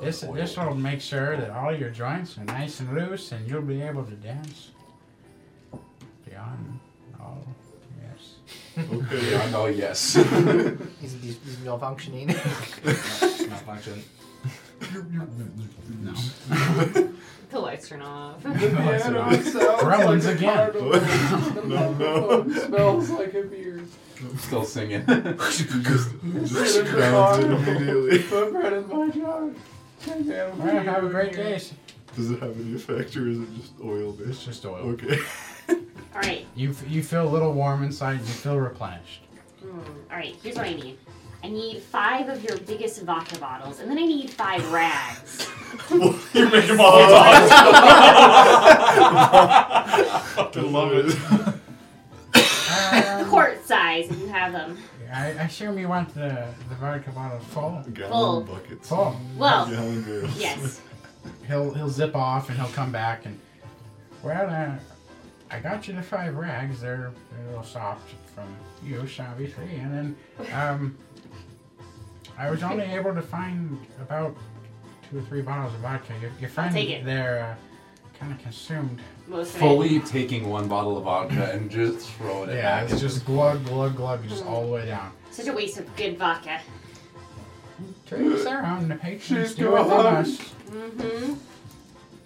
Speaker 1: This this will make sure that all your joints are nice and loose, and you'll be able to dance beyond all. Yes.
Speaker 5: Okay.
Speaker 4: Yeah, oh yes.
Speaker 6: He's, he's, he's malfunctioning.
Speaker 3: Malfunction.
Speaker 1: No.
Speaker 2: The lights turn off.
Speaker 1: Gremlins again.
Speaker 5: No, no.
Speaker 8: smells like a beer.
Speaker 4: Still singing.
Speaker 5: Just drowns it immediately.
Speaker 8: Footprint in my jar. Take that
Speaker 1: All right, have a great
Speaker 8: beer.
Speaker 1: day.
Speaker 5: Does it have any effect, or is it just oil
Speaker 1: It's
Speaker 5: based?
Speaker 1: just oil.
Speaker 5: Okay.
Speaker 9: All right,
Speaker 1: You f- you feel a little warm inside. You feel replenished.
Speaker 9: hmm, all right. Here's what I need. I need five of your biggest vodka bottles, and then I need five rags.
Speaker 5: You're making Molotovs. I love it.
Speaker 1: Um,
Speaker 9: Quart size, if you have them.
Speaker 1: I I assume you want the the vodka bottle full.
Speaker 9: Full.
Speaker 5: Gallon buckets.
Speaker 1: Full.
Speaker 9: Well,
Speaker 5: Gallon barrels.
Speaker 9: yes.
Speaker 1: He'll he'll zip off and he'll come back and well, uh, I got you the five rags. They're, they're a little soft from use, obviously. And then um, I was only able to find about two or three bottles of vodka. Your, your friend
Speaker 9: take it.
Speaker 1: there uh, kind of consumed.
Speaker 9: Most of it.
Speaker 4: Fully taking one bottle of vodka and just throwing it
Speaker 1: Yeah,
Speaker 4: back.
Speaker 1: it's just glug glug glug, just all the way down.
Speaker 9: Such a waste of good vodka.
Speaker 1: Trees are on the patrons
Speaker 8: She's
Speaker 1: do it with
Speaker 8: gone.
Speaker 1: us.
Speaker 9: Mm-hmm.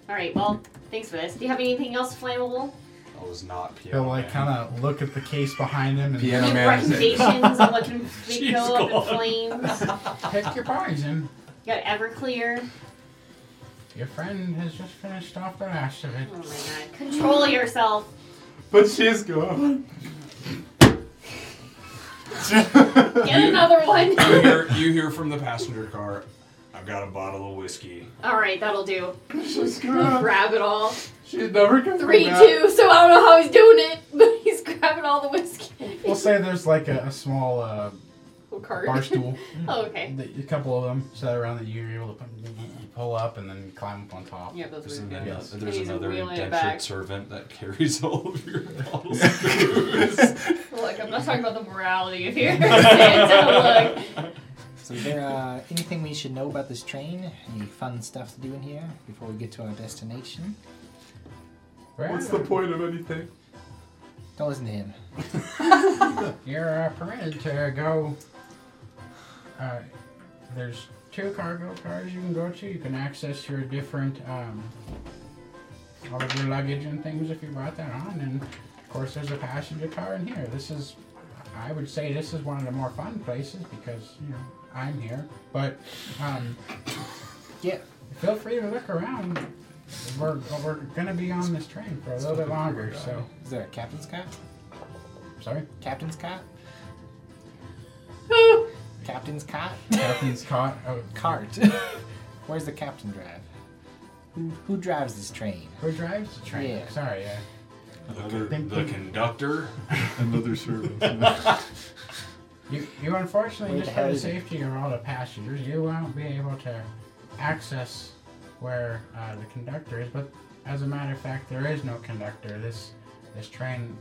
Speaker 9: All right. Well, thanks for this. Do you have anything else flammable?
Speaker 3: I was not
Speaker 1: He'll
Speaker 3: piano.
Speaker 1: like
Speaker 3: man.
Speaker 1: kind of look at the case behind him and
Speaker 4: Piano.
Speaker 9: Any
Speaker 4: man, is it-
Speaker 9: recommendations on what can we go up in flames? You
Speaker 1: pick your poison.
Speaker 9: got Everclear.
Speaker 1: Your friend has just finished off the last of it.
Speaker 9: Oh my god. Control yourself.
Speaker 8: But she's gone.
Speaker 9: Get another one.
Speaker 3: you, hear, you hear from the passenger car, I've got a bottle of whiskey.
Speaker 9: All right, that'll do.
Speaker 8: She's
Speaker 2: You
Speaker 8: gone.
Speaker 2: grab it all.
Speaker 8: She's never coming
Speaker 2: Three,
Speaker 8: back.
Speaker 2: two, so I don't know how he's doing it, but he's grabbing all the whiskey.
Speaker 1: We'll say there's like a, a small uh,
Speaker 2: Little cart.
Speaker 1: bar stool,
Speaker 2: Oh, okay.
Speaker 1: that- a couple of them set around that you're able to put, pull up and then climb up on top.
Speaker 2: Yeah, those
Speaker 3: There's,
Speaker 2: were
Speaker 3: an,
Speaker 2: good.
Speaker 1: Yes.
Speaker 3: there's
Speaker 2: He's
Speaker 3: another
Speaker 2: wheeling it back.
Speaker 3: indentured servant that carries all of your bottles.
Speaker 2: Look, I'm not talking about the morality of here. Look.
Speaker 16: So is there uh, anything we should know about this train? Any fun stuff to do in here before we get to our destination?
Speaker 1: Well,
Speaker 8: What's the point of anything?
Speaker 16: Don't listen to him.
Speaker 1: You're uh, permitted to go. Uh, there's two cargo cars you can go to. You can access your different, um, all of your luggage and things if you brought that on. And of course, there's a passenger car in here. This is, I would say, this is one of the more fun places because you know I'm here. But um,
Speaker 16: Yeah.
Speaker 1: feel free to look around. We're we're gonna be on this train for a little bit longer. So
Speaker 16: Is there a captain's car?
Speaker 1: sorry,
Speaker 16: Captain's car? captain's cot?
Speaker 1: captain's caught. Oh,
Speaker 16: Cart. Where's the captain drive? Who, who drives this train?
Speaker 1: who drives the train?
Speaker 16: Yeah.
Speaker 1: Sorry, yeah.
Speaker 3: the,
Speaker 1: Thank
Speaker 3: the
Speaker 1: you.
Speaker 3: conductor.
Speaker 5: Another servant. yeah.
Speaker 1: You, you unfortunately,
Speaker 16: Where
Speaker 1: just
Speaker 16: the hell
Speaker 1: for the
Speaker 16: is it?
Speaker 1: safety of all the passengers, you won't be able to access where uh, the conductor is. But as a matter of fact, there is no conductor. This this train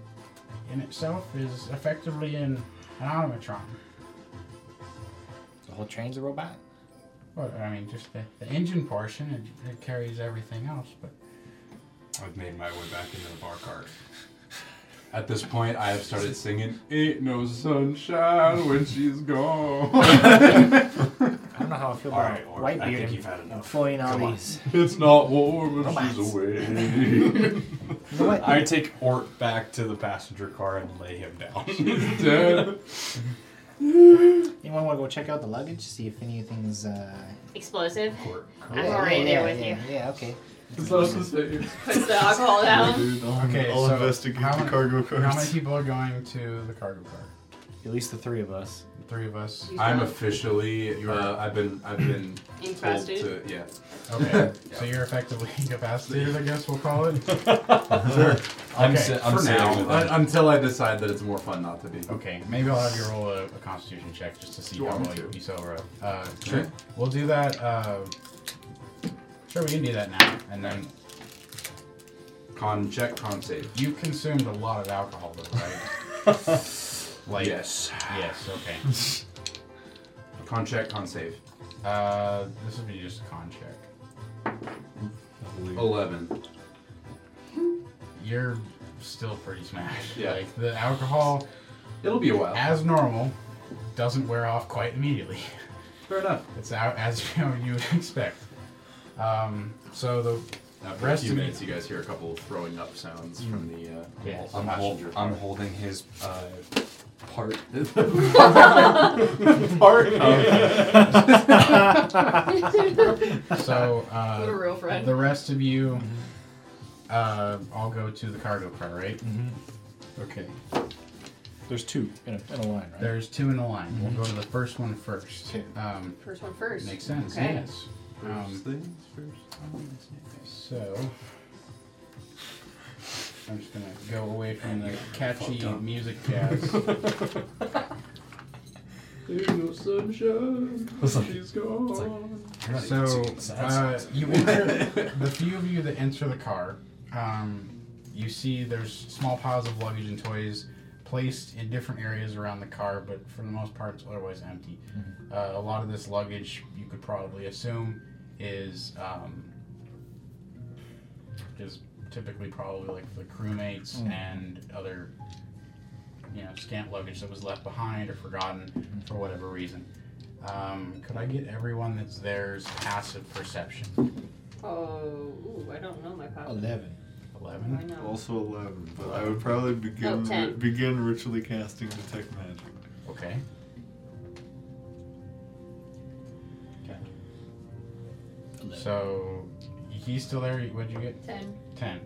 Speaker 1: in itself is effectively an, an automatron.
Speaker 16: The whole train's a robot?
Speaker 1: Well, I mean, just the, the engine portion, it, it carries everything else. But
Speaker 3: I've made my way back into the bar cart.
Speaker 4: At this point, I have started singing "Ain't No Sunshine When She's Gone."
Speaker 16: I don't know how I feel
Speaker 3: All
Speaker 16: about
Speaker 3: right, Orc,
Speaker 16: Whitebeard
Speaker 3: I think
Speaker 16: and-
Speaker 3: you've had
Speaker 16: and
Speaker 3: enough.
Speaker 16: employing all
Speaker 3: Come on.
Speaker 16: these.
Speaker 4: It's not warm if
Speaker 16: Robots.
Speaker 4: she's away.
Speaker 16: You know what?
Speaker 3: I take Ort back to the passenger car and lay him down.
Speaker 4: Dead.
Speaker 16: You Anyone want to go check out the luggage, see if anything's uh,
Speaker 9: Explosive. I'm
Speaker 16: Yeah,
Speaker 9: already
Speaker 16: yeah,
Speaker 9: there with
Speaker 16: yeah,
Speaker 9: you.
Speaker 16: Yeah, okay.
Speaker 2: Puts the alcohol down.
Speaker 5: Dude, I'll,
Speaker 1: Um, Okay,
Speaker 5: I'll
Speaker 1: so
Speaker 5: investigate
Speaker 1: how
Speaker 5: the
Speaker 1: many-
Speaker 5: cargo
Speaker 1: How many
Speaker 5: cars.
Speaker 1: people are going to the cargo car?
Speaker 6: At least the three of us.
Speaker 1: The three of us.
Speaker 4: I'm officially. Uh, I've been. I've been told to.
Speaker 2: Incapacitated?
Speaker 4: Yeah.
Speaker 1: Okay, so you're effectively incapacitated, I guess we'll call it.
Speaker 4: I'm,
Speaker 1: Okay,
Speaker 4: si- I'm
Speaker 1: for
Speaker 4: sitting
Speaker 1: now.
Speaker 4: with that. until I decide that it's more fun not to be.
Speaker 1: Okay, maybe I'll have you roll a, a Constitution check just to see
Speaker 4: You
Speaker 1: how
Speaker 4: want me
Speaker 1: well you,
Speaker 4: to?
Speaker 1: you still roll. Uh,
Speaker 4: Sure.
Speaker 1: yeah, We'll do that. Uh, sure, we can do that now. And then
Speaker 4: Con check, con save.
Speaker 1: you consumed a lot of alcohol, though, right? like
Speaker 4: yes.
Speaker 1: Yes. Okay.
Speaker 4: Con check, con save.
Speaker 1: Uh, this would be just a con check.
Speaker 4: Eleven.
Speaker 1: You're still pretty smashed.
Speaker 4: Yeah. Uh-huh.
Speaker 1: Like the alcohol,
Speaker 4: It'll be a while.
Speaker 1: as normal, doesn't wear off quite immediately.
Speaker 4: Fair enough.
Speaker 1: It's out as you know you would expect. Um, so the
Speaker 4: After
Speaker 1: rest
Speaker 4: a few
Speaker 1: of Mm.
Speaker 4: minutes, you guys hear a couple of throwing up sounds from the. Uh,
Speaker 1: Yes.
Speaker 3: I'm, hol-
Speaker 4: passenger.
Speaker 3: I'm holding his uh, part.
Speaker 4: Part.
Speaker 1: So uh,
Speaker 2: What a real friend.
Speaker 1: the rest of you uh, all go to the cargo car, right? Okay.
Speaker 4: um,
Speaker 6: There's two in a, in a line, right?
Speaker 1: There's two in a line. We'll go to the first one first.
Speaker 6: Okay.
Speaker 1: Um,
Speaker 2: First one first.
Speaker 1: makes sense.
Speaker 2: Okay.
Speaker 1: Yes. Um, so I'm just gonna go away from the catchy music jazz.
Speaker 4: There's no sunshine. She's gone.
Speaker 1: So uh, you enter the few of you that enter the car. Um, you see there's small piles of luggage and toys placed in different areas around the car, but for the most part, it's otherwise empty. Uh, a lot of this luggage, you could probably assume, is um, is typically probably like the crewmates and other you know scant luggage that was left behind or forgotten for whatever reason. Um, could I get everyone that's there's passive perception?
Speaker 2: Oh, ooh, I don't know my password.
Speaker 6: Eleven.
Speaker 2: Why
Speaker 1: Eleven.
Speaker 2: not?
Speaker 5: Also 11, but I would probably
Speaker 2: Oh,
Speaker 5: begin
Speaker 2: 10.
Speaker 5: begin ritually casting detect magic.
Speaker 1: Okay. Okay. So he's still there. What'd you get?
Speaker 2: Ten.
Speaker 1: Ten.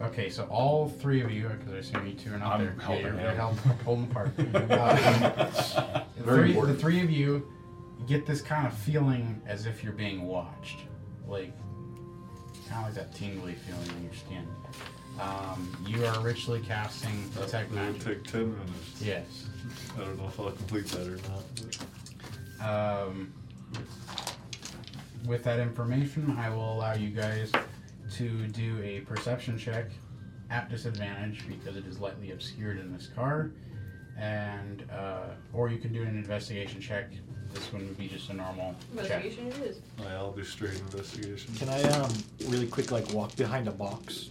Speaker 1: Okay, so all three of you, because I assume you two are not
Speaker 3: I'm
Speaker 1: there.
Speaker 3: helping
Speaker 1: you're,
Speaker 3: him.
Speaker 1: helping, holding apart. Uh, the
Speaker 4: Very
Speaker 1: three-
Speaker 4: important.
Speaker 1: The three of you get this kind of feeling as if you're being watched, like kind of like that tingly feeling in your skin. Um, you are richly casting detect
Speaker 5: It would
Speaker 1: magic.
Speaker 5: take 10 minutes.
Speaker 1: Yes.
Speaker 5: I don't know if I'll complete that or not. but-
Speaker 1: Um, with that information, I will allow you guys to do a perception check at disadvantage because it is lightly obscured in this car, and uh, or you can do an investigation check. This one would be just a normal check.
Speaker 2: Investigation it is.
Speaker 5: Alright, I'll do straight investigation.
Speaker 6: Can I um really quick like walk behind a box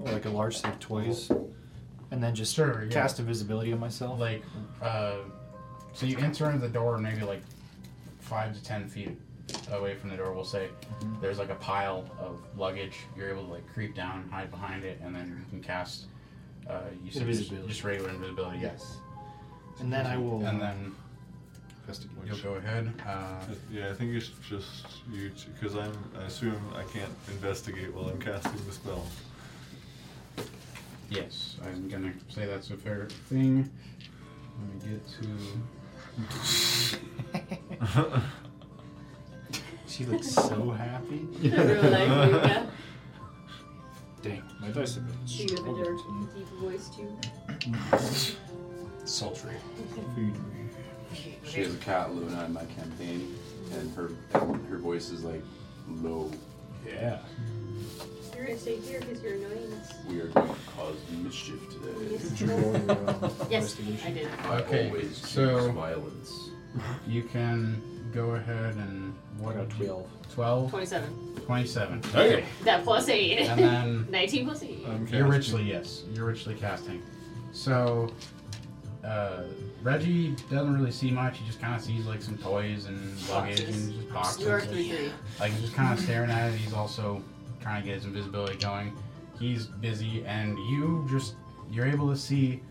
Speaker 6: or like a large set of toys, and then just
Speaker 1: Sure, yeah.
Speaker 6: cast invisibility on myself?
Speaker 1: Like, uh, so you enter the door, maybe like five to ten feet away from the door. We'll say there's like a pile of luggage. You're able to like creep down, hide behind it, and then you can cast. Uh, you said just,
Speaker 6: Invisibility.
Speaker 1: just regular invisibility. Yes.
Speaker 6: and then I will.
Speaker 1: And then you'll
Speaker 5: Investigation.
Speaker 1: go ahead. Uh,
Speaker 5: Yeah, I think it's just you, because I'm. I assume I can't investigate while I'm casting the spell.
Speaker 1: yes, I'm gonna say that's a fair thing. Let me get to.
Speaker 6: she looks so happy.
Speaker 2: I really like you, yeah.
Speaker 6: Dang, my dice have been.
Speaker 2: Do you have a
Speaker 6: strong.
Speaker 2: dark, deep voice too?
Speaker 3: Sultry.
Speaker 8: She has a cat, Luna, in my campaign, and her and her voice is like low.
Speaker 3: Yeah.
Speaker 2: You're gonna stay here because you're annoying us.
Speaker 8: We are going to cause mischief today.
Speaker 2: Yes,
Speaker 1: uh,
Speaker 2: yes, I
Speaker 6: Investigation.
Speaker 2: did.
Speaker 8: I
Speaker 1: Okay,
Speaker 8: always choose
Speaker 1: so-
Speaker 8: violence.
Speaker 1: You can go ahead and
Speaker 6: I
Speaker 1: what?
Speaker 6: got a twelve.
Speaker 1: 12?
Speaker 2: 27.
Speaker 1: 27.
Speaker 3: Okay.
Speaker 2: That plus 8.
Speaker 1: And then
Speaker 2: 19 plus 8.
Speaker 5: I'm
Speaker 1: You're
Speaker 5: casting-
Speaker 1: richly, yes. You're richly casting. So, uh, Reggie doesn't really see much. He just kind of sees like some toys and luggage and just boxes.
Speaker 2: you are 3 3.
Speaker 1: Like he's just kind of staring at it. He's also trying to get his invisibility going. He's busy, and you just you're able to see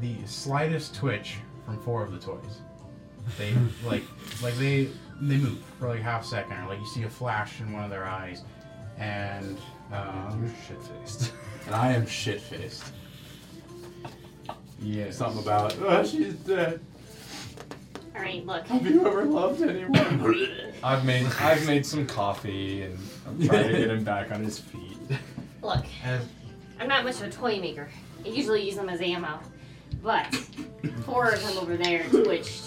Speaker 1: the slightest twitch from four of the toys. They like like they they move for like half second, or like you see a flash in one of their eyes, and um,
Speaker 17: You're shit faced.
Speaker 1: and I am shit faced. Yeah,
Speaker 4: Something about, oh, she's dead.
Speaker 9: All right, look.
Speaker 4: Have you ever loved anyone?
Speaker 3: I've made I've made some coffee and I'm trying to get him back on his feet.
Speaker 9: Look,
Speaker 1: And-
Speaker 9: I'm not much of a toy maker. I usually use them as ammo. But four of them over there twitched.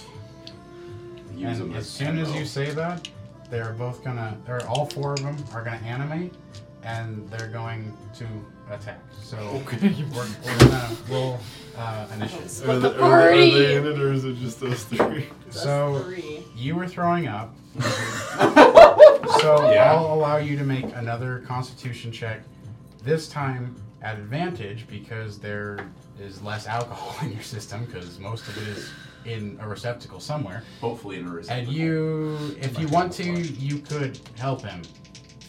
Speaker 4: Use
Speaker 1: and
Speaker 4: them
Speaker 1: as soon as you say that, they're both gonna, or all four of them are gonna animate, and they're going to attack. So we're, we're gonna roll uh, initiative.
Speaker 2: Split the
Speaker 5: Are
Speaker 2: party.
Speaker 5: they in it or is it just us three?
Speaker 1: So
Speaker 2: three.
Speaker 1: you were throwing up. so I'll allow you to make another Constitution check. This time at advantage because there is less alcohol in your system because most of it is in a receptacle somewhere.
Speaker 4: Hopefully in a
Speaker 1: And
Speaker 4: receptacle.
Speaker 1: you, if
Speaker 4: Might
Speaker 1: you
Speaker 4: be
Speaker 1: want
Speaker 4: a
Speaker 1: to,
Speaker 4: little
Speaker 1: you could help him.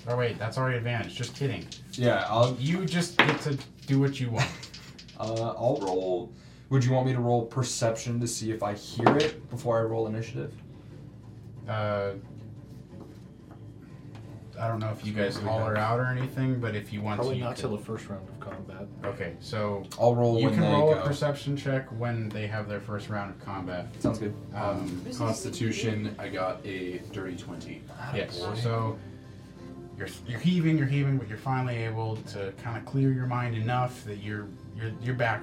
Speaker 1: Oh wait, that's already advantage. Just kidding.
Speaker 3: Yeah, I'll
Speaker 1: You just get to do what you want.
Speaker 3: uh, I'll roll. Would you want me to roll perception to see if I hear it before I roll initiative?
Speaker 1: Uh, I don't know if you guys call her out or anything, but if you want
Speaker 6: Probably
Speaker 1: to, you
Speaker 6: not
Speaker 1: could.
Speaker 6: till the first round of combat.
Speaker 1: Okay, so
Speaker 3: I'll roll
Speaker 1: you
Speaker 3: when
Speaker 1: can
Speaker 3: they
Speaker 1: roll
Speaker 3: go.
Speaker 1: a perception check when they have their first round of combat.
Speaker 3: Sounds good.
Speaker 1: Um,
Speaker 4: Constitution, I got a dirty 20.
Speaker 1: yes. So you're, you're heaving, you're heaving, but you're finally able to kind of clear your mind enough that you're you're you're back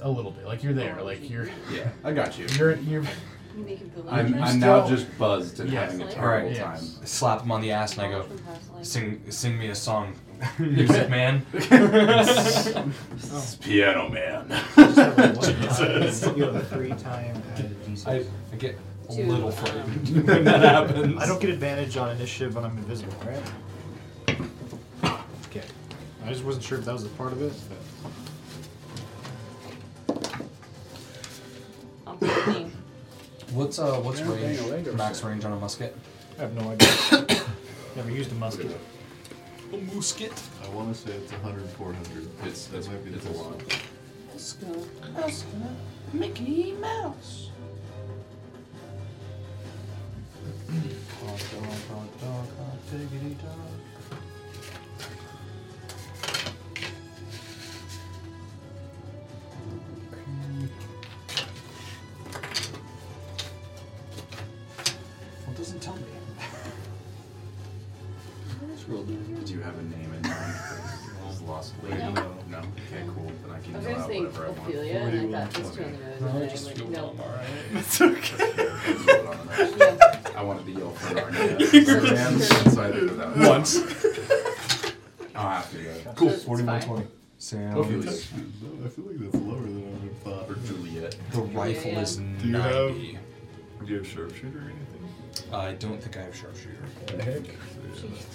Speaker 1: a little bit. Like you're there. Like you're
Speaker 4: Yeah, I got you.
Speaker 1: you're you're.
Speaker 2: You make it the
Speaker 4: I'm,
Speaker 2: larger
Speaker 4: I'm now
Speaker 1: still-
Speaker 4: just buzzed and
Speaker 1: Yes.
Speaker 4: having a
Speaker 2: All
Speaker 4: terrible
Speaker 3: right.
Speaker 4: time.
Speaker 1: Yes.
Speaker 3: I slap him on the ass and I go,
Speaker 2: from past life.
Speaker 3: sing sing me a song, music man.
Speaker 4: It's Piano Man.
Speaker 18: You have a three time added D6.
Speaker 3: I, I get a
Speaker 2: To,
Speaker 3: little
Speaker 2: um,
Speaker 3: frightened when that happens.
Speaker 6: I don't get advantage on initiative when I'm invisible, right? Okay. I just wasn't sure if that was a part of it. But
Speaker 2: I'm thinking.
Speaker 3: What's uh what's range max range on a musket?
Speaker 6: I have no idea. Never used a musket.
Speaker 3: A musket.
Speaker 5: I want to say it's 100, 400.
Speaker 4: It's,
Speaker 5: That
Speaker 4: it's,
Speaker 5: might be the
Speaker 4: it's a
Speaker 5: best
Speaker 4: lot.
Speaker 5: one.
Speaker 4: Mickey Mouse.
Speaker 3: Well, it doesn't tell me.
Speaker 4: Do you have a name in mind? Just lost weight.
Speaker 2: No.
Speaker 4: No? Okay, cool. Then I can
Speaker 2: I was
Speaker 4: yell
Speaker 2: gonna
Speaker 4: out
Speaker 2: think
Speaker 4: whatever I want.
Speaker 2: Ophelia, and I got this two on the nose, and then I'm like, no.
Speaker 4: It's okay. I wanted to yell for Narnia. Sam, so I did it without-
Speaker 3: Once.
Speaker 4: I'll have to go.
Speaker 3: Cool.
Speaker 2: That's
Speaker 3: Forty one
Speaker 2: fine.
Speaker 3: twenty. Sam.
Speaker 4: Ophelia.
Speaker 5: No, I feel like that's lower than I would have thought.
Speaker 4: Or Juliet.
Speaker 3: The rifle
Speaker 2: yeah.
Speaker 3: is
Speaker 5: you have-
Speaker 3: ninety.
Speaker 5: Do you have sharpshooter or anything?
Speaker 3: I don't think I have sharpshooter.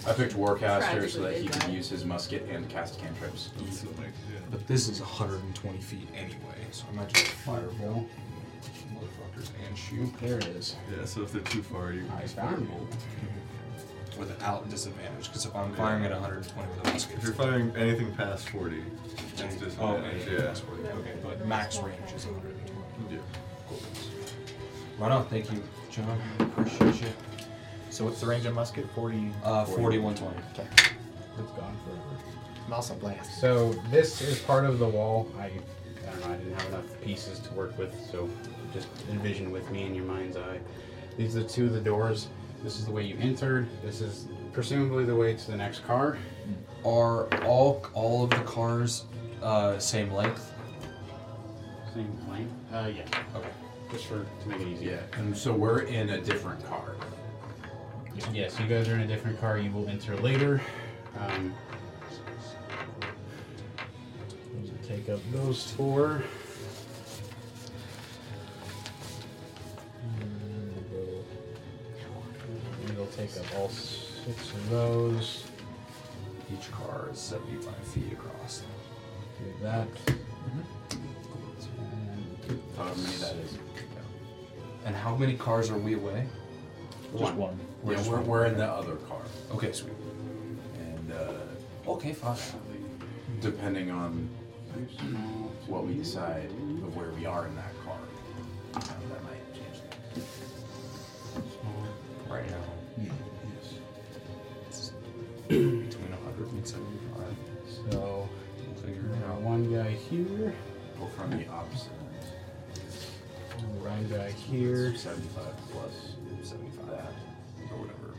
Speaker 4: I picked Warcaster so that
Speaker 2: Tragically
Speaker 4: he
Speaker 2: bad.
Speaker 4: could use his musket and cast cantrips.
Speaker 5: That's like, yeah.
Speaker 3: But this is 120 feet anyway, so I might just fireball. Motherfuckers and shoot. There it is.
Speaker 5: Yeah, so if they're too far, you can just fireball.
Speaker 3: Without disadvantage, because if I'm firing at 120 with a musket,
Speaker 5: If you're firing anything past 40, it's
Speaker 3: it's
Speaker 5: disadvantage.
Speaker 3: oh, okay, yeah,
Speaker 5: yeah.
Speaker 3: that's worth it. Okay, but max range is 120.
Speaker 5: yeah.
Speaker 3: Cool. Right on. Thank you, John. Appreciate you.
Speaker 6: So what's the range of musket? 40.
Speaker 3: Uh, 4120.
Speaker 6: Okay.
Speaker 1: It's gone forever.
Speaker 6: Massa blast.
Speaker 1: So this is part of the wall. I, I don't know. I didn't have enough pieces to work with, so just envision with me in your mind's eye. These are the two of the doors. This is the way you entered. This is presumably the way to the next car.
Speaker 3: Are all all of the cars uh, same length?
Speaker 1: Same lane. Uh, yeah.
Speaker 3: Okay.
Speaker 1: Just for to make it
Speaker 4: Yeah,
Speaker 1: easier.
Speaker 4: and so we're in a different car.
Speaker 1: Yeah. Yes, you guys are in a different car. You will enter later. Um, those will take up those four. And we'll go- We'll take up all six of those.
Speaker 3: Each car is 75 feet across. Mm-hmm.
Speaker 1: Do that. And
Speaker 4: However many that is.
Speaker 3: And how many cars are we away?
Speaker 6: Just one.
Speaker 3: We're
Speaker 4: yeah,
Speaker 3: just
Speaker 4: we're,
Speaker 3: one.
Speaker 4: we're in the other car.
Speaker 3: Okay, sweet.
Speaker 4: And uh,
Speaker 3: Okay, fine.
Speaker 4: depending on what we decide of where we are in that car, that might change things.
Speaker 1: here.
Speaker 4: Go from the opposite.
Speaker 1: We'll Run back here.
Speaker 4: 75 plus 75. That, or whatever.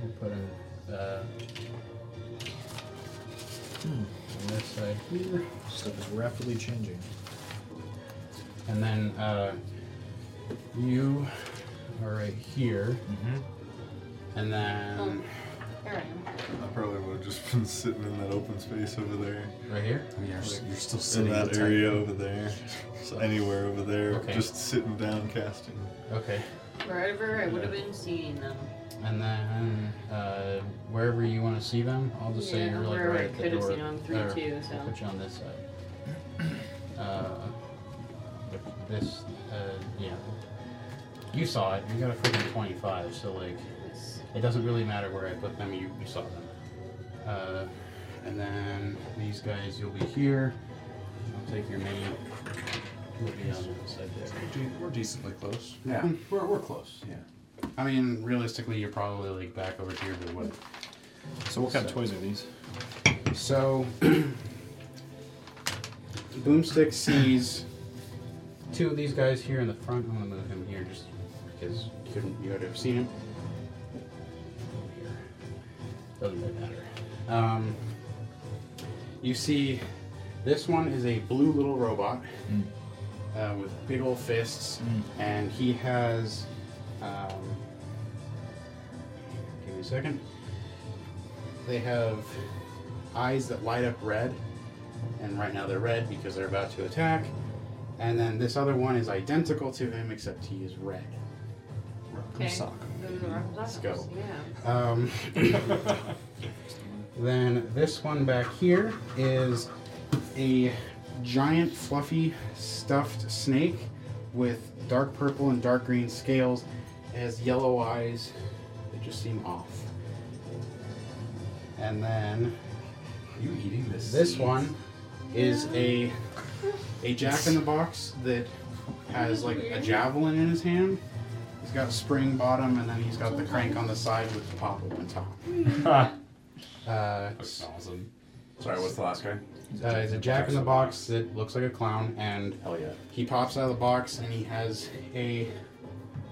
Speaker 1: We'll put in uh, on this side here.
Speaker 6: Stuff is rapidly changing.
Speaker 1: And then uh, you are right here. And then
Speaker 2: Um. There I am.
Speaker 5: I probably would have just been sitting in that open space over there.
Speaker 1: right here.
Speaker 3: You're, s- you're still
Speaker 5: In
Speaker 3: sitting
Speaker 5: that
Speaker 3: attack-
Speaker 5: area over there. So anywhere over there.
Speaker 1: Okay.
Speaker 5: Just sitting down casting.
Speaker 1: Okay.
Speaker 2: Wherever I would have been seeing them.
Speaker 1: And then uh, wherever you want to see them, I'll just say
Speaker 2: Yeah,
Speaker 1: you're like
Speaker 2: wherever I
Speaker 1: right at the
Speaker 2: could have
Speaker 1: door.
Speaker 2: seen 'em, three,
Speaker 1: or
Speaker 2: two, so.
Speaker 1: I'll put you on this side. Uh, but this, uh, yeah. You saw it. You got a freaking 25, so like, it doesn't really matter where I put them. You, you saw them. Uh, and then these guys, you'll be here. I'll take your mini. You'll be on the side there.
Speaker 3: We're de- We're decently close.
Speaker 1: Yeah.
Speaker 4: We're, we're close, yeah.
Speaker 1: I mean, realistically, you're probably like back over here, but what?
Speaker 6: So what kind of toys are these?
Speaker 1: So, Boomstick sees two of these guys here in the front. I'm gonna move him here just because you couldn't, you would have seen him. Here. Doesn't really matter. Um, you see, this one is a blue little robot uh, with big old fists, and he has. Um, give me a second. They have eyes that light up red, and right now they're red because they're about to attack. And then this other one is identical to him, except he is red.
Speaker 2: Okay. Those are our
Speaker 1: Let's
Speaker 2: levels,
Speaker 1: go.
Speaker 2: Yeah.
Speaker 1: Um, then this one back here is a giant, fluffy, stuffed snake with dark purple and dark green scales. It has yellow eyes that just seem off. And then
Speaker 4: You eating this?
Speaker 1: this one is a a jack in the box that has like a javelin in his hand. He's got spring bottom, and then he's got the crank on the side with the popple on top. uh, it's-
Speaker 4: Awesome. Sorry, what's the last guy?
Speaker 1: uh, he's a jack in the box that looks like a clown, and
Speaker 4: Hell yeah.
Speaker 1: he pops out of the box, and he has a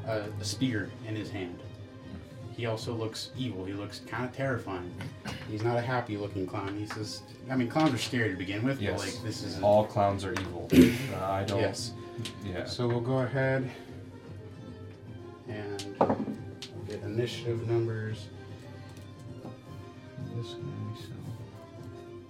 Speaker 1: a, a spear in his hand. He also looks evil. He looks kind of terrifying. He's not a happy-looking clown. He's just, I mean, clowns are scary to begin with,
Speaker 3: Yes.
Speaker 1: but like this is a,
Speaker 3: All clowns are evil. Uh, I don't.
Speaker 1: yes.
Speaker 3: Yeah.
Speaker 1: So we'll go ahead and we'll get initiative numbers. This guy, so.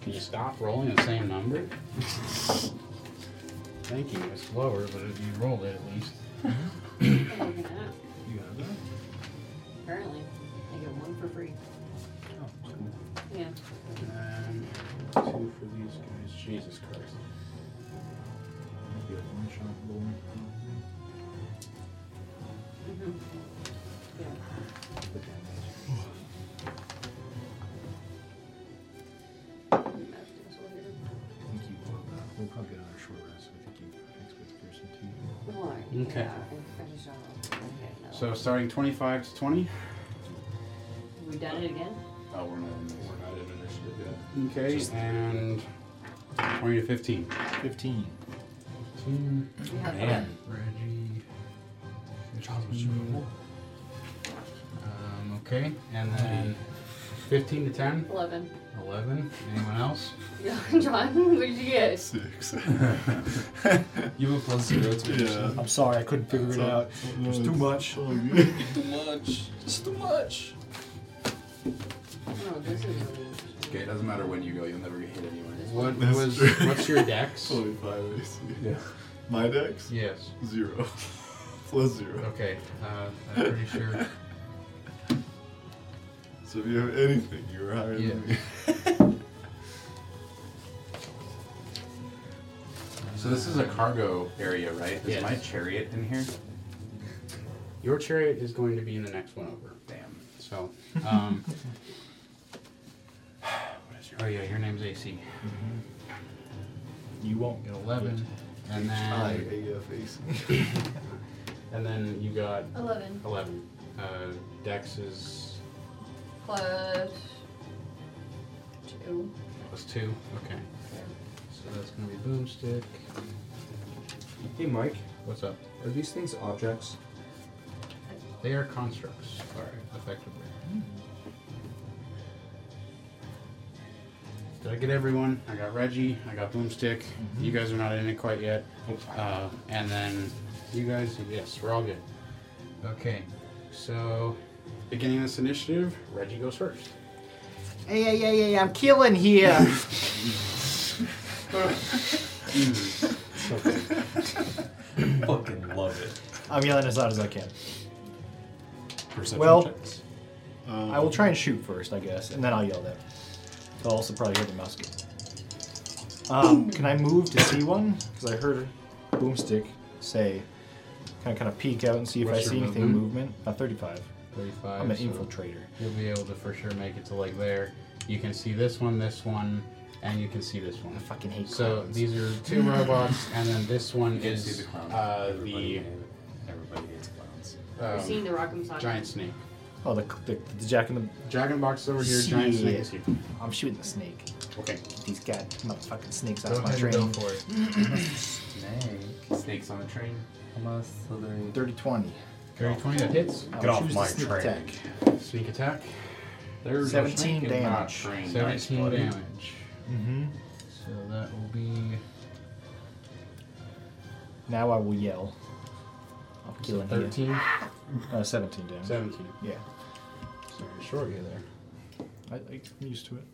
Speaker 1: Can you stop rolling the same number? Thank you. It's lower, but if you rolled it at least.
Speaker 2: I'm looking at it.
Speaker 1: You have that?
Speaker 2: Apparently, I get one for free. Yeah.
Speaker 1: Oh, And two for these guys. Jesus Christ.
Speaker 2: Mm-hmm. Yeah.
Speaker 6: We'll probably get another short rest. I think you fix with person two.
Speaker 2: Well, I-
Speaker 1: Okay.
Speaker 2: yeah, I- I just don't know. Okay, no.
Speaker 1: So starting 25 to 20.
Speaker 2: we done it again?
Speaker 4: Oh, we're not in, we're not in initiative yet.
Speaker 1: Okay. and 20 to 15.
Speaker 6: Fifteen.
Speaker 2: We have
Speaker 3: Man.
Speaker 1: Reggie. Um, okay. And then 15 to 10.
Speaker 2: eleven.
Speaker 1: 11. Anyone else?
Speaker 2: John, what did you get?
Speaker 5: Six.
Speaker 3: You have a plus zero to
Speaker 5: yeah.
Speaker 6: I'm sorry, I couldn't figure it out. There's too much.
Speaker 3: Too much. Just too much.
Speaker 2: Oh, this is really interesting.
Speaker 4: Okay, it doesn't matter when you go, you'll never get hit anyway.
Speaker 1: What
Speaker 5: That's
Speaker 1: was?
Speaker 5: true.
Speaker 1: What's your dex?
Speaker 5: Totally five AC.
Speaker 4: Yeah.
Speaker 5: My dex?
Speaker 1: yes.
Speaker 5: Zero. Plus zero.
Speaker 1: Okay. Uh, I'm pretty sure.
Speaker 5: So if you have anything, you're higher
Speaker 1: Yeah.
Speaker 5: than me.
Speaker 4: So this is a cargo area, right? Is
Speaker 1: Yes.
Speaker 4: my chariot in here?
Speaker 1: Your chariot is going to be in the next one over.
Speaker 4: Damn.
Speaker 1: So, um, what is your, oh yeah, your name's AC.
Speaker 6: You won't.
Speaker 1: You got 11. And then,
Speaker 5: I-A-F-A-C.
Speaker 1: and then you got
Speaker 2: 11
Speaker 1: 11. Uh, Dex is
Speaker 2: plus 2.
Speaker 1: plus 2. Okay. So that's going to be boomstick.
Speaker 3: Hey, Mike,
Speaker 1: What's up?
Speaker 3: are these things objects?
Speaker 1: They are constructs, Sorry, effectively. Did I get everyone? I got Reggie. I got Boomstick. You guys are not in it quite yet. Uh, and then you guys, yes, we're all good. Okay, so beginning this initiative, Reggie goes first.
Speaker 16: Hey, hey, hey, hey, I'm killing here.
Speaker 3: Fucking love it.
Speaker 6: I'm yelling as loud as I can.
Speaker 3: Perception
Speaker 6: Well-
Speaker 3: checks.
Speaker 6: I will try and shoot first, I guess, and then I'll yell that. They'll also probably hear the musket. Um, can I move to see one? Because I heard Boomstick say, "Can I kind of peek out and see if
Speaker 1: What's
Speaker 6: I
Speaker 1: your
Speaker 6: see anything
Speaker 1: movement?
Speaker 6: movement?" Uh, Thirty-five.
Speaker 1: 35.
Speaker 6: I'm an
Speaker 1: so
Speaker 6: infiltrator.
Speaker 1: You'll be able to for sure make it to like there. You can see this one, this one, and you can see this one.
Speaker 6: I fucking hate
Speaker 1: So
Speaker 6: clowns.
Speaker 1: these are two robots, and then this one
Speaker 8: You
Speaker 1: is
Speaker 8: see the clown.
Speaker 1: uh,
Speaker 8: everybody,
Speaker 1: the
Speaker 8: everybody hates clowns.
Speaker 1: um,
Speaker 2: We've seen the Rock'em Sock'em.
Speaker 1: giant snake.
Speaker 6: Oh, the, the, the Jack in the.
Speaker 1: Dragon box is over here. Giant snake is here.
Speaker 16: I'm shooting the snake.
Speaker 1: Okay,
Speaker 16: These god motherfucking snakes
Speaker 1: go
Speaker 16: out my
Speaker 1: ahead and go
Speaker 16: train.
Speaker 1: for it.
Speaker 8: Snake. Snakes on the train.
Speaker 12: Almost slithering.
Speaker 6: Dirty twenty.
Speaker 1: Carry 20 that hits.
Speaker 6: I
Speaker 3: Get
Speaker 6: will
Speaker 3: off
Speaker 6: choose
Speaker 3: my
Speaker 6: the sneak
Speaker 3: train.
Speaker 6: attack.
Speaker 1: Sneak attack.
Speaker 4: There's a snake
Speaker 6: 17
Speaker 4: in my
Speaker 6: damage.
Speaker 4: train. Nice,
Speaker 1: 17
Speaker 4: buddy.
Speaker 1: damage.
Speaker 6: Mm-hmm.
Speaker 1: So that will be
Speaker 6: Now I will yell. I'm killing here.
Speaker 1: 13.
Speaker 6: Uh, Seventeen damage.
Speaker 1: 17.
Speaker 6: Yeah.
Speaker 1: So you're short you there.
Speaker 6: I, I'm used to it.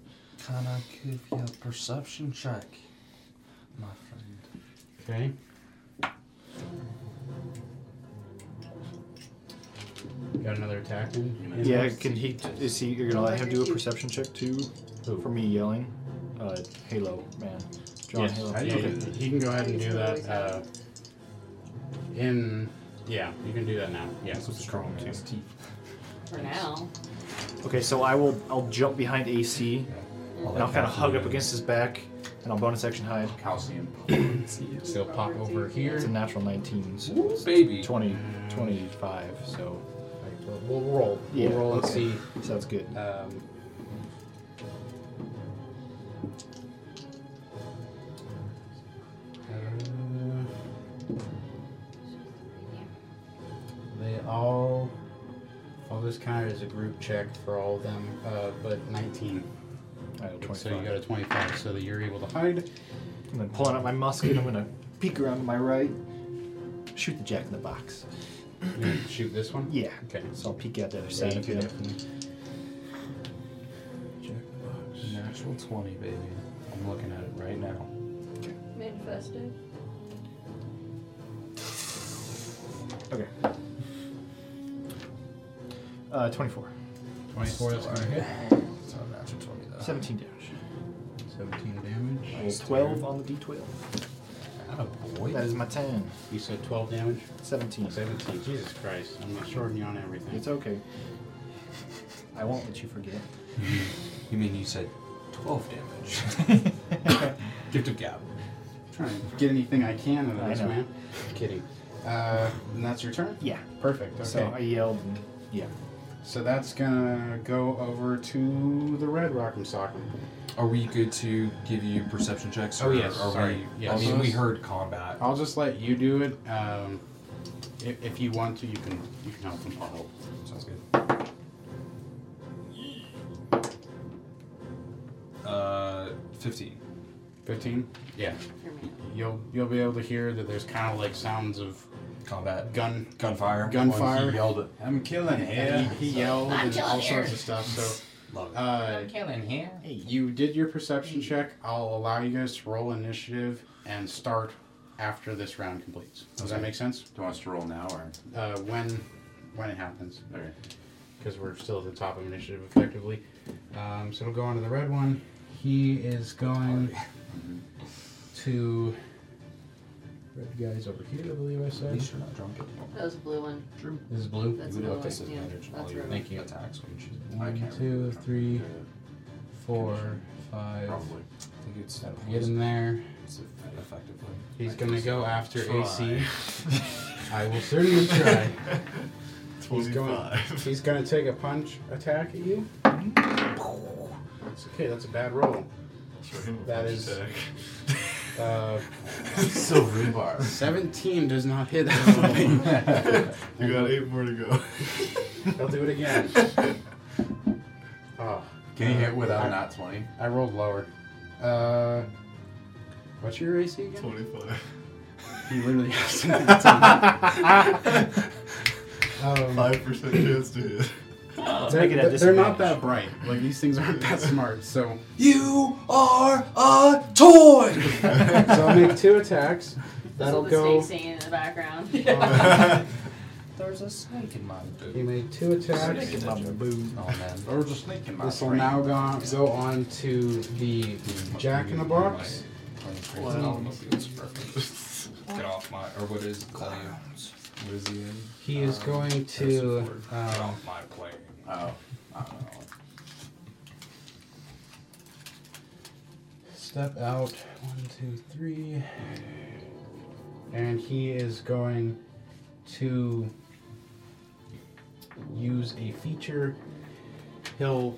Speaker 12: Can I give you a perception check, my friend?
Speaker 1: Okay. Got another attack in?
Speaker 6: Yeah, can he? Is he? You're gonna let him do a perception check too,
Speaker 1: Who?
Speaker 6: for me yelling. Uh, Halo man, John
Speaker 1: Yes.
Speaker 6: Halo.
Speaker 1: Yeah, he- he can go ahead and do that. Uh, in yeah, you can do that now. Yeah, so strong too.
Speaker 2: For now.
Speaker 6: Okay, so I will. I'll jump behind AC, and I'll kind of hug up against his back, and I'll bonus action hide.
Speaker 4: Calcium.
Speaker 1: So pop over
Speaker 6: It's a
Speaker 1: here.
Speaker 6: natural 19, so
Speaker 8: baby.
Speaker 6: 20, 25. So
Speaker 1: We'll- We'll roll. We'll
Speaker 6: Yeah,
Speaker 1: roll and
Speaker 6: okay.
Speaker 1: see.
Speaker 6: sounds good.
Speaker 1: Um, uh, they all. I'll just count it as a group check for all of them, uh, but 19.
Speaker 6: I have
Speaker 1: So you
Speaker 6: 25.
Speaker 1: got a 25, so that you're able to hide.
Speaker 6: And then pulling out my musket, I'm gonna peek around to my right, shoot the jack in the box.
Speaker 1: You're gonna shoot this one?
Speaker 6: Yeah.
Speaker 1: Okay.
Speaker 6: So I'll peek out the other
Speaker 1: Yeah,
Speaker 6: side
Speaker 1: you
Speaker 6: of
Speaker 1: can
Speaker 6: him.
Speaker 1: definitely-
Speaker 12: Natural 20, baby. I'm looking at it right now.
Speaker 2: Manifested.
Speaker 6: Okay. Uh, 24.
Speaker 1: 24, that's gonna hit.
Speaker 3: It's not a natural 20, though.
Speaker 6: 17 damage.
Speaker 1: 17 damage. Oh,
Speaker 6: I rolled 12 on the d12. That is my 10.
Speaker 1: You said 12 damage?
Speaker 6: 17.
Speaker 1: 17. Jesus Christ. I'm not shorting you on everything.
Speaker 6: It's okay. I won't let you forget.
Speaker 3: You mean you said 12 damage? Gift of gab.
Speaker 1: trying to get anything I can out
Speaker 6: I
Speaker 1: of this,
Speaker 6: know.
Speaker 1: man. Kidding. Uh, and that's your turn?
Speaker 6: Yeah.
Speaker 1: Perfect. Okay.
Speaker 6: So I yelled and yeah.
Speaker 1: So that's gonna go over to the red Rock'em Sock'em.
Speaker 3: Are we good to give you perception checks?
Speaker 1: Oh,
Speaker 3: or
Speaker 1: yes,
Speaker 3: Are
Speaker 1: sorry,
Speaker 3: We,
Speaker 1: yes.
Speaker 3: I mean, we heard combat.
Speaker 1: I'll just let you do it. Um, if, if you want to, you can you can help them. I'll help.
Speaker 3: Sounds good. Uh, 15.
Speaker 1: 15? Yeah.
Speaker 2: For me.
Speaker 1: You'll you'll be able to hear that there's kind of like sounds of
Speaker 3: Combat.
Speaker 1: gun
Speaker 3: Gunfire.
Speaker 1: gunfire.
Speaker 8: He yelled, I'm killing
Speaker 1: And
Speaker 8: him.
Speaker 1: he, he yelled
Speaker 9: I'm
Speaker 1: and all
Speaker 9: killing
Speaker 1: sorts of stuff. So
Speaker 3: Love it.
Speaker 1: uh,
Speaker 8: killing him.
Speaker 1: You did your perception check. I'll allow you guys to roll initiative and start after this round completes. Does that make sense?
Speaker 8: Do you want us to roll now or?
Speaker 1: Uh, when when it happens,
Speaker 8: Okay.
Speaker 1: because we're still at the top of initiative effectively. Um, so it'll go on to the red one. He is going to
Speaker 19: Red guy's over here, I believe I said. At least you're not drunk anymore.
Speaker 2: That was a blue one.
Speaker 19: This is blue?
Speaker 2: That's the blue one. Yeah, that's red.
Speaker 19: Thank you.
Speaker 3: attacks when she's
Speaker 19: One, two, three, four, five.
Speaker 3: Probably. I think it's that
Speaker 1: Get him there.
Speaker 3: effectively.
Speaker 1: He's
Speaker 3: I
Speaker 1: gonna
Speaker 3: guess.
Speaker 1: go after
Speaker 3: Try.
Speaker 1: AC. I will certainly try. He's going,
Speaker 5: 25.
Speaker 1: he's gonna take a punch attack at you. That's okay, that's a bad roll. That is uh,
Speaker 5: Silver bar.
Speaker 1: Seventeen does not hit.
Speaker 5: You got eight more to go.
Speaker 1: I'll do it again. Oh,
Speaker 4: Can you hit without
Speaker 1: I-
Speaker 4: an at 20?
Speaker 1: I rolled lower. Uh, what's your AC again?
Speaker 5: 25.
Speaker 1: He literally has to hit something. Um,
Speaker 5: 5% chance to hit.
Speaker 1: They're- they're, they're not that bright. Like these things aren't that smart. So
Speaker 5: You are a toy!
Speaker 1: so I'll make two attacks.
Speaker 2: That's
Speaker 1: That'll
Speaker 2: what the
Speaker 1: go.
Speaker 2: snake singing in the background.
Speaker 3: There's a snake in my boot.
Speaker 1: He made two attacks.
Speaker 3: Snake in my boot. Oh man. There's a snake in my
Speaker 1: This will
Speaker 3: brain.
Speaker 1: now go, go on to the Jack in the Box.
Speaker 3: Automobile's perfect. Get off my, or what is clowns? What is he in?
Speaker 1: He is going to.
Speaker 3: Get
Speaker 1: Um,
Speaker 3: off my plane. Oh, I don't know.
Speaker 1: Step out. One, two, three. And he is going to use a feature. He'll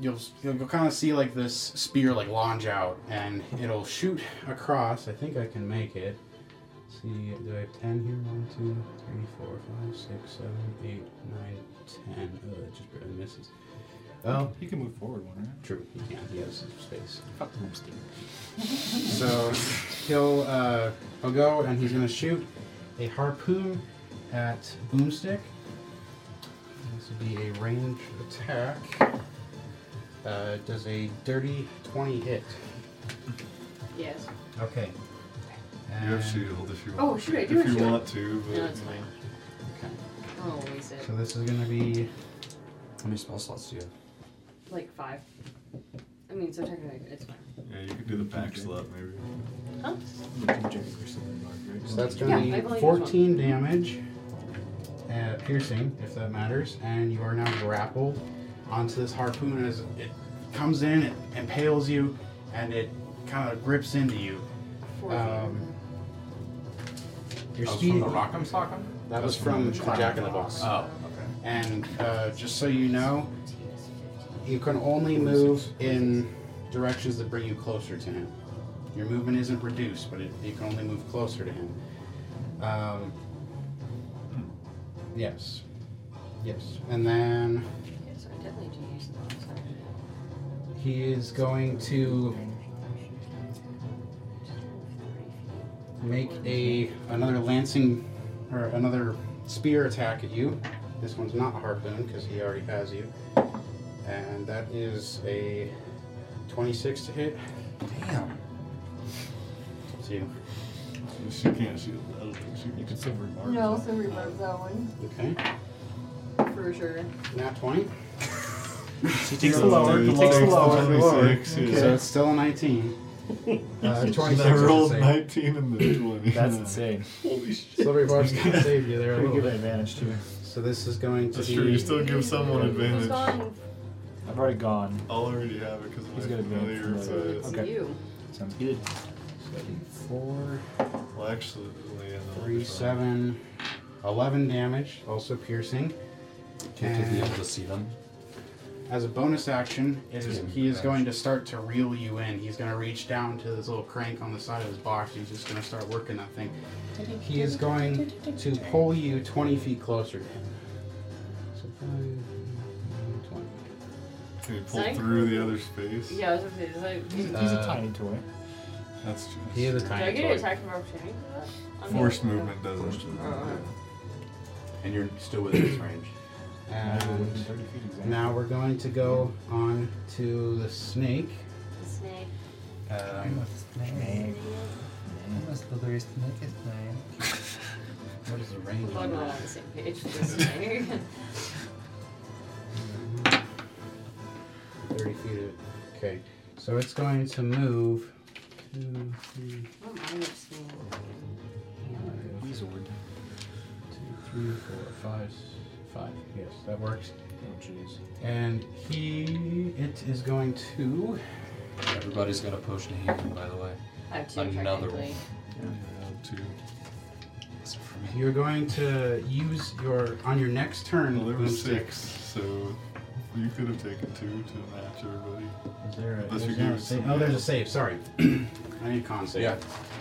Speaker 1: you'll you'll, kind of see like this spear like launch out, and it'll shoot across. I think I can make it. Let's see, do I have ten here? One, two, three, four, five, six, seven, eight, nine, ten. Oh, it just barely misses. Oh,
Speaker 6: You can move forward one, right?
Speaker 1: True, he can. He has space. so he'll uh, he'll go and he's gonna shoot a harpoon at Boomstick. This would be a range attack. Uh, does a dirty twenty hit?
Speaker 2: Yes.
Speaker 1: Okay.
Speaker 5: You have
Speaker 1: And-
Speaker 5: shield E if you want.
Speaker 2: Oh, shoot, I do
Speaker 5: If
Speaker 2: have
Speaker 5: you
Speaker 2: shield.
Speaker 5: want to, but.
Speaker 2: No, it's
Speaker 5: you know.
Speaker 2: fine. Oh, waste it.
Speaker 1: So this is gonna be
Speaker 3: How many spell slots do you have?
Speaker 2: Like five. I mean, so technically it's fine.
Speaker 5: Yeah, you could do the back slot maybe.
Speaker 2: Huh?
Speaker 1: So that's going
Speaker 2: Yeah,
Speaker 1: to
Speaker 2: I
Speaker 1: be
Speaker 2: believe
Speaker 1: 14 damage, uh, piercing, if that matters, and you are now grappled onto this harpoon as it comes in, it impales you, and it kind of grips into you. Um, your
Speaker 4: That was
Speaker 1: speed.
Speaker 4: from Oh, the Rock'em Sock'em?
Speaker 1: That was from
Speaker 4: Jack-
Speaker 1: Jack in the Box.
Speaker 4: Oh, okay.
Speaker 1: And uh, just so you know, you can only move in directions that bring you closer to him. Your movement isn't reduced, but it, you can only move closer to him. Um, yes. Yes. And then
Speaker 2: Yes, I definitely do use the box.
Speaker 1: he is going to make a another lancing or another spear attack at you. This one's not harpoon because he already has you, and that is a 26 to hit.
Speaker 4: Damn.
Speaker 1: So you-
Speaker 5: She can't shield. I don't think she can. You can silver bar.
Speaker 20: No, so remove that one.
Speaker 1: okay,
Speaker 2: For sure.
Speaker 1: now 20.
Speaker 6: She takes the lower. He takes the lower.
Speaker 1: Okay. So it's still a 19. Uh, 26.
Speaker 5: I rolled
Speaker 1: is a save.
Speaker 5: 19 in the 20.
Speaker 6: That's insane.
Speaker 5: Holy shit.
Speaker 1: Slippery bar's gonna save you there a
Speaker 6: We
Speaker 1: little
Speaker 6: give it
Speaker 1: bit.
Speaker 6: advantage too.
Speaker 1: So this is going to
Speaker 5: That's
Speaker 1: be.
Speaker 5: true, you still give someone
Speaker 2: Who's
Speaker 5: advantage. I'll
Speaker 2: gone?
Speaker 6: I've already gone.
Speaker 5: already have it because
Speaker 6: He's
Speaker 5: of
Speaker 6: got
Speaker 5: my
Speaker 6: advantage.
Speaker 5: familiar.
Speaker 6: from
Speaker 5: So
Speaker 6: the-
Speaker 5: it's-
Speaker 2: It's
Speaker 6: Okay.
Speaker 2: you.
Speaker 6: Sounds good.
Speaker 1: Four,
Speaker 5: Well, actually, yeah, no,
Speaker 1: three,
Speaker 5: it's fine.
Speaker 1: seven, 11 damage, also piercing.
Speaker 3: Do you have to be
Speaker 1: And-
Speaker 3: able to see them?
Speaker 1: As a bonus action, it is,
Speaker 3: Yeah,
Speaker 1: he is
Speaker 3: action.
Speaker 1: going to start to reel you in. He's going to reach down to this little crank on the side of his box. He's just going to start working that thing. He is going to pull you 20 feet closer to him. So five, 20.
Speaker 5: Can you pull
Speaker 2: Psych?
Speaker 5: through the other space?
Speaker 2: Yeah, I was gonna say, is that,
Speaker 6: He's,
Speaker 2: did
Speaker 6: he's a
Speaker 1: Uh,
Speaker 6: tiny toy.
Speaker 5: That's just.
Speaker 1: He is a
Speaker 2: I
Speaker 1: tiny
Speaker 2: get an
Speaker 1: toy.
Speaker 2: attack from opportunity for that? I'm
Speaker 5: Forced
Speaker 2: not-
Speaker 5: movement doesn't.
Speaker 2: Oh, alright.
Speaker 4: And you're still within his range.
Speaker 1: And
Speaker 6: 30 feet exactly.
Speaker 1: now we're going to go on to the snake.
Speaker 2: The snake.
Speaker 1: Um, what is the range?
Speaker 2: Well, I'm
Speaker 1: on
Speaker 2: not
Speaker 1: that?
Speaker 2: on the same page with this snake.
Speaker 1: 30 feet. of- Okay. So it's going to move
Speaker 21: two, three,
Speaker 9: What am I missing? Hammer.
Speaker 21: Weezord. Two, three, four, five, s- five. Yes, that works.
Speaker 3: Oh, jeez.
Speaker 1: And he, it is going to.
Speaker 3: Everybody's got a potion of healing, by the way.
Speaker 9: I have two,
Speaker 3: Another
Speaker 9: technically.
Speaker 3: one. Yeah, two. That's it for me.
Speaker 1: You're going to use your on your next turn.
Speaker 5: Well, there were
Speaker 1: boomstick.
Speaker 5: six, so you could have taken two to match everybody.
Speaker 1: Is there a,
Speaker 5: Unless you
Speaker 1: there's
Speaker 5: gave
Speaker 1: not a
Speaker 5: it
Speaker 1: save.
Speaker 5: some-
Speaker 1: Oh, there's a save. Sorry. I need con save.
Speaker 4: Yeah,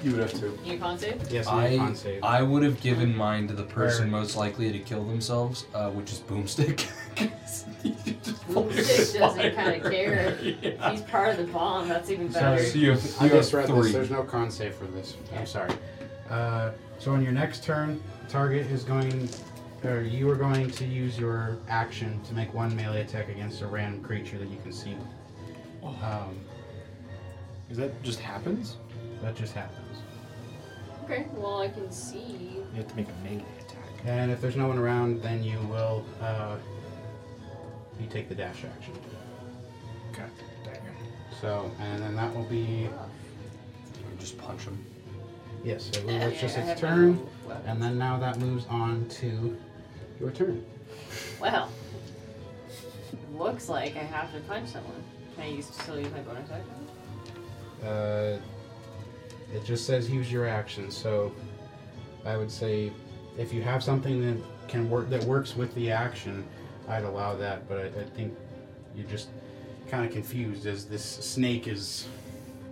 Speaker 4: you would have to.
Speaker 9: You con save?
Speaker 1: Yes, I need
Speaker 3: I,
Speaker 1: con save.
Speaker 3: I would have given mine to the person most likely to kill themselves, uh, which is Boomstick. 'Cause he just
Speaker 9: Boomstick doesn't kind
Speaker 3: fire.
Speaker 9: of care.
Speaker 3: Yeah.
Speaker 9: He's part of the bomb. That's even better.
Speaker 1: Sorry.
Speaker 3: So you have-
Speaker 1: I
Speaker 3: you have
Speaker 1: misread
Speaker 3: three.
Speaker 1: this. There's no con save for this. I'm sorry. Uh, so on your next turn, target is going, or you are going to use your action to make one melee attack against a random creature that you can see.
Speaker 3: Oh.
Speaker 1: Um,
Speaker 6: Is that just happens?
Speaker 1: that just happens.
Speaker 9: Okay, well, I can see.
Speaker 6: You have to make a melee attack.
Speaker 1: And if there's no one around, then you will uh, you take the dash action.
Speaker 6: God dang
Speaker 1: So, and then that will be
Speaker 3: Or Just punch him.
Speaker 1: yes. So that's
Speaker 9: Okay,
Speaker 1: just
Speaker 9: I
Speaker 1: its
Speaker 9: have my
Speaker 1: turn,
Speaker 9: little weapon.
Speaker 1: and then now that moves on to your turn.
Speaker 9: Well, looks like I have to punch someone. Can I use, still use my bonus action?
Speaker 1: Uh, it just says use your action. So I would say if you have something that can work that works with the action, I'd allow that. But I, I think you're just kind of confused as this snake is.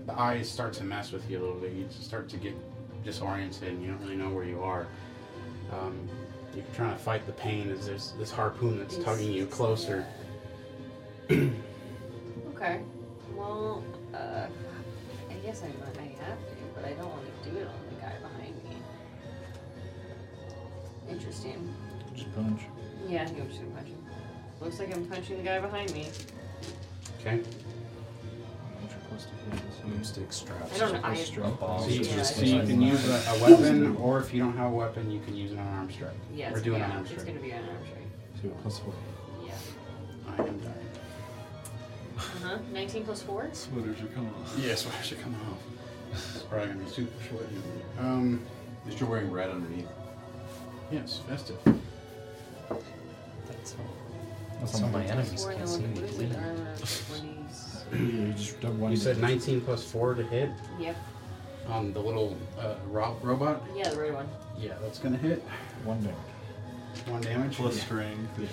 Speaker 1: The eyes start to mess with you a little bit. You just start to get disoriented, and you don't really know where you are. Um, you're trying to fight the pain as there's this harpoon that's tugging you closer.
Speaker 9: Okay. Well, uh, I guess I might I have to, but I don't want to do it on the guy behind me. Interesting.
Speaker 6: it. Just punch.
Speaker 9: Yeah, I think I'm just gonna punch him. Looks like I'm punching the guy behind me.
Speaker 1: Okay.
Speaker 3: Boomstick straps.
Speaker 9: I don't know, I-
Speaker 5: Oh,
Speaker 3: A bomb.
Speaker 1: So you,
Speaker 9: Yeah,
Speaker 1: so
Speaker 9: it's
Speaker 1: you
Speaker 9: like-
Speaker 1: can use a, a weapon, or if you don't have a weapon, you can use an unarmed strike.
Speaker 9: Yeah,
Speaker 1: or
Speaker 9: it's,
Speaker 1: do
Speaker 9: gonna,
Speaker 1: an
Speaker 9: be
Speaker 1: unarmed
Speaker 9: on, it's
Speaker 1: strike.
Speaker 9: gonna be an arm strike.
Speaker 6: So plus four.
Speaker 9: Yeah.
Speaker 1: I am dying.
Speaker 9: Uh huh. 19 plus 4?
Speaker 5: Sweaters are coming off.
Speaker 1: Yes, why should come off? This is probably gonna be super short. Um,
Speaker 4: At least you're wearing red underneath.
Speaker 1: yes, festive.
Speaker 3: That's That's how my enemies
Speaker 9: Four,
Speaker 3: can't
Speaker 9: no,
Speaker 3: see
Speaker 9: what
Speaker 3: me
Speaker 9: is
Speaker 3: bleed.
Speaker 9: it? Armor, 20s.
Speaker 6: You just done one.
Speaker 1: You said 19 plus four to hit
Speaker 9: Yep.
Speaker 1: on the little uh, ro- robot.
Speaker 9: Yeah, the red one.
Speaker 1: Yeah, that's gonna hit.
Speaker 6: One down.
Speaker 1: One damage.
Speaker 5: Plus
Speaker 1: Yeah.
Speaker 5: strength. is-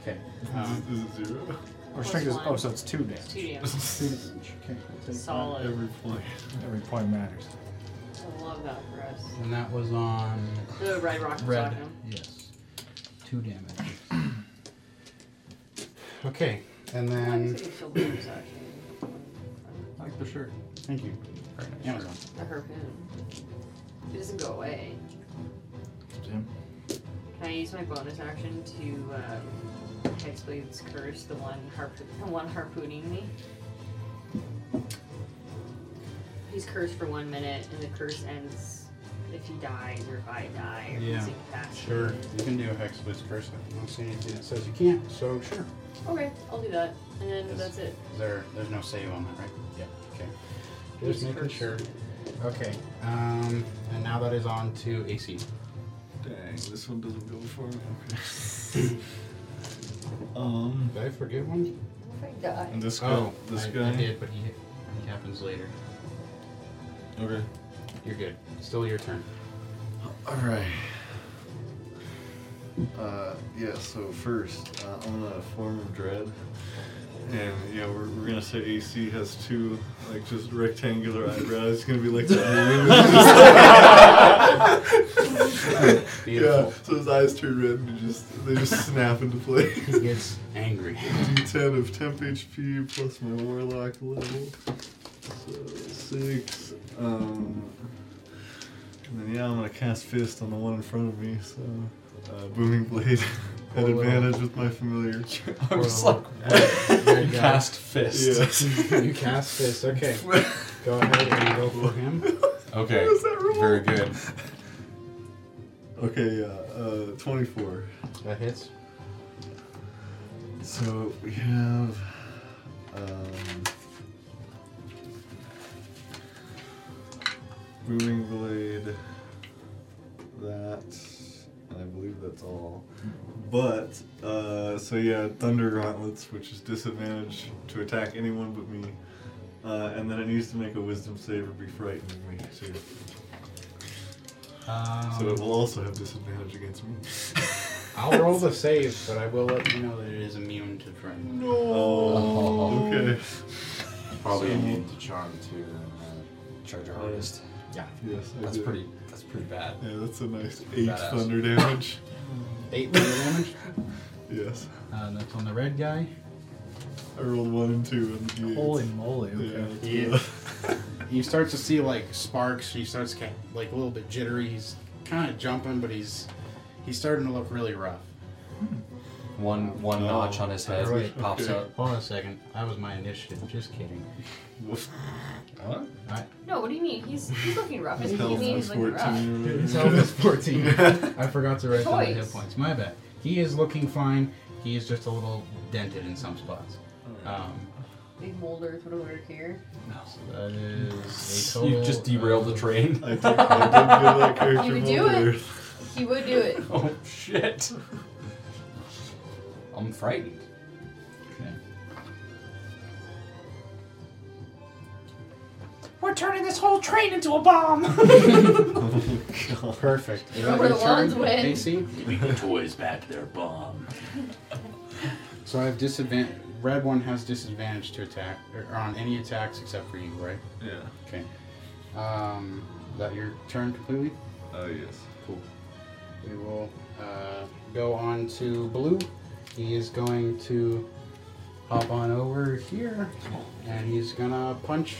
Speaker 1: Okay.
Speaker 5: Is,
Speaker 1: Um,
Speaker 5: it- is it zero?
Speaker 6: Or
Speaker 9: Plus
Speaker 6: strength is.
Speaker 9: one.
Speaker 6: Oh, so it's two damage.
Speaker 9: It's two damage.
Speaker 1: okay. we'll take
Speaker 9: Solid.
Speaker 5: Every point.
Speaker 6: Every point matters.
Speaker 9: I love that for us.
Speaker 1: that. And that was on
Speaker 9: The red rock was
Speaker 1: red.
Speaker 9: on him.
Speaker 1: Yes. Two damage. okay, and then
Speaker 9: Looks like it's a bonus action.
Speaker 4: I like the shirt.
Speaker 1: thank you, Amazon.
Speaker 9: A harpoon. It doesn't go away. Can I use my bonus action to um, Hexblade's curse the one harp- the one harpooning me? He's cursed for one minute, and the curse ends if he dies or if I die or
Speaker 1: Yeah,
Speaker 9: he's incapacitated.
Speaker 1: Sure, you can do a hex blitz curse. I don't see anything that says you can't, so sure.
Speaker 9: Okay, I'll do that, and then
Speaker 1: Yes.
Speaker 9: that's it.
Speaker 1: Is there, there's no save on that, right? Yeah. Okay. Just
Speaker 9: He's
Speaker 1: making
Speaker 9: cursed.
Speaker 1: sure. Okay. Um, and now that is on to AC.
Speaker 5: Dang, this one doesn't go for me. Okay. um,
Speaker 1: Did I forget one?
Speaker 22: If I die.
Speaker 5: and this guy.
Speaker 1: Oh,
Speaker 5: this
Speaker 1: I,
Speaker 5: guy.
Speaker 1: I did, but he he happens later.
Speaker 5: Okay.
Speaker 1: You're good. Still your turn.
Speaker 5: All right. Uh, yeah. So first, uh, I'm gonna form of dread, and yeah, we're, we're gonna say AC has two like just rectangular eyebrows. It's gonna be like that. yeah.
Speaker 1: Beautiful.
Speaker 5: So his eyes turn red and he just they just snap into place.
Speaker 1: He gets angry.
Speaker 5: D10 of temp HP plus my warlock level. So six. Um, and then yeah, I'm gonna cast fist on the one in front of me. So uh, booming blade at
Speaker 1: Poor little-
Speaker 5: advantage with my familiar.
Speaker 3: I'm just like,
Speaker 1: uh, There you go.
Speaker 3: cast fist.
Speaker 5: yes.
Speaker 1: You cast this. Okay. Go ahead and go for him.
Speaker 4: Okay.
Speaker 5: What is that roll?
Speaker 4: Very good.
Speaker 5: Okay. Yeah. Uh, 24.
Speaker 1: That hits.
Speaker 5: So we have. Um, uh, yeah, thunder gauntlets, which is disadvantage to attack anyone but me. Uh, and then it needs to make a wisdom save or be frightened of me too. so it will also have disadvantage against me.
Speaker 1: Um, I'll roll the save, but I will let you know that it is immune to friend.
Speaker 5: No. Oh, okay.
Speaker 8: Probably
Speaker 5: So-
Speaker 8: immune to charm too. Uh, charge your hardest.
Speaker 1: Yeah.
Speaker 5: Yes, I
Speaker 8: That's
Speaker 5: did.
Speaker 8: pretty. That's pretty bad.
Speaker 5: Yeah, that's a nice
Speaker 8: Pretty
Speaker 5: eight
Speaker 8: badass.
Speaker 5: thunder damage.
Speaker 1: Eight thunder damage.
Speaker 5: Yes.
Speaker 19: Uh, that's on the red guy.
Speaker 5: I rolled one and two and the
Speaker 19: Holy moly,
Speaker 5: okay.
Speaker 1: Yeah. you start to see like sparks. He starts ca- like a little bit jittery. He's kind of jumping, but he's he's starting to look really rough.
Speaker 3: One one notch on his head pops up.
Speaker 1: Hold on a second. That was my initiative. Just kidding.
Speaker 5: What?
Speaker 1: I,
Speaker 2: No, what do you mean? He's he's looking rough. His
Speaker 1: His health
Speaker 2: mean
Speaker 1: is
Speaker 2: he's looking rough.
Speaker 1: his health is 14. I forgot to write down the hit
Speaker 2: Choice.
Speaker 1: points. My bad. He is looking fine. He is just a little dented in some spots. Um,
Speaker 2: Big molder, throw over here.
Speaker 1: so that is a total.
Speaker 3: You just derailed the train.
Speaker 5: I did, I did
Speaker 2: He would do it. He would do it.
Speaker 3: Oh shit! I'm frightened.
Speaker 1: Okay.
Speaker 16: We're turning this whole train into a bomb.
Speaker 1: Perfect. Is that
Speaker 2: We're
Speaker 1: your
Speaker 2: the ones
Speaker 1: turn,
Speaker 2: with-
Speaker 1: AC?
Speaker 23: Give the toys back their bomb.
Speaker 1: So I have disadvantage. Red one has disadvantage to attack or on any attacks except for you, right?
Speaker 5: Yeah.
Speaker 1: Okay. Um, is that your turn completely?
Speaker 5: Oh yes.
Speaker 1: Cool. We will uh, go on to blue. He is going to hop on over here, and he's gonna punch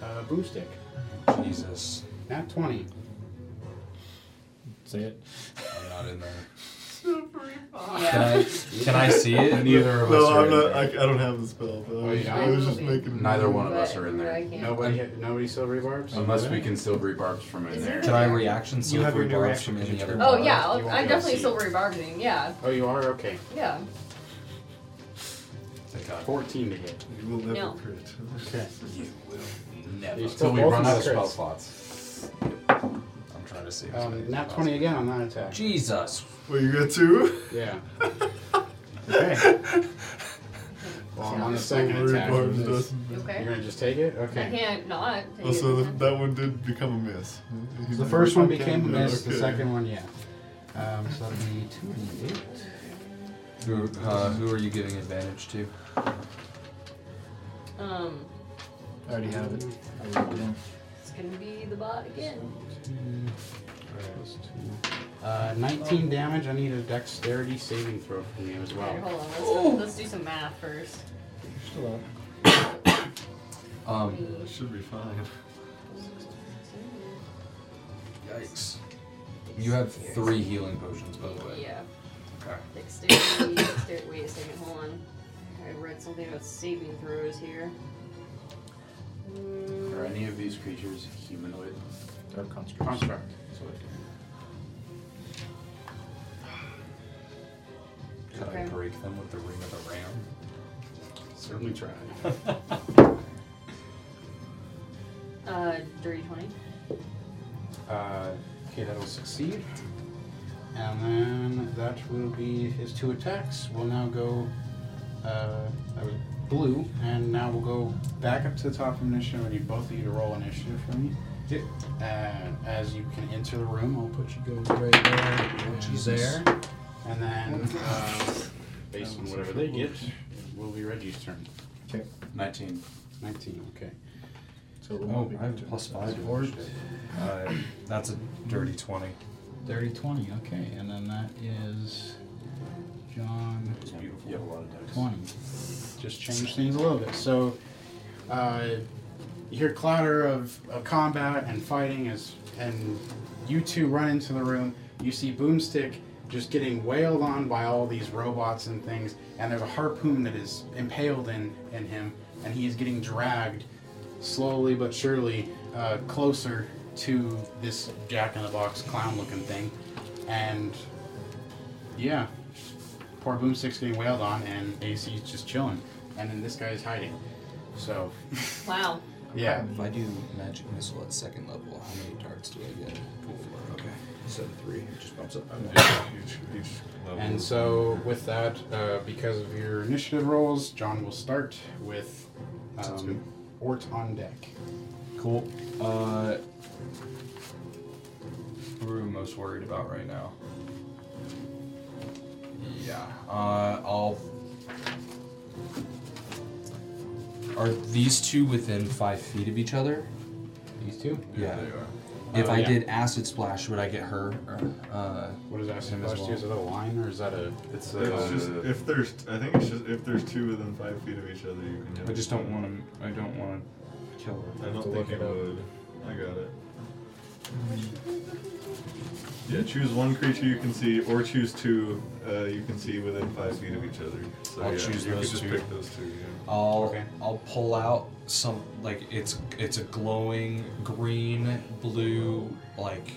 Speaker 1: uh, boomstick.
Speaker 3: Jesus,
Speaker 1: Nat twenty.
Speaker 3: say it. I'm not in there. Can
Speaker 2: Yeah.
Speaker 3: I, can I see it?
Speaker 5: Neither of us No, are I'm in not- there. I- I don't have the spell, but I was- I was just making-
Speaker 8: Neither one of us
Speaker 2: But-
Speaker 8: are in
Speaker 2: but I
Speaker 8: there.
Speaker 2: can't.
Speaker 1: Nobody, nobody still rebarbs.
Speaker 8: Unless we can still rebarb from in there.
Speaker 3: Can I reaction
Speaker 8: You have
Speaker 3: silver
Speaker 8: your new
Speaker 3: bars
Speaker 8: reaction
Speaker 3: from any other?
Speaker 2: Oh
Speaker 3: bar?
Speaker 2: yeah,
Speaker 1: You won't
Speaker 2: I'll, I'm
Speaker 1: be able to
Speaker 2: definitely
Speaker 1: see
Speaker 2: still rebargaining. Yeah,
Speaker 1: Oh, you are okay.
Speaker 2: yeah.
Speaker 3: Thank God.
Speaker 1: Fourteen to hit.
Speaker 5: You will never
Speaker 2: No.
Speaker 5: crit.
Speaker 1: Okay.
Speaker 8: You will never.
Speaker 1: You
Speaker 8: Until
Speaker 1: still
Speaker 8: we
Speaker 1: both
Speaker 8: run
Speaker 1: of
Speaker 8: out of
Speaker 1: crits.
Speaker 8: spell slots.
Speaker 3: I'm trying to see.
Speaker 1: Um, nat twenty again on that attack.
Speaker 3: Jesus.
Speaker 5: Well, you got two.
Speaker 1: Yeah. okay. Well, on the second attack,
Speaker 5: Rebarb
Speaker 1: with this-
Speaker 5: doesn't-
Speaker 2: Okay.
Speaker 1: you're gonna just take it.
Speaker 2: I
Speaker 1: Okay.
Speaker 2: can't not. take
Speaker 5: Oh,
Speaker 2: it.
Speaker 5: so the, that one did become a miss.
Speaker 1: The first one became a miss. The second one, yeah. Um, so that'll be two and eight.
Speaker 3: Who, uh, who are you giving advantage to?
Speaker 2: Um,
Speaker 6: I already have it. I wrote it down.
Speaker 2: it's gonna be the bot again.
Speaker 1: Uh, 19 damage. I need a dexterity saving throw from you as
Speaker 2: Okay,
Speaker 1: well.
Speaker 2: hold on. Let's do, let's do some math first.
Speaker 3: Um,
Speaker 5: Should be fine.
Speaker 3: yikes. You have three healing potions, by the way.
Speaker 2: Yeah.
Speaker 3: Okay.
Speaker 2: Dexterity. dexterity. Wait a second. Hold on. I read something about saving throws here. Mm,
Speaker 8: Are any of these creatures humanoid?
Speaker 6: They're constructs.
Speaker 1: Construct.
Speaker 8: That's what I did.
Speaker 3: Could I
Speaker 2: Okay.
Speaker 3: break them with the ring of the ram?
Speaker 1: Certainly try.
Speaker 2: Uh, dirty twenty.
Speaker 1: Uh, okay, that'll succeed. And then that will be his two attacks. We'll now go. Uh, that was blue, and now we'll go back up to the top of initiative. I need both of you to roll initiative for me.
Speaker 3: Yep.
Speaker 1: Uh, as you can enter the room, I'll put you go right there, and
Speaker 3: Jesus.
Speaker 1: there, and then uh, based on whatever they get, it will be Reggie's turn.
Speaker 6: Okay.
Speaker 8: 19.
Speaker 1: 19. Okay.
Speaker 6: So we'll
Speaker 3: Oh,
Speaker 6: be-
Speaker 3: I have a plus five. to
Speaker 1: Or-
Speaker 3: initiative. Uh, that's a dirty 20.
Speaker 1: Dirty 20, okay. And then that is John
Speaker 8: It's beautiful. You have a lot of dice.
Speaker 1: 20. Just change things a little bit. So uh, you hear clatter of, of combat and fighting as and you two run into the room. You see Boomstick just getting wailed on by all these robots and things, and there's a harpoon that is impaled in, in him, and he is getting dragged slowly but surely uh, closer to this Jack in the Box clown looking thing. And yeah, poor Boomstick's getting wailed on, and AC's just chilling. And then this guy is hiding. So,
Speaker 2: Wow.
Speaker 1: yeah.
Speaker 3: If I do magic missile at second level, how many darts do I get? Four. Okay. instead of three. It just bumps up by one.
Speaker 5: Each, each level.
Speaker 1: And so, with that, uh, because of your initiative rolls, John will start with um, Ort on deck.
Speaker 3: Cool. Uh, what are we most worried about right now? Yeah. Uh, I'll. Are these two within five feet of each other?
Speaker 1: These two?
Speaker 3: Yeah.
Speaker 1: they are.
Speaker 3: If
Speaker 5: Oh,
Speaker 1: Uh,
Speaker 3: I
Speaker 1: yeah.
Speaker 3: did acid splash, would I get her? Or, uh,
Speaker 1: what is acid
Speaker 3: him as
Speaker 1: splash do?
Speaker 3: well?
Speaker 1: Is it a line or is that a?
Speaker 5: It's,
Speaker 8: uh,
Speaker 5: just if there's I think it's just if there's two within five feet of each other you can.
Speaker 3: I just don't want to. I don't want to kill her.
Speaker 5: I don't think it would. I got it. Yeah, choose one creature you can see, or choose two uh, you can see within five feet of each other. So
Speaker 3: I'll
Speaker 5: yeah,
Speaker 3: choose
Speaker 5: you could
Speaker 3: those
Speaker 5: just
Speaker 3: two.
Speaker 5: pick those two. Yeah.
Speaker 3: I'll I'll pull out some like it's it's a glowing green blue like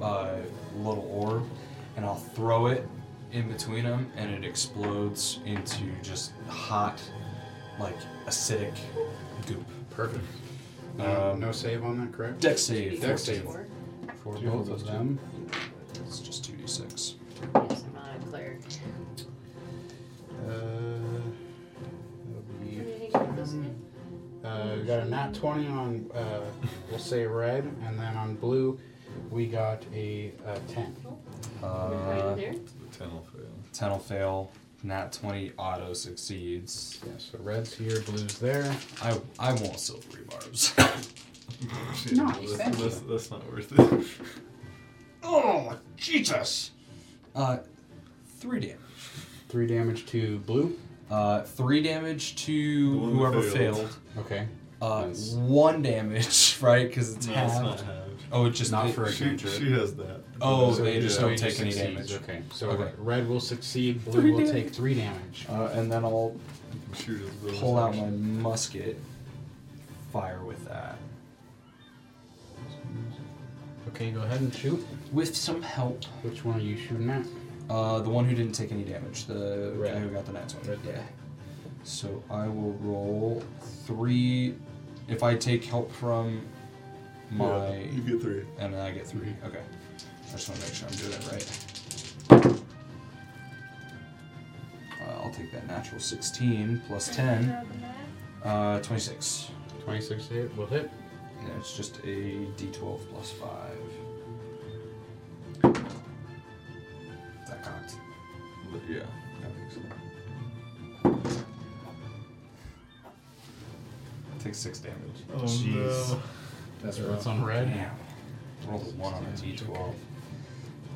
Speaker 3: uh, little orb, and I'll throw it in between them, and it explodes into just hot, like acidic goop.
Speaker 1: Perfect. No,
Speaker 3: Um,
Speaker 1: no save on that, correct?
Speaker 3: Dex save.
Speaker 1: Dex save.
Speaker 3: For
Speaker 1: Do
Speaker 3: both
Speaker 1: those
Speaker 3: of
Speaker 1: two.
Speaker 3: them. It's just two d six.
Speaker 2: Yes, I'm not a cleric.
Speaker 1: Uh, that'll be.
Speaker 2: What did he get those again?
Speaker 1: Uh,
Speaker 3: Oh,
Speaker 1: we got a nat 20 on, uh, we'll say red, and then on blue, we got a, uh 10.
Speaker 3: Uh,
Speaker 2: there?
Speaker 5: Ten will fail.
Speaker 3: Ten will fail. Nat twenty auto succeeds.
Speaker 1: Yeah, so red's here, blue's there.
Speaker 3: I I want silvery barbs.
Speaker 5: Shit,
Speaker 1: No,
Speaker 5: that's,
Speaker 1: thank you.
Speaker 5: that's, that's not worth it.
Speaker 3: oh Jesus! Uh, three damage.
Speaker 1: Three damage to blue.
Speaker 3: Uh, three damage to
Speaker 5: one that
Speaker 3: whoever
Speaker 5: failed.
Speaker 3: failed.
Speaker 1: Okay.
Speaker 3: Uh, one damage, right? Because it's
Speaker 5: No, it's
Speaker 3: half.
Speaker 5: not halved.
Speaker 3: Oh, it just
Speaker 1: Not
Speaker 3: it-
Speaker 1: for a
Speaker 5: She-
Speaker 1: cantrip.
Speaker 5: she has that.
Speaker 3: Oh,
Speaker 1: So
Speaker 3: they just
Speaker 1: yeah,
Speaker 3: don't
Speaker 1: he
Speaker 3: take any
Speaker 1: succeeds.
Speaker 3: damage.
Speaker 1: Okay, so
Speaker 3: Okay.
Speaker 1: red will succeed, blue
Speaker 3: Three
Speaker 1: will
Speaker 3: damage.
Speaker 1: take three damage.
Speaker 3: Uh, and then I'll
Speaker 5: Shoot as well as
Speaker 3: pull out
Speaker 5: action.
Speaker 3: my musket, fire with that.
Speaker 1: Okay, go ahead and shoot.
Speaker 3: With some help.
Speaker 1: Which one are you shooting at?
Speaker 3: Uh, the one who didn't take any damage, the
Speaker 1: Red.
Speaker 3: guy who got the next one. Yeah. So I will roll three. If I take help from my,
Speaker 5: Yeah, you get three.
Speaker 3: and then I get 3 Okay. I just want to make sure I'm doing it right. Uh, I'll take that natural 16 plus 10, uh, 26.
Speaker 1: 26 hit, will hit.
Speaker 3: Yeah, it's just a d12 plus 5. Is that cocked?
Speaker 5: But yeah.
Speaker 3: I think so. Take 6 damage.
Speaker 5: Oh, no.
Speaker 1: That's right. It's on red.
Speaker 3: Damn. Rolled a 1 on a d12. I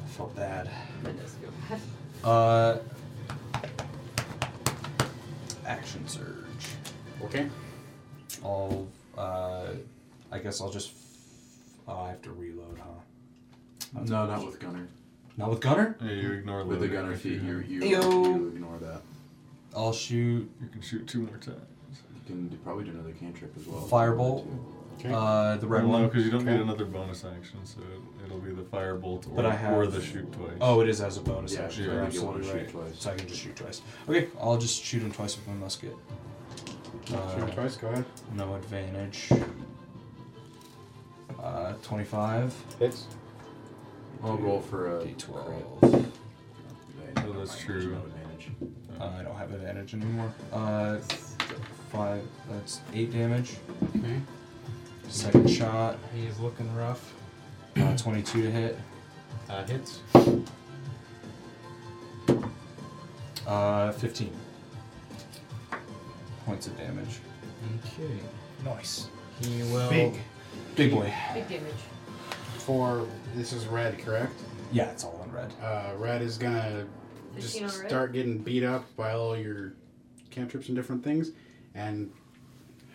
Speaker 3: felt bad.
Speaker 2: That does go bad.
Speaker 3: Uh, action surge.
Speaker 1: Okay.
Speaker 3: I'll. Uh, I guess I'll just. Oh, I have to reload, huh?
Speaker 8: No, not with Gunner.
Speaker 3: Not with gunner.
Speaker 5: Yeah, you ignore
Speaker 8: With the
Speaker 5: loading
Speaker 8: Gunner
Speaker 5: if
Speaker 8: feat, you, you,
Speaker 3: Ayo.
Speaker 8: you ignore that.
Speaker 3: I'll shoot
Speaker 5: You can shoot two more times.
Speaker 8: You can do, probably do another cantrip as well.
Speaker 3: firebolt.
Speaker 1: Okay.
Speaker 3: Uh, the red
Speaker 5: Well,
Speaker 3: one.
Speaker 5: No, because you don't
Speaker 1: Okay.
Speaker 5: need another bonus action, so it, it'll be the firebolt or,
Speaker 3: But I have-
Speaker 5: or the shoot twice.
Speaker 3: Oh, it is as a bonus
Speaker 8: Yeah,
Speaker 3: action.
Speaker 8: yeah,
Speaker 3: You're
Speaker 8: you
Speaker 3: absolutely
Speaker 8: wanna
Speaker 3: right.
Speaker 8: shoot twice.
Speaker 3: So I can just shoot twice. Okay, I'll just shoot him twice with my musket.
Speaker 1: Shoot
Speaker 3: Uh,
Speaker 1: twice, go ahead.
Speaker 3: no advantage. Uh, twenty-five.
Speaker 1: Hits.
Speaker 8: I'll roll for a crit.
Speaker 3: D12.
Speaker 8: Yeah,
Speaker 5: Oh, that's
Speaker 8: nevermind,
Speaker 5: true.
Speaker 8: there's no advantage.
Speaker 3: Uh, I don't have advantage anymore. Uh, five. That's eight damage.
Speaker 1: Okay.
Speaker 3: Second shot.
Speaker 1: He is looking rough.
Speaker 3: Uh, Twenty-two to hit.
Speaker 1: Uh, hits.
Speaker 3: Uh, Fifteen points of damage.
Speaker 1: Okay.
Speaker 16: Nice.
Speaker 1: He will.
Speaker 16: Big.
Speaker 3: Big boy.
Speaker 2: Big damage.
Speaker 1: For this is red, correct?
Speaker 3: Yeah, it's all on red.
Speaker 1: Uh, red is gonna just
Speaker 2: 15 on red?
Speaker 1: start getting beat up by all your cantrips and different things. And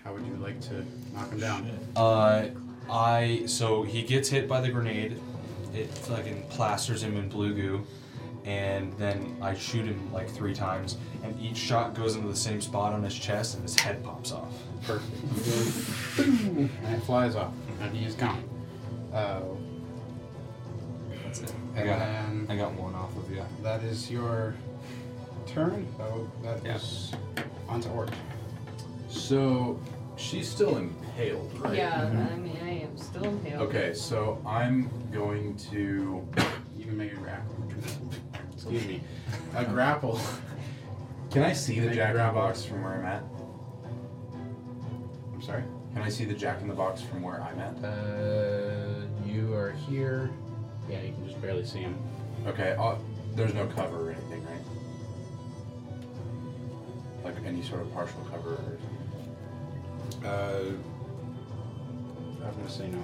Speaker 1: how would you like to knock him down?
Speaker 3: Uh, I so he gets hit by the grenade. It fucking plasters him in blue goo, and then I shoot him like three times, and each shot goes into the same spot on his chest, and his head pops off.
Speaker 1: Perfect. and it flies off, and he is gone. Uh,
Speaker 3: That's it. I got
Speaker 1: Um,
Speaker 3: I got one off of you.
Speaker 1: that is your turn. Oh, that is
Speaker 3: Yeah.
Speaker 1: onto Ort.
Speaker 4: So She's still impaled, right? Mm-hmm.
Speaker 2: Yeah, I mean, I am still impaled.
Speaker 4: Okay, so I'm going to. You can make a grapple. Excuse me. A grapple. Can I see the jack in the box from where I'm at? I'm sorry? Can I see the jack in the box from where I'm at?
Speaker 1: Uh, you are here. Yeah, you can just barely see him.
Speaker 4: Okay, I'll, there's no cover or anything, right? Like any sort of partial cover or something? Uh, I'm gonna say no.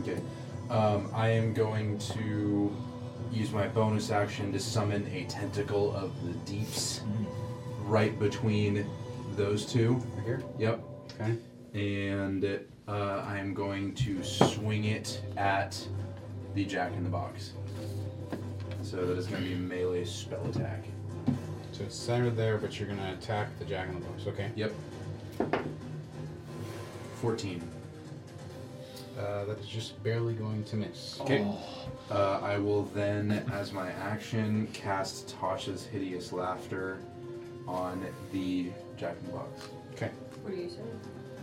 Speaker 4: Okay. Um, I am going to use my bonus action to summon a tentacle of the deeps right between those two. Right here? Yep. Okay. And uh, I am going to swing it at the jack in the box. So that is going to be a melee spell attack.
Speaker 1: So it's centered there, but you're gonna attack the jack in the box. Okay.
Speaker 4: Yep. 14.
Speaker 1: Uh, that is just barely going to miss.
Speaker 4: Okay.
Speaker 1: Oh.
Speaker 4: Uh, I will then, as my action, cast Tasha's Hideous Laughter on the Jack in the Box.
Speaker 1: Okay.
Speaker 2: What do you say?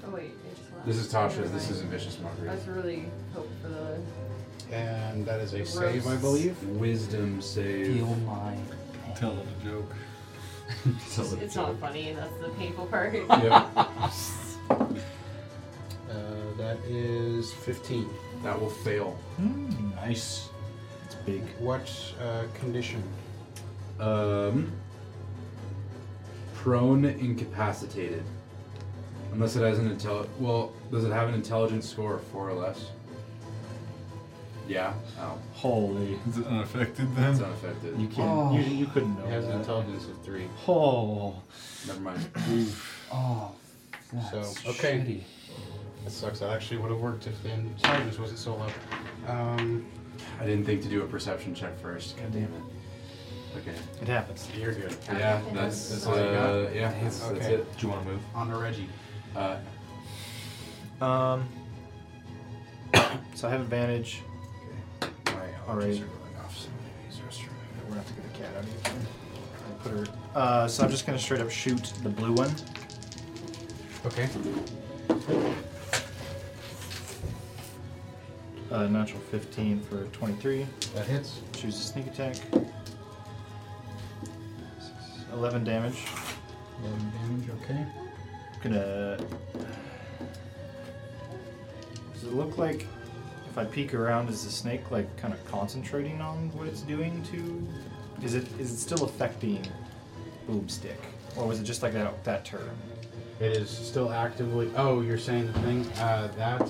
Speaker 2: Oh, wait, it just laughed.
Speaker 4: This is Tasha's.
Speaker 2: Never
Speaker 4: This
Speaker 2: mind.
Speaker 4: is a vicious
Speaker 2: I
Speaker 4: mockery.
Speaker 2: was really hoping for the.
Speaker 1: And that is a save, I believe.
Speaker 4: Wisdom save.
Speaker 1: Feel
Speaker 4: my. Tell him a joke. Tell him
Speaker 2: It's not funny, that's the painful part.
Speaker 1: Uh, that is 15.
Speaker 4: That will fail.
Speaker 1: nice. It's big. What uh, condition?
Speaker 4: Um, prone, incapacitated. Unless it has an intel. Well, does it have an intelligence score of four or less? Yeah. Oh.
Speaker 6: Holy.
Speaker 5: Is it unaffected then?
Speaker 4: It's unaffected.
Speaker 6: You can't. You, you couldn't know.
Speaker 1: Um, It has an
Speaker 6: that.
Speaker 1: intelligence of 3.
Speaker 6: Oh.
Speaker 4: Never mind.
Speaker 1: Oh. so, okay. That sucks. That actually would have worked if the intelligence wasn't so low. Um,
Speaker 4: I didn't think to do a perception check first. God damn it. Okay.
Speaker 6: It happens.
Speaker 1: You're good.
Speaker 4: Yeah, that's,
Speaker 1: That's
Speaker 4: that's
Speaker 1: all you
Speaker 4: uh,
Speaker 1: got?
Speaker 4: yeah, that's, that's
Speaker 1: Okay.
Speaker 4: it. Do you want to move?
Speaker 1: On to Reggie.
Speaker 4: Uh,
Speaker 6: Um. so I have advantage. All right. We're gonna have to get the cat out of here. I'll put her. Uh, so I'm just gonna straight up shoot the blue one.
Speaker 1: Okay.
Speaker 6: Uh, natural 15 for 23.
Speaker 1: That hits.
Speaker 6: Choose a sneak attack. 11 damage.
Speaker 1: 11 damage, okay.
Speaker 6: Gonna. Does it look like if I peek around, is the snake like kind of concentrating on what it's doing to? Is it is it still affecting boomstick, or was it just like that that turn?
Speaker 1: It is still actively. Oh, you're saying the thing uh, that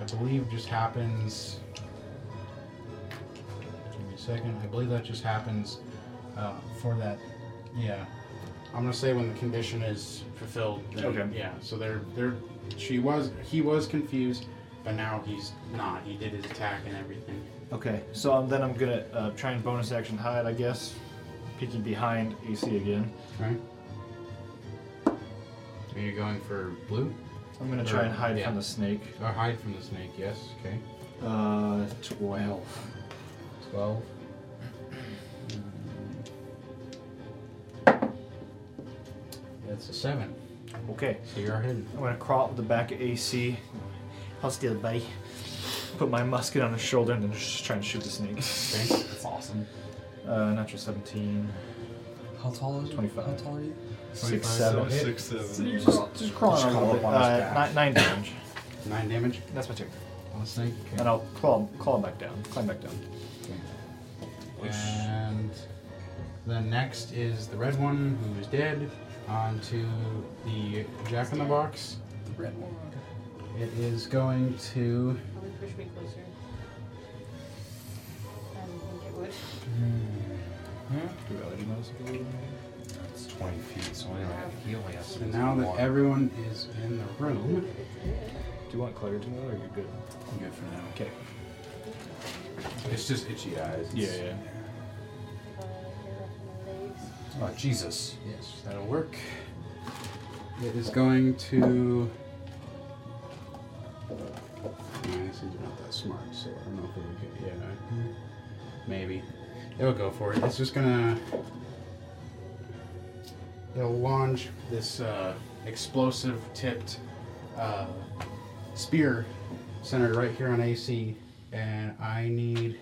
Speaker 1: I believe just happens. Give me a second. I believe that just happens uh, for that. Yeah, I'm gonna say when the condition is fulfilled. Then,
Speaker 6: Okay.
Speaker 1: Yeah. So they're they're. She was. He was confused, but now he's not. He did his attack and everything.
Speaker 6: Okay, so um, then I'm gonna uh, try and bonus action hide, I guess, peeking behind AC again.
Speaker 1: Right. Are you going for blue?
Speaker 6: I'm gonna try and hide
Speaker 1: Yeah.
Speaker 6: from the snake.
Speaker 1: Or hide from the snake. Yes. Okay.
Speaker 6: Uh, twelve.
Speaker 1: 12. That's a 7.
Speaker 6: Okay.
Speaker 1: So you're hidden.
Speaker 6: I'm gonna crawl up the back of AC. I'll steal the buddy. Put my musket on his shoulder and then just try and shoot the snake.
Speaker 1: Okay.
Speaker 3: That's awesome.
Speaker 6: Uh, natural 17.
Speaker 3: How tall is
Speaker 6: 25.
Speaker 3: How tall are you?
Speaker 6: Six, seven.
Speaker 5: Six, seven.
Speaker 6: So you're just, just crawling
Speaker 3: Just
Speaker 6: a
Speaker 3: crawl
Speaker 6: little
Speaker 3: up
Speaker 6: bit.
Speaker 3: on his
Speaker 6: Uh,
Speaker 3: back.
Speaker 6: nine, nine damage.
Speaker 1: 9 damage
Speaker 6: That's my turn.
Speaker 1: on the snake. Okay.
Speaker 6: And I'll claw, claw back down. Climb back down.
Speaker 1: And the next is the red one who is dead. On to the jack in the box.
Speaker 2: Red one.
Speaker 1: It is going to.
Speaker 2: Probably push me closer. I don't think it would.
Speaker 3: It's 20 feet, so I don't have healing. I
Speaker 1: So now that everyone is in the room.
Speaker 6: Do you want Claire to know or you're good?
Speaker 4: I'm good for now.
Speaker 6: Okay.
Speaker 4: It's just itchy eyes. It's-
Speaker 6: Yeah,
Speaker 3: Oh, Jesus.
Speaker 1: Yes, that'll work. It is going to. Yeah, this is not that smart, so I don't know if it would get. Yeah, hmm, maybe. It'll go for it. It's just gonna. It'll launch this uh, explosive tipped uh, spear centered right here on AC, and I need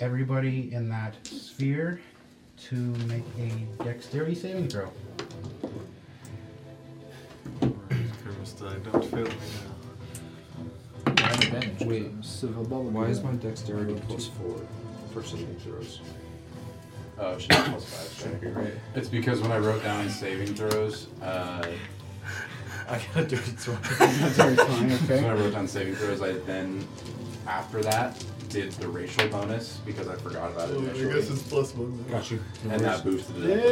Speaker 1: everybody in that sphere to make a dexterity saving throw.
Speaker 5: Kermit's died. Don't fail me
Speaker 24: Wait, why is my dexterity plus four for saving throws?
Speaker 4: Oh, it should be plus five. Should be right. It's because when I wrote down saving throws, uh, I got a dirty twenty.
Speaker 1: dirty 20, okay.
Speaker 4: When I wrote down saving throws, I then after that did the racial bonus because I forgot about it.
Speaker 5: Oh, I
Speaker 4: initially.
Speaker 5: guess it's plus one then.
Speaker 4: Got you.
Speaker 5: No
Speaker 4: And that
Speaker 5: worries.
Speaker 4: boosted it.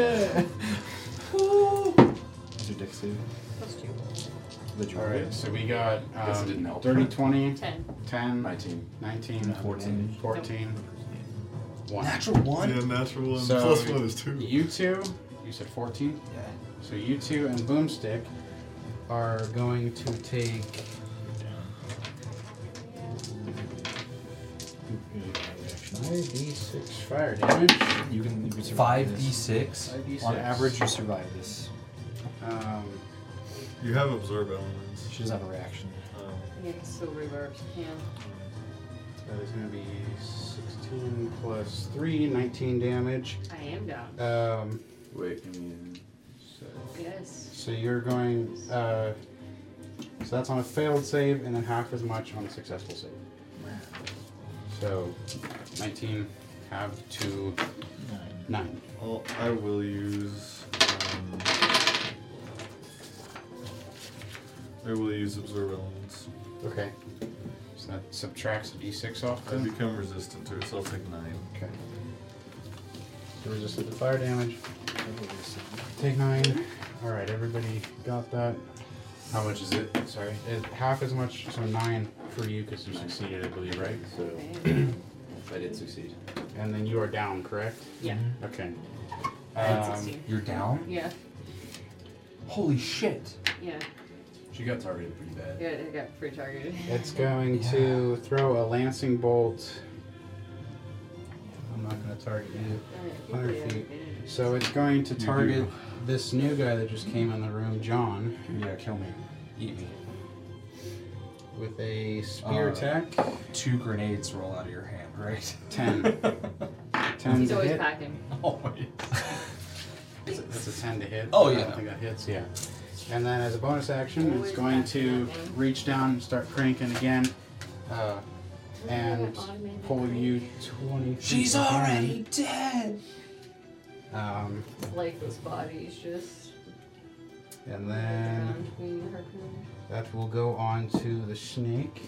Speaker 5: Yeah.
Speaker 6: Is your dex save?
Speaker 9: Plus two.
Speaker 6: Did you
Speaker 1: All right, so we got
Speaker 4: I guess it
Speaker 1: um,
Speaker 4: didn't help.
Speaker 1: 30, 20,
Speaker 9: Ten.
Speaker 1: 10,
Speaker 4: 19.
Speaker 1: 19, 14, 14, one.
Speaker 5: Natural one? Yeah, natural one.
Speaker 1: So
Speaker 5: Plus one is two.
Speaker 1: You two, you said 14? Yeah. So you two and Boomstick are going to take. Five d six fire damage.
Speaker 6: You can, you can survive
Speaker 3: Five
Speaker 6: this.
Speaker 3: D6?
Speaker 6: On average, you survive this.
Speaker 1: Um,
Speaker 5: You have absorb elements. Um,
Speaker 6: She doesn't have a reaction.
Speaker 9: Yeah, so reverbs. Yeah.
Speaker 1: That is going to be 16 plus 3, 19 damage.
Speaker 9: I am down.
Speaker 1: Um,
Speaker 4: Wait, give me a sec.
Speaker 9: Yes.
Speaker 1: So you're going. Uh, so that's on a failed save, and then half as much on a successful save. So 19, half to 9.
Speaker 5: Well, I will use. Um, I will use absorb elements.
Speaker 1: Okay. So that subtracts a d6 off
Speaker 5: I
Speaker 1: then.
Speaker 5: become resistant to it, so I'll take nine.
Speaker 1: Okay. You're resistant to fire damage. Take 9. Alright, everybody got that.
Speaker 4: How much is it?
Speaker 1: Sorry. It, half as much, so 9 for you because you succeeded, I believe, right?
Speaker 4: So Mm-hmm. I did succeed.
Speaker 1: And then you are down, correct?
Speaker 9: Yeah.
Speaker 1: Okay.
Speaker 9: I had
Speaker 1: Um,
Speaker 9: 16.
Speaker 3: You're down?
Speaker 9: Yeah.
Speaker 3: Holy shit.
Speaker 9: Yeah.
Speaker 4: She got targeted pretty bad.
Speaker 9: Yeah, I got free targeted.
Speaker 1: It's going to throw a lancing bolt. I'm not going to target you. 100 feet. So it's going to
Speaker 4: do.
Speaker 1: target this new guy that just came in the room, John,
Speaker 3: Yeah, kill me. Eat me.
Speaker 1: with a spear
Speaker 3: Uh,
Speaker 1: attack.
Speaker 3: Two grenades roll out of your hand, right?
Speaker 1: 10. 10
Speaker 9: He's
Speaker 1: to
Speaker 9: always
Speaker 1: hit.
Speaker 9: packing.
Speaker 3: Always.
Speaker 1: It's a, it's a 10 to hit.
Speaker 3: Oh,
Speaker 1: I
Speaker 3: yeah.
Speaker 1: don't think that hits, yeah. And then as a bonus action, it's going to reach down and start cranking again. Uh, and pull you 20 feet
Speaker 3: She's
Speaker 1: behind.
Speaker 3: already dead.
Speaker 1: Um,
Speaker 9: Lifeless bodies just
Speaker 1: and then.
Speaker 9: around between her. and-
Speaker 1: That will go on to the snake.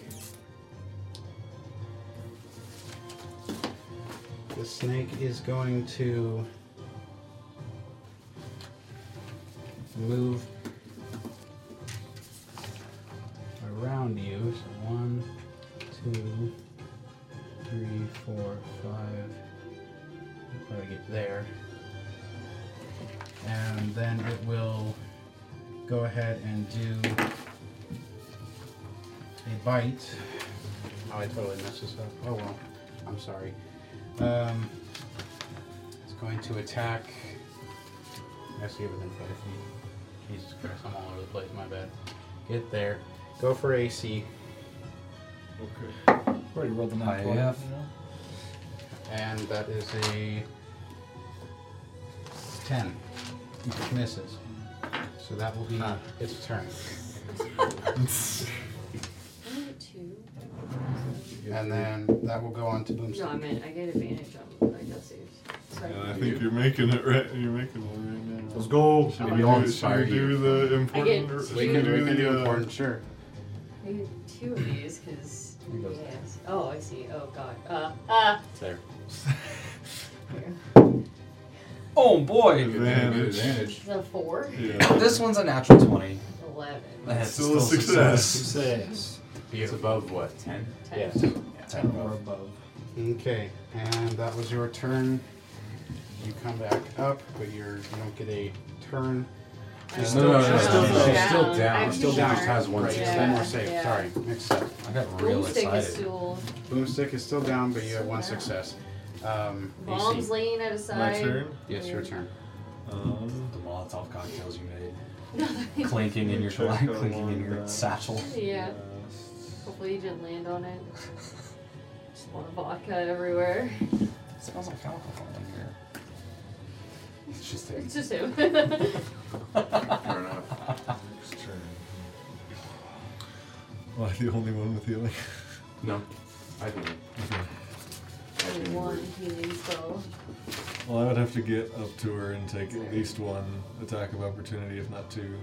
Speaker 1: The snake is going to move around you. So one, two, three, four, five. We'll Probably get there. And then it will go ahead and do a bite. Oh, I totally messed this up. Oh well, I'm sorry. Um, it's going to attack. I see within five feet. Jesus Christ, I'm all over the place. My bad. Get there. Go for AC,
Speaker 5: Okay.
Speaker 6: Already rolled the nine.
Speaker 3: IAF.
Speaker 1: and that is a ten. Misses. So that will be its turn.
Speaker 9: I get two.
Speaker 1: And then that will go on to Boomstick.
Speaker 9: No, I meant I get advantage on I got saves. Sorry.
Speaker 4: Uh,
Speaker 5: Yeah, I think you're making it right. You're making one right now.
Speaker 6: Let's go.
Speaker 5: Should
Speaker 9: Maybe
Speaker 5: we
Speaker 4: I'll
Speaker 5: do-
Speaker 4: inspire
Speaker 5: should we do the important?
Speaker 9: get-
Speaker 5: or- should
Speaker 1: We can, we
Speaker 5: do
Speaker 1: can
Speaker 5: the,
Speaker 1: do
Speaker 5: uh,
Speaker 1: important, sure.
Speaker 9: I get two of these because.
Speaker 1: Here goes
Speaker 9: Yes. Oh, I see. Oh God. Uh. Ah.
Speaker 1: There.
Speaker 3: Oh boy.
Speaker 5: Advantage.
Speaker 4: Advantage.
Speaker 9: Is that a four?
Speaker 5: Yeah.
Speaker 3: This one's a natural 20.
Speaker 9: Eleven.
Speaker 3: That's
Speaker 5: Still a success.
Speaker 6: Success.
Speaker 4: It's above what? Ten.
Speaker 9: Ten.
Speaker 1: Yes.
Speaker 6: Ten or above.
Speaker 1: Okay, and that was your turn. You come back up, but you're you don't get a turn.
Speaker 9: I'm
Speaker 4: no, no, no,
Speaker 9: down.
Speaker 4: no,
Speaker 1: still
Speaker 4: no, She's still down.
Speaker 9: I'm down.
Speaker 4: Still down. She has one.
Speaker 1: Right,
Speaker 4: save.
Speaker 1: it's one more
Speaker 9: Yeah,
Speaker 1: save.
Speaker 9: yeah.
Speaker 1: Sorry, mixed up.
Speaker 3: I got real
Speaker 9: Boomstick is
Speaker 3: excited.
Speaker 9: still.
Speaker 1: Boomstick is still down, but you have one
Speaker 9: Still down.
Speaker 1: success. Um,
Speaker 9: Bombs
Speaker 1: AC.
Speaker 9: laying at a
Speaker 5: My
Speaker 9: side.
Speaker 5: turn.
Speaker 1: Yes, your turn.
Speaker 5: Um,
Speaker 3: The Molotov cocktails you made. clanking in your
Speaker 5: Check
Speaker 3: July,
Speaker 5: how
Speaker 3: clinking
Speaker 5: long
Speaker 3: in your
Speaker 5: that-
Speaker 3: satchel.
Speaker 2: Yeah. Hopefully you didn't land on it. Just want vodka everywhere.
Speaker 3: smells like alcohol in here.
Speaker 8: It's just
Speaker 2: It's just him.
Speaker 8: Fair enough.
Speaker 5: Am I the only one with healing?
Speaker 8: No. I think.
Speaker 2: Only one healing spell.
Speaker 5: Well, I would have to get up to her and take at least one attack of opportunity, if not two.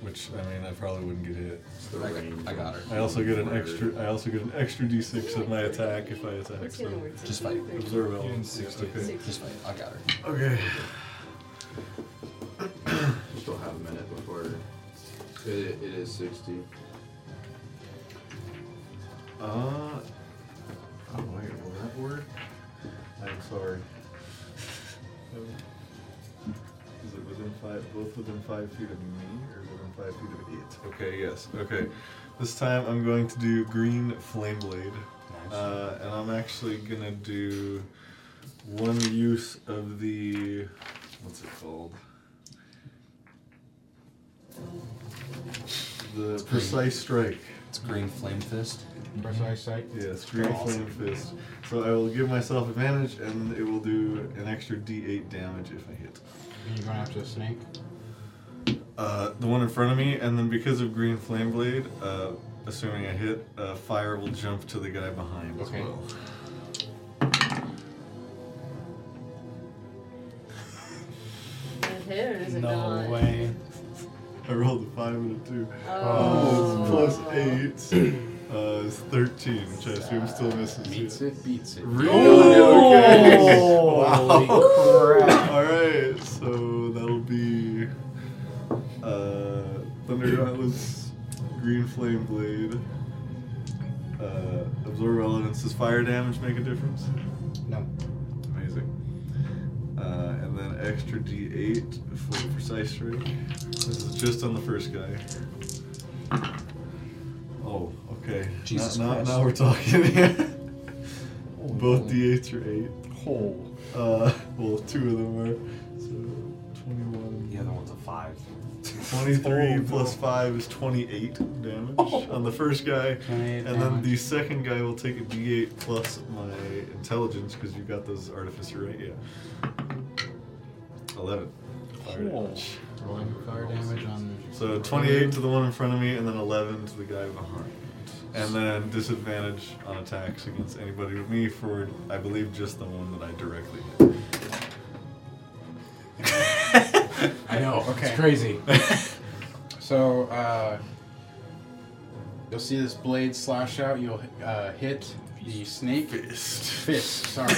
Speaker 5: Which I mean, I probably wouldn't get hit.
Speaker 3: the I- range I got of her.
Speaker 5: I also get an
Speaker 3: murder.
Speaker 5: extra. I also get an extra d6 of my attack if I attack.
Speaker 2: It's gonna
Speaker 5: So
Speaker 2: work.
Speaker 3: Just fight.
Speaker 5: Observe
Speaker 3: You're
Speaker 5: element.
Speaker 3: in 60.
Speaker 5: Okay.
Speaker 3: Just fight. I got her.
Speaker 5: Okay.
Speaker 8: We still have a minute before it, it is 60.
Speaker 5: Uh. Oh wait, will that work? I'm sorry. Is it within five? Both within five feet of me, or within five feet of it? Okay. Yes. Okay. This time I'm going to do green flame blade, uh, and I'm actually gonna do one use of the what's it called? The precise strike.
Speaker 3: It's green flame fist.
Speaker 1: Precise sight.
Speaker 5: Yes, green flame fist. So I will give myself advantage, and it will do an extra D8 damage if I hit.
Speaker 1: You're going after the snake.
Speaker 5: Uh, the one in front of me, and then because of green flame blade, uh, assuming I hit, uh, fire will jump to the guy behind
Speaker 1: Okay.
Speaker 5: as well.
Speaker 2: Is it hit or is it not?
Speaker 5: way. I rolled a five and a two.
Speaker 2: Oh.
Speaker 5: Plus eight. Uh, it's 13, which I assume still misses. Beats
Speaker 8: it, beats it.
Speaker 5: Really?
Speaker 8: Oh! Holy
Speaker 5: Okay. wow. Alright, so that'll be uh, Thunder Gauntlets, Green Flame Blade. Uh, absorb elements. Does fire damage make a difference?
Speaker 1: No.
Speaker 5: Amazing. Uh, and then extra d8 for precise strike. This is just on the first guy. Oh, okay.
Speaker 3: Jesus
Speaker 5: now, now,
Speaker 3: Christ.
Speaker 5: now we're talking here.
Speaker 3: Holy
Speaker 5: Both
Speaker 3: moly.
Speaker 5: d8s are 8.
Speaker 3: Oh.
Speaker 5: Uh, well, two of them are. So 21.
Speaker 3: The other one's a five.
Speaker 5: 23 plus 5 is 28 damage on the first guy. And then the second guy will take a d8 plus my intelligence because you got those artificer right. Yeah. 11. Fire damage.
Speaker 1: Rolling fire damage on.
Speaker 5: So 28 to the one in front of me, and then 11 to the guy behind. And then disadvantage on attacks against anybody but me for, I believe, just the one that I directly hit.
Speaker 4: I know.
Speaker 1: Okay.
Speaker 4: It's crazy.
Speaker 1: So, uh, you'll see this blade slash out. You'll uh, hit the snake. Fist. Fist, sorry.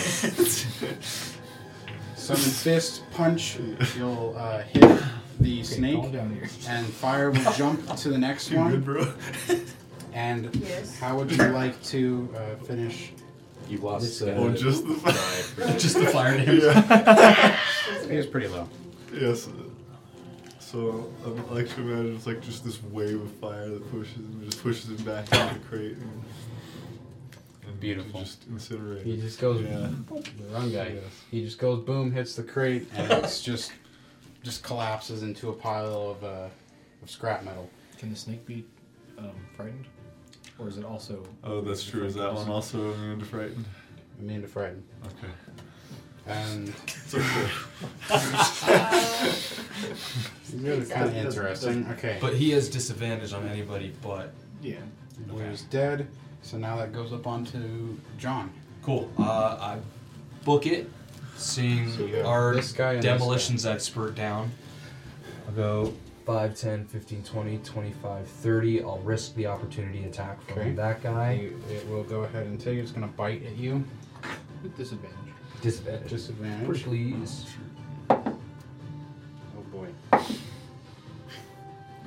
Speaker 1: Summon fist, punch. You'll uh, hit the snake.
Speaker 16: calm down here.
Speaker 1: And fire will jump to the next
Speaker 5: You
Speaker 1: one.
Speaker 5: good, bro?
Speaker 1: And
Speaker 20: Yes.
Speaker 1: how would you like to uh, finish?
Speaker 8: You lost
Speaker 1: This
Speaker 8: uh,
Speaker 1: guy. Oh,
Speaker 5: just the-
Speaker 8: die.
Speaker 3: Just the fire damage.
Speaker 5: Yeah.
Speaker 1: He was pretty low.
Speaker 5: Yes. So um, I like to imagine it's like just this wave of fire that pushes him, just pushes him back into the crate. And, and
Speaker 4: Beautiful.
Speaker 5: Just incinerate.
Speaker 1: He just goes
Speaker 5: Yeah.
Speaker 1: the wrong guy. He just goes boom, hits the crate, and it's just just collapses into a pile of uh, of scrap metal.
Speaker 6: Can the snake be um, frightened? Or is it also.
Speaker 5: Oh, that's true. Is that one also immune to frightened?
Speaker 1: Immune to frighten.
Speaker 5: Okay.
Speaker 1: And
Speaker 5: It's okay.
Speaker 1: you're kind of interesting. Okay.
Speaker 3: But he has disadvantage on anybody but.
Speaker 6: Yeah.
Speaker 1: Blair's dead, so now that goes up onto John.
Speaker 3: Cool. Uh, I book it, seeing
Speaker 1: So you have
Speaker 3: our
Speaker 1: this guy and this guy.
Speaker 3: demolitions expert down.
Speaker 12: I'll go 5, 10, 15, 20, 25, 30. I'll risk the opportunity attack from
Speaker 1: Okay.
Speaker 12: that guy.
Speaker 1: You- it will go ahead and take. It's gonna bite at you.
Speaker 6: With disadvantage.
Speaker 12: Disadvantage.
Speaker 1: Disadvantage.
Speaker 12: Please.
Speaker 1: Oh boy.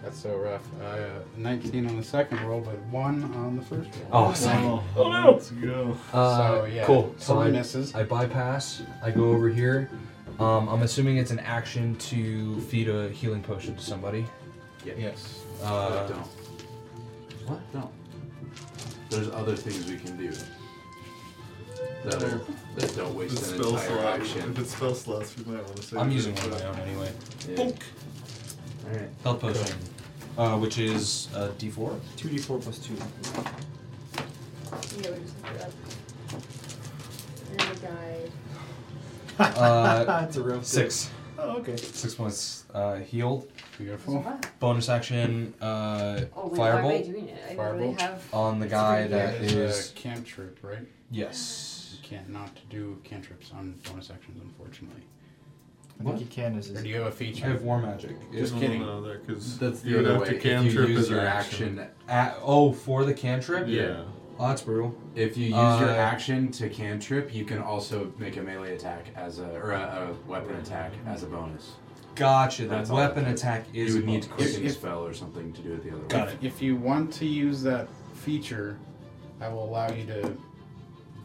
Speaker 1: That's so rough. Uh, 19 on the second roll, but one on the first roll.
Speaker 12: Oh, sorry.
Speaker 5: oh no! Let's go.
Speaker 12: Uh,
Speaker 1: So, yeah,
Speaker 12: cool. So I,
Speaker 1: totally misses.
Speaker 12: I bypass. I go over here. Um, I'm assuming it's an action to feed a healing potion to somebody.
Speaker 1: Yes.
Speaker 12: Uh,
Speaker 8: But don't. What? Don't. There's other things we can do that, are, that don't
Speaker 5: If it's
Speaker 8: waste an
Speaker 5: spell
Speaker 8: entire
Speaker 5: slot,
Speaker 8: action.
Speaker 5: if it's spell slots, we might want to save.
Speaker 3: I'm
Speaker 5: it.
Speaker 3: using one of my own anyway.
Speaker 8: Yeah.
Speaker 3: Bonk.
Speaker 8: I
Speaker 3: Alright. Health potion. Uh, which is uh, D4? 2D4 plus 2.
Speaker 2: Yeah, we just looked it up. And I died.
Speaker 3: Uh,
Speaker 6: It's a rough
Speaker 3: Six.
Speaker 6: six. Oh, okay.
Speaker 3: Six points uh, healed.
Speaker 1: Beautiful.
Speaker 3: Bonus action uh,
Speaker 9: Oh, wait, why am I
Speaker 3: firebolt.
Speaker 9: doing it? I literally Firebolt. have-
Speaker 3: on the guy that
Speaker 1: That is
Speaker 3: is
Speaker 1: a cantrip, right?
Speaker 3: Yes.
Speaker 1: You can't not do cantrips on bonus actions, unfortunately.
Speaker 6: I think you can as
Speaker 1: Or do you have a feature?
Speaker 3: I have War Magic.
Speaker 1: Just
Speaker 3: Yeah.
Speaker 1: kidding.
Speaker 3: That's the
Speaker 5: you would
Speaker 3: other
Speaker 5: have
Speaker 3: way.
Speaker 5: to
Speaker 3: If you
Speaker 5: cantrip
Speaker 3: use
Speaker 5: as
Speaker 3: your
Speaker 5: your
Speaker 3: action.
Speaker 5: action.
Speaker 3: at- oh, for the cantrip.
Speaker 5: Yeah.
Speaker 3: Oh, that's brutal.
Speaker 4: If you use your
Speaker 3: Uh,
Speaker 4: action to cantrip, you can also make a melee attack as a or a, a weapon attack as a bonus.
Speaker 3: Gotcha. The
Speaker 4: That's all
Speaker 3: weapon
Speaker 4: that-
Speaker 3: attack is
Speaker 4: you would need
Speaker 3: bonus.
Speaker 4: cooking
Speaker 3: If- if-
Speaker 4: spell or something to do it the other way.
Speaker 1: If, if you want to use that feature, I will allow you to,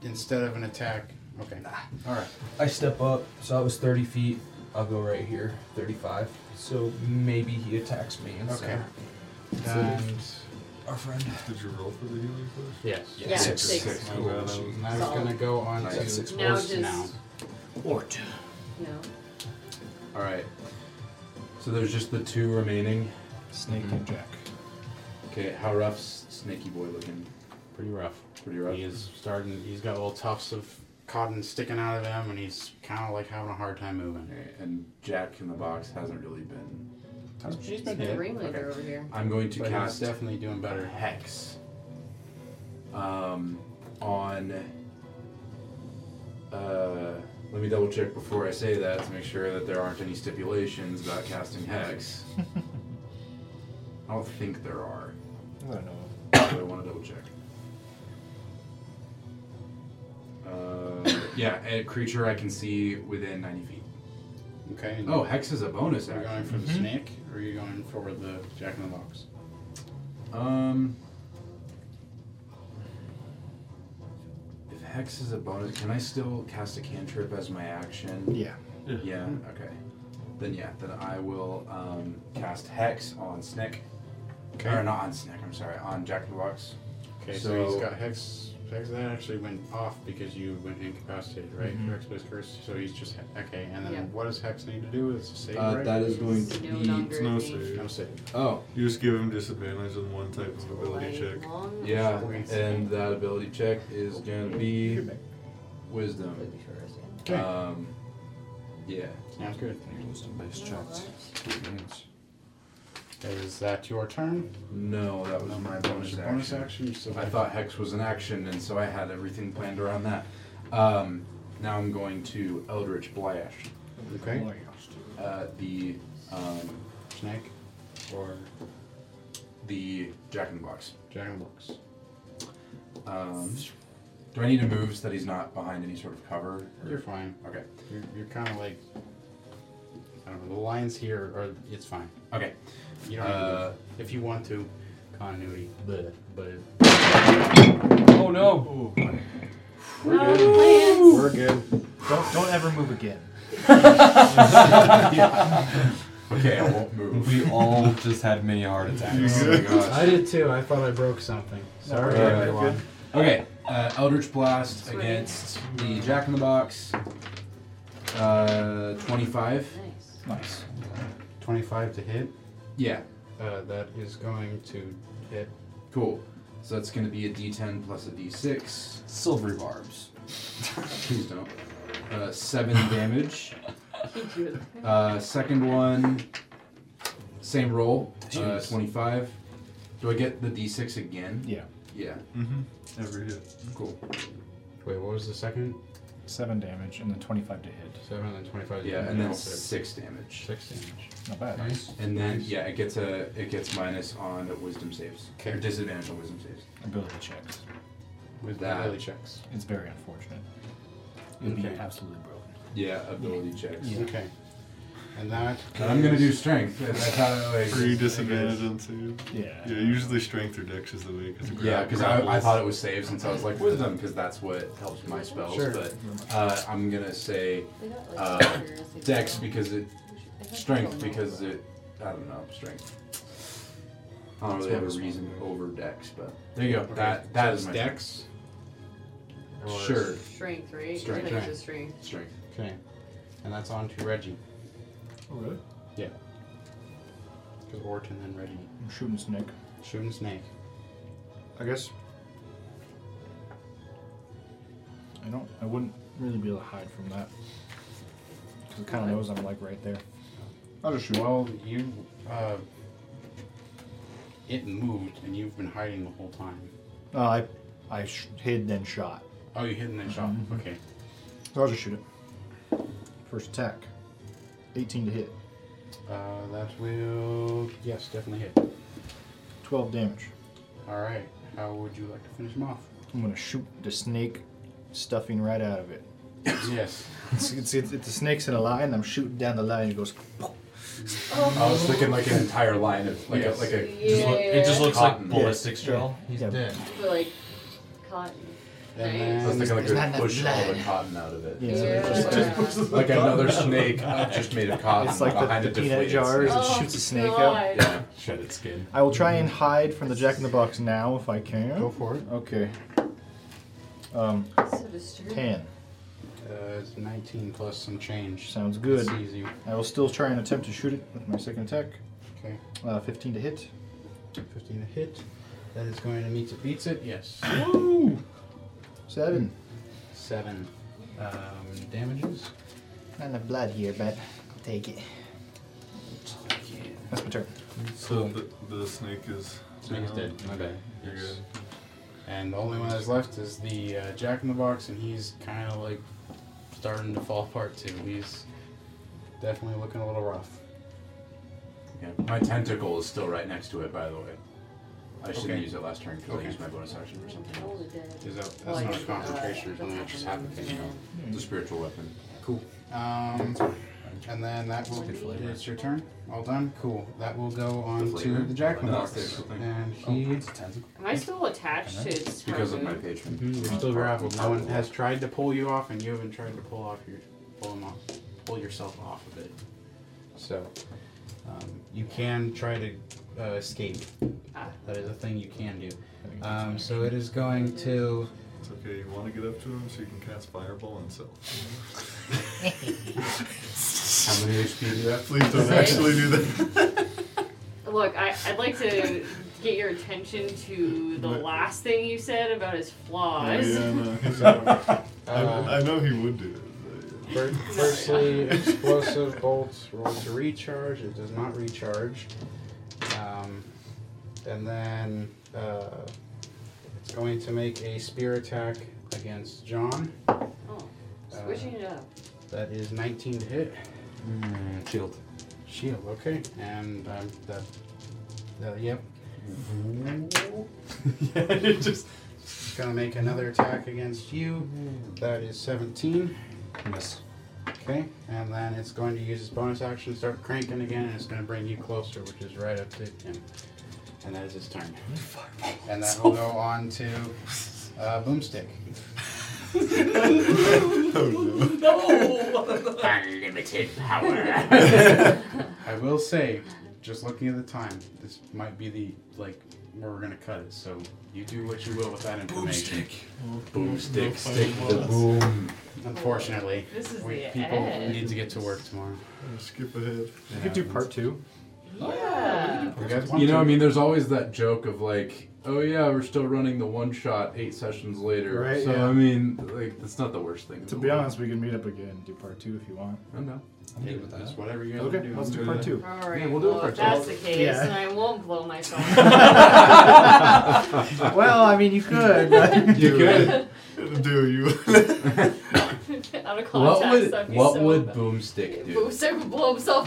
Speaker 1: instead of an attack. Okay.
Speaker 3: Ah.
Speaker 1: All right.
Speaker 25: I step up, so I was 30 feet. I'll go right here, 35. So maybe he attacks me instead.
Speaker 1: Okay. And
Speaker 25: our friend.
Speaker 5: Did you roll for the healing push?
Speaker 1: Yes.
Speaker 25: Yeah, Six. six.
Speaker 5: My bad, I was-
Speaker 1: And I was gonna go on
Speaker 4: Nice.
Speaker 1: to
Speaker 4: Six
Speaker 9: Now
Speaker 1: force
Speaker 9: just-
Speaker 1: now.
Speaker 6: Ort.
Speaker 9: No.
Speaker 4: All right. So there's just the two remaining.
Speaker 6: Snake
Speaker 3: Mm-hmm.
Speaker 6: and Jack.
Speaker 4: Okay, how rough's Snaky Boy looking?
Speaker 1: Pretty rough.
Speaker 4: Pretty rough.
Speaker 1: He is starting. He's got little tufts of cotton sticking out of him, and he's kind of like having a hard time moving.
Speaker 4: And Jack in the box hasn't really been. touched.
Speaker 1: She's been
Speaker 9: It's
Speaker 1: hit.
Speaker 9: the ringleader over here.
Speaker 4: I'm going to
Speaker 1: But he's
Speaker 4: cast
Speaker 1: definitely doing better.
Speaker 4: Hex. Um, on. Uh, let me double check before I say that to make sure that there aren't any stipulations about casting hex. I don't think there are.
Speaker 6: I don't know.
Speaker 4: but I want to double check. Uh, yeah, a creature I can see within 90 feet.
Speaker 1: Okay. and-
Speaker 4: Oh, hex is a bonus
Speaker 1: Are you going
Speaker 4: action.
Speaker 1: for the snake, or are you going for the jack in the box?
Speaker 4: Um. If hex is a bonus, can I still cast a cantrip as my action?
Speaker 6: Yeah.
Speaker 4: Yeah. Okay. Then yeah. Then I will um, cast hex on Snick.
Speaker 1: Okay.
Speaker 4: Or not on Snick. I'm sorry. On Jack in the Box.
Speaker 1: Okay, so, he's got hex. Hex that actually went off because you went incapacitated, right?
Speaker 4: Mhm.
Speaker 1: Hex was cursed, so he's just okay. And then
Speaker 9: Yeah.
Speaker 1: what does hex need to do? It's a save,
Speaker 4: Uh,
Speaker 1: right?
Speaker 4: that is going
Speaker 9: It's
Speaker 4: to
Speaker 9: no
Speaker 4: be
Speaker 9: longer
Speaker 5: No
Speaker 9: a
Speaker 5: save.
Speaker 9: thing.
Speaker 1: No save.
Speaker 4: oh.
Speaker 5: You just give him disadvantage on one type of ability
Speaker 9: Like,
Speaker 5: check.
Speaker 9: long-
Speaker 4: Yeah, and that ability check is gonna be wisdom.
Speaker 1: Okay.
Speaker 4: Um, yeah.
Speaker 1: Sounds good.
Speaker 3: Wisdom based checks.
Speaker 1: Is that your turn?
Speaker 4: No, that was my bonus action.
Speaker 1: bonus action, so-
Speaker 4: I thought hex was an action, and so I had everything planned around that. Um, now I'm going to Eldritch Blast.
Speaker 1: Okay.
Speaker 4: Uh, the um,
Speaker 1: Snake or
Speaker 4: the Jack in the Box.
Speaker 1: Jack in the Box.
Speaker 4: Um, do I need to move so that he's not behind any sort of cover? or-
Speaker 1: You're fine.
Speaker 4: Okay.
Speaker 1: You're, you're kind of like I don't know. The lines here are it's fine.
Speaker 4: Okay.
Speaker 1: You don't
Speaker 4: Uh,
Speaker 1: have to, if you want to continuity, but but
Speaker 25: Oh no!
Speaker 9: No plans.
Speaker 6: We're good. Don't don't ever move again.
Speaker 4: Okay, I won't move.
Speaker 3: We all just had mini heart attacks.
Speaker 4: Oh my gosh.
Speaker 1: I did too. I thought I broke something. Sorry,
Speaker 4: Alright.
Speaker 1: everyone.
Speaker 4: Okay, uh, Eldritch Blast against the Jack in the Box. Uh, 25.
Speaker 9: Nice.
Speaker 6: Nice.
Speaker 1: 25 to hit.
Speaker 4: Yeah,
Speaker 1: Uh, that is going to hit.
Speaker 4: cool. So that's going to be a d10 plus a d6.
Speaker 3: Silvery barbs.
Speaker 4: Please don't. Uh, 7 damage.
Speaker 9: Keep you-
Speaker 4: Uh, second one, same roll, uh, 25. Do I get the d6 again?
Speaker 6: Yeah.
Speaker 4: Yeah,
Speaker 5: Mm-hmm. Every hit.
Speaker 4: cool.
Speaker 1: Wait, what was the second?
Speaker 6: Seven damage and then twenty-five to hit.
Speaker 1: 7 and then 25.
Speaker 4: Yeah, and then
Speaker 1: also
Speaker 4: 6 damage.
Speaker 1: 6 damage.
Speaker 6: Not bad.
Speaker 1: Nice.
Speaker 4: And then, yeah, it gets a it gets minus on wisdom saves.
Speaker 1: Okay.
Speaker 4: Or disadvantage on wisdom saves.
Speaker 6: Ability checks.
Speaker 1: With
Speaker 4: That.
Speaker 1: that. checks.
Speaker 6: It's very unfortunate. It'd be
Speaker 4: Okay.
Speaker 6: absolutely broken.
Speaker 4: Yeah, ability checks.
Speaker 1: Okay. And that.
Speaker 4: But I'm gonna do
Speaker 1: is-
Speaker 4: strength. That's how I like.
Speaker 5: Free disadvantage on save.
Speaker 6: Yeah.
Speaker 5: Yeah, usually strength or dex is the way. Cause the
Speaker 4: Yeah,
Speaker 5: grab-
Speaker 4: because I, I
Speaker 5: grapples.
Speaker 4: thought it was save since I was like wisdom because that's what helps my spells.
Speaker 1: Sure.
Speaker 4: But uh, I'm gonna say
Speaker 9: They got, like,
Speaker 4: uh,
Speaker 9: stickers that you
Speaker 4: dex
Speaker 9: can-
Speaker 4: because it
Speaker 9: I think
Speaker 4: strength
Speaker 9: they'll know
Speaker 4: because
Speaker 9: about
Speaker 4: it I don't know strength. I don't really have a reason over dex, but there you go.
Speaker 1: Okay,
Speaker 4: That that
Speaker 1: so
Speaker 4: is my
Speaker 1: it's dex. or-
Speaker 4: Sure,
Speaker 9: Strength, right?
Speaker 4: Strength.
Speaker 9: I think it's just strength.
Speaker 4: strength.
Speaker 1: Okay. And that's on to Reggie.
Speaker 6: Oh, really?
Speaker 1: Yeah. Because Orton and Reddy.
Speaker 6: I'm shooting snake.
Speaker 1: Shooting snake.
Speaker 6: I guess. I don't. I wouldn't really be able to hide from that. Because it kind of knows I'm like right there.
Speaker 1: I'll just shoot. Well, you. Uh, it moved, and you've been hiding the whole time.
Speaker 6: Uh, I, I sh- hid then shot.
Speaker 1: Oh, you hid and then shot.
Speaker 6: Mhm.
Speaker 1: Okay.
Speaker 6: So I'll just shoot it. First attack. 18 to hit.
Speaker 1: Uh, that will. Yes, definitely hit.
Speaker 6: 12 damage.
Speaker 1: All right. How would you like to finish him off?
Speaker 6: I'm gonna shoot the snake stuffing right out of it.
Speaker 1: yes.
Speaker 6: It's, it's, it's, it's the snake's in a line. I'm shooting down the line. It goes.
Speaker 4: I was thinking like an entire line of like
Speaker 6: Yes.
Speaker 4: a like a
Speaker 9: Just look- it just looks
Speaker 4: cotton.
Speaker 26: like ballistic drill.
Speaker 6: He's dead.
Speaker 9: But like cotton.
Speaker 4: I was thinking like
Speaker 6: There's
Speaker 4: it
Speaker 6: not
Speaker 4: would
Speaker 6: enough
Speaker 4: push all the
Speaker 6: blood.
Speaker 4: cotton out of it.
Speaker 6: Yeah.
Speaker 4: So
Speaker 6: Yeah.
Speaker 4: it's just
Speaker 6: Just
Speaker 4: like,
Speaker 6: pushes the
Speaker 4: like
Speaker 6: cotton
Speaker 4: another
Speaker 6: out.
Speaker 4: snake uh, just made of cotton
Speaker 6: It's like the-
Speaker 4: behind
Speaker 6: the
Speaker 4: a
Speaker 6: peanut
Speaker 4: deflated
Speaker 6: jars
Speaker 4: snake.
Speaker 6: that Oh, shoots a snake out. God.
Speaker 4: Yeah, shed its skin.
Speaker 6: I will try and hide from the jack in the box now if I can. Go
Speaker 1: for it.
Speaker 6: Okay. Um,
Speaker 9: So disturbing.
Speaker 6: 10.
Speaker 1: Uh, it's 19 plus some change.
Speaker 6: Sounds good.
Speaker 1: It's easy.
Speaker 6: I will still try and attempt to shoot it with my second attack.
Speaker 1: Okay.
Speaker 6: Uh, 15 to hit.
Speaker 1: 15 to hit. That is going to meet it. Beats it. Yes.
Speaker 6: Woo! Seven.
Speaker 1: Seven. Um, damages.
Speaker 6: Not enough blood here, but I'll take it. That's my turn.
Speaker 5: So the, the snake is.
Speaker 1: Snake's
Speaker 5: down.
Speaker 1: dead. My bad.
Speaker 5: You're
Speaker 1: Yes.
Speaker 5: good.
Speaker 1: And the only one that's left is the uh, Jack in the Box, and he's kind of like starting to fall apart too. He's definitely looking a little rough.
Speaker 4: Yeah. My tentacle is still right next to it, by the way. I shouldn't
Speaker 1: Okay.
Speaker 4: use it last turn because
Speaker 1: Okay.
Speaker 4: I used my bonus action for something else.
Speaker 1: Is that, that's not
Speaker 9: uh,
Speaker 1: a concentration or something that just happened. you know?
Speaker 9: Hmm.
Speaker 4: It's a spiritual weapon.
Speaker 1: Cool. Um, and then that will. It's your turn. All done. Cool. That will go on
Speaker 4: flavor?
Speaker 1: to the Jack in the
Speaker 4: No,
Speaker 1: Box,
Speaker 4: it's the-
Speaker 1: and he.
Speaker 9: Am I still attached to its
Speaker 4: Because of my
Speaker 9: tattoo?
Speaker 4: patron.
Speaker 1: Mhm, You're still grappled. No one has tried to pull you off, and you haven't tried to pull off your pull him off, pull yourself off of it. So um, you can try to uh, escape. That is a thing you can do. Um, so it is going to.
Speaker 5: It's okay. You want to get up to him so you can cast fireball on self.
Speaker 4: How many HP do you have?
Speaker 5: Please don't
Speaker 9: Six.
Speaker 5: actually do that.
Speaker 9: Look, I, I'd like to get your attention to the last thing you said about his flaws.
Speaker 1: Oh,
Speaker 5: Yeah, no, he's not-
Speaker 1: um,
Speaker 4: Uh,
Speaker 5: I, I know he would do it. but-
Speaker 1: Uh, Firstly, explosive bolts roll to recharge. It does not recharge. Um, and then uh, it's going to make a spear attack against John.
Speaker 9: Oh,
Speaker 1: Uh,
Speaker 9: switching it up.
Speaker 1: That is 19 to hit. shield. Shield, okay. And um, that. that- yep. yeah, it just. Gonna make another attack against you. That is 17.
Speaker 26: Miss.
Speaker 1: Okay, and then it's going to use its bonus action, start cranking again, and it's going to bring you closer, which is right up to him. And that is his turn. And that will go on to uh, Boomstick.
Speaker 27: Oh, Unlimited power.
Speaker 1: I will say, just looking at the time, this might be the like where we're gonna cut it. So you do what you will with that information.
Speaker 4: Boom stick,
Speaker 1: No
Speaker 4: stick
Speaker 1: fireballs.
Speaker 4: the boom.
Speaker 1: Unfortunately,
Speaker 9: This is
Speaker 1: we,
Speaker 9: the
Speaker 1: people
Speaker 9: end.
Speaker 1: need to get to work tomorrow.
Speaker 5: Skip ahead.
Speaker 6: You could do part two.
Speaker 9: Yeah.
Speaker 1: You guys want
Speaker 4: You know,
Speaker 1: to?
Speaker 4: I mean, there's always that joke of like, oh yeah, we're still running the one shot eight sessions later.
Speaker 6: Right,
Speaker 4: So
Speaker 6: yeah.
Speaker 4: I mean, like, that's not the worst thing. in
Speaker 6: To
Speaker 4: the
Speaker 6: be
Speaker 4: world.
Speaker 6: honest, we can meet up again and do part two if you want.
Speaker 4: I know.
Speaker 26: I'm good with that.
Speaker 1: It's whatever you guys
Speaker 6: Okay,
Speaker 1: want to do.
Speaker 6: let's do
Speaker 1: Go
Speaker 6: part
Speaker 1: to
Speaker 6: two.
Speaker 9: All right.
Speaker 4: Yeah, we'll do it
Speaker 9: well,
Speaker 4: for
Speaker 9: if that's the
Speaker 4: ourselves.
Speaker 9: case,
Speaker 6: Yeah.
Speaker 9: then I won't blow myself. up.
Speaker 6: well, I mean, you could. but-
Speaker 4: You could.
Speaker 5: Do you?
Speaker 9: Out of context,
Speaker 4: What would
Speaker 9: I'd be
Speaker 4: what
Speaker 9: so
Speaker 4: would boomstick do?
Speaker 9: Booster would blow himself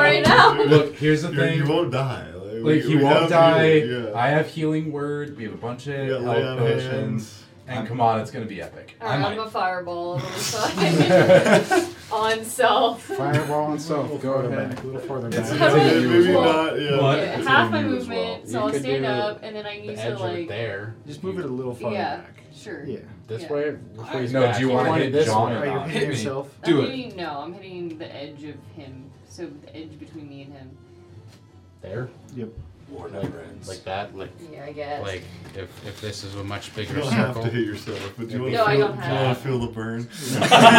Speaker 9: right now.
Speaker 4: Look, here's the
Speaker 5: You're-
Speaker 4: thing.
Speaker 5: You won't die. Like,
Speaker 4: Like
Speaker 5: we-
Speaker 4: he
Speaker 5: we
Speaker 4: won't
Speaker 5: have
Speaker 4: die.
Speaker 5: you, yeah.
Speaker 4: I have healing word. We have a bunch of
Speaker 5: got lay
Speaker 4: health
Speaker 5: on
Speaker 4: potions.
Speaker 5: hands.
Speaker 4: And come on, it's gonna be epic.
Speaker 9: All right,
Speaker 4: I
Speaker 9: I'm
Speaker 4: might.
Speaker 9: a fireball on the side. on self.
Speaker 1: Fireball and
Speaker 6: A little
Speaker 1: self. Go
Speaker 6: further
Speaker 1: ahead.
Speaker 6: back, a little further
Speaker 4: It's-
Speaker 6: back.
Speaker 9: How do I
Speaker 5: Maybe
Speaker 9: move?
Speaker 5: not, yeah.
Speaker 9: Yeah,
Speaker 5: But
Speaker 4: it's
Speaker 9: half
Speaker 4: in
Speaker 9: my
Speaker 4: you as
Speaker 9: movement,
Speaker 4: well.
Speaker 9: so
Speaker 1: You
Speaker 9: I'll
Speaker 1: could
Speaker 9: stand
Speaker 1: do
Speaker 9: up and then I
Speaker 1: The
Speaker 9: need
Speaker 1: edge
Speaker 9: to
Speaker 1: of it
Speaker 9: like.
Speaker 1: there.
Speaker 6: Just move it a little farther
Speaker 9: Yeah,
Speaker 6: back.
Speaker 9: sure.
Speaker 6: Yeah.
Speaker 1: This
Speaker 9: Yeah.
Speaker 1: way. Which way is
Speaker 4: No,
Speaker 1: back?
Speaker 4: do you
Speaker 1: He
Speaker 4: wanna
Speaker 1: pointed
Speaker 4: hit
Speaker 1: this
Speaker 4: John
Speaker 1: way.
Speaker 4: or
Speaker 6: Are you
Speaker 4: not?
Speaker 6: hitting yourself?
Speaker 9: I'm
Speaker 26: Do it.
Speaker 9: hitting, no, I'm hitting the edge of him. So the edge between me and him.
Speaker 19: there?
Speaker 6: Yep.
Speaker 19: War never ends. Like that? Like
Speaker 2: Yeah, I guess.
Speaker 1: Like if, if this is a much bigger
Speaker 5: You don't
Speaker 1: circle.
Speaker 5: have to hit yourself, but do you
Speaker 1: it'd
Speaker 5: want
Speaker 1: be-
Speaker 5: to
Speaker 2: No, I
Speaker 5: feel,
Speaker 2: don't
Speaker 5: do you wanna
Speaker 1: have to.
Speaker 5: feel the burn?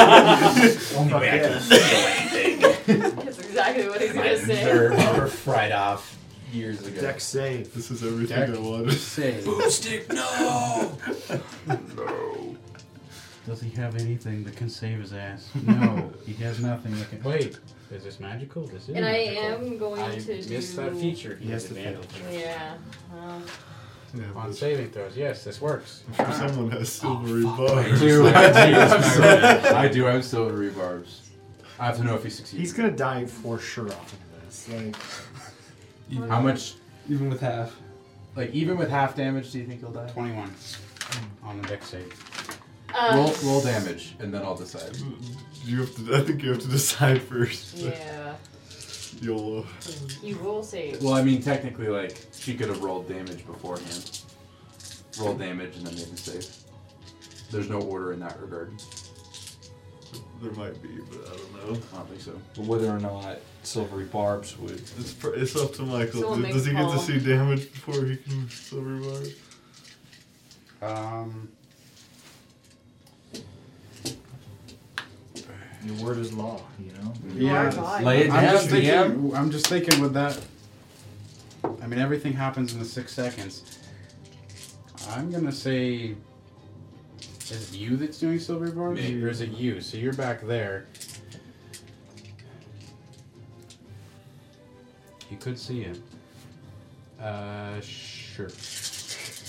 Speaker 2: Only way I can
Speaker 23: feel anything.
Speaker 2: That's exactly what he's
Speaker 23: My
Speaker 2: gonna say.
Speaker 23: nerves were fried off years ago.
Speaker 6: Deck save.
Speaker 5: This is everything
Speaker 23: Deck
Speaker 5: I wanted.
Speaker 23: save.
Speaker 5: Boomstick,
Speaker 23: no!
Speaker 5: no.
Speaker 1: Does he have anything that can save his ass? No, he has nothing that can. Wait, is this magical? This is.
Speaker 2: And I
Speaker 1: magical.
Speaker 2: am going
Speaker 1: I
Speaker 2: to
Speaker 1: missed
Speaker 2: do-
Speaker 1: that feature. He
Speaker 5: Yes,
Speaker 1: has
Speaker 5: the
Speaker 1: advantage
Speaker 2: Yeah. well,
Speaker 1: on saving throws. Yes, this works.
Speaker 5: I'm
Speaker 4: Ah.
Speaker 5: sure someone has silvery oh,
Speaker 4: I
Speaker 5: bars.
Speaker 4: do. I do. I'm so- I do. I have silvery barbs. I have to know if he succeeds.
Speaker 6: He's gonna die for sure off of this. Like,
Speaker 4: How much? Even with half. Like even with half damage, do you think he'll die?
Speaker 1: Twenty-one on the deck save.
Speaker 2: Um,
Speaker 4: roll, roll damage, and then I'll decide.
Speaker 5: You have to. I think you have to decide first. uh,
Speaker 2: Yeah.
Speaker 5: YOLO.
Speaker 2: You will save.
Speaker 4: Well, I mean, technically, like she could have rolled damage beforehand. Roll damage and then make a save. There's no order in that regard.
Speaker 5: There might be, but I don't know.
Speaker 4: I don't think so.
Speaker 3: But whether or not silvery barbs would.
Speaker 5: It's, pr- it's up to Michael.
Speaker 2: Someone
Speaker 5: Does- Does
Speaker 2: make
Speaker 5: he
Speaker 2: a
Speaker 5: get to
Speaker 2: call.
Speaker 5: see damage before he can silver bar?
Speaker 1: Um,
Speaker 6: your word is law, you know?
Speaker 1: yeah,
Speaker 20: God.
Speaker 3: Lay it
Speaker 1: I'm
Speaker 3: down,
Speaker 1: just
Speaker 3: DM.
Speaker 1: thinking. I'm just thinking with that. I mean, everything happens in the six seconds. I'm gonna say, is it you that's doing silver barbs,
Speaker 4: Me.
Speaker 1: or is it you? So you're back there. You could see him. Uh, sure.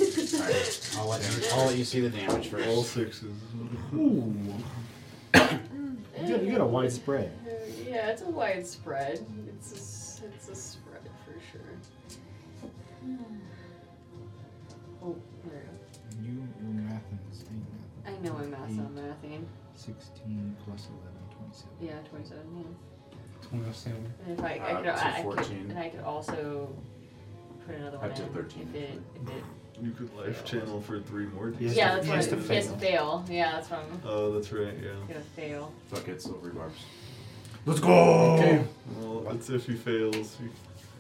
Speaker 1: Alright, I'll let you. I'll let you see the damage
Speaker 5: All
Speaker 1: first.
Speaker 5: sixes.
Speaker 6: Ooh. you, got, you got a wide spread.
Speaker 2: Uh, Yeah, it's a wide spread. It's a, s- it's a spread for sure.
Speaker 6: Hmm.
Speaker 2: Oh, there we
Speaker 16: You your math and staying
Speaker 2: go. I know my math's
Speaker 4: Hmm.
Speaker 2: not mathing.
Speaker 16: math. 16 plus 11, 27.
Speaker 2: Yeah, 27, yeah.
Speaker 1: Twenty-seven.
Speaker 2: And if I, I,
Speaker 4: Uh,
Speaker 2: could,
Speaker 4: to
Speaker 2: I, I could,
Speaker 4: 14.
Speaker 2: and I could also put another one
Speaker 4: Up to
Speaker 2: in
Speaker 4: 13,
Speaker 2: If it, if it,
Speaker 5: You could life channel for three more.
Speaker 6: He has
Speaker 2: yeah,
Speaker 6: to-
Speaker 2: that's
Speaker 6: he
Speaker 2: what
Speaker 6: has
Speaker 2: I-
Speaker 6: to
Speaker 2: he has to fail. Yeah, that's what I'm
Speaker 5: Oh, that's right. Yeah.
Speaker 2: gonna fail.
Speaker 4: Fuck it, silvery barbs.
Speaker 1: Let's go. Okay.
Speaker 5: Well, that's if he fails. He-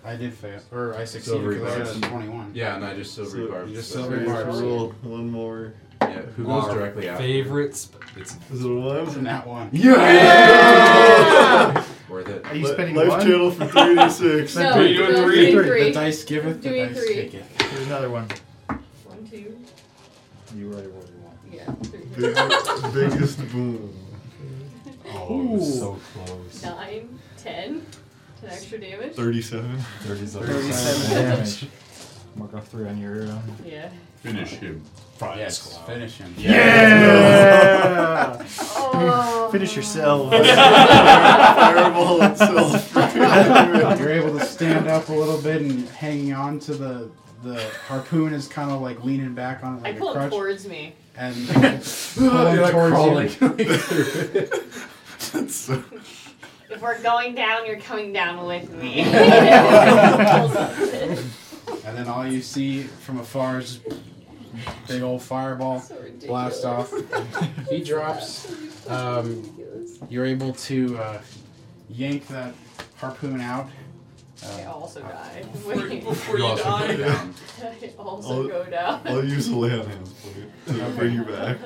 Speaker 1: I did fail, or I succeeded
Speaker 4: Silvery
Speaker 1: because I got a
Speaker 4: barbs.
Speaker 1: twenty-one.
Speaker 4: Yeah, and I just silvery
Speaker 5: So
Speaker 4: barbs.
Speaker 1: you just
Speaker 4: That's
Speaker 1: silvery
Speaker 4: right.
Speaker 5: Raise
Speaker 1: barbs.
Speaker 5: the roll. One more.
Speaker 4: Yeah, who goes
Speaker 3: Our
Speaker 4: directly after?
Speaker 3: Favorite. Sp- it's
Speaker 5: Is it a
Speaker 1: It's
Speaker 5: one?
Speaker 1: in that one.
Speaker 4: Worth it.
Speaker 6: Are you
Speaker 5: Li-
Speaker 6: spending
Speaker 5: life
Speaker 6: one?
Speaker 5: channel for three to six.
Speaker 2: No,
Speaker 3: Three, doing
Speaker 2: no,
Speaker 3: three.
Speaker 1: The
Speaker 2: doing three.
Speaker 1: dice giveth, the
Speaker 2: Doing
Speaker 1: dice
Speaker 2: three.
Speaker 1: taketh.
Speaker 6: There's another one.
Speaker 2: One, two,
Speaker 6: You already rolled your one.
Speaker 2: yeah, three,
Speaker 5: Big, biggest boom.
Speaker 3: oh, it was so close.
Speaker 2: nine, ten. Ten extra damage.
Speaker 5: Thirty-seven.
Speaker 6: 37 damage. Mark off three on your. Um,
Speaker 2: Yeah.
Speaker 8: Finish him.
Speaker 1: Yes, finish him.
Speaker 6: yeah!
Speaker 2: Oh.
Speaker 6: Finish yourself.
Speaker 5: Fireball itself.
Speaker 1: You're able to stand up a little bit and hanging on to the the harpoon is kind of like leaning back on it
Speaker 2: I
Speaker 1: like
Speaker 2: pull
Speaker 1: a
Speaker 2: it
Speaker 1: crutch
Speaker 2: towards me.
Speaker 1: and pulling
Speaker 4: You're like
Speaker 1: towards
Speaker 4: crawling.
Speaker 1: you.
Speaker 5: That's so-
Speaker 2: If we're going down, you're coming down with me. so
Speaker 1: And then all you see from afar is just big old fireball
Speaker 2: ridiculous.
Speaker 1: blast off. He drops. Um,
Speaker 2: Ridiculous.
Speaker 1: you're able to uh, yank that harpoon out.
Speaker 2: I also die.
Speaker 4: You also go down.
Speaker 2: I also
Speaker 5: I'll-
Speaker 2: go down.
Speaker 5: I'll use the lay on hands for you. I'll bring you back.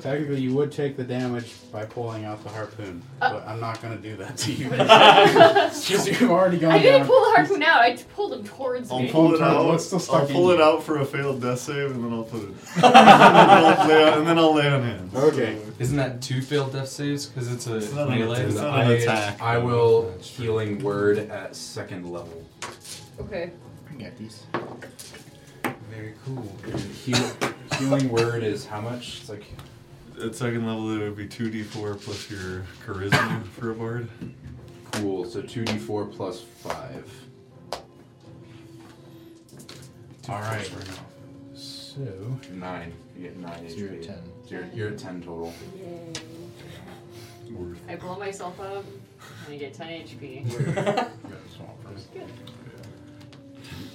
Speaker 1: Technically, you would take the damage by pulling out the harpoon,
Speaker 2: Uh.
Speaker 1: but I'm not gonna do that to you because you've already
Speaker 4: Oh.
Speaker 1: gone
Speaker 2: I didn't
Speaker 1: down.
Speaker 2: pull the harpoon out. I pulled him towards
Speaker 5: I'll
Speaker 2: me.
Speaker 5: pull it
Speaker 1: Tom,
Speaker 5: out.
Speaker 1: what's still stuck
Speaker 5: I'll
Speaker 1: in
Speaker 5: pull
Speaker 1: you?
Speaker 5: it out for a failed death save, and then I'll put it. and, then I'll lay on, and then I'll lay on hands.
Speaker 1: Okay.
Speaker 3: Isn't that two failed death saves? Because it's a
Speaker 5: It's not an
Speaker 3: melee.
Speaker 5: attack. It's not
Speaker 4: I,
Speaker 5: an attack.
Speaker 4: I will healing word at second level.
Speaker 2: Okay.
Speaker 6: I can get these.
Speaker 4: Very cool. Heal, healing word is how much? It's like
Speaker 5: At second level, it would be two d4 plus your charisma for a bard.
Speaker 4: cool. So two d four plus five.
Speaker 1: All right. So
Speaker 4: Nine. You get nine HP.
Speaker 6: Zero to ten.
Speaker 4: So you're, you're at ten total.
Speaker 2: Yay.
Speaker 5: Or-
Speaker 2: I blow myself up and I get 10 HP.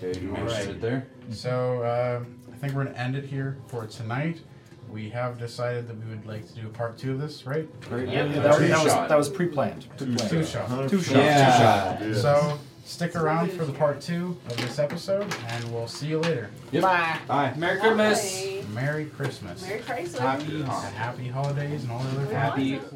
Speaker 4: Okay, you
Speaker 1: All
Speaker 4: managed
Speaker 1: right.
Speaker 4: to sit there.
Speaker 1: So um, I think we're gonna end it here for tonight. We have decided that we would like to do a part two of this, right?
Speaker 6: Yeah,
Speaker 4: Yeah,
Speaker 6: that, was,
Speaker 4: two
Speaker 6: that, was,
Speaker 4: shot.
Speaker 6: that was pre-planned. Pre-planned.
Speaker 1: Two shot.
Speaker 5: Two shots.
Speaker 4: Yeah.
Speaker 1: So Stick around for the part two of this episode, and we'll see you later.
Speaker 4: Bye.
Speaker 1: Bye.
Speaker 4: Merry Christmas.
Speaker 1: Merry Christmas.
Speaker 9: Merry Chrysler.
Speaker 1: Happy, happy holidays and all the other fun
Speaker 4: Happy-
Speaker 1: stuff.